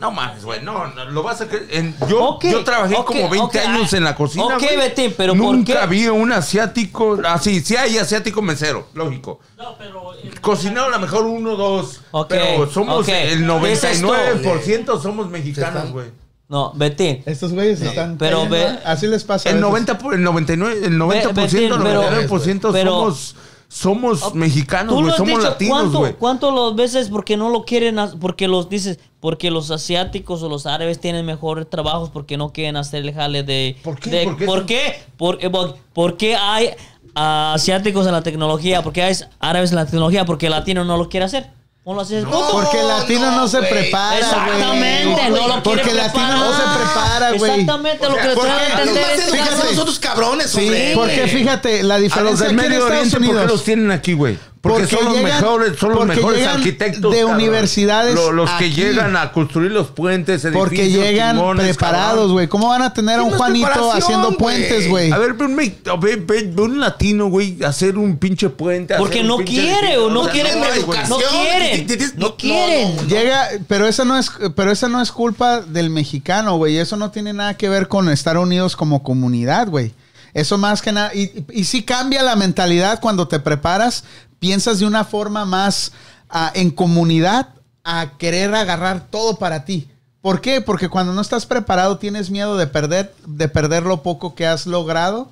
Speaker 2: No mames, güey. No, no, lo vas a creer. En- yo,
Speaker 3: Ok,
Speaker 2: yo trabajé
Speaker 3: ok,
Speaker 2: como 20
Speaker 3: ok,
Speaker 2: años
Speaker 3: ah,
Speaker 2: en la cocina.
Speaker 3: ok,
Speaker 2: güey.
Speaker 3: Betín, pero ¿por
Speaker 2: Nunca
Speaker 3: qué?
Speaker 2: vi un asiático. Así, sí hay asiático mesero, lógico.
Speaker 7: No, pero. eh,
Speaker 2: Cocinero a lo mejor uno, dos.
Speaker 3: Ok,
Speaker 2: pero somos
Speaker 3: ok.
Speaker 2: el
Speaker 3: Dices tú.
Speaker 2: 99% somos mexicanos, güey.
Speaker 3: No, Betty.
Speaker 1: Estos güeyes están...
Speaker 3: Pero
Speaker 1: cayendo,
Speaker 3: ve-
Speaker 1: ¿eh? Así les pasa. a
Speaker 2: El
Speaker 1: veces.
Speaker 2: 90, por- el 99, el 90%,
Speaker 3: Betín, pero-
Speaker 2: 99%
Speaker 3: pero-
Speaker 2: somos, somos
Speaker 3: Ok.
Speaker 2: mexicanos, güey.
Speaker 3: has
Speaker 2: Somos
Speaker 3: dicho,
Speaker 2: latinos,
Speaker 3: ¿cuánto-
Speaker 2: güey.
Speaker 3: ¿Cuánto los veces porque no lo quieren? ha- Porque los dices, porque los asiáticos o los árabes tienen mejores trabajos porque no quieren hacer el jale de.
Speaker 2: ¿Por qué?
Speaker 3: de-
Speaker 2: ¿Por qué?
Speaker 3: ¿Por qué? ¿Por, eh, por- por qué hay ah, asiáticos en la tecnología? ¿Por qué hay árabes en la tecnología? Porque el latino no lo quiere hacer. ¿Cómo lo haces?
Speaker 1: Porque el latino no,
Speaker 6: No,
Speaker 1: se
Speaker 6: güey.
Speaker 1: prepara, güey.
Speaker 3: Exactamente, entiende, no lo
Speaker 1: Porque
Speaker 3: quiere
Speaker 1: el latino
Speaker 3: preparar.
Speaker 1: no se prepara, güey.
Speaker 3: Exactamente, lo que le
Speaker 1: ¿por
Speaker 3: tratan
Speaker 1: qué?
Speaker 3: de entender
Speaker 1: Nomás
Speaker 3: es
Speaker 1: el-
Speaker 3: que-
Speaker 1: Fíjate.
Speaker 6: nosotros cabrones,
Speaker 1: Sí,
Speaker 6: hombre.
Speaker 1: porque fíjate, la
Speaker 2: A los
Speaker 1: diferencia
Speaker 2: del
Speaker 1: aquí en
Speaker 2: Medio
Speaker 1: Estados
Speaker 2: Oriente, ¿por qué
Speaker 1: Unidos-
Speaker 2: los tienen aquí, güey? Porque,
Speaker 1: Porque
Speaker 2: son los
Speaker 1: llegan-
Speaker 2: mejores, son los
Speaker 1: porque
Speaker 2: mejores
Speaker 1: llegan
Speaker 2: arquitectos.
Speaker 1: de
Speaker 2: cabrón.
Speaker 1: universidades
Speaker 2: Lo- Los, que
Speaker 1: aquí.
Speaker 2: llegan a construir los puentes, edificios,
Speaker 1: Porque llegan
Speaker 2: timones,
Speaker 1: preparados,
Speaker 2: cabrón.
Speaker 1: güey. ¿Cómo van a tener a un
Speaker 6: Tienes
Speaker 1: Juanito
Speaker 6: preparación,
Speaker 1: haciendo
Speaker 6: güey.
Speaker 1: puentes, güey?
Speaker 2: A ver, ve un, me- a ver, ve- ve un latino, güey, hacer un pinche puente. hacer
Speaker 3: Porque
Speaker 2: un
Speaker 3: no
Speaker 2: pinche
Speaker 3: quiere,
Speaker 2: edificio.
Speaker 3: o no quiere,
Speaker 6: no,
Speaker 3: pero- no
Speaker 6: educación,
Speaker 3: quieren,
Speaker 6: te- te- te-
Speaker 3: no
Speaker 6: no,
Speaker 3: quieren.
Speaker 6: no,
Speaker 1: Llega, pero esa no es, pero esa no es culpa del mexicano, güey. Eso no tiene nada que ver con estar unidos como comunidad, güey. Eso más que nada. Y, y sí cambia la mentalidad cuando te preparas, piensas de una forma más ah, en comunidad a querer agarrar todo para ti. ¿Por qué? Porque cuando no estás preparado tienes miedo de perder, de perder lo poco que has logrado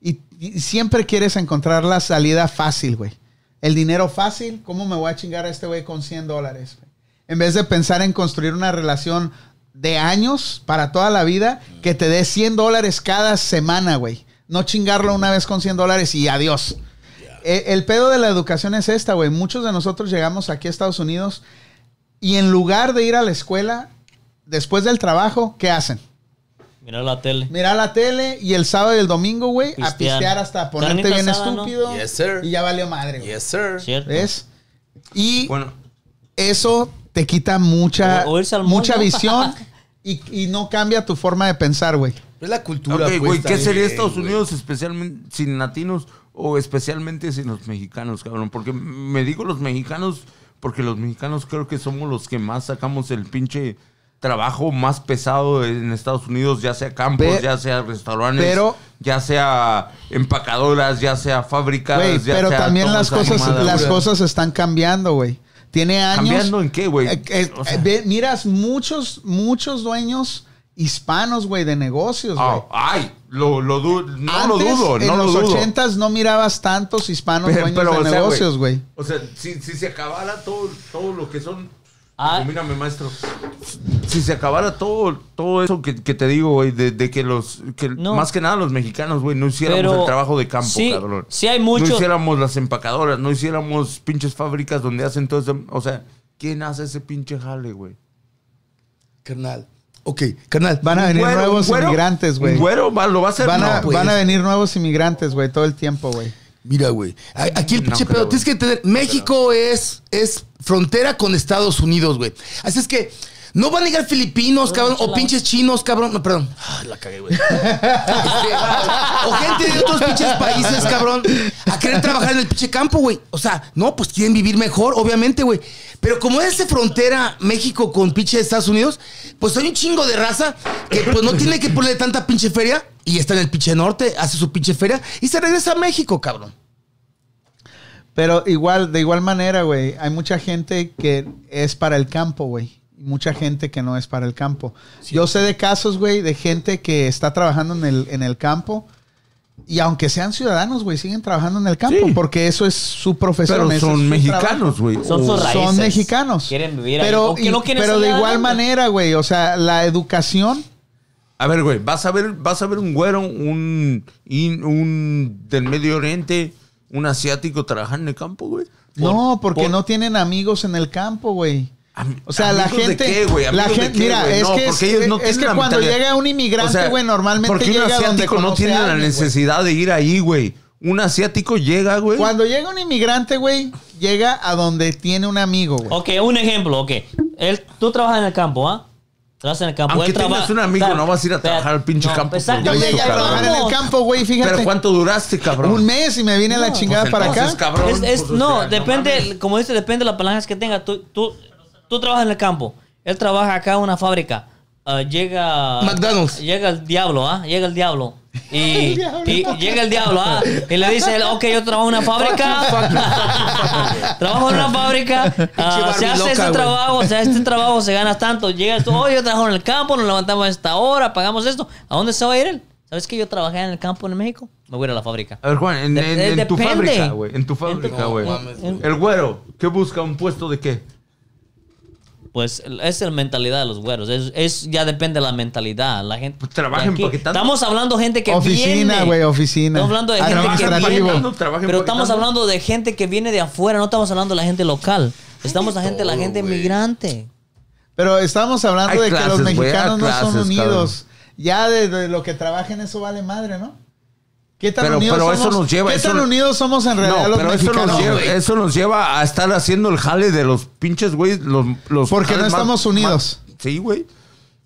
Speaker 1: y, y siempre quieres encontrar la salida fácil, güey. El dinero fácil, ¿cómo me voy a chingar a este güey con 100 dólares? güey? En vez de pensar en construir una relación de años para toda la vida que te dé 100 dólares cada semana, güey. No chingarlo una vez con 100 dólares y adiós. Eh, El pedo de la educación es esta, güey. Muchos de nosotros llegamos aquí a Estados Unidos y en lugar de ir a la escuela, después del trabajo, ¿qué hacen?
Speaker 3: Mira la tele.
Speaker 1: Mirar la tele y el sábado y el domingo, güey, a
Speaker 3: Pistear.
Speaker 1: pistear hasta ponerte
Speaker 3: Carnita
Speaker 1: bien
Speaker 3: asada, ¿no?
Speaker 1: estúpido.
Speaker 4: Yes, sir.
Speaker 1: Y ya valió madre, güey.
Speaker 4: Yes, sir.
Speaker 3: ¿Cierto?
Speaker 1: ¿Ves? Y
Speaker 2: Bueno,
Speaker 1: eso te quita mucha,
Speaker 3: O- o irse al
Speaker 1: mucha
Speaker 3: mundo. (laughs)
Speaker 1: visión y, y no cambia tu forma de pensar, güey.
Speaker 4: Es la cultura,
Speaker 2: ok,
Speaker 4: pues,
Speaker 2: güey, ¿qué
Speaker 4: también,
Speaker 2: sería Estados
Speaker 4: güey.
Speaker 2: Unidos especialmente sin latinos o especialmente sin los mexicanos, cabrón? Porque me digo los mexicanos, porque los mexicanos creo que somos los que más sacamos el pinche trabajo más pesado en Estados Unidos, ya sea campos,
Speaker 1: Pe-
Speaker 2: ya sea restaurantes,
Speaker 1: pero-
Speaker 2: ya sea empacadoras, ya sea fábricas,
Speaker 1: Güey,
Speaker 2: ya
Speaker 1: pero
Speaker 2: sea
Speaker 1: también
Speaker 2: toda
Speaker 1: las
Speaker 2: esa
Speaker 1: cosas,
Speaker 2: mamada,
Speaker 1: las
Speaker 2: güey.
Speaker 1: cosas están cambiando, güey. Tiene años.
Speaker 2: ¿Cambiando en qué, güey?
Speaker 1: Eh, eh,
Speaker 2: O sea-
Speaker 1: ve- miras muchos, muchos dueños hispanos, güey, de negocios, güey.
Speaker 2: Ah, ay, lo, lo du- Ah, no lo
Speaker 1: Antes,
Speaker 2: dudo, no
Speaker 1: en
Speaker 2: lo
Speaker 1: los
Speaker 2: dudo.
Speaker 1: ochentas no mirabas tantos hispanos
Speaker 2: Pero-
Speaker 1: dueños
Speaker 2: (laughs) pero,
Speaker 1: de
Speaker 2: o sea,
Speaker 1: negocios, güey.
Speaker 2: O sea, si, si se acabara todo, todo lo que son.
Speaker 3: Ah.
Speaker 2: Mírame, maestro. Si se acabara todo, todo eso que, que te digo, güey, de, de que los. Que
Speaker 3: No.
Speaker 2: Más que nada los mexicanos, güey, no hiciéramos
Speaker 3: Pero
Speaker 2: el trabajo de campo,
Speaker 3: sí,
Speaker 2: cabrón.
Speaker 3: sí hay muchos-
Speaker 2: No hiciéramos las empacadoras, no hiciéramos pinches fábricas donde hacen todo eso. O sea, ¿quién hace ese pinche jale, güey?
Speaker 4: Carnal. Ok, carnal.
Speaker 1: Van a
Speaker 2: Un
Speaker 1: venir
Speaker 2: güero, un
Speaker 1: nuevos
Speaker 2: güero,
Speaker 1: inmigrantes,
Speaker 2: un
Speaker 1: güey.
Speaker 2: Güero, va- lo va a hacer.
Speaker 1: Van, a,
Speaker 2: No,
Speaker 4: pues.
Speaker 1: van a venir nuevos inmigrantes, güey, todo el tiempo, güey.
Speaker 4: Mira, güey. a- Aquí el
Speaker 2: No
Speaker 4: pinche
Speaker 2: creo,
Speaker 4: pedo. Tienes que
Speaker 2: güey.
Speaker 4: entender. México es, es frontera con Estados Unidos, güey. Así es que no van a llegar filipinos, cabrón, o pinches chinos, cabrón. No, perdón. Ay, Ah, la cagué, (laughs) güey. Este, o gente de otros pinches países, cabrón, a querer trabajar en el pinche campo, güey. O sea, no, pues quieren vivir mejor, obviamente, güey. Pero como es de frontera México con pinche Estados Unidos, pues hay un chingo de raza que pues no tiene que ponerle tanta pinche feria y está en el pinche norte, hace su pinche feria y se regresa a México, cabrón.
Speaker 1: Pero igual, de igual manera, güey, hay mucha gente que es para el campo, güey. y Mucha gente que no es para el campo. Yo sé de casos, güey, de gente que está trabajando en el, en el campo y aunque sean ciudadanos, güey, siguen trabajando en el campo
Speaker 2: Sí.
Speaker 1: porque eso es su profesión.
Speaker 2: Pero
Speaker 1: eso es
Speaker 2: son
Speaker 1: su
Speaker 2: mexicanos, güey.
Speaker 3: Son sus
Speaker 1: trabajo.
Speaker 3: raíces.
Speaker 1: Son mexicanos.
Speaker 3: Quieren vivir ahí.
Speaker 1: pero,
Speaker 3: O que
Speaker 1: y-
Speaker 3: no quieren
Speaker 1: pero
Speaker 3: salir
Speaker 1: de igual
Speaker 3: adelante.
Speaker 1: manera, güey, o sea, la educación
Speaker 2: A ver, güey, vas a ver, vas a ver un güero, un, in- un del Medio Oriente, un asiático trabajando en el campo, güey.
Speaker 1: No, porque
Speaker 2: por-
Speaker 1: no tienen amigos en el campo, güey.
Speaker 2: Am-
Speaker 1: O sea, la
Speaker 2: ¿amigos de
Speaker 1: gente,
Speaker 2: qué, güey?
Speaker 1: la
Speaker 2: ¿Amigos de
Speaker 1: gente,
Speaker 2: qué,
Speaker 1: mira,
Speaker 2: güey?
Speaker 1: es
Speaker 2: No,
Speaker 1: que, es,
Speaker 2: porque ellos no
Speaker 1: es
Speaker 2: tienen
Speaker 1: que
Speaker 2: la
Speaker 1: cuando
Speaker 2: mentalidad.
Speaker 1: llega un
Speaker 2: O sea,
Speaker 1: inmigrante, güey, normalmente
Speaker 2: porque un
Speaker 1: llega donde
Speaker 2: asiático no
Speaker 1: conoce
Speaker 2: tiene
Speaker 1: a
Speaker 2: la
Speaker 1: alguien, güey.
Speaker 2: necesidad de ir ahí, güey. Un asiático llega, güey.
Speaker 1: Cuando llega un inmigrante, güey, llega a donde tiene un amigo, güey.
Speaker 3: Ok, un ejemplo, ok. Él, tú trabajas en el campo, ¿ah? Trabajas en el campo.
Speaker 2: Aunque
Speaker 3: Él traba-
Speaker 2: tengas un amigo,
Speaker 3: Claro.
Speaker 2: no vas a ir a trabajar al pinche campo,
Speaker 1: Yo
Speaker 3: Exactamente.
Speaker 2: por
Speaker 1: llegué a
Speaker 2: Cabrón.
Speaker 1: trabajar en el campo, güey,
Speaker 2: Pero
Speaker 1: fíjate.
Speaker 2: ¿cuánto duraste, cabrón? Pues
Speaker 1: Un mes y me vine a la chingada para
Speaker 2: entonces,
Speaker 1: acá.
Speaker 2: cabrón,
Speaker 3: Es- es-
Speaker 2: pues, o
Speaker 3: no,
Speaker 2: sea,
Speaker 3: depende,
Speaker 2: mames.
Speaker 3: como dice, depende de las palancas que tenga. Tú, tú, tú trabajas en el campo. Él trabaja acá en una fábrica. Ah, llega.
Speaker 4: McDonald's.
Speaker 3: Llega el diablo, ¿ah? Llega el diablo. Y,
Speaker 1: El diablo.
Speaker 3: y llega el diablo, ¿ah? Y le dice él, ok, yo trabajo en una
Speaker 4: (laughs)
Speaker 3: fábrica. (laughs) trabajo en una fábrica. ah, se
Speaker 4: Barbie
Speaker 3: hace
Speaker 4: loca,
Speaker 3: este
Speaker 4: güey.
Speaker 3: trabajo, se hace este trabajo, se gana tanto. Llega tú, oh, yo trabajo en el campo, nos levantamos a esta hora, pagamos esto. ¿A dónde se va a ir él? ¿Sabes que yo trabajé en el campo en México? Me voy a ir a la fábrica.
Speaker 2: A ver, Juan, en,
Speaker 3: De-
Speaker 2: en-
Speaker 3: de-
Speaker 2: en tu
Speaker 3: depende.
Speaker 2: fábrica, güey. En tu fábrica,
Speaker 3: No,
Speaker 2: güey.
Speaker 3: mames, güey.
Speaker 2: El güero, ¿qué busca? ¿Un puesto de qué?
Speaker 3: Pues el- es la mentalidad de los güeros. Es, es- ya depende de la mentalidad. La gente.
Speaker 2: Pues trabaja
Speaker 3: Aquí
Speaker 2: empaquetando.
Speaker 3: Estamos hablando de gente que viene.
Speaker 1: Oficina, güey, oficina.
Speaker 3: Estamos hablando de gente que
Speaker 1: Administrativo.
Speaker 3: viene.
Speaker 2: Empaquetando, trabaja
Speaker 3: Pero estamos
Speaker 2: empaquetando.
Speaker 3: hablando de gente que viene de afuera. No estamos hablando de la gente local. Estamos la gente, la gente inmigrante.
Speaker 1: Pero estábamos hablando
Speaker 2: Hay
Speaker 1: de que los
Speaker 2: clases, güey, hay
Speaker 1: mexicanos no son
Speaker 2: clases,
Speaker 1: unidos. Ya de, de lo que trabajen eso vale madre, ¿no? ¿Qué tan
Speaker 2: Pero-
Speaker 1: unidos
Speaker 2: pero
Speaker 1: somos?
Speaker 2: eso nos lleva,
Speaker 1: ¿Qué
Speaker 2: eso
Speaker 1: tan
Speaker 2: no-
Speaker 1: unidos somos en realidad
Speaker 2: No,
Speaker 1: los
Speaker 2: pero eso
Speaker 1: mexicanos?
Speaker 2: nos, lleva, eh,
Speaker 1: güey?
Speaker 2: eso nos lleva a estar haciendo el jale de los pinches, güey. Los, los
Speaker 1: Porque no
Speaker 2: jales más-
Speaker 1: estamos unidos.
Speaker 2: más- sí, güey.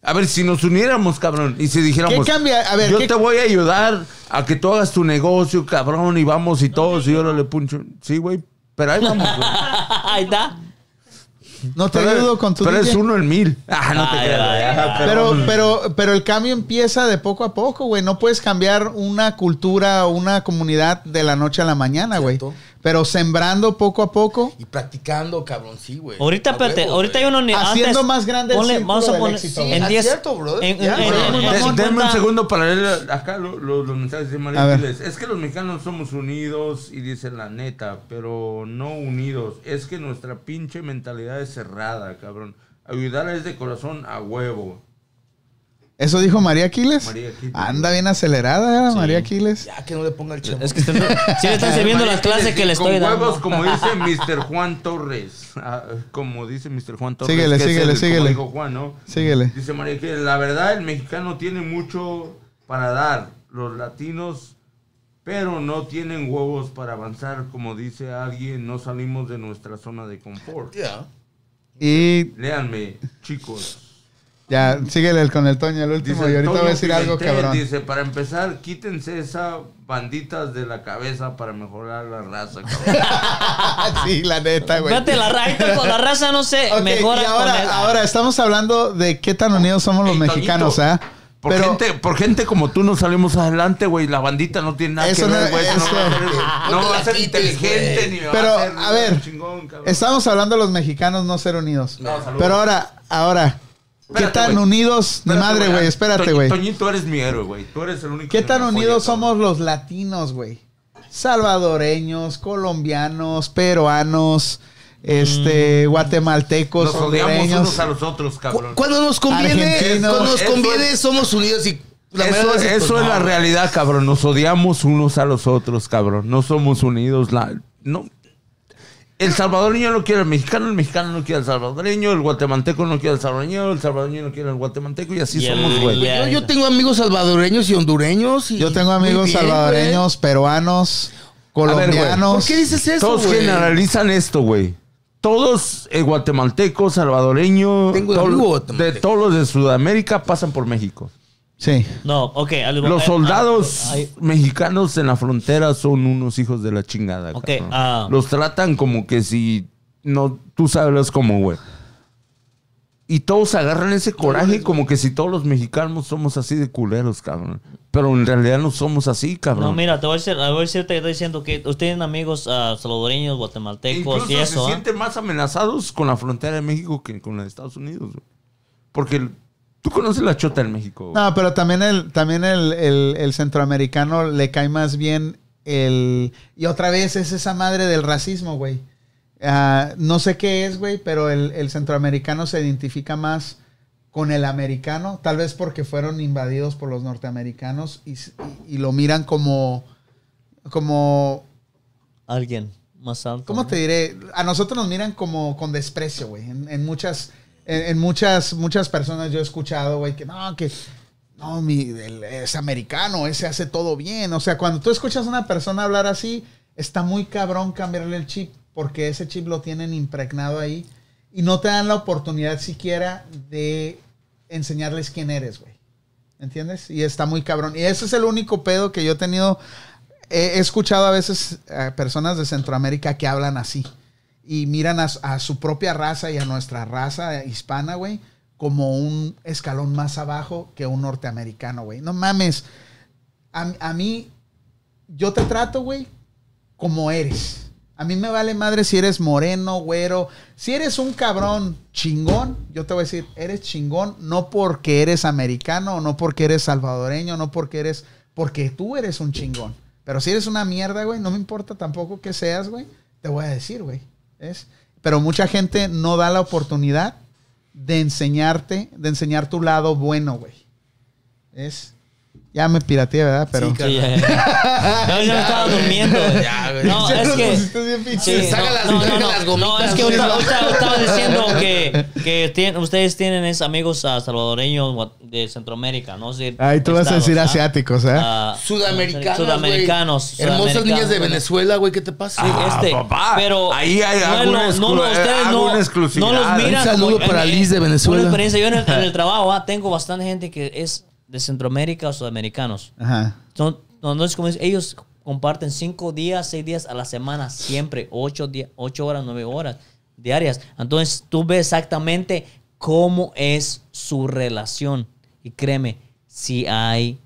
Speaker 2: A ver, si nos uniéramos, cabrón, y si dijéramos...
Speaker 1: ¿Qué cambia? A ver,
Speaker 2: yo
Speaker 1: ¿qué-
Speaker 2: te voy a ayudar a que tú hagas tu negocio, cabrón, y vamos y todos, y yo le puncho. Sí, güey,
Speaker 1: (laughs)
Speaker 2: pero ahí vamos, güey.
Speaker 3: (laughs) Ahí está.
Speaker 1: No te
Speaker 2: Pero-
Speaker 1: ayudo con tu
Speaker 2: Pero
Speaker 1: DJ.
Speaker 2: es uno en mil. Ah, no te
Speaker 3: Ay,
Speaker 2: creas,
Speaker 3: ay,
Speaker 2: güey.
Speaker 3: ay.
Speaker 2: Ah,
Speaker 1: Pero, pero, pero el cambio empieza de poco a poco, güey. No puedes cambiar una cultura o una comunidad de la noche a la mañana, güey.
Speaker 4: Cierto.
Speaker 1: Pero sembrando poco a poco,
Speaker 4: Y practicando, cabrón, sí, güey.
Speaker 3: Ahorita,
Speaker 4: A
Speaker 3: espérate,
Speaker 4: huevo,
Speaker 3: ahorita hay
Speaker 4: güey.
Speaker 3: uno ni-
Speaker 1: Haciendo más grande el círculo del éxito.
Speaker 4: Sí,
Speaker 3: en
Speaker 4: es
Speaker 3: 10
Speaker 4: cierto, brother.
Speaker 3: en-
Speaker 4: Ya,
Speaker 3: en-
Speaker 4: güey.
Speaker 3: en- en-
Speaker 2: De-
Speaker 3: en
Speaker 2: denme un
Speaker 3: cuenta-
Speaker 2: segundo para leer acá lo- lo- los mensajes de María
Speaker 1: A ver.
Speaker 2: Ángeles. Es que los mexicanos somos unidos y dicen la neta, pero no unidos. Es que nuestra pinche mentalidad es cerrada, cabrón. Ayudar es de corazón a huevo.
Speaker 1: ¿eso dijo María Aquiles?
Speaker 2: María Aquiles.
Speaker 1: Anda bien acelerada, ¿eh, María Aquiles.
Speaker 4: Ya que no le ponga el chavo.
Speaker 3: Es que usted no- sí le están sirviendo las clases que le estoy
Speaker 2: con huevos,
Speaker 3: dando.
Speaker 2: como
Speaker 3: (laughs)
Speaker 2: dice Mr. Juan Torres. Ah, como dice Mr. Juan Torres.
Speaker 1: Síguele,
Speaker 2: que es
Speaker 1: síguele,
Speaker 2: el- como
Speaker 1: síguele.
Speaker 2: dijo Juan, ¿no?
Speaker 1: Síguele.
Speaker 2: Dice María que la verdad el mexicano tiene mucho para dar, los latinos, pero no tienen huevos para avanzar, como dice alguien, no salimos de nuestra zona de confort.
Speaker 4: Ya.
Speaker 1: Y
Speaker 2: Léanme, chicos.
Speaker 1: ya, síguele con el Toño, el último. y ahorita
Speaker 2: Antonio
Speaker 1: voy a decir algo,
Speaker 2: Pimentel,
Speaker 1: cabrón. (laughs)
Speaker 2: Dice, para empezar, quítense esas banditas de la cabeza para mejorar la
Speaker 1: (laughs)
Speaker 2: raza, cabrón.
Speaker 1: Ah, sí, la neta, güey.
Speaker 3: Espérate, la, ra- ahí está, con la raza no se
Speaker 1: Ok,
Speaker 3: mejora.
Speaker 1: y ahora,
Speaker 3: con el-
Speaker 1: ahora estamos hablando de qué tan unidos somos los
Speaker 2: Ey, Toñito,
Speaker 1: mexicanos, ¿ah?
Speaker 2: Por, gente, por gente como tú no salimos adelante, güey. La bandita no tiene nada
Speaker 1: Eso
Speaker 2: que
Speaker 1: no-
Speaker 2: ver, güey. No,
Speaker 1: eso-
Speaker 2: va a ser- no
Speaker 4: te
Speaker 2: va
Speaker 4: la
Speaker 2: a ser
Speaker 4: quites,
Speaker 2: inteligente
Speaker 4: güey.
Speaker 2: ni va
Speaker 1: Pero,
Speaker 2: a ser
Speaker 1: a ver,
Speaker 2: chingón, cabrón.
Speaker 1: Estamos hablando de los mexicanos no ser unidos.
Speaker 2: No, saludos.
Speaker 1: Pero ahora, ahora, ¿qué
Speaker 2: Espérate,
Speaker 1: tan
Speaker 2: güey.
Speaker 1: unidos? Ni
Speaker 2: Espérate,
Speaker 1: madre, güey, espérate,
Speaker 2: Toñi-
Speaker 1: güey.
Speaker 2: Toñito, eres mi héroe, güey. Tú eres el único.
Speaker 1: ¿Qué
Speaker 2: que
Speaker 1: tan
Speaker 2: me apoya,
Speaker 1: unidos
Speaker 2: cabrón.
Speaker 1: somos los latinos, güey? Salvadoreños, colombianos, peruanos, este, guatemaltecos,
Speaker 2: Mm. Nos odiamos
Speaker 1: hondureños.
Speaker 2: unos a los otros, cabrón.
Speaker 4: Cu- Cuando nos conviene,
Speaker 1: Argentinos.
Speaker 4: cuando nos
Speaker 2: Eso
Speaker 4: conviene,
Speaker 2: es-
Speaker 4: somos unidos y la mayoría
Speaker 2: Eso,
Speaker 4: de veces,
Speaker 2: eso
Speaker 4: pues,
Speaker 2: es
Speaker 4: no,
Speaker 2: la
Speaker 4: güey.
Speaker 2: realidad, cabrón. Nos odiamos unos a los otros, cabrón. No somos unidos. La, no. El salvadoreño no quiere al mexicano, el mexicano no quiere al salvadoreño, el guatemalteco no quiere al salvadoreño, el salvadoreño no quiere al guatemalteco y así
Speaker 3: Y el-
Speaker 2: somos,
Speaker 3: y
Speaker 2: güey.
Speaker 4: Yo, yo tengo amigos salvadoreños y hondureños. y-
Speaker 1: Yo tengo
Speaker 4: muy
Speaker 1: amigos
Speaker 4: bien,
Speaker 1: salvadoreños, peruanos,
Speaker 2: ver, güey,
Speaker 1: colombianos.
Speaker 4: güey. ¿Por qué dices eso,
Speaker 2: Todos
Speaker 4: güey?
Speaker 2: generalizan esto, güey. Todos eh, guatemaltecos, salvadoreño,
Speaker 4: Tengo un
Speaker 2: tol-
Speaker 4: amigo
Speaker 2: de
Speaker 4: guatemalteco.
Speaker 2: todos los de Sudamérica pasan por México.
Speaker 1: Sí.
Speaker 3: No, ok. algo-
Speaker 2: Los
Speaker 3: eh,
Speaker 2: soldados
Speaker 3: ay,
Speaker 2: Ah, mexicanos en la frontera son unos hijos de la chingada.
Speaker 3: Ok,
Speaker 2: cabrón.
Speaker 3: ah.
Speaker 2: Los tratan como que si no tú sabes cómo, güey. Y todos agarran ese coraje como que si todos los mexicanos somos así de culeros, cabrón. Pero en realidad no somos así, cabrón.
Speaker 3: No, mira, te voy a decir, te voy a decirte, estoy diciendo que ustedes tienen amigos ah, salvadoreños, guatemaltecos
Speaker 2: Incluso
Speaker 3: y eso.
Speaker 2: se
Speaker 3: ¿ah?
Speaker 2: sienten más amenazados con la frontera de México que con la de Estados Unidos, güey. Porque el- tú conoces la chota en México. güey.
Speaker 1: No, pero también el, también el, el- el centroamericano le cae más bien el... Y otra vez es esa madre del racismo, güey. Ah, no sé qué es, güey, pero el, el centroamericano se identifica más con el americano, tal vez porque fueron invadidos por los norteamericanos y, s- y- y lo miran como... como
Speaker 3: Alguien más alto.
Speaker 1: ¿Cómo
Speaker 3: ¿no?
Speaker 1: te diré? A nosotros nos miran como con desprecio, güey. En, en muchas, en, en muchas, muchas personas yo he escuchado, güey, que no, que no, mi, el- es americano, ese hace todo bien. O sea, cuando tú escuchas a una persona hablar así, está muy cabrón cambiarle el chip, porque ese chip lo tienen impregnado ahí y no te dan la oportunidad siquiera de enseñarles quién eres, güey. ¿Entiendes? Y está muy cabrón. Y ese es el único pedo que yo he tenido. He, he escuchado a veces a personas de Centroamérica que hablan así. Y miran a, su- a su propia raza y a nuestra raza hispana, güey, como un escalón más abajo que un norteamericano, güey. No mames. A, a mí, yo te trato, güey, como eres. A mí me vale madre si eres moreno, güero. Si eres un cabrón chingón, yo te voy a decir, eres chingón no porque eres americano, no porque eres salvadoreño, no porque eres, porque tú eres un chingón. Pero si eres una mierda, güey, no me importa tampoco que seas, güey, te voy a decir, güey. ¿ves? Pero mucha gente no da la oportunidad de enseñarte, de enseñar tu lado bueno, güey. ¿ves? Ya me pirateé, ¿verdad? Pero.
Speaker 4: Sí,
Speaker 3: Sí, ya, ya. No, yo me estaba durmiendo. güey.
Speaker 4: Ya,
Speaker 3: (laughs)
Speaker 4: güey.
Speaker 3: No,
Speaker 1: Ya
Speaker 3: es
Speaker 1: nos
Speaker 3: que.
Speaker 1: pusiste bien pinches.
Speaker 3: Sí,
Speaker 4: Saca las-
Speaker 3: no, no,
Speaker 4: saca
Speaker 3: no,
Speaker 4: las
Speaker 3: no,
Speaker 4: gomitas,
Speaker 3: no, es que
Speaker 4: güey.
Speaker 3: ahorita, ahorita- estaba
Speaker 4: (laughs)
Speaker 3: diciendo que, que tienen- ustedes tienen es- amigos ah, salvadoreños gua- de Centroamérica, ¿no? sé
Speaker 1: Ay, tú vas a decir
Speaker 3: estados, ¿ah?
Speaker 1: asiáticos, ¿eh?
Speaker 3: Ah,
Speaker 4: Sudamericanos. güey.
Speaker 3: Sudamericanos.
Speaker 4: Hermosas niñas de
Speaker 3: sudamericanos.
Speaker 4: Venezuela, güey, ¿qué te pasa?
Speaker 3: Sí,
Speaker 2: Ah,
Speaker 3: este,
Speaker 2: papá,
Speaker 3: pero
Speaker 2: ahí hay
Speaker 3: no,
Speaker 2: alguna
Speaker 3: no, no, no,
Speaker 2: exclu- eh,
Speaker 3: ustedes no,
Speaker 2: alguna
Speaker 3: no
Speaker 2: exclusividad.
Speaker 3: los miran.
Speaker 2: Un
Speaker 4: saludo
Speaker 3: como-
Speaker 4: para
Speaker 3: en-
Speaker 4: Liz de Venezuela.
Speaker 3: Una experiencia, yo en el, en el trabajo ah, tengo bastante gente que es de Centroamérica o sudamericanos.
Speaker 1: Ajá.
Speaker 3: Son, no, no es como dice, ellos comparten cinco días, seis días a la semana, siempre, ocho, días, ocho horas, nueve horas diarias. Entonces tú ves exactamente cómo es su relación. Y créeme, si hay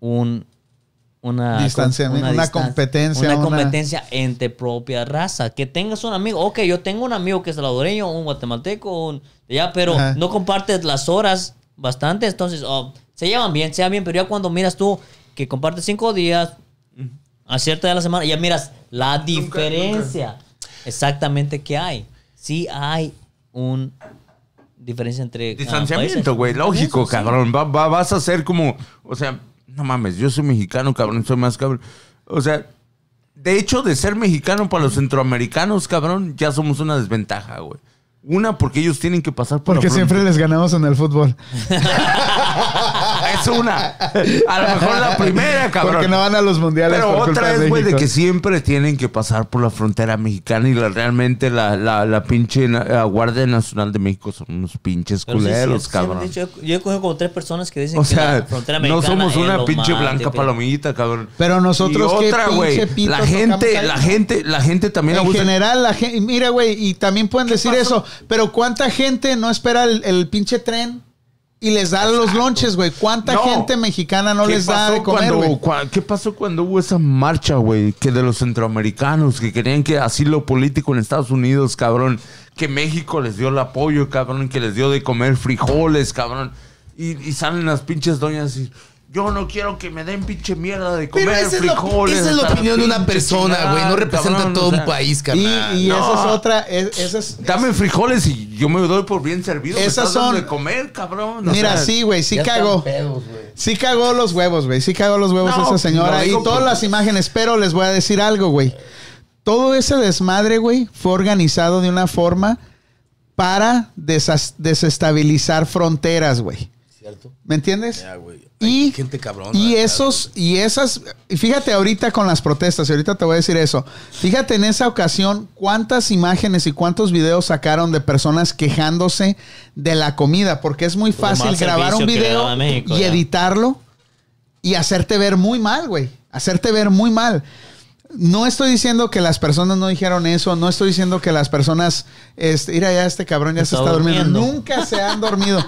Speaker 3: un... Una,
Speaker 1: Distanciamiento, una
Speaker 3: distan-
Speaker 1: competencia,
Speaker 3: Una
Speaker 1: una-
Speaker 3: competencia entre propia raza. Que tengas un amigo. Ok, yo tengo un amigo que es salvadoreño, un guatemalteco, un, ya, pero
Speaker 1: Ajá.
Speaker 3: no compartes las horas bastante, entonces oh, se llevan bien, se llevan bien, pero ya cuando miras tú que compartes cinco días a cierta de la semana, ya miras la diferencia exactamente que hay. Sí hay un diferencia entre ah,
Speaker 2: Distanciamiento,
Speaker 3: países.
Speaker 2: güey, lógico,
Speaker 3: Eso sí.
Speaker 2: cabrón. Va- va- vas a ser como, o sea, no mames, yo soy mexicano, cabrón, soy más cabrón. O sea, de hecho, de ser mexicano para los centroamericanos, cabrón, ya somos una desventaja, güey. Una, porque ellos tienen que pasar por la
Speaker 1: Porque siempre
Speaker 2: frontera.
Speaker 1: les ganamos en el fútbol.
Speaker 2: Es una. A lo mejor la primera, cabrón.
Speaker 1: Porque no van a los mundiales.
Speaker 2: Pero
Speaker 1: por culpa
Speaker 2: otra
Speaker 1: de
Speaker 2: es, güey, de
Speaker 1: México.
Speaker 2: que siempre tienen que pasar por la frontera mexicana y la- realmente la, la, la pinche na- eh, Guardia Nacional de México son unos pinches
Speaker 3: Pero sí, sí,
Speaker 2: culeros,
Speaker 3: sí, me han
Speaker 2: cabrón.
Speaker 3: dicho, yo- yo he cogido como tres personas que dicen
Speaker 2: o
Speaker 3: que la
Speaker 2: sea,
Speaker 3: frontera
Speaker 2: no
Speaker 3: mexicana
Speaker 2: somos
Speaker 3: es
Speaker 2: una
Speaker 3: lo
Speaker 2: pinche
Speaker 3: más
Speaker 2: blanca
Speaker 3: difícil.
Speaker 2: palomita, cabrón.
Speaker 1: Pero nosotros,
Speaker 2: y
Speaker 1: ¿qué
Speaker 2: otra, güey,
Speaker 1: pinche pito
Speaker 2: la
Speaker 1: tocamos
Speaker 2: gente,
Speaker 1: ahí?
Speaker 2: la gente, la gente también
Speaker 1: En
Speaker 2: abusa.
Speaker 1: general, la gente. Mira, güey, y también pueden decir eso. Pero ¿cuánta gente no espera el, el pinche tren y les da los lonches, güey? ¿Cuánta
Speaker 2: No.
Speaker 1: gente mexicana no
Speaker 2: ¿Qué
Speaker 1: les da
Speaker 2: pasó
Speaker 1: de comer,
Speaker 2: cuando,
Speaker 1: güey?
Speaker 2: cua- ¿Qué pasó cuando hubo esa marcha, güey? Que de los centroamericanos que querían que asilo político en Estados Unidos, cabrón. Que México les dio el apoyo, cabrón. Que les dio de comer frijoles, cabrón. Y, y salen las pinches doñas y... Yo no quiero que me den pinche mierda de comer
Speaker 6: Pero esa es, la-
Speaker 2: frijoles.
Speaker 6: esa es la
Speaker 2: hasta
Speaker 6: opinión de una
Speaker 2: pinche
Speaker 6: persona,
Speaker 2: chingada,
Speaker 6: güey. No representa
Speaker 2: cabrón,
Speaker 6: todo
Speaker 2: o sea,
Speaker 6: un país,
Speaker 1: Y,
Speaker 6: carnal.
Speaker 1: y
Speaker 2: no.
Speaker 1: esa es otra. es- esa es-
Speaker 2: Dame frijoles y yo me doy por bien servido. Me
Speaker 1: Esas
Speaker 2: estás dando
Speaker 1: son-
Speaker 2: de comer, cabrón. o
Speaker 1: mira,
Speaker 2: sea,
Speaker 1: sí, güey, sí
Speaker 6: Ya están
Speaker 1: cago.
Speaker 6: pedos, güey.
Speaker 1: Sí cagó los huevos, güey. Sí cagó los huevos
Speaker 2: No,
Speaker 1: esa
Speaker 2: lo
Speaker 1: señora. Y
Speaker 2: digo
Speaker 1: todas
Speaker 2: por-
Speaker 1: las imágenes, pero les voy a decir algo, güey. Todo ese desmadre, güey, fue organizado de una forma para desas- desestabilizar fronteras, güey.
Speaker 6: ¿Cierto?
Speaker 1: ¿Me entiendes?
Speaker 6: Ya, güey. Hay
Speaker 1: Y,
Speaker 6: gente cabrona.
Speaker 1: y
Speaker 6: ¿verdad?
Speaker 1: esos, y esas, y fíjate ahorita con las protestas, y ahorita te voy a decir eso. Fíjate en esa ocasión cuántas imágenes y cuántos videos sacaron de personas quejándose de la comida, porque es muy
Speaker 3: Por el
Speaker 1: fácil
Speaker 3: mal
Speaker 1: grabar un
Speaker 3: servicio que
Speaker 1: video
Speaker 3: daba México,
Speaker 1: y
Speaker 3: ya.
Speaker 1: editarlo y hacerte ver muy mal, güey. Hacerte ver muy mal. No estoy diciendo que las personas no dijeron eso, no estoy diciendo que las personas, este, mira ya este cabrón ya
Speaker 3: Está
Speaker 1: se está durmiendo.
Speaker 3: durmiendo.
Speaker 1: Nunca se han
Speaker 3: (laughs)
Speaker 1: dormido.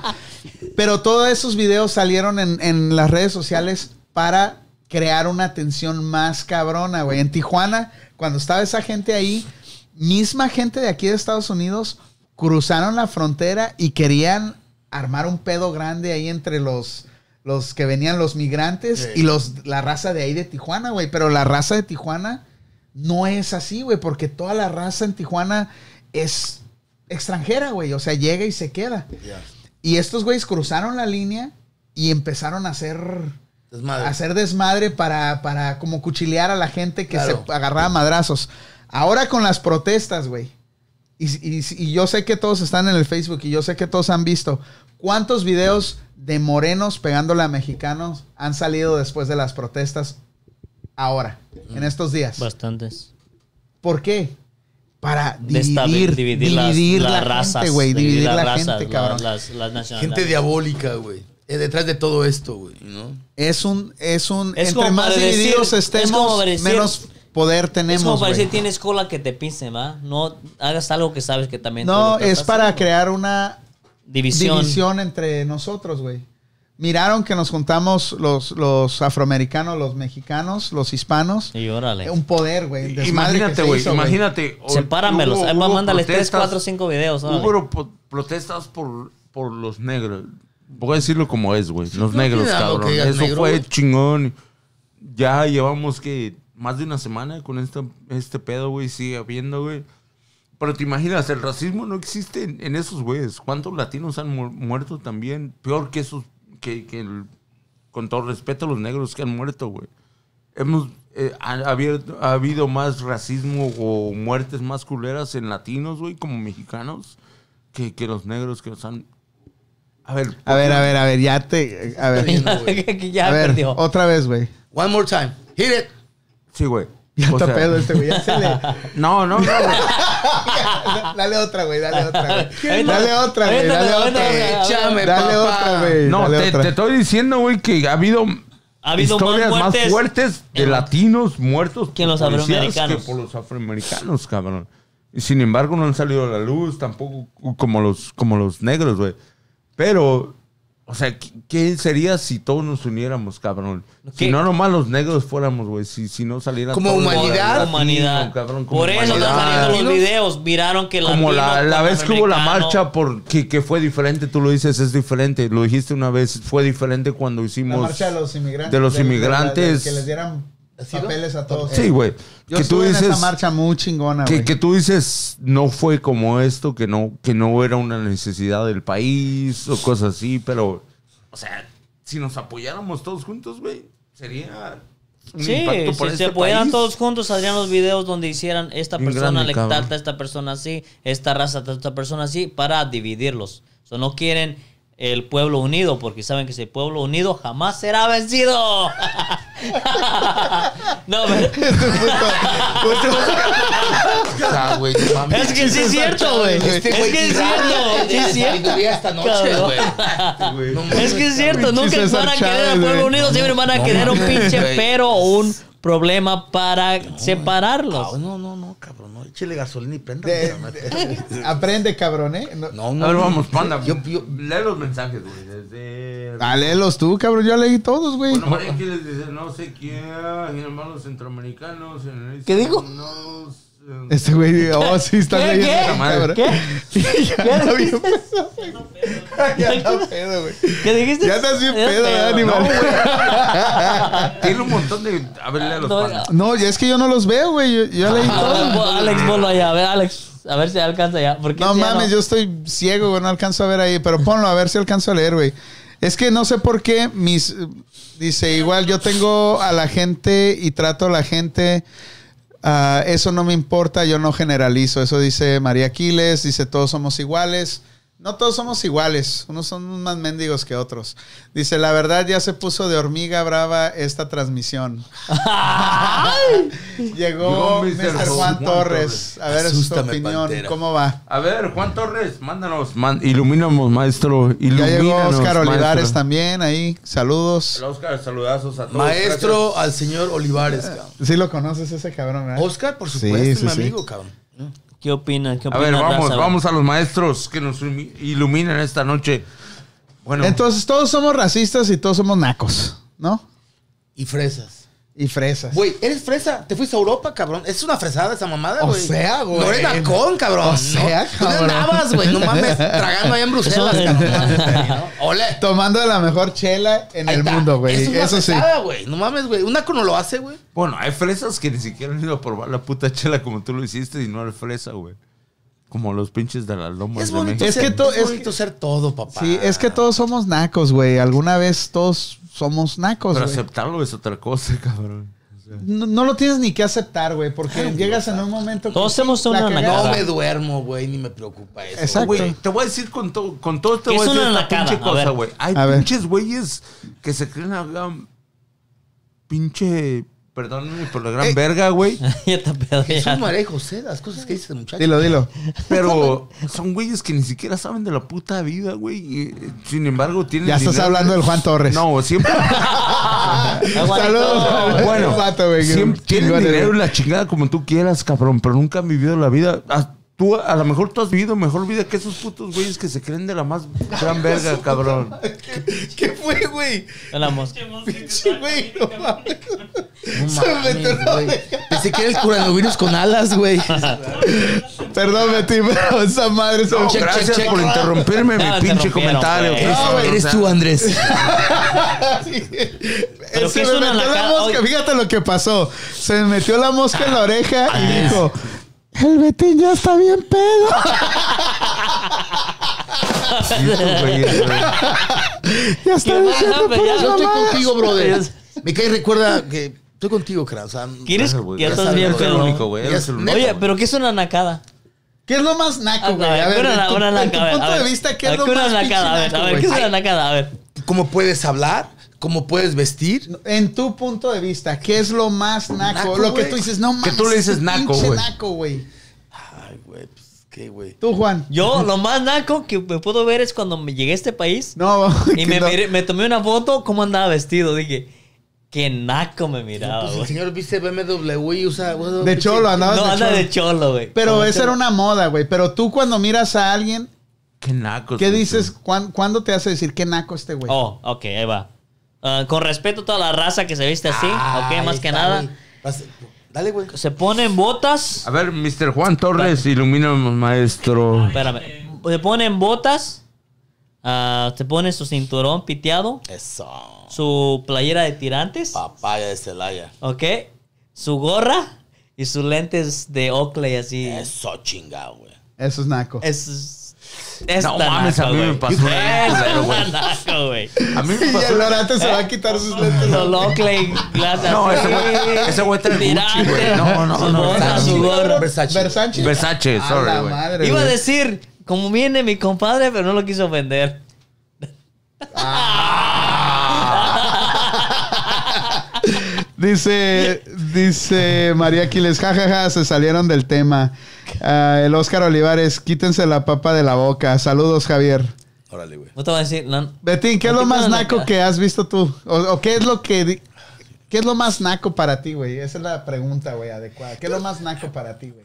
Speaker 1: Pero todos esos videos salieron en, en las redes sociales para crear una tensión más cabrona, güey. En Tijuana, cuando estaba esa gente ahí, misma gente de aquí de Estados Unidos cruzaron la frontera y querían armar un pedo grande ahí entre los los que venían los migrantes y los la raza de ahí de Tijuana, güey, pero la raza de Tijuana no es así, güey, porque toda la raza en Tijuana es extranjera, güey, o sea, llega y se queda. Y estos güeyes cruzaron la línea y empezaron a hacer,
Speaker 6: Desmadre.
Speaker 1: a hacer desmadre para, para como cuchilear a la gente que
Speaker 6: Claro.
Speaker 1: se agarraba a madrazos. Ahora con las protestas, güey. Y, y- y yo sé que todos están en el Facebook y yo sé que todos han visto cuántos videos de morenos pegándole a mexicanos han salido después de las protestas ahora, en estos días.
Speaker 3: Bastantes.
Speaker 1: ¿Por qué? Para dividir,
Speaker 3: Destabil-
Speaker 1: dividir,
Speaker 3: las-
Speaker 1: la,
Speaker 3: las
Speaker 1: gente,
Speaker 3: razas,
Speaker 1: güey. Dividir, la,
Speaker 3: razas,
Speaker 1: gente,
Speaker 3: la-
Speaker 1: cabrón.
Speaker 3: las- las nacionalidades.
Speaker 6: Gente diabólica, güey. Eh, Detrás de todo esto, güey, ¿no?
Speaker 1: Es un, es un,
Speaker 3: Es
Speaker 1: entre
Speaker 3: como
Speaker 1: más
Speaker 3: para decir-
Speaker 1: divididos
Speaker 3: es como
Speaker 1: estemos,
Speaker 3: para decir-
Speaker 1: menos poder tenemos.
Speaker 3: es como para
Speaker 1: güey.
Speaker 3: decir, tienes cola que te pisen, ¿va? No hagas algo que sabes que también... tú lo
Speaker 1: no,
Speaker 3: estás
Speaker 1: es para
Speaker 3: haciendo.
Speaker 1: crear una
Speaker 3: División.
Speaker 1: división, entre nosotros, güey. Miraron que nos juntamos los, los afroamericanos, los mexicanos, los hispanos.
Speaker 3: Y órale.
Speaker 1: Un poder, güey. el desmadre que
Speaker 2: Imagínate,
Speaker 1: se
Speaker 2: güey,
Speaker 1: hizo,
Speaker 2: imagínate. o-
Speaker 3: Sepáramelos.
Speaker 2: hubo-
Speaker 3: Ahí va,
Speaker 2: hubo
Speaker 3: mándales 3,
Speaker 2: protestas,
Speaker 3: 4, 5 videos. órale.
Speaker 2: Hubo pro- protestas por, por los negros. Voy a decirlo como es, güey. Los
Speaker 6: no
Speaker 2: negros,
Speaker 6: tiene algo
Speaker 2: cabrón.
Speaker 6: que digas
Speaker 2: Eso
Speaker 6: negro,
Speaker 2: fue
Speaker 6: güey.
Speaker 2: chingón. Ya llevamos que más de una semana con esta, este pedo, güey. Sigue habiendo, güey. Pero te imaginas, el racismo no existe en, en esos güeyes. ¿Cuántos latinos han mu- muerto también? Peor que esos, que, que el con todo respeto a los negros que han muerto, güey. Hemos eh, ha- habido- ha habido más racismo o muertes más culeras en latinos, güey, como mexicanos, que, que los negros que nos han... A ver,
Speaker 1: A ver, a ver, a ver, ya te. A ver.
Speaker 3: (laughs) ya
Speaker 1: A ver,
Speaker 3: perdió.
Speaker 1: otra vez, güey.
Speaker 4: One more time. Hit it.
Speaker 2: sí, güey.
Speaker 1: Ya
Speaker 2: O
Speaker 1: está
Speaker 2: sea,
Speaker 1: pedo este güey.
Speaker 2: (laughs)
Speaker 1: Ya se le.
Speaker 2: No, no, no, güey.
Speaker 1: (laughs) Dale otra, güey, dale otra, güey.
Speaker 3: (laughs) Aviéntame,
Speaker 1: Dale otra, güey,
Speaker 3: aviéntame,
Speaker 1: dale otra,
Speaker 3: aviéntame,
Speaker 1: güey.
Speaker 4: aviéntame,
Speaker 1: Dale
Speaker 4: papá.
Speaker 1: otra, güey.
Speaker 2: No,
Speaker 1: dale
Speaker 2: te,
Speaker 1: otra.
Speaker 2: te estoy diciendo, güey, que ha habido,
Speaker 3: Ha habido más
Speaker 2: historias más
Speaker 3: muertes
Speaker 2: fuertes, de
Speaker 3: en-
Speaker 2: latinos muertos
Speaker 3: que en los
Speaker 2: policías
Speaker 3: afroamericanos.
Speaker 2: que por los afroamericanos, cabrón. Y sin embargo no han salido a la luz tampoco como los, como los negros, güey. Pero, o sea, ¿qué, qué sería si todos nos uniéramos, cabrón?
Speaker 3: ¿Qué?
Speaker 2: Si no nomás los negros fuéramos, güey. Si, si no saliera
Speaker 4: Como
Speaker 2: todo lo
Speaker 4: humanidad.
Speaker 2: latino,
Speaker 3: humanidad.
Speaker 2: cabrón, como
Speaker 3: Por eso están
Speaker 2: humanidad.
Speaker 3: saliendo los
Speaker 4: Latinos.
Speaker 3: videos. Miraron que
Speaker 2: Como la,
Speaker 3: latino,
Speaker 2: la vez que hubo la
Speaker 3: norteamericano,
Speaker 2: marcha por que, que fue diferente, tú lo dices, es diferente. Lo dijiste una vez, fue diferente cuando
Speaker 1: La
Speaker 2: hicimos.
Speaker 1: marcha de los inmigrantes.
Speaker 2: De los
Speaker 1: la-
Speaker 2: inmigrantes.
Speaker 1: que les dieran papeles a todos.
Speaker 2: Sí, güey.
Speaker 1: eh, Yo
Speaker 2: Que tú
Speaker 1: estuve en
Speaker 2: dices.
Speaker 1: esa marcha muy chingona,
Speaker 2: Que,
Speaker 1: güey. (laughs)
Speaker 2: que tú dices, no fue como esto, que no, que no era una necesidad del país o cosas así, pero, o sea, si nos apoyáramos todos juntos, güey, sería un
Speaker 3: Sí,
Speaker 2: impacto
Speaker 3: si
Speaker 2: para
Speaker 3: se
Speaker 2: este
Speaker 3: pudieran
Speaker 2: país.
Speaker 3: todos juntos, saldrían los videos donde hicieran esta
Speaker 2: Bien
Speaker 3: persona
Speaker 2: grande,
Speaker 3: le
Speaker 2: cabrón.
Speaker 3: trata a esta persona así, esta raza trata a esta persona así, para dividirlos. O sea, no quieren el pueblo unido, porque saben que si el pueblo unido jamás será vencido. (laughs) no, pero-
Speaker 6: Ah, güey, no mames.
Speaker 3: es que sí es cierto, güey.
Speaker 6: Este
Speaker 3: es
Speaker 6: güey
Speaker 3: que es
Speaker 6: tirado
Speaker 3: cierto,
Speaker 6: de-
Speaker 3: sí
Speaker 6: de
Speaker 3: es cierto.
Speaker 6: sabiduría esta noche,
Speaker 3: cabrón.
Speaker 6: güey.
Speaker 2: güey.
Speaker 6: No
Speaker 3: Es que es cierto,
Speaker 1: Pinche
Speaker 3: nunca
Speaker 1: César
Speaker 3: van a querer
Speaker 1: Chávez,
Speaker 3: al pueblo
Speaker 1: güey.
Speaker 3: unido, siempre van a querer un
Speaker 6: mames,
Speaker 3: pinche
Speaker 6: güey.
Speaker 3: pero o un problema para separarlos.
Speaker 6: Ah, no, no, no, cabrón. No, échale gasolina y prenda.
Speaker 1: De-
Speaker 6: cabrón.
Speaker 1: de- aprende, cabrón, ¿eh? No-
Speaker 6: No,
Speaker 2: A ver, vamos, panda.
Speaker 6: Yo- yo-
Speaker 2: lee los mensajes, güey. Desde.
Speaker 1: Ah, léelos tú, cabrón. Yo leí todos, güey.
Speaker 2: Bueno, María Quiles dice, no sé quién, sin embargo, los centroamericanos. en-
Speaker 3: ¿Qué dijo?
Speaker 2: No sé-
Speaker 1: Este güey, oh, sí, está
Speaker 3: ¿Qué?
Speaker 1: leyendo.
Speaker 3: ¿Qué?
Speaker 1: esa madre, cabrón. (laughs) Ya anda bien pedo, güey. (laughs) Ya anda pedo, güey.
Speaker 3: ¿Qué dijiste?
Speaker 1: Ya estás bien
Speaker 3: Ya
Speaker 1: pedo, ¿verdad,
Speaker 2: No,
Speaker 1: animal?
Speaker 2: güey. Tiene un montón de. A ver, lee los
Speaker 3: No,
Speaker 2: pandas.
Speaker 1: No, ya es que yo no los veo, güey. Yo, yo leí
Speaker 3: Ah,
Speaker 1: todos.
Speaker 3: bueno, Alex, ponlo allá, a ver, Alex, a ver si alcanza ya. Porque
Speaker 1: No
Speaker 3: si ya
Speaker 1: mames, yo estoy ciego, güey, no alcanzo a ver ahí, pero ponlo a ver si alcanzo a leer, güey. Es que no sé por qué mis eh, dice igual yo tengo a la gente y trato a la gente ah, eso no me importa, yo no generalizo. Eso dice María Aquiles, dice todos somos iguales. No todos somos iguales, unos son más mendigos que otros. Dice, la verdad ya se puso de hormiga brava esta transmisión. Llegó (laughs)
Speaker 2: Llegó
Speaker 1: Mr. Juan, Torres. A ver su
Speaker 4: Asústame,
Speaker 1: opinión,
Speaker 4: Pantera.
Speaker 1: ¿cómo va?
Speaker 2: A ver, Juan Torres, mándanos, man- ilumínanos, maestro.
Speaker 1: Ya
Speaker 2: Ilumínanos,
Speaker 1: llegó Oscar
Speaker 2: maestro.
Speaker 1: Olivares también ahí. Saludos.
Speaker 2: Hola, Oscar, saludazos a todos.
Speaker 4: Maestro al señor Olivares, cabrón.
Speaker 1: Sí lo conoces ese cabrón, ¿verdad?
Speaker 4: Oscar, por
Speaker 1: Sí,
Speaker 4: supuesto, es
Speaker 1: sí,
Speaker 4: mi
Speaker 1: sí.
Speaker 4: amigo, cabrón.
Speaker 3: ¿Qué opinan? ¿Qué
Speaker 2: Gracias. A
Speaker 3: opinan,
Speaker 2: ver, vamos,
Speaker 3: raza?
Speaker 2: vamos a los maestros que nos ilumi- iluminan esta noche. Bueno,
Speaker 1: Entonces todos somos racistas y todos somos nacos, ¿no?
Speaker 4: Y fresas.
Speaker 1: Y fresas.
Speaker 4: Güey, eres fresa. Te fuiste a Europa, cabrón. Es una fresada esa mamada,
Speaker 1: O
Speaker 4: güey.
Speaker 1: sea, güey.
Speaker 4: No eres nacón, cabrón.
Speaker 1: O sea,
Speaker 4: no, Tú
Speaker 1: cabrón.
Speaker 4: andabas, güey. No
Speaker 1: (laughs)
Speaker 4: mames, tragando allá en Bruselas,
Speaker 3: Eso-
Speaker 4: cabrón. No, Ole.
Speaker 1: Tomando la mejor chela en
Speaker 4: Ahí
Speaker 1: el
Speaker 4: está.
Speaker 1: mundo, güey.
Speaker 4: Es una
Speaker 1: Eso sí.
Speaker 4: fresada, güey. No mames, güey. Un naco no lo hace, güey.
Speaker 2: bueno, hay fresas que ni siquiera han ido a probar la puta chela como tú lo hiciste y no al fresa, güey. Como los pinches de las lomas
Speaker 4: Es
Speaker 2: de
Speaker 4: bonito,
Speaker 2: México.
Speaker 1: Es
Speaker 4: ser,
Speaker 1: que to- es
Speaker 4: es bonito ser todo, papá.
Speaker 1: Sí, es que todos somos nacos, güey. Alguna vez todos somos nacos,
Speaker 2: Pero
Speaker 1: güey.
Speaker 2: aceptarlo es otra cosa, (laughs) cabrón.
Speaker 1: No, no lo tienes ni que aceptar, güey, porque llegas en un momento que
Speaker 3: Todos somos
Speaker 1: la
Speaker 3: una
Speaker 1: cagaste.
Speaker 3: nacada.
Speaker 4: No me duermo, güey, ni me preocupa eso.
Speaker 1: Exacto.
Speaker 2: Güey, te voy a decir con todo, con todo te
Speaker 3: ¿Qué
Speaker 2: voy a
Speaker 3: es
Speaker 2: decir
Speaker 3: una
Speaker 2: esta
Speaker 3: nacada?
Speaker 2: pinche
Speaker 3: A ver.
Speaker 2: cosa, güey. Hay
Speaker 1: A ver.
Speaker 2: pinches güeyes que se creen acá, pinche, perdónenme por la gran
Speaker 1: Eh.
Speaker 2: verga,
Speaker 3: (laughs)
Speaker 2: güey,
Speaker 3: (laughs) ya está pedo,
Speaker 4: Es
Speaker 3: ya.
Speaker 4: un María José, las cosas que dice el muchacho.
Speaker 1: Dilo, dilo.
Speaker 2: pero son güeyes que ni siquiera saben de la puta vida, güey. y, eh, Sin embargo, tienen
Speaker 1: Ya estás
Speaker 2: dinero.
Speaker 1: hablando del Juan Torres.
Speaker 2: No, siempre
Speaker 3: Aguanta.
Speaker 1: Saludos.
Speaker 2: (laughs) Bueno,
Speaker 1: Vato, güey, que
Speaker 2: siempre tienes
Speaker 1: chingón,
Speaker 2: dinero
Speaker 1: güey.
Speaker 2: y la chingada como tú quieras, cabrón, pero nunca han vivido la vida. Ah, Tú, a lo mejor tú has vivido mejor vida que esos putos güeyes que se creen de la más gran verga, cabrón.
Speaker 6: ¿Qué fue,
Speaker 4: (laughs)
Speaker 6: güey?
Speaker 3: Hablamos.
Speaker 7: Pinche
Speaker 6: güey,
Speaker 7: no mames.
Speaker 4: No mames, güey. Pensé que era el coronavirus con alas,
Speaker 1: (laughs)
Speaker 4: güey.
Speaker 1: Perdón, Betty, (laughs) pero esa madre se
Speaker 2: No,
Speaker 1: me-
Speaker 4: check,
Speaker 2: gracias
Speaker 4: check.
Speaker 2: por interrumpirme
Speaker 3: Ah,
Speaker 2: mi pinche
Speaker 3: interrumpieron,
Speaker 2: comentario.
Speaker 3: güey.
Speaker 2: pues,
Speaker 4: Eres-
Speaker 2: o sea,
Speaker 4: eres tú, Andrés.
Speaker 1: Eh,
Speaker 3: que
Speaker 1: se
Speaker 3: es
Speaker 1: me
Speaker 3: una
Speaker 1: metió la
Speaker 3: lacada,
Speaker 1: mosca,
Speaker 3: oye.
Speaker 1: fíjate lo que pasó. Se me metió la mosca en la oreja y dijo, el Betín ya está bien pedo.
Speaker 2: Sí, güey, güey.
Speaker 1: Ya está
Speaker 3: ¿Qué
Speaker 1: diciendo
Speaker 3: pasa, güey?
Speaker 1: puras
Speaker 3: Ya
Speaker 6: Yo estoy
Speaker 1: mamadas.
Speaker 6: contigo, brother. Me cae, recuerda que estoy contigo, Kran. O sea,
Speaker 3: ¿Quieres?
Speaker 2: Gracias, güey.
Speaker 3: Ya estás
Speaker 2: Gracias,
Speaker 3: bien,
Speaker 2: güey. Eres el
Speaker 3: pero.
Speaker 2: único, güey. Eres el único.
Speaker 3: Oye, pero ¿qué es una nacada?
Speaker 1: ¿Qué es lo más naco, güey?
Speaker 3: A
Speaker 1: A
Speaker 3: ver,
Speaker 1: ver,
Speaker 3: una-
Speaker 1: en tu,
Speaker 3: una
Speaker 1: en tu
Speaker 3: nacada, a ver,
Speaker 1: punto
Speaker 3: a
Speaker 1: de
Speaker 3: ver.
Speaker 1: vista, ¿qué es
Speaker 3: A ver,
Speaker 1: lo
Speaker 3: una
Speaker 1: más pinche
Speaker 3: nacada? A ver,
Speaker 1: naco,
Speaker 3: a ver,
Speaker 1: güey?
Speaker 3: ¿qué es una nacada? A ver.
Speaker 4: ¿Cómo puedes hablar? ¿Cómo puedes vestir?
Speaker 1: En tu punto de vista, ¿qué es lo más naco?
Speaker 4: Naco,
Speaker 1: lo que
Speaker 4: güey.
Speaker 1: tú dices, no mames.
Speaker 2: Que tú le dices
Speaker 1: este
Speaker 2: naco,
Speaker 1: pinche
Speaker 2: güey.
Speaker 1: naco, güey.
Speaker 4: Ay, güey, pues qué, güey.
Speaker 1: Tú, Juan.
Speaker 3: Yo, lo más naco que me puedo ver es cuando me llegué a este país
Speaker 1: No, (laughs)
Speaker 3: y
Speaker 1: que
Speaker 3: me,
Speaker 1: no.
Speaker 3: miré- me tomé una foto, cómo andaba vestido. Dije, qué naco me miraba,
Speaker 6: pues el
Speaker 3: güey.
Speaker 6: señor viste BMW y usa. usa-
Speaker 1: De cholo, andabas
Speaker 3: No,
Speaker 1: de
Speaker 3: anda
Speaker 1: cholo.
Speaker 3: de cholo, güey.
Speaker 1: Pero
Speaker 3: Como
Speaker 1: esa
Speaker 3: cholo.
Speaker 1: era una moda, güey. Pero tú cuando miras a alguien,
Speaker 2: Qué naco.
Speaker 1: ¿qué dices? ¿Cuán- ¿Cuándo te hace decir qué naco este güey?
Speaker 3: Oh, ok, ahí va. Ah, con respeto a toda la raza que se viste así,
Speaker 6: Ah,
Speaker 3: ok,
Speaker 6: ahí
Speaker 3: más que
Speaker 6: está,
Speaker 3: nada.
Speaker 6: güey. Vas- Dale, güey.
Speaker 3: Se ponen botas.
Speaker 2: A ver, Mr. Juan Torres, ilumina, maestro.
Speaker 3: Espérame. Se ponen botas. ah, se pone su cinturón piteado.
Speaker 6: Eso.
Speaker 3: Su playera de tirantes.
Speaker 6: Papaya de Celaya.
Speaker 3: Ok. Su gorra. Y sus lentes de Oakley así. Eso
Speaker 6: Eso chingado, güey.
Speaker 1: Eso es naco.
Speaker 3: Es. Es
Speaker 2: No
Speaker 3: tan
Speaker 2: mames, a
Speaker 3: naco,
Speaker 2: mí me
Speaker 3: güey.
Speaker 2: pasó una vez,
Speaker 3: Es
Speaker 2: culero, güey.
Speaker 3: tan naco, güey.
Speaker 2: A mí
Speaker 1: (laughs) y
Speaker 2: me pasó
Speaker 1: el orate se va a quitar sus lentes.
Speaker 3: Los Oakley glasses
Speaker 2: No,
Speaker 3: así,
Speaker 2: ese güey- ese güey trae Gucci,
Speaker 3: tirantes,
Speaker 2: güey. No, no,
Speaker 3: sus
Speaker 2: no,
Speaker 3: botas,
Speaker 2: Versace.
Speaker 3: su gorra.
Speaker 1: Versace. Versace.
Speaker 2: Versace,
Speaker 1: A
Speaker 2: sorry,
Speaker 1: la
Speaker 2: güey.
Speaker 1: madre,
Speaker 3: Iba a
Speaker 1: güey.
Speaker 3: decir, como viene mi compadre, pero no lo quiso ofender.
Speaker 1: Dice, dice María Aquiles, jajaja, se salieron del tema. Ah, el Óscar Olivares, quítense la papa de la boca. Saludos, Javier.
Speaker 4: Órale, güey.
Speaker 3: No te voy a decir, no,
Speaker 1: Betín, ¿qué es lo
Speaker 3: Betín,
Speaker 1: más
Speaker 3: no, no,
Speaker 1: naco
Speaker 3: no.
Speaker 1: que has visto tú? ¿O, o qué es lo que... di- ¿Qué es lo más naco para ti, güey? Esa es la pregunta, güey, adecuada. ¿Qué es lo más naco para ti, güey?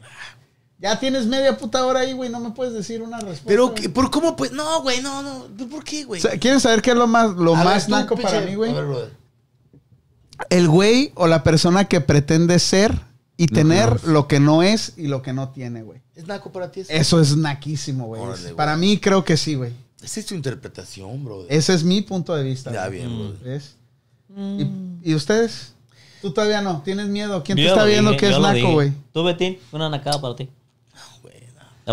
Speaker 1: Ya tienes media puta hora ahí, güey. No me puedes decir una respuesta.
Speaker 6: Pero,
Speaker 1: güey.
Speaker 6: ¿qué- ¿por cómo pues? No, güey, no, no. ¿Por qué, güey?
Speaker 1: O sea, ¿Quieres saber qué es lo más, lo
Speaker 6: A ver,
Speaker 1: más
Speaker 6: tú,
Speaker 1: naco para
Speaker 6: pinche-
Speaker 1: mí, güey?
Speaker 6: a ver, brother.
Speaker 1: El güey o la persona que pretende ser y tener lo que no es y lo que no tiene, güey.
Speaker 6: ¿Es naco para ti eso?
Speaker 1: Eso es naquísimo, güey.
Speaker 6: Órale, güey.
Speaker 1: Para mí creo que sí, güey.
Speaker 6: Esa es tu interpretación, brother.
Speaker 1: Ese es mi punto de vista.
Speaker 6: Ya
Speaker 1: güey.
Speaker 6: bien, brother.
Speaker 1: ¿Ves? ¿Y, y ustedes? Tú todavía no. ¿Tienes miedo? ¿Quién te
Speaker 3: Yo
Speaker 1: está
Speaker 3: lo
Speaker 1: viendo
Speaker 3: dije,
Speaker 1: que es
Speaker 3: yo lo
Speaker 1: naco,
Speaker 3: dije.
Speaker 1: güey? Ah,
Speaker 3: Tú, Betín, una nacada para ti.
Speaker 6: güey, no.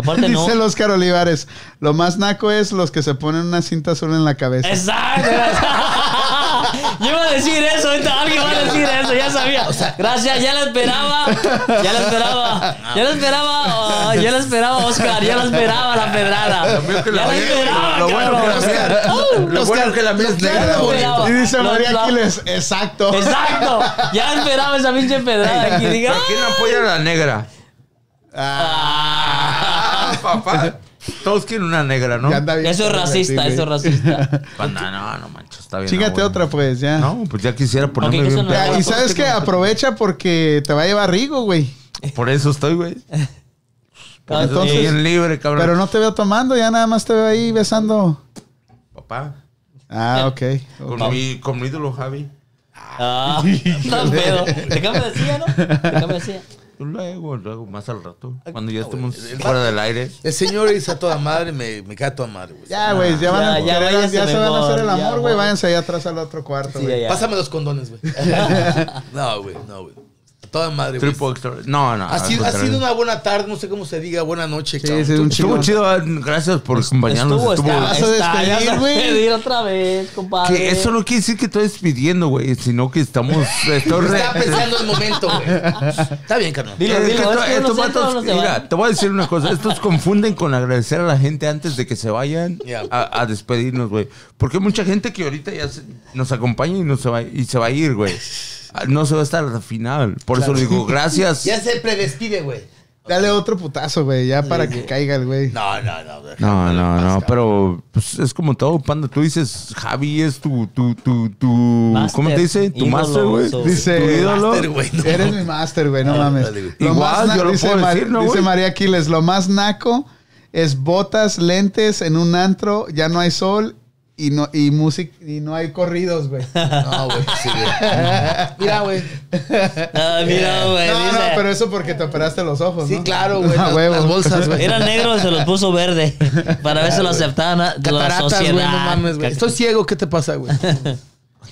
Speaker 1: (laughs)
Speaker 3: Aparte, no.
Speaker 1: Dice el Oscar Olivares. Lo más naco es los que se ponen una cinta azul en la cabeza. (laughs)
Speaker 3: Exacto. Yo iba a decir eso, ahorita alguien va a decir eso, ya sabía. Gracias, ya lo esperaba. Ya lo esperaba. Ya lo esperaba, oh, ya lo esperaba, Oscar. Ya lo esperaba la pedrada. Ya lo esperaba,
Speaker 2: Lo bueno que la mía-
Speaker 3: cabrón.
Speaker 2: lo bueno que la mía es
Speaker 3: Ya
Speaker 2: negra,
Speaker 3: lo
Speaker 2: güey.
Speaker 3: esperaba.
Speaker 1: Y dice
Speaker 3: Lo- lo-
Speaker 1: María Aquiles. Exacto.
Speaker 3: Uh, Exacto. Ya esperaba esa pinche pedrada aquí. Diga,
Speaker 2: ¿Pero quién apoya a la negra? Ah, papá. (laughs) Todos quieren una negra, ¿no?
Speaker 1: Ya anda bien
Speaker 3: Eso es
Speaker 1: perro,
Speaker 3: racista,
Speaker 1: sí,
Speaker 3: eso es
Speaker 1: güey.
Speaker 3: racista.
Speaker 1: (laughs)
Speaker 2: Pa- No, no, no manches, está bien.
Speaker 1: Chíngate
Speaker 2: no, güey.
Speaker 1: otra, pues, ya.
Speaker 2: No, pues ya quisiera ponerme
Speaker 3: Ok, que eso
Speaker 2: bien
Speaker 3: no-
Speaker 1: Ya,
Speaker 2: pedo.
Speaker 1: y sabes que aprovecha porque te va a llevar Rigo, güey.
Speaker 2: Por eso estoy, güey. Por eso
Speaker 1: Ah, Entonces-
Speaker 2: estoy bien libre, cabrón.
Speaker 1: Pero no te veo tomando, ya nada más te veo ahí besando.
Speaker 2: Papá,
Speaker 1: Ah, ok.
Speaker 2: con,
Speaker 3: Papá.
Speaker 2: mi, con mi ídolo Javi.
Speaker 3: Ah, tan pedo. Te cambio de silla, ¿no? Te cambio de silla.
Speaker 2: Pues Luego, luego, más al rato. Cuando
Speaker 3: Ah,
Speaker 2: ya estemos fuera del aire.
Speaker 6: El señor es a toda madre, me, me cae a toda madre, güey.
Speaker 1: Ya, güey, ya, van a-
Speaker 3: Ya, ya,
Speaker 1: querer-
Speaker 3: váyase
Speaker 1: ya se van a hacer el
Speaker 3: mejor, ya,
Speaker 1: amor, güey.
Speaker 3: amor.
Speaker 1: Váyanse ahí atrás al otro cuarto,
Speaker 3: Sí,
Speaker 1: güey.
Speaker 3: ya, ya.
Speaker 6: Pásame los
Speaker 1: (laughs)
Speaker 6: condones, güey. no, güey, no, güey. A toda madre, güey.
Speaker 2: Triple extra. No, no.
Speaker 6: Ha
Speaker 2: al
Speaker 6: sido, ha
Speaker 2: contrario.
Speaker 6: sido una buena tarde, no sé cómo se diga, buena noche,
Speaker 1: Sí,
Speaker 6: cabrón.
Speaker 1: sí, un
Speaker 2: Estuvo
Speaker 1: chingón.
Speaker 2: chido, ah, gracias por acompañarnos.
Speaker 3: Estuvo,
Speaker 2: estuvo-
Speaker 3: está,
Speaker 1: Vas a
Speaker 3: está,
Speaker 1: despedir,
Speaker 3: ya vas a
Speaker 1: güey.
Speaker 3: pedir otra vez, compadre.
Speaker 2: Que eso no quiere decir que estoy despidiendo, güey, sino que estamos. estoy re-
Speaker 6: Estaba pensando el momento, güey.
Speaker 1: (laughs)
Speaker 6: Está bien, carnal.
Speaker 3: Dilo,
Speaker 2: Es que
Speaker 3: dilo,
Speaker 2: esto-
Speaker 3: es que
Speaker 2: estos
Speaker 3: uno se entra,
Speaker 2: vatos-
Speaker 3: uno se
Speaker 2: mira,
Speaker 3: va.
Speaker 2: te voy a decir una cosa. Estos confunden con agradecer a la gente antes de que se vayan
Speaker 6: Ya.
Speaker 2: a, a despedirnos, güey. Porque hay mucha gente que ahorita ya se- nos acompaña y, no se va, y se va a ir, güey. Ah, No se va a estar al final. Por eso le digo,
Speaker 3: (laughs)
Speaker 2: gracias.
Speaker 6: Ya se predespide, güey.
Speaker 1: Dale otro putazo, güey, ya para que caiga el güey.
Speaker 6: No, no, no. güey.
Speaker 2: No, no,
Speaker 6: paz,
Speaker 2: no,
Speaker 6: cabrón.
Speaker 2: pero pues, es como todo, panda. Tú dices, Javi es tu, tu, tu, tu, ¿cómo
Speaker 3: Máster,
Speaker 2: te dice? Tu
Speaker 3: ídolo,
Speaker 2: máster, güey.
Speaker 3: so-
Speaker 1: (laughs) Dice-
Speaker 2: tu ídolo.
Speaker 6: Master, güey, no.
Speaker 1: Eres mi máster, güey, no mames.
Speaker 6: dale, güey.
Speaker 1: Lo
Speaker 2: Igual,
Speaker 1: más na-
Speaker 2: yo lo
Speaker 1: dice,
Speaker 2: puedo
Speaker 1: Ma-
Speaker 2: decir, ¿no,
Speaker 1: dice
Speaker 2: güey?
Speaker 1: María Aquiles, lo más naco es botas, lentes en un antro, ya no hay sol y no, y música y no hay corridos, güey.
Speaker 6: No, güey, sí, güey. Mira, güey.
Speaker 3: Ah, mira, güey.
Speaker 1: Eh, No, no,
Speaker 3: dice,
Speaker 1: pero eso porque te operaste los ojos,
Speaker 6: Sí,
Speaker 1: ¿no?
Speaker 6: claro, güey.
Speaker 1: Ah,
Speaker 6: Las,
Speaker 1: huevo.
Speaker 6: las
Speaker 1: (laughs)
Speaker 6: bolsas, güey.
Speaker 3: Era negro, se los puso verde. Para ver si lo aceptaban a- de la
Speaker 6: Cataratas, güey,
Speaker 3: sociedad.
Speaker 6: no mames, güey. Estoy ciego, ¿qué te pasa, güey?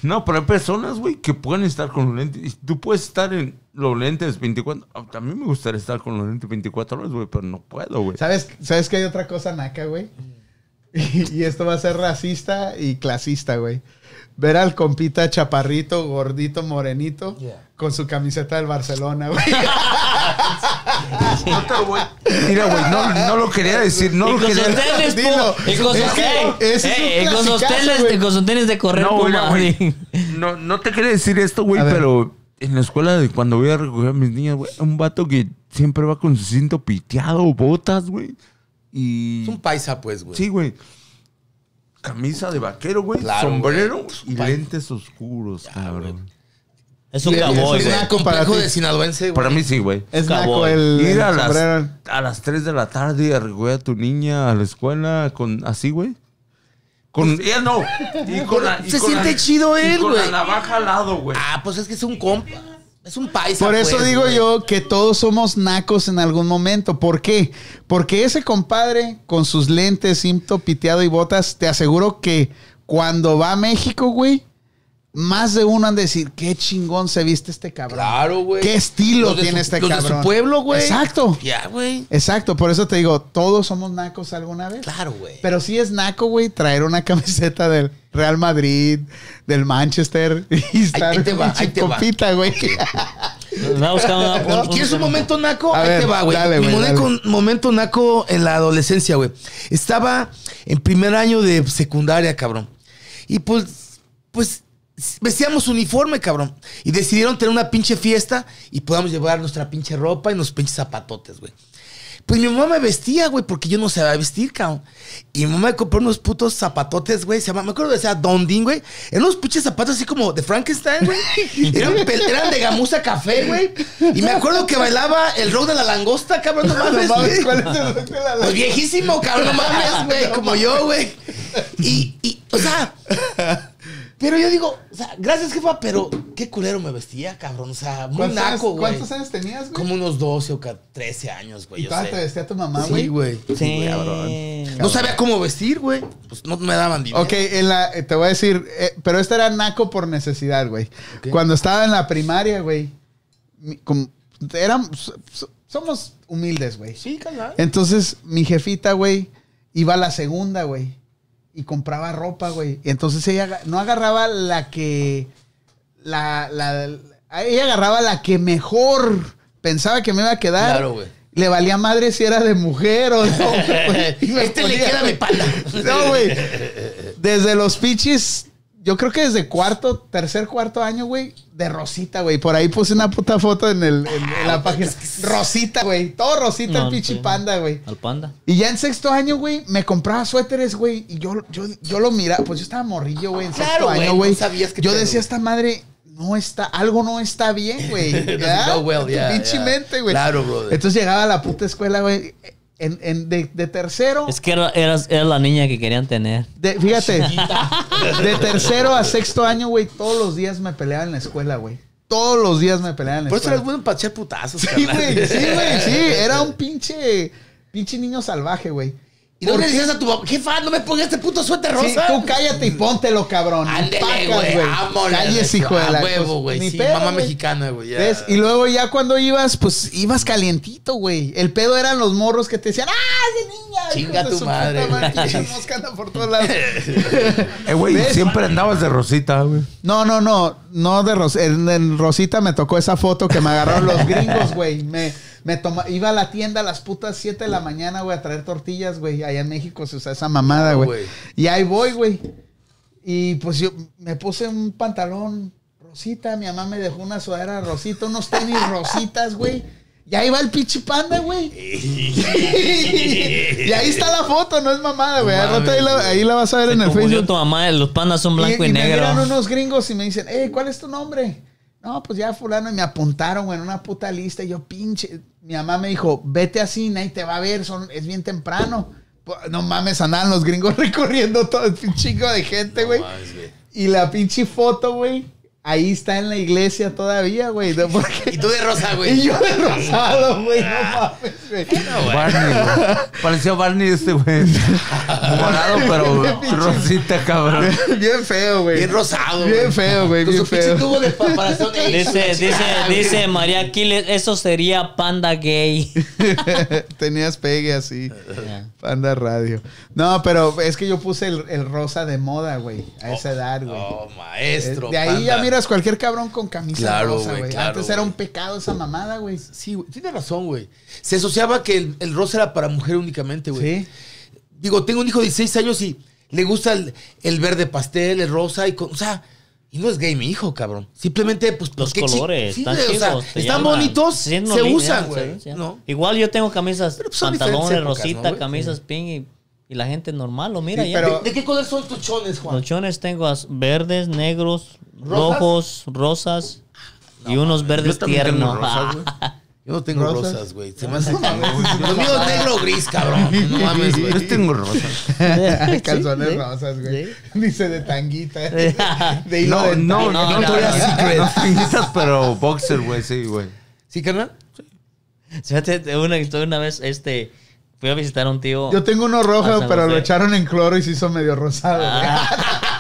Speaker 2: No, pero hay personas, güey, que pueden estar con los lentes. Y Tú puedes estar en los lentes 24. ah, También me gustaría estar con los lentes 24 horas, güey, pero no puedo, güey.
Speaker 1: ¿Sabes, ¿Sabes que hay otra cosa naca, güey? (laughs) Y, y esto va a ser racista y clasista, güey. Ver al compita chaparrito, gordito, morenito,
Speaker 6: Yeah.
Speaker 1: con su camiseta del Barcelona,
Speaker 6: (laughs)
Speaker 1: güey.
Speaker 2: Mira, güey, no, no lo quería decir. No
Speaker 3: Y
Speaker 2: lo
Speaker 3: con
Speaker 2: quería
Speaker 3: sus tenis,
Speaker 1: Dilo.
Speaker 3: pum, y con
Speaker 1: Es
Speaker 3: sus-
Speaker 1: que
Speaker 3: ey,
Speaker 1: ese es un
Speaker 3: ey, y con sus
Speaker 1: clasicazo,
Speaker 3: tenis-
Speaker 1: güey.
Speaker 3: y con sus tenis de correr,
Speaker 2: No, mira,
Speaker 3: puma,
Speaker 2: güey,
Speaker 3: sí.
Speaker 2: no, no te quería decir esto, güey,
Speaker 1: A ver.
Speaker 2: pero en la escuela, de cuando voy a recoger a mis niñas, güey, un vato que siempre va con su cinto piteado, botas, güey. Y.
Speaker 4: Es un paisa, pues, güey.
Speaker 2: Sí, güey. Camisa de vaquero, güey.
Speaker 4: Claro,
Speaker 2: sombrero
Speaker 4: güey.
Speaker 2: y lentes oscuros, cabrón.
Speaker 3: Es un
Speaker 1: Y- y
Speaker 3: cowboy,
Speaker 1: es
Speaker 3: güey.
Speaker 1: una- para
Speaker 4: complejo
Speaker 1: ti.
Speaker 4: de sinaloense, güey.
Speaker 2: Para mí sí, güey.
Speaker 1: Es naco
Speaker 3: Cowboy.
Speaker 1: el,
Speaker 2: Ir a
Speaker 1: el
Speaker 2: las,
Speaker 1: sombrero.
Speaker 2: a las 3 de la tarde a recoger a tu niña a la escuela con así, güey. Con ella no. Y con la- y
Speaker 6: Se
Speaker 2: con la-
Speaker 6: siente chido
Speaker 2: y
Speaker 6: él,
Speaker 2: Con
Speaker 6: güey.
Speaker 2: la navaja al lado, güey.
Speaker 6: Ah, pues es que es un compa. Es un paisa.
Speaker 1: Por eso
Speaker 6: pues,
Speaker 1: digo
Speaker 6: güey.
Speaker 1: yo que todos somos nacos en algún momento. ¿Por qué? Porque ese compadre con sus lentes, cinto piteado y botas, te aseguro que cuando va a México, güey, más de uno han de decir, qué chingón se viste este cabrón.
Speaker 4: Claro, güey.
Speaker 1: ¿Qué estilo
Speaker 4: Los de
Speaker 1: tiene
Speaker 4: su-
Speaker 1: este
Speaker 4: los de
Speaker 1: cabrón?
Speaker 4: su pueblo, güey.
Speaker 1: Exacto.
Speaker 4: Ya, güey.
Speaker 1: Exacto, por eso te digo, todos somos nacos alguna vez.
Speaker 6: Claro, güey.
Speaker 1: Pero sí es naco, güey, traer una (laughs) camiseta del Real Madrid, del Manchester y estar
Speaker 6: ahí te va,
Speaker 1: con
Speaker 6: ahí
Speaker 1: su
Speaker 6: te va.
Speaker 1: copita, güey.
Speaker 3: Va a buscar
Speaker 1: (laughs)
Speaker 3: una- un-
Speaker 6: ¿Quieres un momento naco?
Speaker 1: A
Speaker 6: Ahí
Speaker 1: ver,
Speaker 6: te va, güey.
Speaker 1: dale,
Speaker 6: Mi
Speaker 1: güey,
Speaker 6: momento,
Speaker 1: dale.
Speaker 6: momento naco en la adolescencia, güey. Estaba en primer año de secundaria, cabrón. Y pues, pues, vestíamos uniforme, cabrón. Y decidieron tener una pinche fiesta y podamos llevar nuestra pinche ropa y nuestros pinches zapatotes, güey. Pues mi mamá me vestía, güey, porque yo no sabía vestir, cabrón. Y mi mamá me compró unos putos zapatotes, güey. Se llama, me acuerdo que decía Dondín, güey. Eran unos pinches zapatos así como de Frankenstein, (laughs) güey. Eran, pel- eran de gamuza café, güey. Y me acuerdo que bailaba el rock de la langosta, cabrón, (laughs) no mames,
Speaker 1: No mames,
Speaker 6: güey.
Speaker 1: ¿cuál es el- cuál es la-
Speaker 6: Pues viejísimo, cabrón, no (laughs) mames, güey, como yo, güey. Y, y, o sea, pero yo digo, o sea, gracias, jefa, pero qué culero me vestía, cabrón. O sea, muy
Speaker 1: ¿Cuántos años-
Speaker 6: naco, güey.
Speaker 1: ¿Cuántos años tenías, güey?
Speaker 6: Como unos 12 o ca- 13 años, güey.
Speaker 1: Y
Speaker 6: yo
Speaker 1: todavía
Speaker 6: sé.
Speaker 1: te vestía tu mamá, güey.
Speaker 6: Sí, güey.
Speaker 3: Sí.
Speaker 6: No sabía cómo vestir, güey. Pues no me daban dinero.
Speaker 1: Ok, en la- eh, te voy a decir, eh, pero este era naco por necesidad, güey. Cuando estaba en la primaria, güey, mi- como- eram- so- so- somos humildes, güey.
Speaker 6: Sí, carnal.
Speaker 1: Entonces, mi jefita, güey, iba a la segunda, güey, y compraba ropa, güey. Y entonces ella aga- no agarraba la que, la, la, la- ella agarraba la que mejor pensaba que me iba a quedar.
Speaker 6: Claro, güey.
Speaker 1: Le valía madre si era de mujer o
Speaker 6: (laughs)
Speaker 1: no. güey. Y me
Speaker 6: Este le
Speaker 1: ponía,
Speaker 6: queda mi
Speaker 1: güey.
Speaker 6: pala.
Speaker 1: No, güey. Desde los pinches, yo creo que desde cuarto, tercer, cuarto año, güey, de Rosita, güey. Por ahí puse una puta foto en, el, en- en
Speaker 6: Ah,
Speaker 1: la página. Rosita, güey. Todo Rosita,
Speaker 3: No,
Speaker 1: el pinche
Speaker 3: sí.
Speaker 1: panda, güey.
Speaker 3: Al panda.
Speaker 1: Y ya en sexto año, güey, me compraba suéteres, güey. Y yo, yo, yo lo miraba, pues yo estaba morrillo, güey, en
Speaker 6: Claro,
Speaker 1: sexto
Speaker 6: güey,
Speaker 1: año,
Speaker 6: no
Speaker 1: güey.
Speaker 6: sabías qué
Speaker 1: yo
Speaker 6: pedo,
Speaker 1: decía,
Speaker 6: güey.
Speaker 1: esta madre no está, algo no está
Speaker 6: (laughs)
Speaker 1: bien, güey. ¿verdad?
Speaker 6: go well,
Speaker 1: En tu
Speaker 6: yeah,
Speaker 1: pinche
Speaker 6: yeah.
Speaker 1: mente, güey.
Speaker 6: Claro, brother.
Speaker 1: Entonces llegaba a la puta escuela, güey. En, en- de, de tercero.
Speaker 3: Es que era, eras- era la niña que querían tener.
Speaker 1: De- fíjate, de tercero a sexto año, güey, todos los días me peleaba en la escuela, güey. Todos los días me peleaba en la
Speaker 6: Por eso
Speaker 1: escuela.
Speaker 6: eres bueno para echar putazos,
Speaker 1: sí,
Speaker 6: carnal.
Speaker 1: güey, sí, güey, sí. Era un pinche, pinche niño salvaje, güey.
Speaker 6: (laughs) Y no
Speaker 1: Porque-
Speaker 6: le decías a tu papá, jefa, no me pongas este puto suéter rosa.
Speaker 1: Sí, tú cállate y póntelo, cabrón.
Speaker 6: Ándele,
Speaker 1: Empacas,
Speaker 6: güey. Vámonos.
Speaker 1: Calles, hijo de
Speaker 6: A
Speaker 1: la
Speaker 6: huevo,
Speaker 1: pues,
Speaker 6: güey.
Speaker 1: ni
Speaker 6: Sí,
Speaker 1: pedo,
Speaker 6: mamá
Speaker 1: güey.
Speaker 6: mexicana, güey. ya.
Speaker 1: ¿Ves? Y luego ya cuando ibas, pues ibas calientito, güey. El pedo eran los morros que te decían, ¡ah, ese niña!
Speaker 6: Chinga
Speaker 1: hijo de
Speaker 6: tu
Speaker 1: su puta
Speaker 6: madre, güey.
Speaker 1: pinche (laughs) mosca anda por todos
Speaker 6: (laughs)
Speaker 1: lados.
Speaker 2: Eh, güey,
Speaker 1: ¿Ves?
Speaker 2: siempre andabas de rosita, güey.
Speaker 1: No, no, no, no de Ros en, en Rosita me tocó esa foto que me agarraron los gringos, güey. Me, me toma iba a la tienda a las putas 7 de la mañana, güey, a traer tortillas, güey. Allá en México se usa esa mamada, güey.
Speaker 6: güey.
Speaker 1: Y ahí voy, güey. Y pues yo me puse un pantalón rosita, mi mamá me dejó una sudadera rosita, unos tenis rositas, güey. Y ahí va el pinche panda,
Speaker 3: (laughs)
Speaker 1: güey. (laughs) y ahí está la foto, no es mamada, güey. Al rato ahí, la, ahí la vas a ver en el
Speaker 3: Como yo,
Speaker 1: Facebook.
Speaker 3: tu mamá, los pandas son blanco y,
Speaker 1: Me
Speaker 3: negro.
Speaker 1: miran unos gringos y me dicen, hey, ¿cuál es tu nombre? No, pues ya fulano. Y me apuntaron, güey, en una puta lista. Y yo, pinche. Mi mamá me dijo, vete así, nadie te va a ver, son, es bien temprano. Pu- No mames, andaban los (laughs) gringos recorriendo todo, un chingo de gente, güey. y la pinche foto, güey. ahí está en la iglesia todavía, güey. ¿no? Porque-
Speaker 6: Y tú de rosa,
Speaker 1: (laughs)
Speaker 6: güey.
Speaker 1: Y yo de rosado, güey. No
Speaker 6: Ah.
Speaker 1: mames, güey. (laughs)
Speaker 2: Barney, güey. Parecía Barney este, güey. Morado, pero rosita, cabrón.
Speaker 1: Bien feo, güey.
Speaker 6: Bien rosado,
Speaker 1: Bien
Speaker 6: güey.
Speaker 1: feo, güey.
Speaker 6: Con
Speaker 1: Bien
Speaker 6: su pinche
Speaker 1: feo.
Speaker 6: tubo de
Speaker 1: (laughs)
Speaker 6: paparazón. ey,
Speaker 3: Dice,
Speaker 6: e
Speaker 3: dice,
Speaker 6: la chingada, güey.
Speaker 3: dice María Aquiles, eso sería panda gay.
Speaker 1: (laughs) Tenías pegue así. Panda radio. No, pero es que yo puse el, el rosa de moda, güey. A esa edad, güey.
Speaker 6: Oh,
Speaker 1: Eh,
Speaker 6: maestro.
Speaker 1: de ahí
Speaker 6: panda.
Speaker 1: ya miras cualquier cabrón con camisa
Speaker 6: Claro,
Speaker 1: rosa,
Speaker 6: güey,
Speaker 1: güey.
Speaker 6: claro,
Speaker 1: Antes era
Speaker 6: güey.
Speaker 1: un pecado esa mamada, güey.
Speaker 6: Sí, güey. Tiene razón, güey. Se asociaba que el, el rosa era para mujer únicamente, güey.
Speaker 1: Sí.
Speaker 6: Digo, tengo un hijo de 16 años y le gusta el, el verde pastel, el rosa y con, o sea, y no es gay mi hijo, cabrón. Simplemente pues
Speaker 3: (laughs) Los
Speaker 6: qué chi-
Speaker 3: colores,
Speaker 6: sí,
Speaker 3: están
Speaker 6: güey, o sea,
Speaker 3: chidos, te
Speaker 6: están
Speaker 3: llaman.
Speaker 6: bonitos,
Speaker 3: Sí, no,
Speaker 6: se
Speaker 3: bien,
Speaker 6: usan,
Speaker 3: ya,
Speaker 6: güey,
Speaker 3: sí, ya.
Speaker 6: ¿no?
Speaker 3: Igual yo tengo camisas,
Speaker 6: Pero son
Speaker 3: pantalones
Speaker 6: diferentes épocas, ¿no,
Speaker 3: rositas,
Speaker 6: güey?
Speaker 3: camisas pink y, y la gente normal lo mira
Speaker 1: Sí,
Speaker 3: ya.
Speaker 1: pero-
Speaker 6: ¿De qué color son tus chones, Juan?
Speaker 3: Los chones tengo as- verdes, negros,
Speaker 6: ¿Rosas?
Speaker 3: rojos, rosas y unos verdes
Speaker 2: Yo también tengo
Speaker 3: tiernos. (laughs)
Speaker 2: rosas, güey.
Speaker 6: Yo no tengo
Speaker 1: ¿Rosas?
Speaker 6: rosas, güey. Se me hace Los míos negro o gris, cabrón. No mames, güey.
Speaker 2: Yo tengo rosas.
Speaker 1: (laughs)
Speaker 6: (laughs)
Speaker 1: Calzones
Speaker 3: sí.
Speaker 1: rosas, güey.
Speaker 3: Sí.
Speaker 1: Dice de tanguita.
Speaker 3: Sí.
Speaker 1: E De hilo
Speaker 2: No,
Speaker 1: dental.
Speaker 2: no,
Speaker 3: no,
Speaker 2: no, no,
Speaker 3: no, no.
Speaker 2: no, pero boxer, güey, sí, güey.
Speaker 6: ¿Sí, carnal?
Speaker 3: Fíjate, una historia una vez, este, fui a visitar a un tío.
Speaker 1: Yo tengo uno rojo,
Speaker 3: Pásalo,
Speaker 1: pero lo
Speaker 3: sí.
Speaker 1: echaron en cloro y se hizo medio rosado, güey.
Speaker 6: Ah.
Speaker 1: (laughs)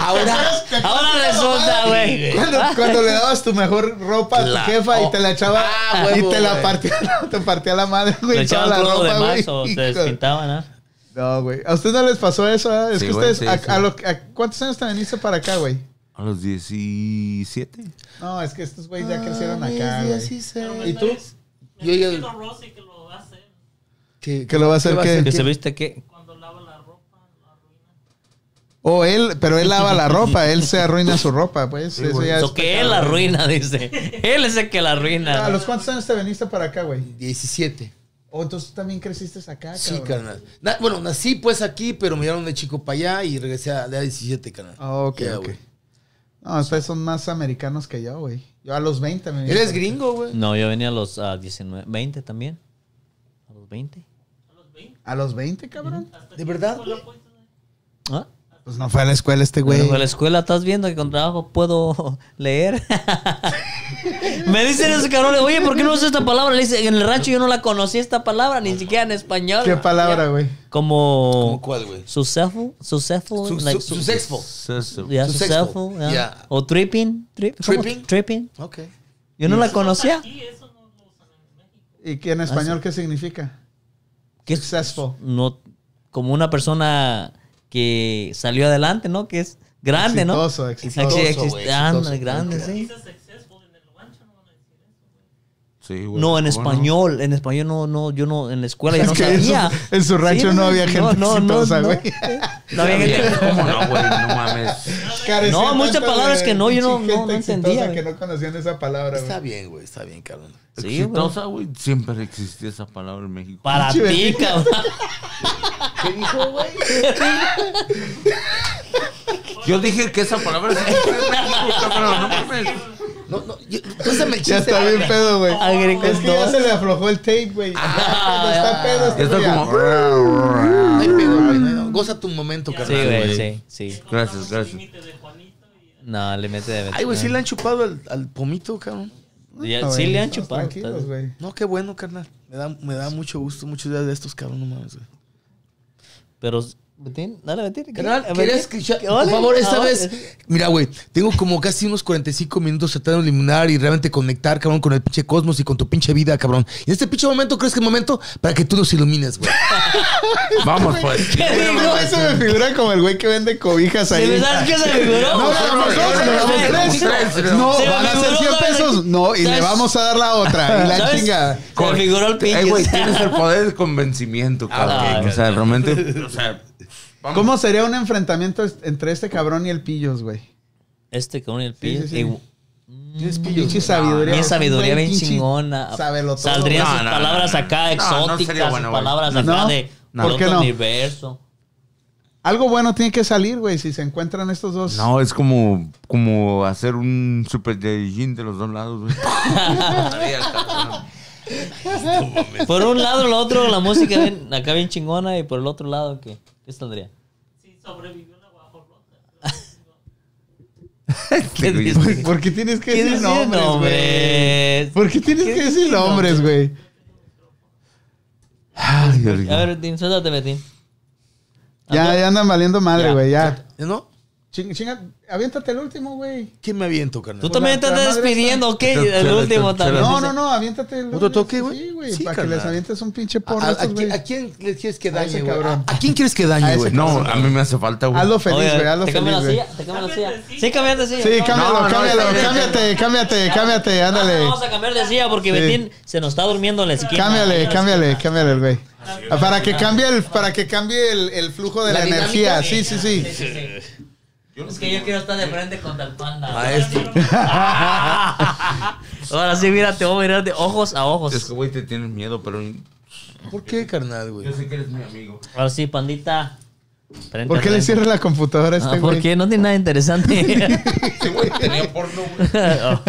Speaker 6: Ahora
Speaker 3: Ahora resulta, güey.
Speaker 1: Cuando, cuando le dabas tu mejor ropa a tu
Speaker 6: La-
Speaker 1: jefa y te la echaba
Speaker 6: Ah, huevo,
Speaker 1: y te la
Speaker 6: güey.
Speaker 1: partía, (laughs) te partía la madre,
Speaker 3: Le
Speaker 1: güey, toda
Speaker 3: echaban
Speaker 1: la
Speaker 3: cloro de
Speaker 1: ropa, güey.
Speaker 3: más o se
Speaker 1: Hijo.
Speaker 3: despintaban, ¿ah?
Speaker 1: No, güey. ¿A ustedes no les pasó eso? ah? Es
Speaker 2: Sí,
Speaker 1: que
Speaker 2: güey,
Speaker 1: ustedes,
Speaker 2: sí,
Speaker 1: a,
Speaker 2: sí.
Speaker 1: a lo- a- ¿cuántos años te viniste para acá, güey?
Speaker 2: A los 17.
Speaker 1: No, es que estos güeyes
Speaker 6: Ah,
Speaker 1: ya crecieron acá, güey.
Speaker 7: me
Speaker 1: ¿Y tú?
Speaker 7: parece- me
Speaker 6: Yo ya-
Speaker 7: parece que Rosy que lo va a hacer
Speaker 6: ¿Qué,
Speaker 1: ¿Que lo va a hacer qué?
Speaker 3: Que se viste que.
Speaker 7: cuando lava la ropa, la arruina.
Speaker 1: O él, pero él lava la ropa, él se arruina su ropa, pues. eso
Speaker 2: güey.
Speaker 1: ya es Ah,
Speaker 3: So que él la arruina, (laughs) dice. Él es el que la arruina.
Speaker 1: ¿A los cuántos años te viniste para acá, güey?
Speaker 6: 17.
Speaker 1: O entonces tú también creciste acá,
Speaker 6: Sí,
Speaker 1: Ah, cabrón.
Speaker 6: carnal. Na- bueno, nací pues aquí, pero me llevaron de chico para allá y regresé a la 17, carnal.
Speaker 1: Ah, ok,
Speaker 6: Ya,
Speaker 1: ok.
Speaker 6: güey.
Speaker 1: No, ustedes son más americanos que yo, güey. Yo a los 20 me vine
Speaker 6: Eres
Speaker 1: para-
Speaker 6: gringo, güey.
Speaker 3: No, yo venía a los ah, 19, 20 también. A los 20.
Speaker 1: ¿A los 20, cabrón?
Speaker 6: ¿De verdad? güey?
Speaker 3: ¿Ah?
Speaker 1: Pues no fue a la escuela este güey.
Speaker 3: Pero a la escuela estás viendo que con trabajo puedo (laughs) leer. Me dicen esos cabrones, oye, ¿por qué no usas esta palabra? Le dice, en el rancho yo no la conocí esta palabra, ni siquiera en español.
Speaker 1: ¿Qué palabra, güey?
Speaker 3: Como
Speaker 6: ¿Cómo cuál, güey?
Speaker 3: successful, successful,
Speaker 6: Su-
Speaker 3: like
Speaker 6: su-
Speaker 3: su-
Speaker 6: Successful.
Speaker 3: yeah,
Speaker 6: successful,
Speaker 3: successful, yeah.
Speaker 6: yeah.
Speaker 3: o tripping, trip- ¿cómo?
Speaker 6: Tripping.
Speaker 3: tripping.
Speaker 6: Ok.
Speaker 3: Yo no la conocía.
Speaker 7: Aquí eso no lo usan en México.
Speaker 1: ¿Y
Speaker 3: Ah,
Speaker 1: qué en español qué significa?
Speaker 3: Que es-
Speaker 1: Successful.
Speaker 3: no como una persona que salió adelante, ¿no? Que es grande, ¿no?
Speaker 1: Exitoso, exitoso,
Speaker 3: Exi-
Speaker 6: güey,
Speaker 3: exi-
Speaker 6: exitoso.
Speaker 3: ándale, ah, grande, sí.
Speaker 7: Dice successful en el rancho, no van a decir eso.
Speaker 2: Sí, güey.
Speaker 3: No, en
Speaker 2: ¿Cómo (laughs)
Speaker 3: español, en español no, no, yo no, en la escuela yo
Speaker 1: Es
Speaker 3: no
Speaker 1: que en su-
Speaker 3: sabía.
Speaker 1: en su rancho no había gente exitosa, güey.
Speaker 3: No, había gente.
Speaker 2: ¿Cómo no, güey? No mames.
Speaker 1: Carecía
Speaker 3: No, muchas
Speaker 1: tanto
Speaker 3: palabras
Speaker 1: de
Speaker 3: que no, yo no-
Speaker 1: pinche
Speaker 3: no- no
Speaker 1: gente
Speaker 3: entendía,
Speaker 1: exitosa
Speaker 3: güey.
Speaker 1: que no conocían esa palabra,
Speaker 6: Está
Speaker 1: güey.
Speaker 6: bien, güey, está bien, cabrón.
Speaker 3: Sí, güey.
Speaker 2: Exitosa, güey. Siempre existió esa palabra en México.
Speaker 3: Para
Speaker 1: Pinche
Speaker 3: ti,
Speaker 1: Benito.
Speaker 3: cabrón.
Speaker 6: ¿Qué dijo, güey?
Speaker 2: Yo dije que esa palabra es pero no mames.
Speaker 6: No, no, yo, pásame el chiste.
Speaker 1: Ya está bien pedo, güey.
Speaker 3: Agricultor. Ah,
Speaker 1: Es que ya se le aflojó el tape, güey. (laughs) Cuando está pedo,
Speaker 2: Ya
Speaker 1: este
Speaker 2: está
Speaker 1: güey ya-
Speaker 2: como.
Speaker 6: No hay pedo, güey. no, no. Goza tu momento,
Speaker 3: Sí,
Speaker 6: carnal.
Speaker 3: güey, sí, sí.
Speaker 2: Gracias, gracias.
Speaker 7: Límite de Juanito y
Speaker 3: No, le mete de
Speaker 6: Ay, güey, sí le han chupado al, al pomito, cabrón.
Speaker 3: Ya-
Speaker 1: No,
Speaker 3: sí
Speaker 1: güey,
Speaker 3: le han
Speaker 1: estamos
Speaker 3: chupado.
Speaker 1: Tranquilos, güey.
Speaker 3: (laughs)
Speaker 6: No, qué bueno, carnal. Me da, me da mucho gusto, muchos días de estos, cabrón, no mames, güey.
Speaker 3: Pero, Betín, dale, Betín.
Speaker 6: Carnal,
Speaker 3: Betín.
Speaker 6: ¿querías escuchar? Por
Speaker 3: Ole,
Speaker 6: favor, esta
Speaker 3: ahora-
Speaker 6: vez. Mira, güey, tengo como casi unos 45 minutos tratando de eliminar y realmente conectar, cabrón, con el pinche cosmos y con tu pinche vida, cabrón. Y en este pinche momento, ¿crees que es momento para que tú nos ilumines, güey?
Speaker 2: Vamos, pues.
Speaker 3: ¿Qué digo?
Speaker 1: Eso me figura como el güey que vende cobijas
Speaker 3: ¿Se me-
Speaker 1: ahí.
Speaker 3: ¿Sabes qué se me figuró?
Speaker 1: No, no, no, no, no, no,
Speaker 3: Se me
Speaker 1: tres,
Speaker 3: figuró-
Speaker 2: tres,
Speaker 3: se me
Speaker 1: No,
Speaker 3: figuró,
Speaker 1: van a ser 100
Speaker 3: ¿sabes?
Speaker 1: pesos. No, y le
Speaker 3: ¿Sabes?
Speaker 1: vamos a dar la otra. Y la
Speaker 3: ¿Sabes?
Speaker 1: chinga.
Speaker 3: Se me figuró el
Speaker 2: Eh, güey, tienes
Speaker 3: pinche.
Speaker 2: el poder de convencimiento, cabrón.
Speaker 3: Ah, ok,
Speaker 2: o sea, realmente. O sea, vamos.
Speaker 1: ¿Cómo sería un enfrentamiento est- entre este cabrón y el pillos, güey?
Speaker 3: Este con el
Speaker 1: Sí,
Speaker 3: pillo.
Speaker 1: sí, sí.
Speaker 3: y-
Speaker 1: Tienes pinche sabiduría.
Speaker 3: Bien
Speaker 1: Es un
Speaker 3: sabiduría,
Speaker 1: güey
Speaker 3: bien
Speaker 1: pinche
Speaker 3: chingona.
Speaker 1: Sábelo todo.
Speaker 3: Saldrían
Speaker 2: No,
Speaker 3: sus
Speaker 2: no,
Speaker 3: palabras
Speaker 2: no, no.
Speaker 3: acá
Speaker 2: No, no sería
Speaker 3: exóticas, sus
Speaker 2: bueno, güey.
Speaker 3: palabras
Speaker 1: No,
Speaker 3: acá de
Speaker 1: no.
Speaker 3: de
Speaker 1: ¿Por qué
Speaker 3: otro
Speaker 1: no?
Speaker 3: universo.
Speaker 1: Algo bueno tiene que salir, güey, si se encuentran estos dos. (laughs)
Speaker 2: No, es como, como hacer un super Saiyajin de los dos lados,
Speaker 3: (laughs)
Speaker 2: güey.
Speaker 3: Por un lado, lo otro, la música bien- acá bien chingona y por el otro lado, ¿qué, ¿Qué saldría? (laughs)
Speaker 7: si sobrevivió la guajolota.
Speaker 2: Este güey.
Speaker 1: ¿Por, por qué tienes que
Speaker 3: ¿Qué
Speaker 1: decir
Speaker 3: decir
Speaker 1: nombres, güey?
Speaker 3: nombres?
Speaker 1: ¿Por qué tienes que decir nombres, güey?
Speaker 2: Ay, Dios mío.
Speaker 3: A ver, Tim, suéltate, Betín.
Speaker 1: Ya, ya andan valiendo madre,
Speaker 3: Ya.
Speaker 1: güey, ya.
Speaker 4: (laughs) ¿No?
Speaker 1: Chinga, chinga, aviéntate el último, güey.
Speaker 4: ¿Quién me aviento, carnal?
Speaker 3: Tú también te
Speaker 1: la- la
Speaker 3: estás
Speaker 1: madre
Speaker 3: despidiendo, ¿ok?
Speaker 2: Espérate,
Speaker 3: El último
Speaker 2: espérate,
Speaker 3: también.
Speaker 1: No,
Speaker 3: dice.
Speaker 1: no, no, aviéntate el
Speaker 4: ¿Otro toque, güey?
Speaker 1: Sí, güey,
Speaker 4: Sí,
Speaker 1: para que
Speaker 4: carnal.
Speaker 1: les avientes un pinche
Speaker 4: ¿A,
Speaker 1: porno
Speaker 4: a-
Speaker 1: a
Speaker 4: a
Speaker 1: estos,
Speaker 4: quién,
Speaker 1: güey.
Speaker 4: a quién le quieres que
Speaker 1: A ese
Speaker 4: dañe, güey?
Speaker 1: cabrón.
Speaker 4: ¿A, a quién quieres que
Speaker 1: A
Speaker 4: dañe,
Speaker 1: ese
Speaker 4: güey?
Speaker 2: No, a mí me hace falta, güey.
Speaker 1: Hazlo feliz,
Speaker 3: Oye,
Speaker 1: güey, hazlo
Speaker 3: te cambio
Speaker 1: feliz,
Speaker 3: la
Speaker 1: güey.
Speaker 3: silla, te cambio la silla.
Speaker 7: Cámbiate
Speaker 3: Sí, cámbiate
Speaker 7: de silla.
Speaker 3: de silla.
Speaker 1: Sí,
Speaker 3: No,
Speaker 1: cámbialo,
Speaker 2: No, no,
Speaker 1: cámbialo,
Speaker 2: espérate,
Speaker 1: cámbiate, cámbiate, cámbiate,
Speaker 3: no,
Speaker 1: ándale.
Speaker 3: Vamos a cambiar de silla porque
Speaker 1: Sí.
Speaker 3: Betín se nos está durmiendo en la esquina.
Speaker 1: Cámbiale, cámbiale, cámbiale el güey. Para que cambie el, para que cambie el, el flujo de la,
Speaker 4: La dinámica.
Speaker 1: energía. Sí, sí, sí.
Speaker 3: Es que yo quiero estar de frente contra el panda.
Speaker 2: Maestro.
Speaker 3: (laughs) Ahora sí, mira, te voy a mirar de ojos a
Speaker 2: Es que,
Speaker 3: ojos.
Speaker 2: güey, te tienes miedo, pero yo
Speaker 4: ¿Por qué, carnal, güey?
Speaker 2: sé que eres mi amigo.
Speaker 3: Ahora sí, pandita. frente
Speaker 1: ¿Por
Speaker 3: a
Speaker 1: qué le
Speaker 3: frente.
Speaker 1: cierra la computadora a
Speaker 3: Ah,
Speaker 1: este güey?
Speaker 3: porque no tiene
Speaker 1: (laughs)
Speaker 3: nada interesante.
Speaker 2: Sí, güey, tenía porno, güey.
Speaker 3: (laughs)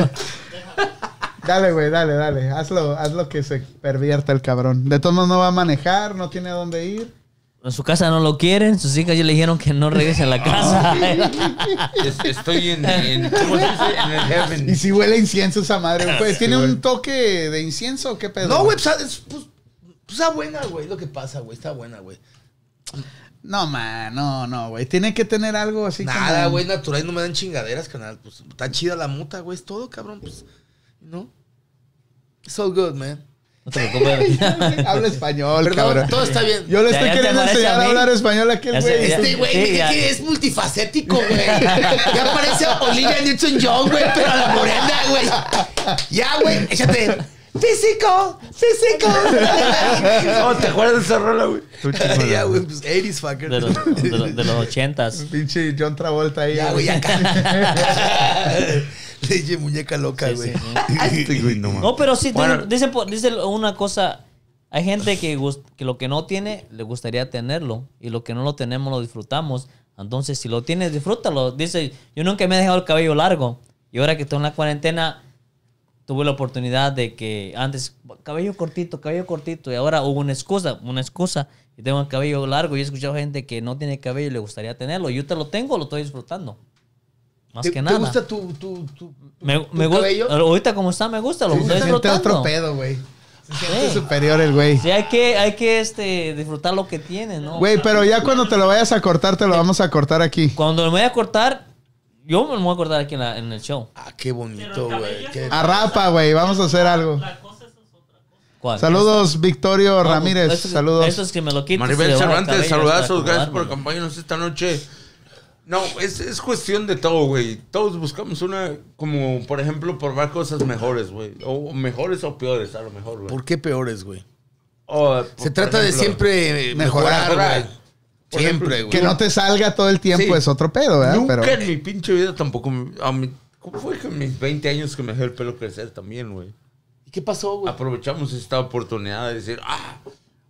Speaker 1: Dale, güey, dale, dale. Hazlo, hazlo que se pervierta el cabrón. De todos modos no va a manejar, no tiene a dónde ir.
Speaker 3: en su casa no lo quieren, sus hijas ya le dijeron que no regrese a la casa.
Speaker 2: (laughs) Es- estoy en, en, ¿cómo se dice? En el
Speaker 1: Y
Speaker 2: heaven.
Speaker 1: si huele incienso esa madre, güey. ¿Tiene un toque de incienso o qué pedo?
Speaker 4: No, güey, pues, es- pues, pues está buena, güey. Lo que pasa, güey. Está buena, güey.
Speaker 1: No, man, no, no, güey. Tiene que tener algo así
Speaker 4: Nada,
Speaker 1: como-
Speaker 4: güey, natural. No me dan chingaderas, carnal. Pues está chida la muta, güey. Es todo, cabrón. Pues, ¿no? It's all good, man.
Speaker 3: No te preocupes.
Speaker 1: (laughs)
Speaker 3: (laughs)
Speaker 1: Habla español,
Speaker 4: Perdón,
Speaker 1: cabrón.
Speaker 4: todo está bien.
Speaker 1: Yo le
Speaker 3: Ya-
Speaker 1: estoy
Speaker 3: ya te
Speaker 1: queriendo
Speaker 3: parece
Speaker 1: enseñar
Speaker 3: a
Speaker 1: a
Speaker 3: mí.
Speaker 1: hablar español a aquel
Speaker 3: Ya sé,
Speaker 1: güey.
Speaker 3: ya.
Speaker 4: Este güey,
Speaker 3: Sí,
Speaker 4: ¿qué
Speaker 3: ya.
Speaker 4: que es multifacético, güey. Ya parece a Olivia Newton-John, güey, pero a la morena, güey. Ya, güey, échate. Físico, (laughs) físico.
Speaker 2: No, Oh, ¿te acuerdas de esa rola, güey?
Speaker 4: (laughs) ya, güey, pues 80s fucker. (laughs)
Speaker 3: De los, de los- de los ochentas.
Speaker 1: Pinche John Travolta ahí.
Speaker 4: Ya,
Speaker 1: güey.
Speaker 4: güey,
Speaker 1: (laughs)
Speaker 4: acá. Le dije muñeca loca,
Speaker 3: Sí,
Speaker 4: güey.
Speaker 3: sí,
Speaker 2: Este güey, no, mames.
Speaker 3: No, pero sí,
Speaker 2: Bueno.
Speaker 3: dice, dice- dice una cosa. Hay gente que, gust- que lo que no tiene, le gustaría tenerlo. Y lo que no lo tenemos, lo disfrutamos. Entonces, si lo tienes, disfrútalo. Dice, yo nunca me he dejado el cabello largo. Y ahora que estoy en la cuarentena, tuve la oportunidad de que antes, cabello cortito, cabello cortito. Y ahora hubo una excusa, una excusa. Y tengo el cabello largo. Y he escuchado gente que no tiene cabello y le gustaría tenerlo. Yo te lo tengo, lo estoy disfrutando. Más
Speaker 4: ¿Te,
Speaker 3: que
Speaker 4: te
Speaker 3: nada.
Speaker 4: gusta tu, tu, tu,
Speaker 3: me,
Speaker 4: tu
Speaker 3: me gusta.
Speaker 4: cabello?
Speaker 3: Ahorita como está, me gusta, lo
Speaker 1: Sí,
Speaker 3: estoy
Speaker 1: se siente
Speaker 3: disfrutando.
Speaker 1: otro pedo, güey.
Speaker 3: Ah,
Speaker 1: Se siente
Speaker 3: Sí.
Speaker 1: superior el güey.
Speaker 3: Sí, hay que, hay que este, disfrutar lo que tienes, ¿no?
Speaker 1: Güey, pero ya cuando te lo vayas a cortar, te lo vamos a cortar aquí.
Speaker 3: Cuando me voy a cortar, yo me lo voy a cortar aquí en, la- en el show.
Speaker 4: Ah, qué bonito, güey. qué-
Speaker 1: A rapa, güey. Vamos a hacer algo.
Speaker 7: La cosa es otra cosa.
Speaker 3: ¿Cuál? Este,
Speaker 1: Saludos, Victorio
Speaker 3: No,
Speaker 1: Ramírez.
Speaker 3: esto- Esto
Speaker 1: Saludos.
Speaker 3: es que me lo
Speaker 4: pues,
Speaker 3: quito.
Speaker 2: Maribel Cervantes, saludazos, gracias por acompañarnos esta noche. No, es, es cuestión de todo, güey. Todos buscamos una, como por ejemplo, probar cosas mejores, güey. O mejores o peores, a lo mejor, güey.
Speaker 4: ¿Por qué peores, güey?
Speaker 2: O,
Speaker 4: Se
Speaker 2: por
Speaker 4: trata de
Speaker 2: ejemplo,
Speaker 4: siempre mejorar,
Speaker 2: mejorar.
Speaker 4: güey.
Speaker 2: Por ejemplo,
Speaker 4: Siempre, güey.
Speaker 1: Que no te salga todo el tiempo
Speaker 2: Sí.
Speaker 1: es otro pedo, ¿verdad?
Speaker 2: Nunca
Speaker 1: Pero
Speaker 2: en mi pinche vida tampoco. me- A mi, ¿Cómo fue que en mis 20 años que me dejé el pelo crecer también, güey?
Speaker 4: ¿Y qué pasó, güey?
Speaker 2: Aprovechamos esta oportunidad de decir, ah,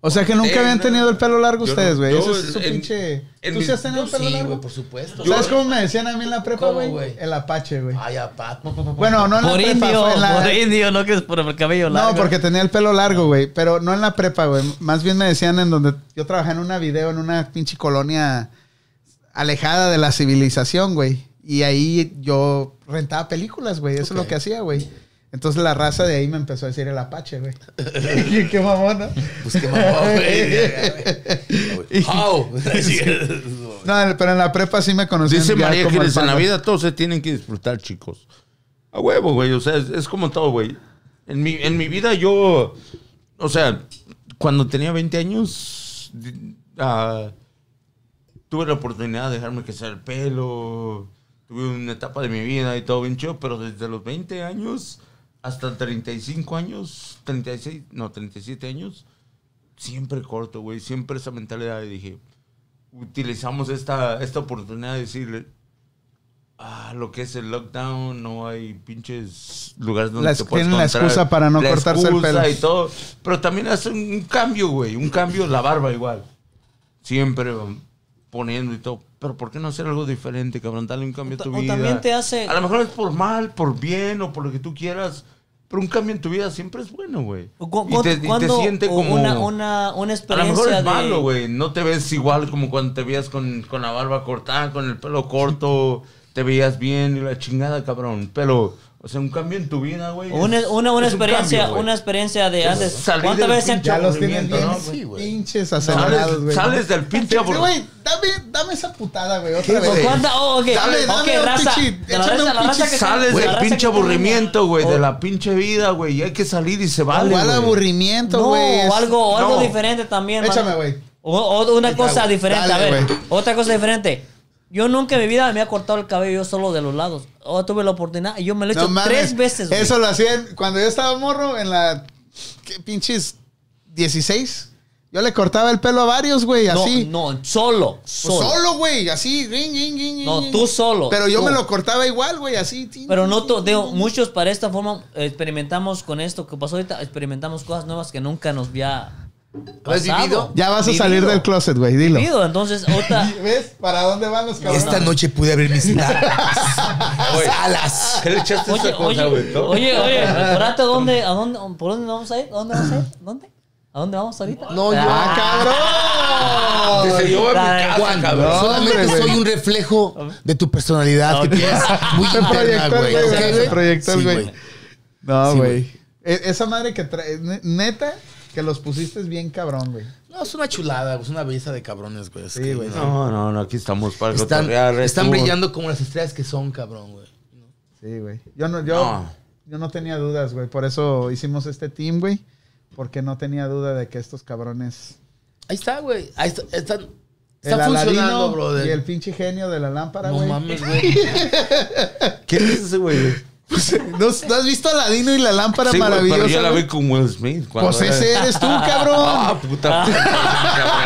Speaker 1: o sea que nunca
Speaker 2: Eh,
Speaker 1: habían
Speaker 2: no.
Speaker 1: tenido el pelo largo
Speaker 2: Yo
Speaker 1: ustedes,
Speaker 2: no.
Speaker 1: güey.
Speaker 2: Yo
Speaker 1: Ese es su
Speaker 2: en-
Speaker 1: pinche.
Speaker 2: en
Speaker 1: ¿Tú
Speaker 2: mi-
Speaker 1: sí has tenido
Speaker 4: Yo
Speaker 1: el pelo
Speaker 4: sí, güey,
Speaker 1: largo?
Speaker 4: por supuesto.
Speaker 1: ¿Sabes cómo me decían a mí en la prepa,
Speaker 4: ¿Cómo,
Speaker 1: güey?
Speaker 4: güey?
Speaker 1: El Apache, güey. (laughs)
Speaker 4: Ay, apá.
Speaker 1: Bueno, no en la
Speaker 3: Por
Speaker 1: prepa,
Speaker 3: indio,
Speaker 1: fue en la-
Speaker 3: por indio, no que es por el cabello largo.
Speaker 1: No, porque tenía el pelo largo, güey. Pero no en la prepa, güey. Más bien me decían en donde yo trabajé en una video, en una pinche colonia alejada de la civilización, güey. Y ahí yo rentaba películas, güey. Eso es lo que hacía, güey. Entonces la raza de ahí me empezó a decir el Apache, güey. (laughs) Y qué mamón, ¿no?
Speaker 4: Pues qué mamón,
Speaker 1: (laughs)
Speaker 4: güey. How? (laughs)
Speaker 1: No, pero en la prepa sí me conocían.
Speaker 2: Dice
Speaker 1: ya
Speaker 2: María
Speaker 1: como el
Speaker 2: Ángeles, en la
Speaker 1: panda.
Speaker 2: vida todos se tienen que disfrutar, chicos. A huevo, güey. O sea, es, es como todo, güey. En mi, en mi vida yo, o sea, cuando tenía 20 años, di- ah, tuve la oportunidad de dejarme crecer el pelo. Tuve una etapa de mi vida y todo bien chido, pero desde los 20 años hasta 35 años, 36, no, 37 años, siempre corto, güey. Siempre esa mentalidad. Y dije, utilizamos esta, esta oportunidad de decirle ah, lo que es el lockdown, no hay pinches lugares donde
Speaker 1: Las-
Speaker 2: te puedes
Speaker 1: tienen la
Speaker 2: encontrar.
Speaker 1: excusa para no cortarse el
Speaker 2: excusa
Speaker 1: pelo.
Speaker 2: y todo. Pero también hace un, un cambio, güey, un cambio la barba igual. Siempre um, poniendo y todo. Pero ¿por qué no hacer algo diferente, cabrón? Dale un cambio a
Speaker 3: O
Speaker 2: tu
Speaker 3: ta- o
Speaker 2: vida.
Speaker 3: también te hace-
Speaker 2: A lo mejor es por mal, por bien o por lo que tú quieras. Pero un cambio en tu vida siempre es bueno, güey.
Speaker 3: Cu-
Speaker 2: Y te, y te
Speaker 3: cuando
Speaker 2: siente como...
Speaker 3: Una, una, una
Speaker 2: A lo
Speaker 3: experiencia
Speaker 2: mejor es
Speaker 3: de-
Speaker 2: malo, güey. No te ves igual como cuando te veías con, con la barba cortada, con el pelo corto. te veías bien y la chingada, cabrón. Pero, o sea, un cambio en tu vida, güey. es-
Speaker 3: Una, una, una
Speaker 2: es un
Speaker 3: experiencia,
Speaker 2: cambio, güey.
Speaker 3: una experiencia de
Speaker 2: Es
Speaker 3: antes.
Speaker 2: salir
Speaker 3: ¿Cuántas
Speaker 2: del
Speaker 3: veces se han
Speaker 2: pinche
Speaker 1: Ya los tienes
Speaker 2: aburrimiento,
Speaker 1: bien
Speaker 2: ¿no?
Speaker 6: Sí, güey.
Speaker 1: pinches
Speaker 2: Sales,
Speaker 1: acelerados, güey.
Speaker 2: sales del pinche
Speaker 1: Sí,
Speaker 2: aburrimiento.
Speaker 1: güey, dame, dame esa putada, güey, otra vez.
Speaker 3: ¿O cuánta? Oh, ok.
Speaker 1: Dame, dame
Speaker 3: Ok,
Speaker 1: un
Speaker 3: raza.
Speaker 1: pichi,
Speaker 3: De la
Speaker 1: échame
Speaker 3: raza,
Speaker 1: un
Speaker 3: la raza
Speaker 1: pichi,
Speaker 3: que
Speaker 2: Sales
Speaker 3: la
Speaker 2: del
Speaker 3: raza que Oh.
Speaker 2: pinche
Speaker 3: tenga-
Speaker 2: aburrimiento, güey,
Speaker 3: O-
Speaker 2: de la pinche vida, güey. Y hay que salir y se vale.
Speaker 1: ¿Cuál
Speaker 2: güey.
Speaker 1: aburrimiento,
Speaker 3: No,
Speaker 1: güey?
Speaker 3: o algo, o algo
Speaker 2: no.
Speaker 3: diferente también. mano.
Speaker 1: Échame, güey.
Speaker 3: O, o una cosa
Speaker 1: güey.
Speaker 3: diferente,
Speaker 1: Dale,
Speaker 3: a ver.
Speaker 1: güey.
Speaker 3: Otra cosa diferente. Yo nunca en mi vida me he cortado el cabello yo solo de los lados. O tuve la oportunidad y yo me lo he hecho
Speaker 1: mames.
Speaker 3: tres veces. güey.
Speaker 1: Eso lo hacían cuando yo estaba morro en la. ¿Qué pinches? 16. Yo le cortaba el pelo a varios, güey,
Speaker 3: no,
Speaker 1: así.
Speaker 3: no, solo,
Speaker 1: Pues
Speaker 3: solo.
Speaker 1: Solo, güey, así. ring, ring, ring,
Speaker 3: No,
Speaker 1: ring.
Speaker 3: tú solo.
Speaker 1: Pero yo
Speaker 3: tú.
Speaker 1: me lo cortaba igual, güey, así. tin,
Speaker 3: Pero
Speaker 1: tin,
Speaker 3: no, to-
Speaker 1: tin,
Speaker 3: digo,
Speaker 1: tin.
Speaker 3: muchos para esta forma eh, experimentamos con esto que pasó ahorita, experimentamos cosas nuevas que nunca nos había pasado.
Speaker 6: vivido?
Speaker 1: Ya vas a
Speaker 3: Vivido.
Speaker 1: salir del closet, güey, dilo.
Speaker 3: Vivido, entonces (laughs) otra.
Speaker 1: ¿Ves? ¿Para dónde van los cabrones?
Speaker 4: Esta noche pude abrir mis alas.
Speaker 2: ¿Qué le echaste
Speaker 3: Oye,
Speaker 2: esa cosa, güey?
Speaker 3: oye,
Speaker 2: no?
Speaker 3: oye,
Speaker 2: (laughs)
Speaker 3: oye, Rato, ¿dónde, a dónde, ¿por dónde vamos a ir? ¿A dónde vamos a ir? ¿Dónde? ¿A dónde vamos ahorita?
Speaker 6: No, yo-
Speaker 1: ¡Ah, cabrón!
Speaker 2: Dice, yo voy a mi
Speaker 3: Ay,
Speaker 2: casa,
Speaker 3: Juan,
Speaker 2: cabrón.
Speaker 1: no.
Speaker 6: Solamente
Speaker 1: Hombre,
Speaker 6: soy
Speaker 1: güey.
Speaker 6: un reflejo de tu personalidad que tienes muy
Speaker 1: Se
Speaker 6: interna,
Speaker 1: proyectó el
Speaker 6: güey. ¿ok,
Speaker 1: güey,
Speaker 6: güey?
Speaker 1: se proyectó el
Speaker 6: Sí,
Speaker 1: güey. No,
Speaker 6: Sí,
Speaker 1: güey.
Speaker 6: güey.
Speaker 1: E- Esa madre que trae, ne- neta, que los pusiste bien cabrón, güey.
Speaker 6: No, es una chulada, güey, es una belleza de cabrones, güey. es
Speaker 1: Sí,
Speaker 6: que,
Speaker 1: güey.
Speaker 2: No, no, no, aquí estamos para
Speaker 6: Están,
Speaker 2: cotorrear,
Speaker 6: están
Speaker 2: estuvo-
Speaker 6: brillando como las estrellas que son, cabrón, güey.
Speaker 1: Sí, güey. Yo no, yo,
Speaker 2: No.
Speaker 1: yo no tenía dudas, güey. Por eso hicimos este team, güey. Porque no tenía duda de que estos cabrones.
Speaker 6: Ahí está, güey. Ahí está, están,
Speaker 1: el
Speaker 6: está funcionando,
Speaker 1: Aladino
Speaker 6: brother.
Speaker 1: Y el pinche genio de la lámpara,
Speaker 6: no
Speaker 1: güey. (laughs)
Speaker 6: mames, güey.
Speaker 2: ¿Quién es ese, güey?
Speaker 1: ¿No, no has visto Aladino y la lámpara
Speaker 2: Sí, güey,
Speaker 1: maravillosa?
Speaker 2: pero yo la
Speaker 1: güey?
Speaker 2: vi con Will Smith. cuando
Speaker 1: Pues
Speaker 2: era-
Speaker 1: ese eres tú, cabrón.
Speaker 2: (laughs) Ah, puta. cabrón,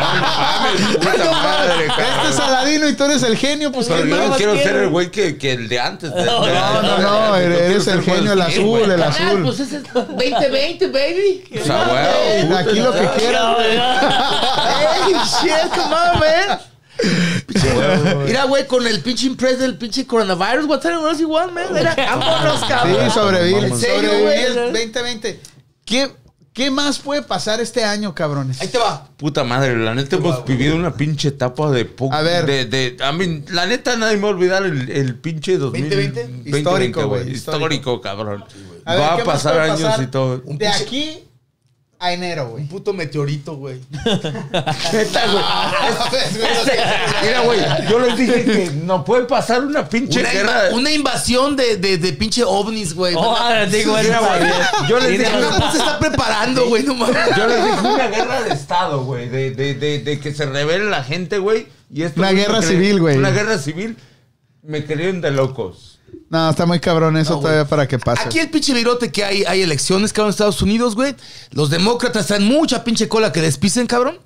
Speaker 1: (laughs)
Speaker 2: mames, puta madre,
Speaker 1: este es
Speaker 2: cabrón.
Speaker 1: Aladino y tú eres el genio, pues
Speaker 2: Pero
Speaker 1: ¿qué
Speaker 2: yo no
Speaker 1: más?
Speaker 2: quiero
Speaker 3: ¿Quién?
Speaker 2: ser el güey que, que el de antes. de-
Speaker 3: No,
Speaker 2: de-
Speaker 1: No, no,
Speaker 2: de-
Speaker 1: no,
Speaker 2: de- de- de-
Speaker 1: eres
Speaker 2: quiero
Speaker 1: el
Speaker 2: ser
Speaker 1: genio, el
Speaker 2: Will Smith,
Speaker 1: azul,
Speaker 2: güey.
Speaker 1: el
Speaker 6: Ah,
Speaker 1: azul.
Speaker 6: pues ese es 2020, baby.
Speaker 2: O sea, güey, puta,
Speaker 1: Aquí lo que quieras, güey.
Speaker 6: ¡Ey, shit! ¡Come on, man! Pinche- Mira, güey, con el pinche impress del pinche coronavirus, what's up, what's igual, man? Mira, vámonos,
Speaker 1: Sí,
Speaker 6: cabrón.
Speaker 1: sobreviví.
Speaker 2: Vamos.
Speaker 1: En serio,
Speaker 6: Sobreviví
Speaker 1: güey.
Speaker 6: el
Speaker 1: 2020. ¿Qué, ¿Qué más puede pasar este año, cabrones?
Speaker 6: Ahí te va.
Speaker 2: Puta madre, la neta hemos vivido una pinche etapa de po-
Speaker 1: A ver.
Speaker 2: De, de, a mí, la neta nadie me va a olvidar el, el pinche 2000,
Speaker 6: 2020?
Speaker 2: 2020,
Speaker 1: Histórico,
Speaker 2: güey.
Speaker 1: güey,
Speaker 2: Histórico, cabrón.
Speaker 1: ver,
Speaker 2: va
Speaker 1: ¿qué más
Speaker 2: a pasar
Speaker 1: puede
Speaker 2: años
Speaker 1: pasar? (laughs)
Speaker 2: y todo.
Speaker 6: Un
Speaker 1: De
Speaker 6: pinche-
Speaker 1: aquí a enero, güey.
Speaker 6: Un puto meteorito, güey.
Speaker 2: Neta, güey. Mira, güey, yo les dije que no puede pasar una pinche
Speaker 6: Una,
Speaker 2: guerra.
Speaker 6: inva- una invasión de, de, de pinche ovnis, güey.
Speaker 3: (laughs) Oh,
Speaker 1: ah.
Speaker 3: ahora digo,
Speaker 2: Mira,
Speaker 3: esa-
Speaker 2: güey, yo les dije,
Speaker 6: no, no se está preparando, güey, no mames.
Speaker 2: yo les dije una guerra de Estado, güey, de, de, de, de que se revele la gente, güey. Y esto
Speaker 1: Una
Speaker 2: güey,
Speaker 1: guerra
Speaker 2: me cre-
Speaker 1: civil, güey.
Speaker 2: Una guerra civil. Me creyeron de locos.
Speaker 1: No, está muy cabrón eso todavía para que pase.
Speaker 6: Aquí el pinche virote que hay, hay elecciones, cabrón, en Estados Unidos, güey. Los demócratas traen mucha pinche cola que les pisen, cabrón.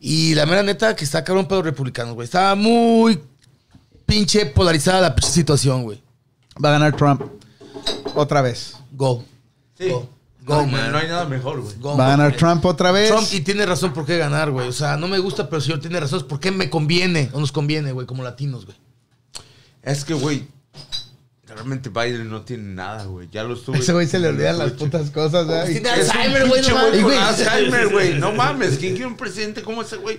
Speaker 6: Y la mera neta que está cabrón para los republicanos, güey. Está muy pinche polarizada la pinche situación, güey.
Speaker 1: Va a ganar Trump. Otra vez.
Speaker 6: Go.
Speaker 2: Sí.
Speaker 6: Go.
Speaker 2: No,
Speaker 6: Go,
Speaker 2: no,
Speaker 6: man.
Speaker 2: no hay nada mejor, güey.
Speaker 6: Go,
Speaker 1: Va a ganar
Speaker 6: güey.
Speaker 1: Trump otra vez.
Speaker 6: Trump y tiene razón por qué ganar, güey. O sea, no me gusta, pero el señor tiene razón. Es porque me conviene o nos conviene, güey, como latinos, güey.
Speaker 2: Es que, güey, realmente Biden no tiene nada, güey. Ya lo
Speaker 1: (laughs)
Speaker 2: estuve.
Speaker 1: Ese güey se le olvidan
Speaker 2: lo
Speaker 1: las
Speaker 2: estuve
Speaker 1: putas cosas, ¿verdad?
Speaker 6: Pues Tiene
Speaker 2: Es un
Speaker 6: Alzheimer, güey,
Speaker 2: pinche
Speaker 6: no mames.
Speaker 2: güey con
Speaker 6: Güey. (laughs)
Speaker 2: Alzheimer, güey. No mames. ¿Quién quiere un presidente como ese, güey?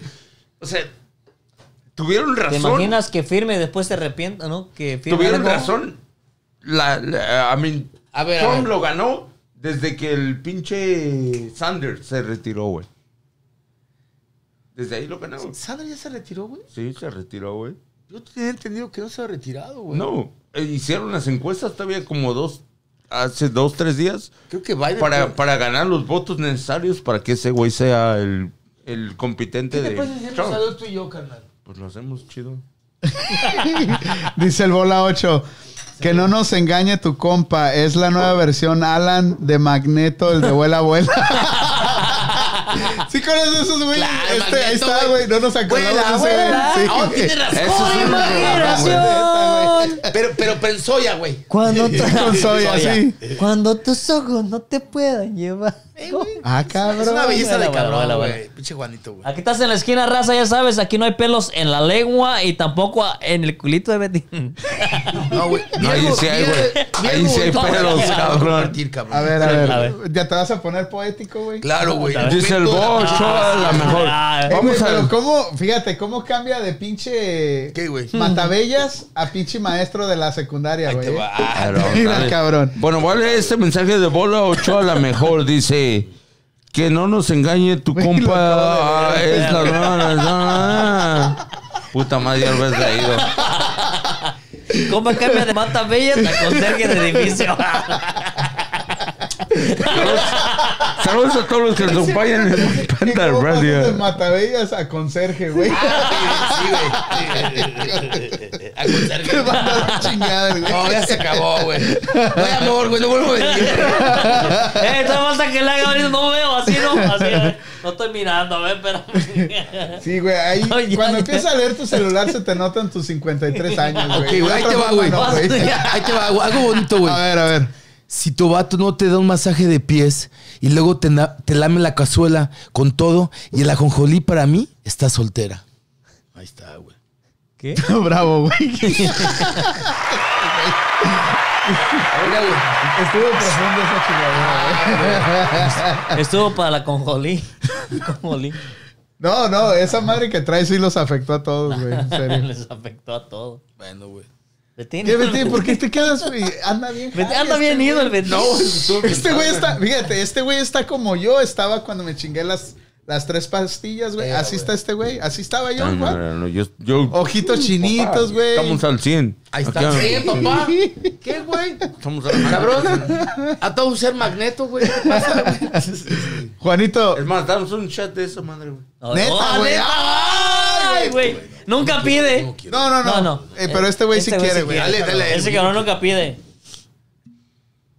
Speaker 2: O sea, tuvieron razón.
Speaker 3: ¿Te imaginas que firme y después se arrepienta, no? Que firme
Speaker 2: Tuvieron
Speaker 3: algo?
Speaker 2: razón. La, la- I mean,
Speaker 6: A ver, a
Speaker 2: Trump
Speaker 6: ver.
Speaker 2: lo ganó desde que el pinche Sanders se retiró, güey. Desde ahí lo ganó.
Speaker 6: ¿Sandra ya se retiró, güey?
Speaker 2: Sí, se retiró, güey.
Speaker 6: Yo tenía entendido que no se ha retirado, güey.
Speaker 2: No, eh, hicieron las encuestas todavía como dos, hace dos, tres días.
Speaker 6: Creo que Biden.
Speaker 2: para, para ganar los votos necesarios para que ese güey sea el, el competente
Speaker 6: ¿Qué te
Speaker 2: de
Speaker 6: puedes decir
Speaker 2: Trump.
Speaker 6: Rosario, tú y yo, carnal?
Speaker 2: Pues lo hacemos chido.
Speaker 1: (laughs) Dice el bola 8. Que no nos engañe tu compa. Es la nueva versión Alan de Magneto, el de abuela abuela. (laughs) ¿Sí conoces esos, güey?
Speaker 6: Claro,
Speaker 1: Este, ahí
Speaker 6: Magneto,
Speaker 1: está,
Speaker 6: güey.
Speaker 1: güey. No nos acordamos de ese, güey.
Speaker 6: abuela.
Speaker 1: Sí.
Speaker 6: Oh, tiene razón.
Speaker 2: Eso es un programa, güey.
Speaker 3: Imaginación.
Speaker 6: Pero, pero pensó ya, güey.
Speaker 3: Cuando, tu-
Speaker 1: Con soya, sí.
Speaker 3: cuando tus ojos no te puedan llevar.
Speaker 1: (laughs) Ah,
Speaker 6: Es una
Speaker 1: cabrón.
Speaker 6: belleza de
Speaker 3: Bueno, bueno,
Speaker 6: cabrón,
Speaker 3: bueno,
Speaker 6: güey.
Speaker 3: bueno.
Speaker 6: Pinche Juanito, güey.
Speaker 3: Aquí estás en la esquina, raza, ya sabes. Aquí no hay pelos en la lengua y tampoco en el culito de Betty.
Speaker 6: No, güey.
Speaker 2: No, ahí sí hay, güey. Ahí sí hay pelos, cabrón.
Speaker 1: A ver, a
Speaker 3: A
Speaker 1: ver.
Speaker 3: ver.
Speaker 1: Ya te vas a poner poético, güey.
Speaker 6: Claro, güey.
Speaker 2: Dice el Bosch,
Speaker 3: Ah,
Speaker 2: la mejor.
Speaker 3: ah, eh,
Speaker 1: Eh, güey,
Speaker 2: Vamos
Speaker 1: pero
Speaker 2: a.
Speaker 1: cómo, fíjate, cómo cambia de pinche
Speaker 6: ¿Qué, güey?
Speaker 1: Matabellas a pinche maestro de la secundaria,
Speaker 4: Ahí te
Speaker 1: güey.
Speaker 4: va.
Speaker 1: Mira,
Speaker 2: dale.
Speaker 1: cabrón.
Speaker 2: Bueno, voy a leer este mensaje de Bola Ochoa la mejor. Dice que no nos engañe tu
Speaker 1: Güey, (laughs) lo
Speaker 2: compa. Ah,
Speaker 1: acabo de
Speaker 2: es la rara, es la rara. Puta madre, ya lo habías leído.
Speaker 3: ¿Cómo cambia de mata bella a conserje de edificio? (laughs)
Speaker 2: Saludos a todos los que nos acompañan en (laughs) Panda
Speaker 1: ¿Cómo pasas de
Speaker 2: Radio.
Speaker 1: Matabellas a conserje, güey.
Speaker 4: Ah, A
Speaker 1: (laughs)
Speaker 4: conserje.
Speaker 1: Te van a la chingada, güey.
Speaker 4: No, ya se acabó, güey. No hay amor, güey. No vuelvo a venir.
Speaker 3: eh, esta falta que le haga ahorita, no veo, así no, así eh, no estoy mirando, a ver,
Speaker 1: (laughs)
Speaker 3: pero.
Speaker 1: Sí, güey, ahí
Speaker 3: No, ya,
Speaker 1: cuando
Speaker 3: ya.
Speaker 1: empiezas a leer tu celular se te notan tus 53 años, güey.
Speaker 4: Ok, güey,
Speaker 1: De
Speaker 4: ahí
Speaker 1: otra
Speaker 4: te va,
Speaker 1: forma
Speaker 4: güey.
Speaker 1: no,
Speaker 4: Ahí te va, güey. Algo bonito, güey.
Speaker 1: A ver, a ver.
Speaker 4: Si tu vato no te da un masaje de pies y luego te, na- te lame la cazuela con todo y el ajonjolí para mí, está soltera. Ahí está, güey.
Speaker 3: ¿Qué?
Speaker 1: Bravo,
Speaker 4: (laughs)
Speaker 1: güey.
Speaker 4: Mira, güey.
Speaker 1: Estuvo profundo esa chingadera, güey.
Speaker 3: Estuvo para la conjolí. Conjolí.
Speaker 1: No, no, esa madre que trae sí los afectó a todos, güey. En
Speaker 4: (laughs)
Speaker 1: serio.
Speaker 3: (laughs) Les afectó a todos.
Speaker 4: Bueno, güey.
Speaker 3: Betín.
Speaker 1: ¿Qué, Betín? ¿Por qué te quedas? güey? Anda bien.
Speaker 3: Betín,
Speaker 1: high
Speaker 3: Anda
Speaker 1: este
Speaker 3: bien
Speaker 1: güey.
Speaker 3: ido el Betín.
Speaker 1: Este güey está, fíjate, este güey está como yo estaba cuando me chingué las, las tres pastillas, güey.
Speaker 4: Era,
Speaker 1: Así
Speaker 4: güey.
Speaker 1: está este güey, así estaba yo,
Speaker 2: No,
Speaker 1: güey.
Speaker 2: no, no, yo- yo-
Speaker 1: Ojitos chinitos, güey.
Speaker 2: Estamos al 100.
Speaker 4: Ahí está.
Speaker 2: Acá,
Speaker 4: Sí, papá. ¿Qué, güey?
Speaker 2: Estamos a la-
Speaker 4: Cabrón. A todo ser magneto, güey. ¿Qué pasa,
Speaker 6: (laughs)
Speaker 4: güey?
Speaker 1: (laughs) Juanito,
Speaker 2: Es más, danos un chat de esa madre, güey.
Speaker 3: No,
Speaker 1: Neta,
Speaker 3: no,
Speaker 1: güey.
Speaker 3: neta, Ay, güey. Nunca pide.
Speaker 1: no, no, no.
Speaker 3: No, no.
Speaker 1: Eh, pero este güey sí quiere, güey.
Speaker 4: Dale, dale.
Speaker 3: Ese cabrón nunca pide.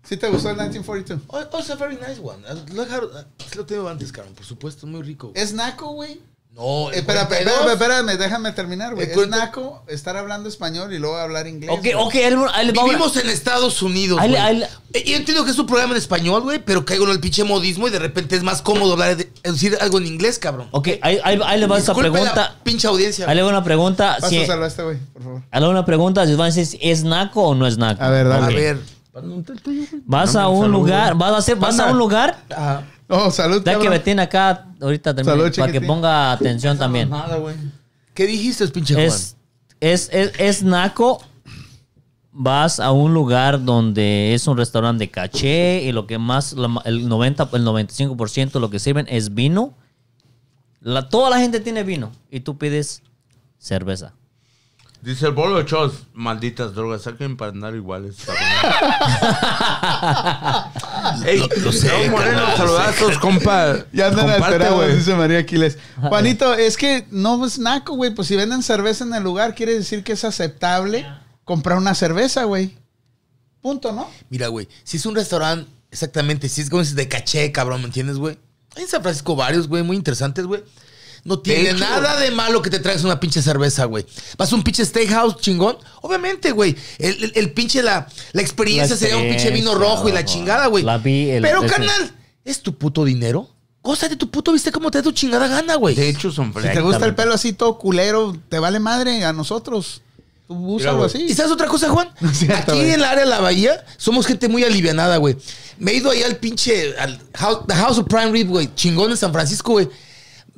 Speaker 1: ¿Sí te gustó el 1942?
Speaker 4: Oh, oh, it's a very nice one. Uh, look how- uh, sí lo tengo antes, cabrón. Por supuesto, muy rico.
Speaker 1: ¿Es naco, güey?
Speaker 4: No,
Speaker 1: Eh, Espera, espera, espera, espérame, déjame terminar, güey.
Speaker 4: ¿El
Speaker 1: Es
Speaker 4: cuento?
Speaker 1: naco estar hablando español y luego hablar inglés.
Speaker 3: Ok,
Speaker 1: güey.
Speaker 3: ok, ahí le- ahí le va una-
Speaker 6: Vivimos en Estados Unidos,
Speaker 3: Ahí le-
Speaker 6: güey.
Speaker 3: ahí le-
Speaker 6: Eh, Yo entiendo que es un programa en español, güey, pero caigo en el pinche modismo y de repente es más cómodo hablar de- decir algo en inglés, cabrón.
Speaker 3: Ok, ahí, ahí- ahí le va esa
Speaker 6: Disculpe
Speaker 3: pregunta.
Speaker 6: la pinche audiencia.
Speaker 3: Ahí le va una pregunta. Si, ahí
Speaker 1: Pásaselo a este güey, por favor.
Speaker 3: le va una pregunta. Si van a decir, ¿es naco o no es naco?
Speaker 1: A ver, dale.
Speaker 6: A ver.
Speaker 3: Vas a un lugar, vas a hacer, vas a un lugar.
Speaker 4: Ajá.
Speaker 1: Oh, salud,
Speaker 3: Ya que
Speaker 1: cabrón.
Speaker 3: Betín acá ahorita termina,
Speaker 1: Salud,
Speaker 3: para que
Speaker 1: chiquitín.
Speaker 3: ponga atención también.
Speaker 2: Nada, güey.
Speaker 4: ¿Qué dijiste, pinche Juan?
Speaker 3: Es, es, es, es naco. Vas a un lugar donde es un restaurante de caché y lo que más, la ma- el 90, el 95% de lo que sirven es vino. La, toda la gente tiene vino y tú pides cerveza.
Speaker 2: Dice el bolo de Chos, malditas drogas, saquen para andar iguales.
Speaker 1: (laughs)
Speaker 2: Ey,
Speaker 6: lo sé,
Speaker 2: Raúl Moreno,
Speaker 6: carnal, lo
Speaker 2: saludazos, compa.
Speaker 1: Ya andan
Speaker 2: Comparte,
Speaker 1: alterados,
Speaker 2: güey.
Speaker 1: dice María Aquiles. Juanito, es que no es naco, güey. Pues si venden cerveza en el lugar, quiere decir que es aceptable comprar una cerveza, güey. Punto, ¿no?
Speaker 6: Mira, güey, si es un restaurante, exactamente, si es como dices, de caché, cabrón, ¿me entiendes, güey? Hay en San Francisco varios, güey, muy interesantes, güey. No tiene
Speaker 4: hecho,
Speaker 6: nada de malo que te traigas una pinche cerveza, güey. Vas a un pinche steakhouse chingón. Obviamente, güey. El, el- el pinche, la, la experiencia
Speaker 3: La
Speaker 6: sería un pinche vino
Speaker 3: experiencia,
Speaker 6: rojo y la
Speaker 3: rojo.
Speaker 6: chingada, güey.
Speaker 3: La vi, el-
Speaker 6: Pero,
Speaker 3: ese-
Speaker 6: carnal, es tu puto dinero. Gózate tu puto, viste cómo te da tu chingada gana, güey.
Speaker 2: De hecho, son
Speaker 1: Si te
Speaker 2: frescos.
Speaker 1: gusta el pelo así todo culero, te vale madre a nosotros. Tú úsalo
Speaker 2: güey.
Speaker 1: así.
Speaker 6: ¿Y sabes otra
Speaker 1: (laughs)
Speaker 6: cosa, Juan?
Speaker 1: No es cierto,
Speaker 6: Aquí
Speaker 1: güey.
Speaker 6: en el área de la bahía somos gente muy alivianada, güey. Me he ido ahí al pinche al house, the house of Prime Rib, güey, chingón en San Francisco, güey.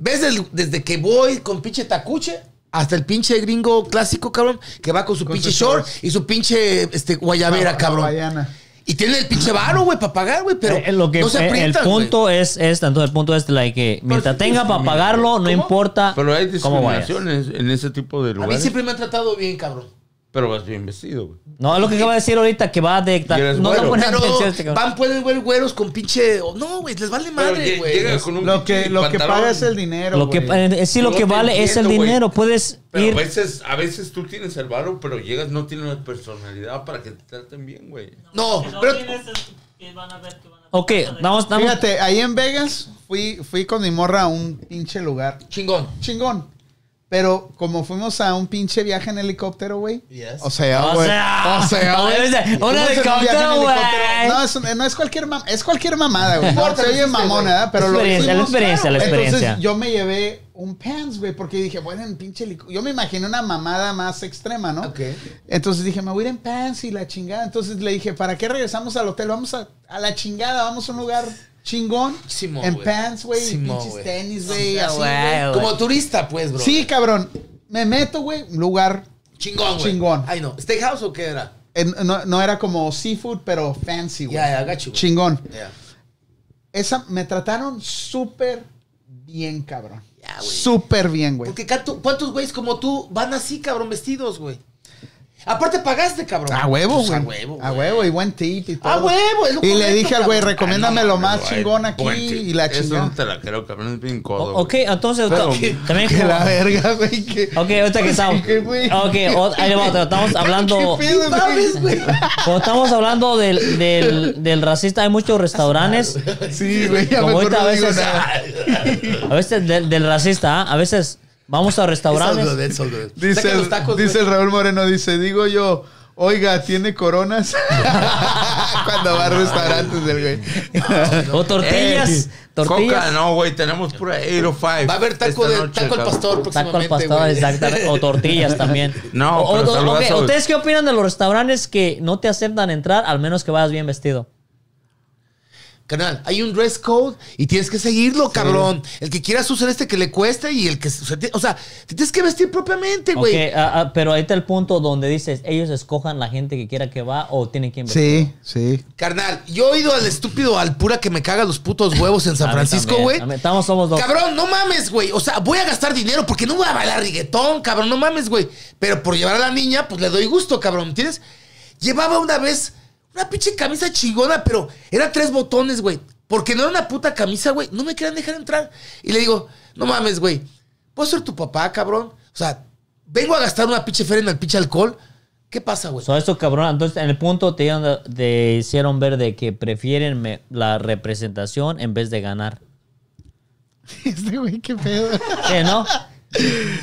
Speaker 6: ¿Ves del- desde que voy con pinche tacuche hasta el pinche gringo clásico, cabrón, que va con su
Speaker 1: Con
Speaker 6: pinche
Speaker 1: sus
Speaker 6: short
Speaker 1: shorts.
Speaker 6: y su pinche este
Speaker 3: Ah,
Speaker 6: guayabera, cabrón?
Speaker 1: Guayana.
Speaker 6: Y tiene el pinche varo, güey, para pagar, güey, pero
Speaker 3: Eh, eh, lo que,
Speaker 6: no se
Speaker 3: eh,
Speaker 6: aprietan,
Speaker 3: el
Speaker 6: güey.
Speaker 3: punto es, es tanto el punto es like que mientras
Speaker 2: sí,
Speaker 1: pues,
Speaker 3: tenga
Speaker 2: sí,
Speaker 3: para
Speaker 2: sí,
Speaker 3: pagarlo no
Speaker 6: ¿Cómo?
Speaker 3: importa
Speaker 2: Pero hay
Speaker 3: cómo vayas.
Speaker 2: discriminaciones en ese tipo de
Speaker 6: A mí
Speaker 2: lugares.
Speaker 6: siempre me han tratado bien, cabrón.
Speaker 2: Pero vas bien vestido, güey.
Speaker 3: No, es lo que acaba de decir ahorita que va de
Speaker 2: Y eres
Speaker 3: no
Speaker 2: güero.
Speaker 3: le ponen
Speaker 6: Pero
Speaker 3: atención a este cabrón.
Speaker 6: van, pueden ver güeros con pinche... No, güey, les vale madre,
Speaker 2: Pero lle-
Speaker 6: güey.
Speaker 2: llega con un
Speaker 1: Lo que,
Speaker 2: pinche
Speaker 1: lo que
Speaker 2: pantalón.
Speaker 1: paga es el dinero.
Speaker 3: Lo que
Speaker 1: güey.
Speaker 3: eh, sí lo
Speaker 2: Yo
Speaker 3: que
Speaker 2: te
Speaker 3: vale es el
Speaker 2: entiendo, güey.
Speaker 3: dinero, puedes
Speaker 2: Pero pues,
Speaker 3: ir
Speaker 2: a veces, a veces tú tienes el varo, pero llegas, no tienes la personalidad para que te traten bien, güey.
Speaker 6: No,
Speaker 7: Que no
Speaker 6: pero...
Speaker 7: tienes es que van a ver que van a
Speaker 3: Ok, vamos, vamos.
Speaker 1: Fíjate, ahí en Vegas fui, fui con mi morra a un pinche lugar.
Speaker 6: Chingón.
Speaker 1: Chingón. Pero como fuimos a un pinche viaje en helicóptero, güey.
Speaker 6: Yes.
Speaker 1: O sea,
Speaker 3: O
Speaker 1: güey.
Speaker 3: sea.
Speaker 1: O sea,
Speaker 3: (laughs) No,
Speaker 1: güey.
Speaker 3: debe ser un
Speaker 1: Fuimos en
Speaker 3: helicóptero,
Speaker 1: viaje en helicóptero.
Speaker 3: güey.
Speaker 1: No, es, un- no es cualquier mam- es cualquier mamada,
Speaker 6: (laughs)
Speaker 1: güey. No, se oye mamona, ¿verdad? Pero lo
Speaker 3: Experiencia, la
Speaker 1: hicimos.
Speaker 3: experiencia, la experiencia.
Speaker 1: Entonces yo me llevé un pants, güey, porque dije, bueno, en pinche helicóptero. Yo me imaginé una mamada más extrema, ¿no?
Speaker 6: Ok.
Speaker 1: Entonces dije, me voy a ir en pants y la chingada. Entonces le dije, ¿para qué regresamos al hotel? Vamos a, a la chingada, vamos a un lugar chingón.
Speaker 6: Simón,
Speaker 1: en
Speaker 6: güey.
Speaker 1: pants, güey, y
Speaker 6: Simón,
Speaker 1: pinches
Speaker 6: güey.
Speaker 1: tenis, güey,
Speaker 3: Sí,
Speaker 1: así,
Speaker 3: güey.
Speaker 1: güey.
Speaker 6: Como turista, pues, bro.
Speaker 1: Sí, cabrón. Me meto, güey, un lugar
Speaker 6: Chingón, güey.
Speaker 1: Chingón.
Speaker 6: Ay, no. ¿Steakhouse o qué era?
Speaker 1: En- no, no era como seafood, pero fancy, güey.
Speaker 6: Ya, ya, gacho.
Speaker 1: Chingón.
Speaker 6: Ya.
Speaker 1: Esa, me trataron súper bien, cabrón.
Speaker 6: Ya, güey.
Speaker 1: Súper bien, güey.
Speaker 6: Porque canto- ¿cuántos güeyes como tú van así, cabrón, vestidos, güey? Aparte pagaste, cabrón.
Speaker 1: A huevo,
Speaker 6: Pues,
Speaker 1: güey.
Speaker 6: a huevo,
Speaker 1: A
Speaker 6: güey.
Speaker 1: huevo, y buen tip y todo.
Speaker 6: A huevo. es lo
Speaker 1: Y le
Speaker 6: correcto,
Speaker 1: dije al güey,
Speaker 6: cabrón. Ah,
Speaker 1: recomiéndame lo más chingón aquí
Speaker 2: Buen tip.
Speaker 1: y la
Speaker 2: Eso no
Speaker 6: (laughs)
Speaker 1: chingada. (laughs)
Speaker 2: te la creo, cabrón. Es bien codo.
Speaker 3: O- ok,
Speaker 2: güey.
Speaker 3: entonces.
Speaker 2: Pero-
Speaker 3: ta- también
Speaker 1: Que
Speaker 3: como-
Speaker 1: la verga, güey. Que...
Speaker 6: (laughs)
Speaker 3: Ok, ahorita que estamos.
Speaker 1: Que, güey.
Speaker 3: Ok, o- ahí le va otra. Estamos hablando.
Speaker 1: ¿Qué pedo, güey?
Speaker 6: (laughs) ¿Sabes, güey?
Speaker 3: Como estamos hablando del, del, del racista, hay muchos restaurantes.
Speaker 1: (laughs) Sí, güey, ya
Speaker 3: Como
Speaker 1: mejor
Speaker 3: ahorita
Speaker 1: no
Speaker 3: a
Speaker 1: digo
Speaker 3: veces. (laughs)
Speaker 6: ah,
Speaker 1: nada.
Speaker 3: A veces del, del racista, ¿ah? a veces vamos a restaurantes.
Speaker 6: Eso, eso, eso.
Speaker 1: (laughs) Dice,
Speaker 6: Saca
Speaker 1: el,
Speaker 6: los tacos,
Speaker 1: dice el Raúl Moreno, dice, digo yo, oiga, ¿tiene coronas? (laughs) Cuando va a restaurantes el güey.
Speaker 3: O tortillas.
Speaker 2: Ey,
Speaker 3: tortillas.
Speaker 2: Eh, Coca, no, güey. Tenemos pura 805.
Speaker 6: Va a haber taco,
Speaker 2: esta
Speaker 6: de,
Speaker 2: noche,
Speaker 6: taco al
Speaker 2: cabrón.
Speaker 6: pastor
Speaker 3: Taco al
Speaker 6: próximamente,
Speaker 3: pastor,
Speaker 6: güey.
Speaker 3: exactamente. O tortillas también.
Speaker 2: (laughs) No,
Speaker 3: O- o-
Speaker 2: pero
Speaker 3: o- ok,
Speaker 2: saludazo.
Speaker 3: ¿Ustedes qué opinan de los restaurantes que no te aceptan entrar al menos que vayas bien vestido?
Speaker 6: (laughs) Carnal, hay un dress code y tienes que seguirlo, cabrón. El que quieras usar este que le cueste y el que... O sea, te, o sea, te tienes que vestir propiamente, güey.
Speaker 3: Ok, ah, ah, pero ahí está el punto donde dices, ellos escojan la gente que quiera que va o tienen que invertir.
Speaker 1: Sí,
Speaker 6: (laughs)
Speaker 1: sí.
Speaker 6: Carnal, yo he ido al estúpido al pura que me caga los putos huevos en San
Speaker 3: A mí
Speaker 6: Francisco,
Speaker 3: también,
Speaker 6: güey.
Speaker 3: a mí- Estamos, somos dos.
Speaker 6: Cabrón, no mames, güey. O sea, voy a gastar dinero porque no voy a bailar reggaetón, cabrón, no mames, güey. Pero por llevar a la niña, pues le doy gusto, cabrón, ¿me entiendes? Llevaba una vez una pinche camisa chingona, pero era tres botones, güey. Porque no era una puta camisa, güey. No me querían dejar entrar. Y le digo, no mames, güey. ¿Puedo ser tu papá, cabrón? O sea, vengo a gastar una pinche feria en el pinche alcohol. ¿Qué pasa, güey?
Speaker 3: So, eso, cabrón, entonces en el punto te, dieron- te hicieron ver de que prefieren me- la representación en vez de ganar.
Speaker 1: Este güey, qué pedo.
Speaker 3: ¿Qué, no?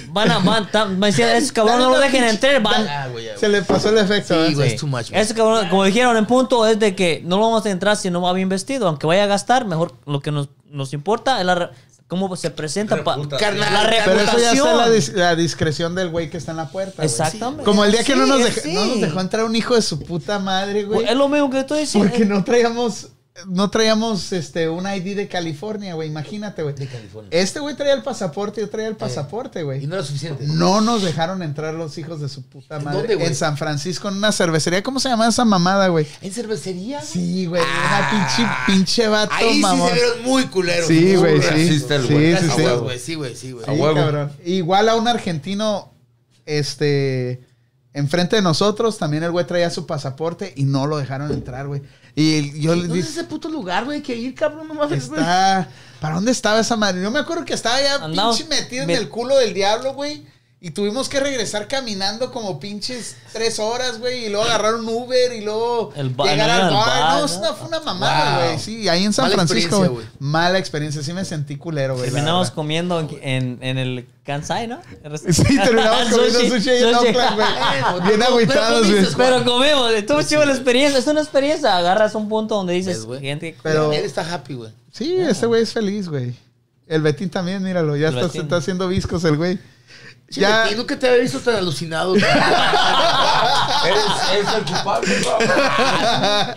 Speaker 3: Van a, van, tam- me decían, esos cabrones no lo
Speaker 6: (laughs)
Speaker 3: dejen entrar, van.
Speaker 6: Ah, güey, ya, güey.
Speaker 1: Se le pasó el efecto.
Speaker 6: Sí,
Speaker 1: ¿eh?
Speaker 6: güey,
Speaker 3: Sí.
Speaker 6: es too much, güey.
Speaker 3: Ese cabrón, como dijeron, en punto es de que no lo vamos a entrar si no va bien vestido. Aunque vaya a gastar, mejor lo que nos, nos importa es la re- cómo se presenta. pa-
Speaker 6: Carnal,
Speaker 3: la
Speaker 1: Pero eso ya está la,
Speaker 3: reputación.
Speaker 1: dis- la discreción del güey que está en la puerta. güey.
Speaker 3: Exactamente.
Speaker 1: Como el día que no,
Speaker 3: Sí,
Speaker 1: nos
Speaker 3: es-
Speaker 1: dejó, no
Speaker 3: sí.
Speaker 1: nos dejó entrar un hijo de su puta madre, güey.
Speaker 3: Es lo mismo que estoy diciendo.
Speaker 1: Porque no traíamos, no traíamos este, un ID de California, güey. Imagínate, güey. De California. Este güey traía el pasaporte, yo traía el pasaporte, güey.
Speaker 6: Y no
Speaker 1: no,
Speaker 6: era suficiente.
Speaker 1: nos dejaron entrar los hijos de su puta madre.
Speaker 6: dónde, güey?
Speaker 1: en San Francisco, en una cervecería. ¿Cómo se llama esa mamada, güey?
Speaker 6: ¿En cervecería? güey?
Speaker 1: Sí, güey. una pinche, pinche vato,
Speaker 6: Ah. Ahí
Speaker 1: mamón.
Speaker 6: sí se vieron muy culeros.
Speaker 1: Sí,
Speaker 6: muy
Speaker 1: güey, sí.
Speaker 6: racistas,
Speaker 2: el
Speaker 1: Sí,
Speaker 2: güey.
Speaker 1: sí,
Speaker 6: Ah,
Speaker 1: sí.
Speaker 6: huevo, güey, sí, güey, sí, güey.
Speaker 2: A
Speaker 1: Sí,
Speaker 2: huevo.
Speaker 1: cabrón. Igual a un argentino, este, enfrente de nosotros, también el güey traía su pasaporte y no lo dejaron entrar, güey. Y yo les
Speaker 6: ¿Dónde es
Speaker 1: dije,
Speaker 6: ese puto lugar, güey? Hay que ir, cabrón, no mames, güey.
Speaker 1: está, ¿para dónde estaba esa madre? Yo me acuerdo que estaba ya
Speaker 3: Andamos-
Speaker 1: pinche metido
Speaker 3: me-
Speaker 1: en el culo del diablo, güey. Y tuvimos que regresar caminando como pinches tres horas, güey. Y luego agarrar un Uber y luego
Speaker 3: El ba-
Speaker 1: llegar
Speaker 3: el
Speaker 1: al bar.
Speaker 3: bar,
Speaker 1: no,
Speaker 3: ¿no?
Speaker 1: no, fue una mamada,
Speaker 6: Wow.
Speaker 1: güey. Sí, ahí en San
Speaker 6: Mala
Speaker 1: Francisco,
Speaker 6: experiencia,
Speaker 1: güey.
Speaker 6: güey.
Speaker 1: Mala experiencia. Sí me sentí culero, güey. la
Speaker 3: Terminamos
Speaker 1: verdad.
Speaker 3: comiendo en, en- en el Kansai, ¿no? El rest-
Speaker 1: Sí,
Speaker 3: (laughs)
Speaker 1: terminamos comiendo sushi, ahí en
Speaker 3: sushi.
Speaker 1: Oakland,
Speaker 3: (laughs)
Speaker 1: güey. Bien agüitados,
Speaker 6: comiste,
Speaker 1: güey.
Speaker 6: güey.
Speaker 3: Pero comemos, estuvo chido la experiencia. Es una experiencia. Agarras un punto donde dices,
Speaker 6: Ves, güey.
Speaker 3: gente,
Speaker 1: Pero-
Speaker 6: Él está happy, güey.
Speaker 1: Sí, ese güey es feliz, güey. El Betín también, míralo. Ya
Speaker 3: El
Speaker 1: está,
Speaker 3: Betín.
Speaker 1: está haciendo viscos el güey.
Speaker 6: Ya.
Speaker 1: Ya,
Speaker 6: nunca te había visto tan alucinado,
Speaker 2: (laughs)
Speaker 6: güey.
Speaker 2: Eres- eres el culpable, güey.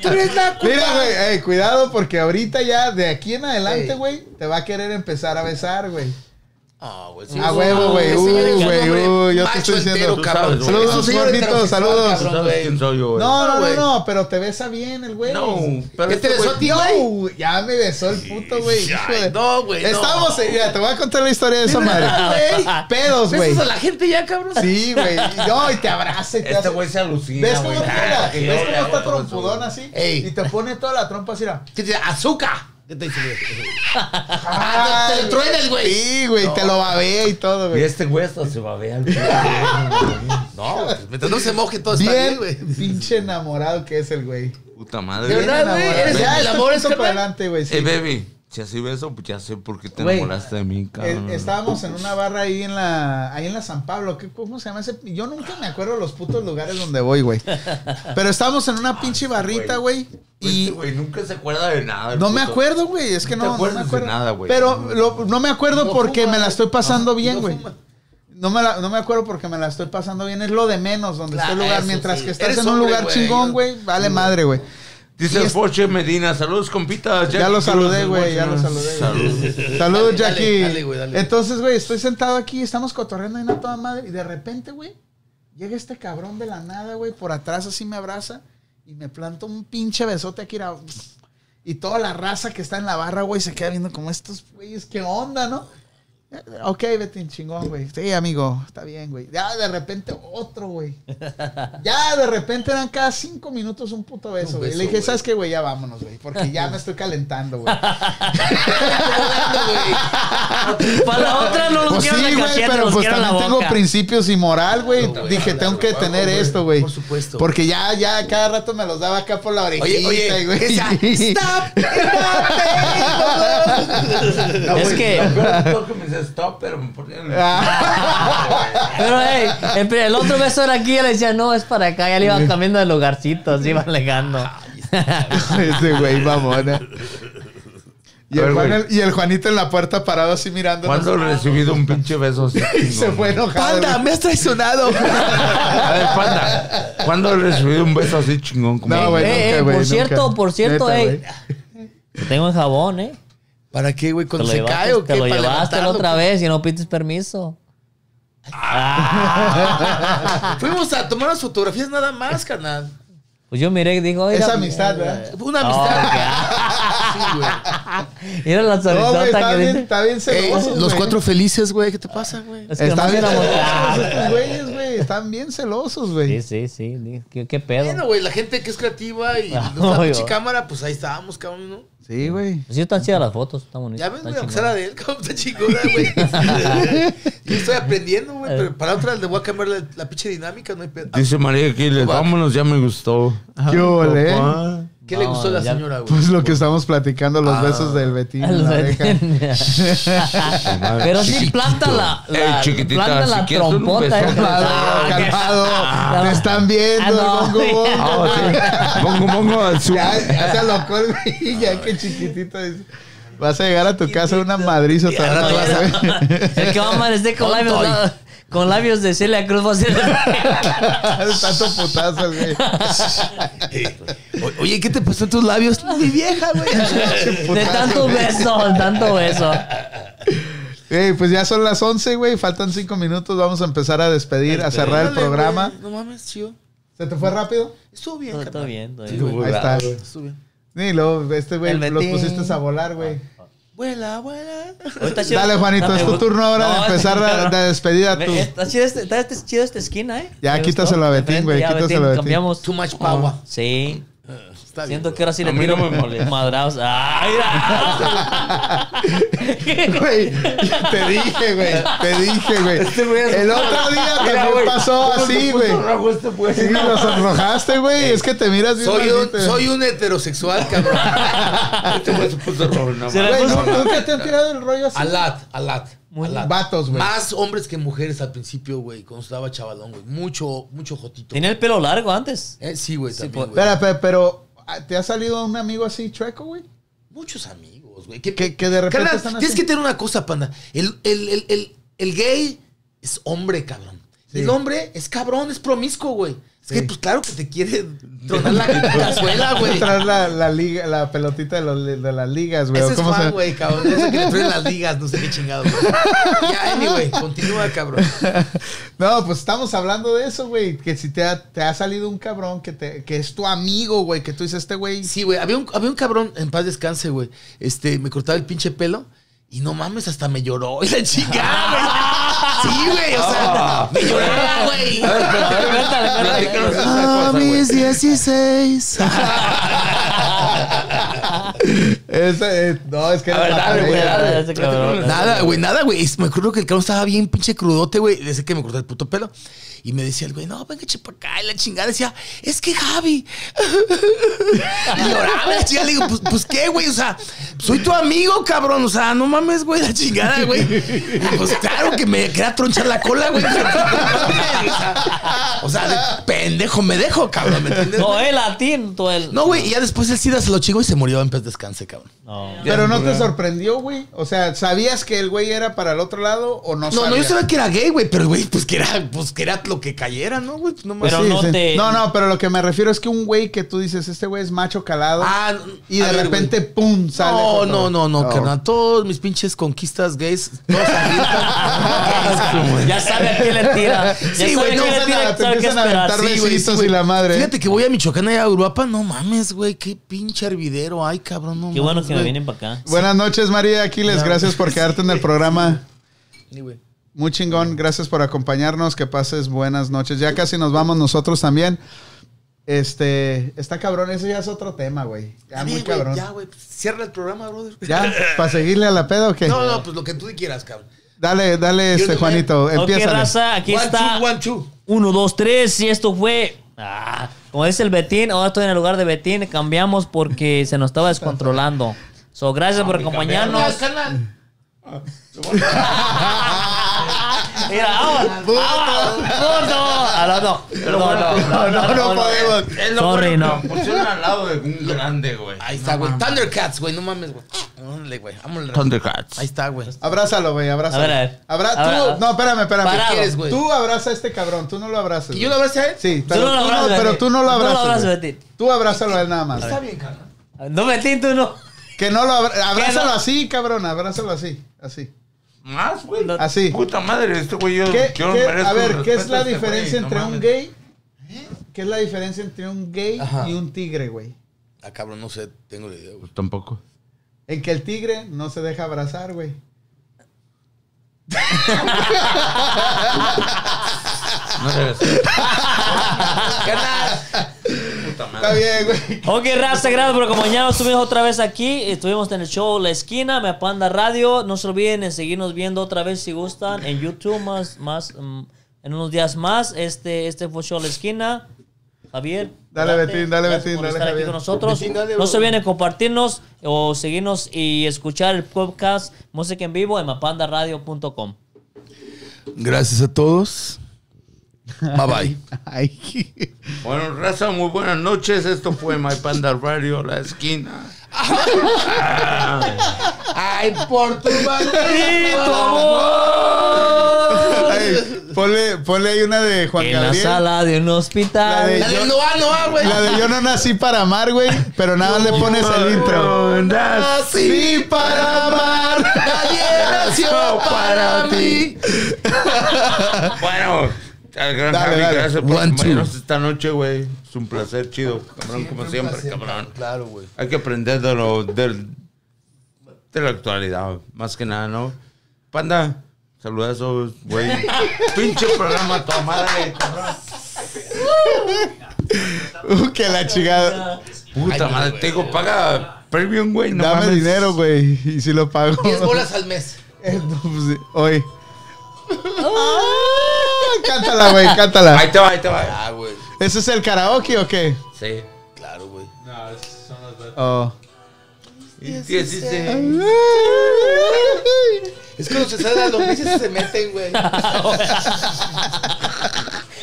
Speaker 6: Tú eres la culpa.
Speaker 1: mira, güey, ey, cuidado porque ahorita ya, de aquí en adelante,
Speaker 6: Ey.
Speaker 1: güey, te va a querer empezar a besar, güey.
Speaker 6: Ah, güey.
Speaker 1: A huevo, güey.
Speaker 6: Ese
Speaker 1: Uh,
Speaker 6: es un
Speaker 1: güey,
Speaker 6: hombre
Speaker 1: uh, yo te
Speaker 6: macho
Speaker 1: estoy diciendo.
Speaker 6: entero, cabrón.
Speaker 2: Tú sabes, güey.
Speaker 6: Es un
Speaker 1: Saludos,
Speaker 6: señor
Speaker 1: gorditos,
Speaker 6: heterosexual,
Speaker 1: saludos.
Speaker 6: cabrón,
Speaker 2: ¿Sabes
Speaker 6: güey.
Speaker 2: quién soy yo, güey?
Speaker 1: No, no, no,
Speaker 6: güey.
Speaker 1: no, pero te besa bien el güey.
Speaker 2: No, pero
Speaker 6: ¿Qué te
Speaker 2: este
Speaker 6: besó
Speaker 2: güey-
Speaker 6: a ti, güey?
Speaker 1: Yo, ya me besó el puto, güey. hijo de-
Speaker 6: No, güey. no.
Speaker 1: Estamos, eh, mira, te voy a contar la historia de esa madre.
Speaker 6: güey.
Speaker 1: Pedos, güey.
Speaker 6: Besas a la gente ya, cabrón.
Speaker 1: Sí, güey. No, y te abraza y te
Speaker 2: Este
Speaker 1: hace-
Speaker 2: güey se alucina,
Speaker 1: ¿Ves cómo,
Speaker 2: güey. Ah,
Speaker 1: te- mira, ¿ves
Speaker 2: Ay, yo le
Speaker 1: cómo está
Speaker 2: hago todo eso,
Speaker 1: trompudón
Speaker 2: güey.
Speaker 1: así?
Speaker 6: Ey.
Speaker 1: Y te pone toda la trompa así. mira.
Speaker 6: ¿Qué (laughs) te dice? ¡Azúcar! ¿Qué te dice, güey? Ah,
Speaker 1: Ay,
Speaker 6: te- te lo truena el güey.
Speaker 1: Sí, güey, te lo babea y todo,
Speaker 2: Y
Speaker 1: güey.
Speaker 2: este güey hasta se va a ver al güey.
Speaker 1: (laughs)
Speaker 6: No,
Speaker 2: pues,
Speaker 6: güey, mientras no se moje todo está bien,
Speaker 1: Bien,
Speaker 6: güey.
Speaker 1: pinche enamorado que es el güey.
Speaker 2: Puta
Speaker 6: De
Speaker 2: madre.
Speaker 1: Bien
Speaker 6: verdad, güey,
Speaker 1: enamorado.
Speaker 6: eres
Speaker 1: Ya,
Speaker 6: el
Speaker 1: este
Speaker 6: amor,
Speaker 1: punto
Speaker 6: es
Speaker 1: para
Speaker 6: carnal.
Speaker 1: adelante, güey. sí.
Speaker 2: Eh, baby, si así ves eso, pues ya sé por qué te
Speaker 1: Güey,
Speaker 2: enamoraste de mí,
Speaker 1: Eh,
Speaker 2: cabrón.
Speaker 1: Estábamos en una barra ahí en la ahí en la San Pablo, ¿qué- ¿cómo se llama ese? Yo nunca me acuerdo los putos lugares donde voy, güey. Pero estábamos en una pinche barrita, güey,
Speaker 2: Y,
Speaker 1: y
Speaker 2: Este güey, nunca se acuerda de nada. el
Speaker 1: No me
Speaker 2: puto.
Speaker 1: acuerdo, güey. Es que
Speaker 2: No te
Speaker 1: no, no
Speaker 2: acuerdas
Speaker 1: me
Speaker 2: de
Speaker 1: acuerdo.
Speaker 2: nada, güey.
Speaker 1: Pero lo- no me acuerdo
Speaker 6: No
Speaker 1: porque
Speaker 6: fuma.
Speaker 1: me la estoy pasando bien,
Speaker 6: no
Speaker 1: güey.
Speaker 6: fuma.
Speaker 1: No me, la- no me acuerdo porque me la estoy pasando bien. Es lo de menos donde
Speaker 6: Claro,
Speaker 1: está el lugar.
Speaker 6: Ah, eso
Speaker 1: Mientras
Speaker 6: sí.
Speaker 1: que estás
Speaker 6: Eres
Speaker 1: en un
Speaker 6: hombre,
Speaker 1: lugar
Speaker 6: güey.
Speaker 1: chingón, güey. Vale madre, güey.
Speaker 2: Dice
Speaker 1: Y
Speaker 2: el
Speaker 1: es-
Speaker 2: Poche Medina. Saludos, compitas.
Speaker 1: Ya lo saludé, güey. Ya lo saludé.
Speaker 2: Saludos.
Speaker 6: (laughs)
Speaker 1: güey. Salud,
Speaker 6: Dale,
Speaker 1: Jackie.
Speaker 6: dale, dale, güey, dale.
Speaker 1: Entonces, güey, estoy sentado aquí. Estamos cotorreando y no toda madre. Y de repente, güey, Llega este cabrón de la nada, güey, por atrás así me abraza y me planta un pinche besote aquí. era- Y toda la raza que está en la barra, güey, se queda viendo como estos güeyes, qué onda, ¿no? Eh, Ok, Betín, chingón, güey. Sí, amigo, está bien, güey. Ya de repente otro,
Speaker 6: (laughs)
Speaker 1: güey. Ya de repente eran cada cinco minutos un puto beso, güey. Le dije, ¿sabes qué, güey? Ya vámonos, güey. Porque ya me estoy calentando, güey.
Speaker 3: (laughs) Para la otra no los
Speaker 1: Pues sí,
Speaker 3: quiero en la
Speaker 1: güey,
Speaker 3: cachete,
Speaker 1: pero
Speaker 3: los
Speaker 1: pues
Speaker 3: quiero en la
Speaker 1: también
Speaker 3: boca.
Speaker 1: tengo principios y moral, güey. Dije, tengo que tener esto, güey.
Speaker 6: por supuesto.
Speaker 1: Porque ya, ya, cada rato me los daba acá por la orejita,
Speaker 6: Oye, oye,
Speaker 1: güey.
Speaker 6: esa-
Speaker 2: No,
Speaker 3: Es
Speaker 2: güey,
Speaker 3: que-
Speaker 2: lo peor de todo que me dice stop, pero me ponían el-
Speaker 1: Ah,
Speaker 3: (laughs) Pero, hey, el, pri- el otro beso era aquí y le decía, no, es para acá. Ya le iban cambiando de lugarcito, así iban legando.
Speaker 1: (laughs) ese güey, mamona. Y
Speaker 2: A
Speaker 1: el,
Speaker 2: ver,
Speaker 1: Juan-
Speaker 2: güey.
Speaker 1: el- y el Juanito en la puerta parado así mirando.
Speaker 2: ¿Cuándo he recibido un pinche beso (laughs) así?
Speaker 1: Y se fue enojado.
Speaker 6: Panda,
Speaker 1: güey.
Speaker 6: me has traicionado.
Speaker 2: A ver, panda. ¿Cuándo he recibido un beso así chingón? como- este?
Speaker 1: No, güey,
Speaker 3: Eh, eh,
Speaker 1: nunca,
Speaker 3: por
Speaker 1: güey.
Speaker 3: cierto, por cierto, eh,
Speaker 1: Neta,
Speaker 3: ey.
Speaker 1: güey.
Speaker 3: Tengo el jabón, ¿eh?
Speaker 6: ¿Para qué, güey?
Speaker 3: Te
Speaker 6: Cuando
Speaker 3: lo
Speaker 6: Pues se
Speaker 3: llevaste,
Speaker 6: cae o qué?
Speaker 3: te lo
Speaker 6: ¿Para
Speaker 3: llevaste la
Speaker 6: levantarlo?
Speaker 3: otra vez y no pides permiso.
Speaker 6: Fuimos a tomar las fotografías nada más, carnal.
Speaker 3: Pues yo miré y dijo,
Speaker 1: Es
Speaker 3: oiga. (laughs) eh,
Speaker 1: amistad, ¿verdad?
Speaker 6: Fue una
Speaker 3: No,
Speaker 6: amistad. Sí, güey.
Speaker 3: (laughs) Mira la
Speaker 1: No, güey,
Speaker 3: sonrisota
Speaker 1: está
Speaker 3: que
Speaker 1: bien,
Speaker 3: dice.
Speaker 1: está bien
Speaker 6: Ey,
Speaker 1: celosos,
Speaker 6: los
Speaker 1: güey.
Speaker 6: cuatro felices, güey. ¿Qué te pasa, güey?
Speaker 3: Es que
Speaker 1: Están
Speaker 3: nomás
Speaker 1: bien
Speaker 3: éramos-
Speaker 1: celosos estos güeyes, güey. Están bien celosos,
Speaker 3: Sí,
Speaker 1: güey.
Speaker 3: sí, sí. di- ¿Qué, qué pedo?
Speaker 6: Bueno, güey, la gente que es creativa y
Speaker 3: Ah,
Speaker 6: no la
Speaker 3: oye,
Speaker 6: pinche
Speaker 3: güey.
Speaker 6: cámara, pues ahí estábamos, cabrón, ¿no?
Speaker 1: Sí, güey.
Speaker 3: Pues sí, están chidas las fotos. Está bonito.
Speaker 6: Ya ves, güey,
Speaker 3: está
Speaker 6: aunque sea la
Speaker 3: chingón.
Speaker 6: de él, cabrón, está chingona, (laughs) güey. Yo estoy aprendiendo, güey, pero para otra le voy a cambiar la, la pinche dinámica, no hay pedo. Ah,
Speaker 2: Dice María Aquiles, vámonos, ya me gustó.
Speaker 1: ¿Qué ole?
Speaker 2: Papá.
Speaker 6: ¿Qué le
Speaker 3: No,
Speaker 6: gustó a la
Speaker 3: ya-
Speaker 6: señora, güey?
Speaker 1: Pues lo que estamos platicando,
Speaker 3: Ah.
Speaker 1: los besos del Betín
Speaker 3: (laughs)
Speaker 1: en la oreja.
Speaker 3: Pero sí planta la, la-
Speaker 2: Ey, chiquitita,
Speaker 3: planta
Speaker 2: si
Speaker 3: la
Speaker 2: quieres un
Speaker 3: trompota.
Speaker 2: beso,
Speaker 3: esa.
Speaker 1: Calmado,
Speaker 3: Ah, qué-
Speaker 1: calmado.
Speaker 3: Ah,
Speaker 1: Te
Speaker 3: no.
Speaker 1: están
Speaker 3: Ah,
Speaker 1: viendo,
Speaker 3: no,
Speaker 1: el
Speaker 3: güey.
Speaker 1: bongo
Speaker 2: Ah,
Speaker 1: bongo.
Speaker 2: oh, sí. Mongo, mongo, su-
Speaker 1: Ya, ya se alocó el güey, (laughs) ya que chiquitito es. Vas a llegar a tu casa una madriza, te van a- te vas a (laughs)
Speaker 3: El que va a amanecer con labios, la- con labios de Celia Cruz va a
Speaker 6: (laughs)
Speaker 3: ser.
Speaker 1: Tanto putazo, güey.
Speaker 6: O- Oye, ¿qué te pasó en tus labios? Mi vieja, güey.
Speaker 3: De tanto beso, tanto beso.
Speaker 1: Ey, pues ya son las 11, güey. Faltan 5 minutos. Vamos a empezar a despedir, a cerrar el
Speaker 6: Dale,
Speaker 1: programa.
Speaker 6: güey, No mames, chido.
Speaker 1: ¿Se te fue rápido?
Speaker 6: Estuvo bien,
Speaker 3: No, está
Speaker 6: carnal.
Speaker 3: bien, está bien.
Speaker 1: Ahí está, güey.
Speaker 6: Estuvo bien.
Speaker 1: Y luego, este güey,
Speaker 3: El
Speaker 1: los
Speaker 3: Betín.
Speaker 1: pusiste a volar, güey.
Speaker 6: Vuela, vuela.
Speaker 3: Ahorita sí-
Speaker 1: Dale, Juanito, es tu turno ahora de
Speaker 3: No, este (laughs)
Speaker 1: empezar la,
Speaker 3: cabrón.
Speaker 1: la despedida
Speaker 3: Ve,
Speaker 1: tú.
Speaker 3: Está chido, este- está este- chido esta esquina, ¿eh?
Speaker 1: Ya,
Speaker 3: Me
Speaker 1: quítaselo
Speaker 3: gustó.
Speaker 1: a Betín,
Speaker 3: Diferente,
Speaker 1: güey,
Speaker 3: ya,
Speaker 1: quítaselo
Speaker 3: Betín,
Speaker 1: a Betín.
Speaker 3: Cambiamos. Ah,
Speaker 6: Too much power.
Speaker 3: Sí.
Speaker 6: Está bien.
Speaker 3: Siento que ahora sí le
Speaker 2: A mí
Speaker 3: tiro
Speaker 2: no me molesta.
Speaker 3: madraos. ¡Ay, (laughs) mira!
Speaker 1: (laughs) Güey, te dije, güey. Te dije, güey.
Speaker 2: Este güey es-
Speaker 1: El otro día
Speaker 2: Mira,
Speaker 1: también
Speaker 2: güey,
Speaker 1: pasó
Speaker 2: ¿cómo se
Speaker 1: así,
Speaker 2: puso
Speaker 1: güey.
Speaker 2: rojo este güey?
Speaker 1: Sí, lo sonrojaste, güey. Es que te miras bien
Speaker 6: (laughs) Soy un,
Speaker 1: maldito.
Speaker 6: soy un heterosexual, cabrón.
Speaker 2: Este güey se puso rojo, no
Speaker 3: Se
Speaker 2: mames.
Speaker 3: le
Speaker 1: Güey,
Speaker 3: puso-
Speaker 1: ¿nu- nunca te han tirado el rollo así.
Speaker 6: Alat, alat. alat.
Speaker 1: Vatos, güey.
Speaker 6: Más hombres que mujeres al principio, güey, cuando estaba chavalón, güey. Mucho, mucho jotito.
Speaker 3: Tenía el pelo largo antes.
Speaker 6: Eh, sí, güey, también, güey.
Speaker 1: Espera, pe- pero ah, ¿te ha salido un amigo así chueco, güey?
Speaker 6: Muchos amigos, güey.
Speaker 1: Que- que de repente
Speaker 6: Carnal,
Speaker 1: están
Speaker 6: tienes
Speaker 1: así.
Speaker 6: que tener una cosa, panda. El, el, el, el, el gay es hombre, cabrón.
Speaker 1: Sí.
Speaker 6: El hombre es cabrón, es promiscuo, güey. Es
Speaker 1: Sí.
Speaker 6: que, pues, claro que
Speaker 1: (laughs)
Speaker 6: te quiere tronar la cazuela, güey.
Speaker 1: Traer la, la liga, la pelotita de, los- de las ligas, güey.
Speaker 6: Ese es
Speaker 1: ¿Cómo se-
Speaker 6: fan, güey, cabrón. Ese que le traen las ligas, no sé qué chingado, güey. Ya, anyway, continúa, cabrón.
Speaker 1: No, pues estamos hablando de eso, güey. Que si te ha, te ha salido un cabrón que, te, que es tu amigo, güey. Que tú dices, este güey.
Speaker 6: Sí, güey. Había un, había un cabrón, en paz descanse, güey. Este, me cortaba el pinche pelo. Y no mames, hasta me lloró. (laughs) Y la chingada,
Speaker 2: (laughs)
Speaker 6: güey. Sí, güey. O
Speaker 3: Ah,
Speaker 6: sea, me lloraba, güey.
Speaker 2: Ah. A ver, espérate, a ver,
Speaker 3: Cuéntale, cuéntale.
Speaker 2: platícanos esa
Speaker 6: Ah,
Speaker 2: cosa, güey. (laughs)
Speaker 6: mis 16.
Speaker 1: Ese, eh, no, es que
Speaker 2: A ver,
Speaker 1: la
Speaker 2: dale, güey,
Speaker 1: pareja,
Speaker 2: dale.
Speaker 3: Ese cabrón.
Speaker 6: nada, güey, nada, güey. Es- Me acuerdo que el cabrón estaba bien pinche crudote, güey. Desde que me corté el puto pelo. Y me decía el güey, no, venga, chepa acá. Y la chingada decía, es que Javi. (laughs) y lloraba la chingada. Le digo, pues, pues, qué, güey. O sea, soy tu amigo, cabrón. O sea, no mames, güey, la chingada, güey. Y, Pues claro que me queda tronchar la cola, güey. (laughs) O sea, o sea, de pendejo me dejo, cabrón. ¿Me entiendes?
Speaker 3: No, el latín, tú el.
Speaker 6: No, güey, y ya después el SIDA se lo chingó y se murió en paz descanse, cabrón.
Speaker 3: No.
Speaker 1: (laughs) Pero no te sorprendió, güey. O sea, ¿sabías que el güey era para el otro lado o no
Speaker 6: No,
Speaker 1: sabías?
Speaker 6: no, yo sabía que era gay, güey, pero güey, pues que era, pues que era lo que cayera, ¿no, güey? Pues, no mames.
Speaker 3: Pero
Speaker 1: Sí,
Speaker 3: no
Speaker 1: sí.
Speaker 3: te-
Speaker 1: No, no, pero lo que me refiero es que un güey que tú dices, este güey es macho calado.
Speaker 6: Ah,
Speaker 1: y de
Speaker 6: a ver,
Speaker 1: repente,
Speaker 6: güey.
Speaker 1: pum, Pues, sale
Speaker 6: no,
Speaker 1: (laughs)
Speaker 6: No, no, (laughs) no, no,
Speaker 1: Oh.
Speaker 6: carnal. Todos mis pinches conquistas gays. todos
Speaker 1: (laughs)
Speaker 3: Ya sabe a quién le tira. Ya
Speaker 6: Sí,
Speaker 3: sabe
Speaker 6: güey,
Speaker 3: a
Speaker 6: no,
Speaker 3: quién le
Speaker 1: empiezan
Speaker 3: tira,
Speaker 1: a- te
Speaker 3: sabe qué
Speaker 1: empiezan a
Speaker 3: esperar.
Speaker 1: aventar
Speaker 3: Sí,
Speaker 6: güey,
Speaker 1: besitos
Speaker 6: güey.
Speaker 1: y la madre.
Speaker 6: Fíjate que voy a Michoacán y a Uruapan. No mames, güey. Qué pinche hervidero hay, cabrón. No
Speaker 3: Qué bueno
Speaker 6: mames,
Speaker 3: que me
Speaker 6: güey.
Speaker 3: vienen para acá.
Speaker 1: Buenas noches, María Aquiles. Gracias por quedarte en el programa.
Speaker 6: Sí, güey.
Speaker 1: Muy chingón. Gracias por acompañarnos. Que pases buenas noches. Ya casi nos vamos nosotros también. Este, está cabrón. Ese ya es otro tema, güey. Ya,
Speaker 4: Sí,
Speaker 1: muy
Speaker 4: güey,
Speaker 1: cabrón.
Speaker 4: Ya, güey. Cierra el programa, brother.
Speaker 1: ¿Ya? ¿Para seguirle a la peda o qué?
Speaker 4: No, no, pues lo que tú quieras, cabrón.
Speaker 1: Dale, dale,
Speaker 4: Yo
Speaker 1: este,
Speaker 4: no me-
Speaker 1: Juanito.
Speaker 3: Ok,
Speaker 1: Empieza.
Speaker 3: raza, aquí
Speaker 4: one,
Speaker 3: está.
Speaker 4: two, one, two.
Speaker 3: Uno, dos, tres. Y esto fue. Ah, como dice el Betín, ahora estoy en el lugar de Betín. Cambiamos porque se nos estaba descontrolando. So, gracias por acompañarnos. Mira, ahora. No, no, no, no, no, no, no,
Speaker 1: podemos.
Speaker 2: Es lo
Speaker 3: Sorry,
Speaker 2: bueno
Speaker 3: no.
Speaker 2: que me pusieron al lado de un grande, güey.
Speaker 6: Ahí está, güey. Thundercats, güey. No mames, güey. Órale, güey. vámonos.
Speaker 2: Thundercats.
Speaker 6: Ahí está, güey.
Speaker 1: Abrázalo, güey, abrázalo.
Speaker 3: A ver, a ver.
Speaker 1: Abra-
Speaker 3: A ver, a
Speaker 1: tú,
Speaker 3: ver.
Speaker 1: no, espérame, espérame.
Speaker 3: Parado.
Speaker 1: ¿Qué quieres,
Speaker 6: güey?
Speaker 1: Tú abraza a este cabrón, tú no lo abrazas.
Speaker 6: ¿Y
Speaker 1: güey.
Speaker 6: yo lo abracé a él?
Speaker 1: Sí,
Speaker 3: Tú
Speaker 1: pero,
Speaker 3: no lo
Speaker 1: tú, no,
Speaker 3: abrazas,
Speaker 1: pero tú
Speaker 3: Betín.
Speaker 1: no
Speaker 3: Tú
Speaker 1: lo
Speaker 3: no lo
Speaker 1: abrazas.
Speaker 3: abrazas,
Speaker 1: güey.
Speaker 3: Betín.
Speaker 1: Tú abrázalo a él nada más.
Speaker 6: bien, carnal.
Speaker 3: No, Betín, tú no.
Speaker 1: Que no lo abra- abrázalo
Speaker 3: no?
Speaker 1: así, cabrón, abrázalo así, así.
Speaker 2: Más, güey.
Speaker 1: Así.
Speaker 2: Puta madre, este güey yo,
Speaker 1: ¿Qué-
Speaker 2: yo no
Speaker 1: qué-
Speaker 2: merezco
Speaker 1: a ver,
Speaker 2: el
Speaker 1: ¿qué es
Speaker 2: respeto
Speaker 1: la
Speaker 2: de este
Speaker 1: diferencia
Speaker 2: güey, no
Speaker 1: entre un
Speaker 2: mames.
Speaker 1: gay? ¿Qué es la diferencia entre un gay
Speaker 6: Ajá.
Speaker 1: y un tigre, güey?
Speaker 6: Ah, cabrón, no sé. Tengo la
Speaker 2: (laughs)
Speaker 6: idea, güey.
Speaker 2: Pues tampoco.
Speaker 1: En que el tigre no se deja abrazar, güey.
Speaker 2: No debe ser.
Speaker 6: Carnal.
Speaker 2: Puta
Speaker 1: Está
Speaker 2: madre.
Speaker 1: bien, güey.
Speaker 3: Ok, raza, gracias por acompañarnos. Estuvimos otra vez aquí. Estuvimos en el show La Esquina, Me Panda Radio. No se olviden de seguirnos viendo otra vez si gustan en YouTube más, más mm, en unos días más. Este, este fue Show La Esquina. Javier.
Speaker 1: Dale,
Speaker 3: adelante.
Speaker 1: Betín, dale,
Speaker 3: Gracias
Speaker 1: Betín,
Speaker 3: por
Speaker 1: dale,
Speaker 3: estar aquí
Speaker 1: Javier.
Speaker 3: con nosotros.
Speaker 4: Betín, dale,
Speaker 3: no
Speaker 4: bro.
Speaker 3: se olviden de compartirnos o seguirnos y escuchar el podcast Música en Vivo en mapandaradio.com.
Speaker 6: Gracias a todos. Bye bye.
Speaker 1: Ay.
Speaker 2: Bueno, raza, muy buenas noches. Esto fue My Panda Radio, La Esquina.
Speaker 6: Ay, por tu madre.
Speaker 1: (laughs) Ay, ponle, ponle ahí una de Juan
Speaker 3: En la
Speaker 1: Gabriel.
Speaker 3: sala de un
Speaker 1: La
Speaker 3: hospital.
Speaker 1: de- (laughs)
Speaker 6: La de no va, no va, güey.
Speaker 1: La de yo no nací para amar, güey, pero nada más le pones el intro. Sí, para amar.
Speaker 6: Nadie nació oh, para mí.
Speaker 2: Bueno, al gran
Speaker 1: Dale,
Speaker 2: Javi,
Speaker 1: dale.
Speaker 2: gracias por
Speaker 6: One,
Speaker 2: acompañarnos
Speaker 6: two.
Speaker 2: esta noche, güey. Es un placer, chido, cabrón, como siempre, cabrón.
Speaker 6: Claro, güey.
Speaker 2: Hay que aprender de lo del- de la actualidad, más que nada, ¿no? Panda, saludazos,
Speaker 6: (laughs)
Speaker 2: güey. Pinche programa, tu madre, cabrón.
Speaker 1: Uh, que la chingada.
Speaker 2: Puta madre, te digo, paga premium, güey. No
Speaker 1: Dame
Speaker 2: mames.
Speaker 1: dinero, güey, y si lo pago.
Speaker 6: 10 bolas al mes.
Speaker 1: Eh, no, pues, sí, Hoy. Ah, cántala, güey, cántala.
Speaker 2: Ahí te va, ahí te va.
Speaker 6: Ah, güey.
Speaker 1: ¿Ese es el karaoke o qué?
Speaker 2: Sí.
Speaker 6: Claro, güey.
Speaker 1: Oh.
Speaker 2: Dieciséis.
Speaker 6: Es que cuando se salen las lombrices se meten, güey.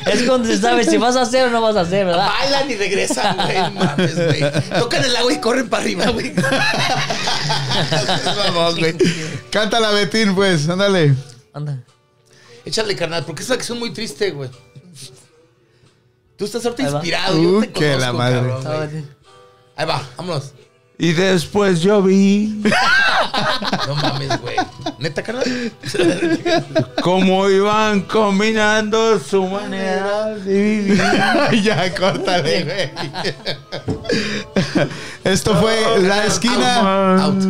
Speaker 3: Es cuando se sabe si vas a hacer o no vas a hacer, ¿verdad?
Speaker 6: Bailan y regresan, güey. No Mames, güey. Tocan el agua y corren para arriba,
Speaker 3: (laughs)
Speaker 6: güey. Vamos, güey.
Speaker 1: Cántala, Betín, pues, ándale.
Speaker 3: Anda.
Speaker 6: Échale, carnal, porque es una canción muy triste, güey. Tú estás ahorita
Speaker 3: Ahí va.
Speaker 6: inspirado. Yo
Speaker 1: Uh,
Speaker 6: te
Speaker 1: que
Speaker 6: conozco,
Speaker 1: la madre.
Speaker 6: cabrón, güey. Ahí va, vámonos.
Speaker 2: Y después yo vi
Speaker 6: No mames, güey. ¿Neta, carnal?
Speaker 2: cómo iban combinando su manera de vivir.
Speaker 1: (laughs) ya, córtale, güey. Esto fue La Esquina
Speaker 6: Out.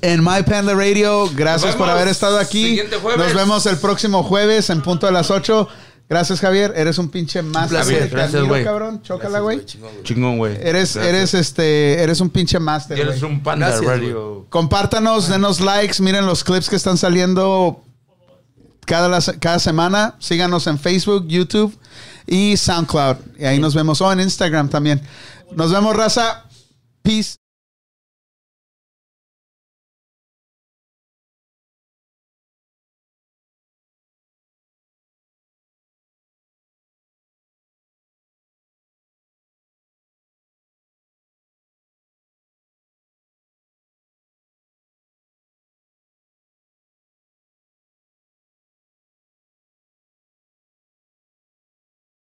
Speaker 1: en My Panda Radio. Gracias
Speaker 2: Nos
Speaker 1: por
Speaker 2: vemos
Speaker 1: haber estado aquí.
Speaker 2: siguiente jueves.
Speaker 1: Nos vemos el próximo jueves en punto a las 8. Gracias, Javier. Eres un pinche más.
Speaker 2: placer. Gracias, güey.
Speaker 1: cabrón. Chócala, güey.
Speaker 2: Chingón, güey.
Speaker 1: Eres,
Speaker 2: Gracias.
Speaker 1: eres este, eres un pinche máster.
Speaker 2: Eres
Speaker 1: güey.
Speaker 2: un panda
Speaker 6: Gracias,
Speaker 2: radio.
Speaker 1: Compártanos, denos likes, miren los clips que están saliendo cada, la- cada semana. Síganos en Facebook, YouTube y SoundCloud. Y ahí nos vemos. O en Instagram también. Nos vemos, raza. Peace.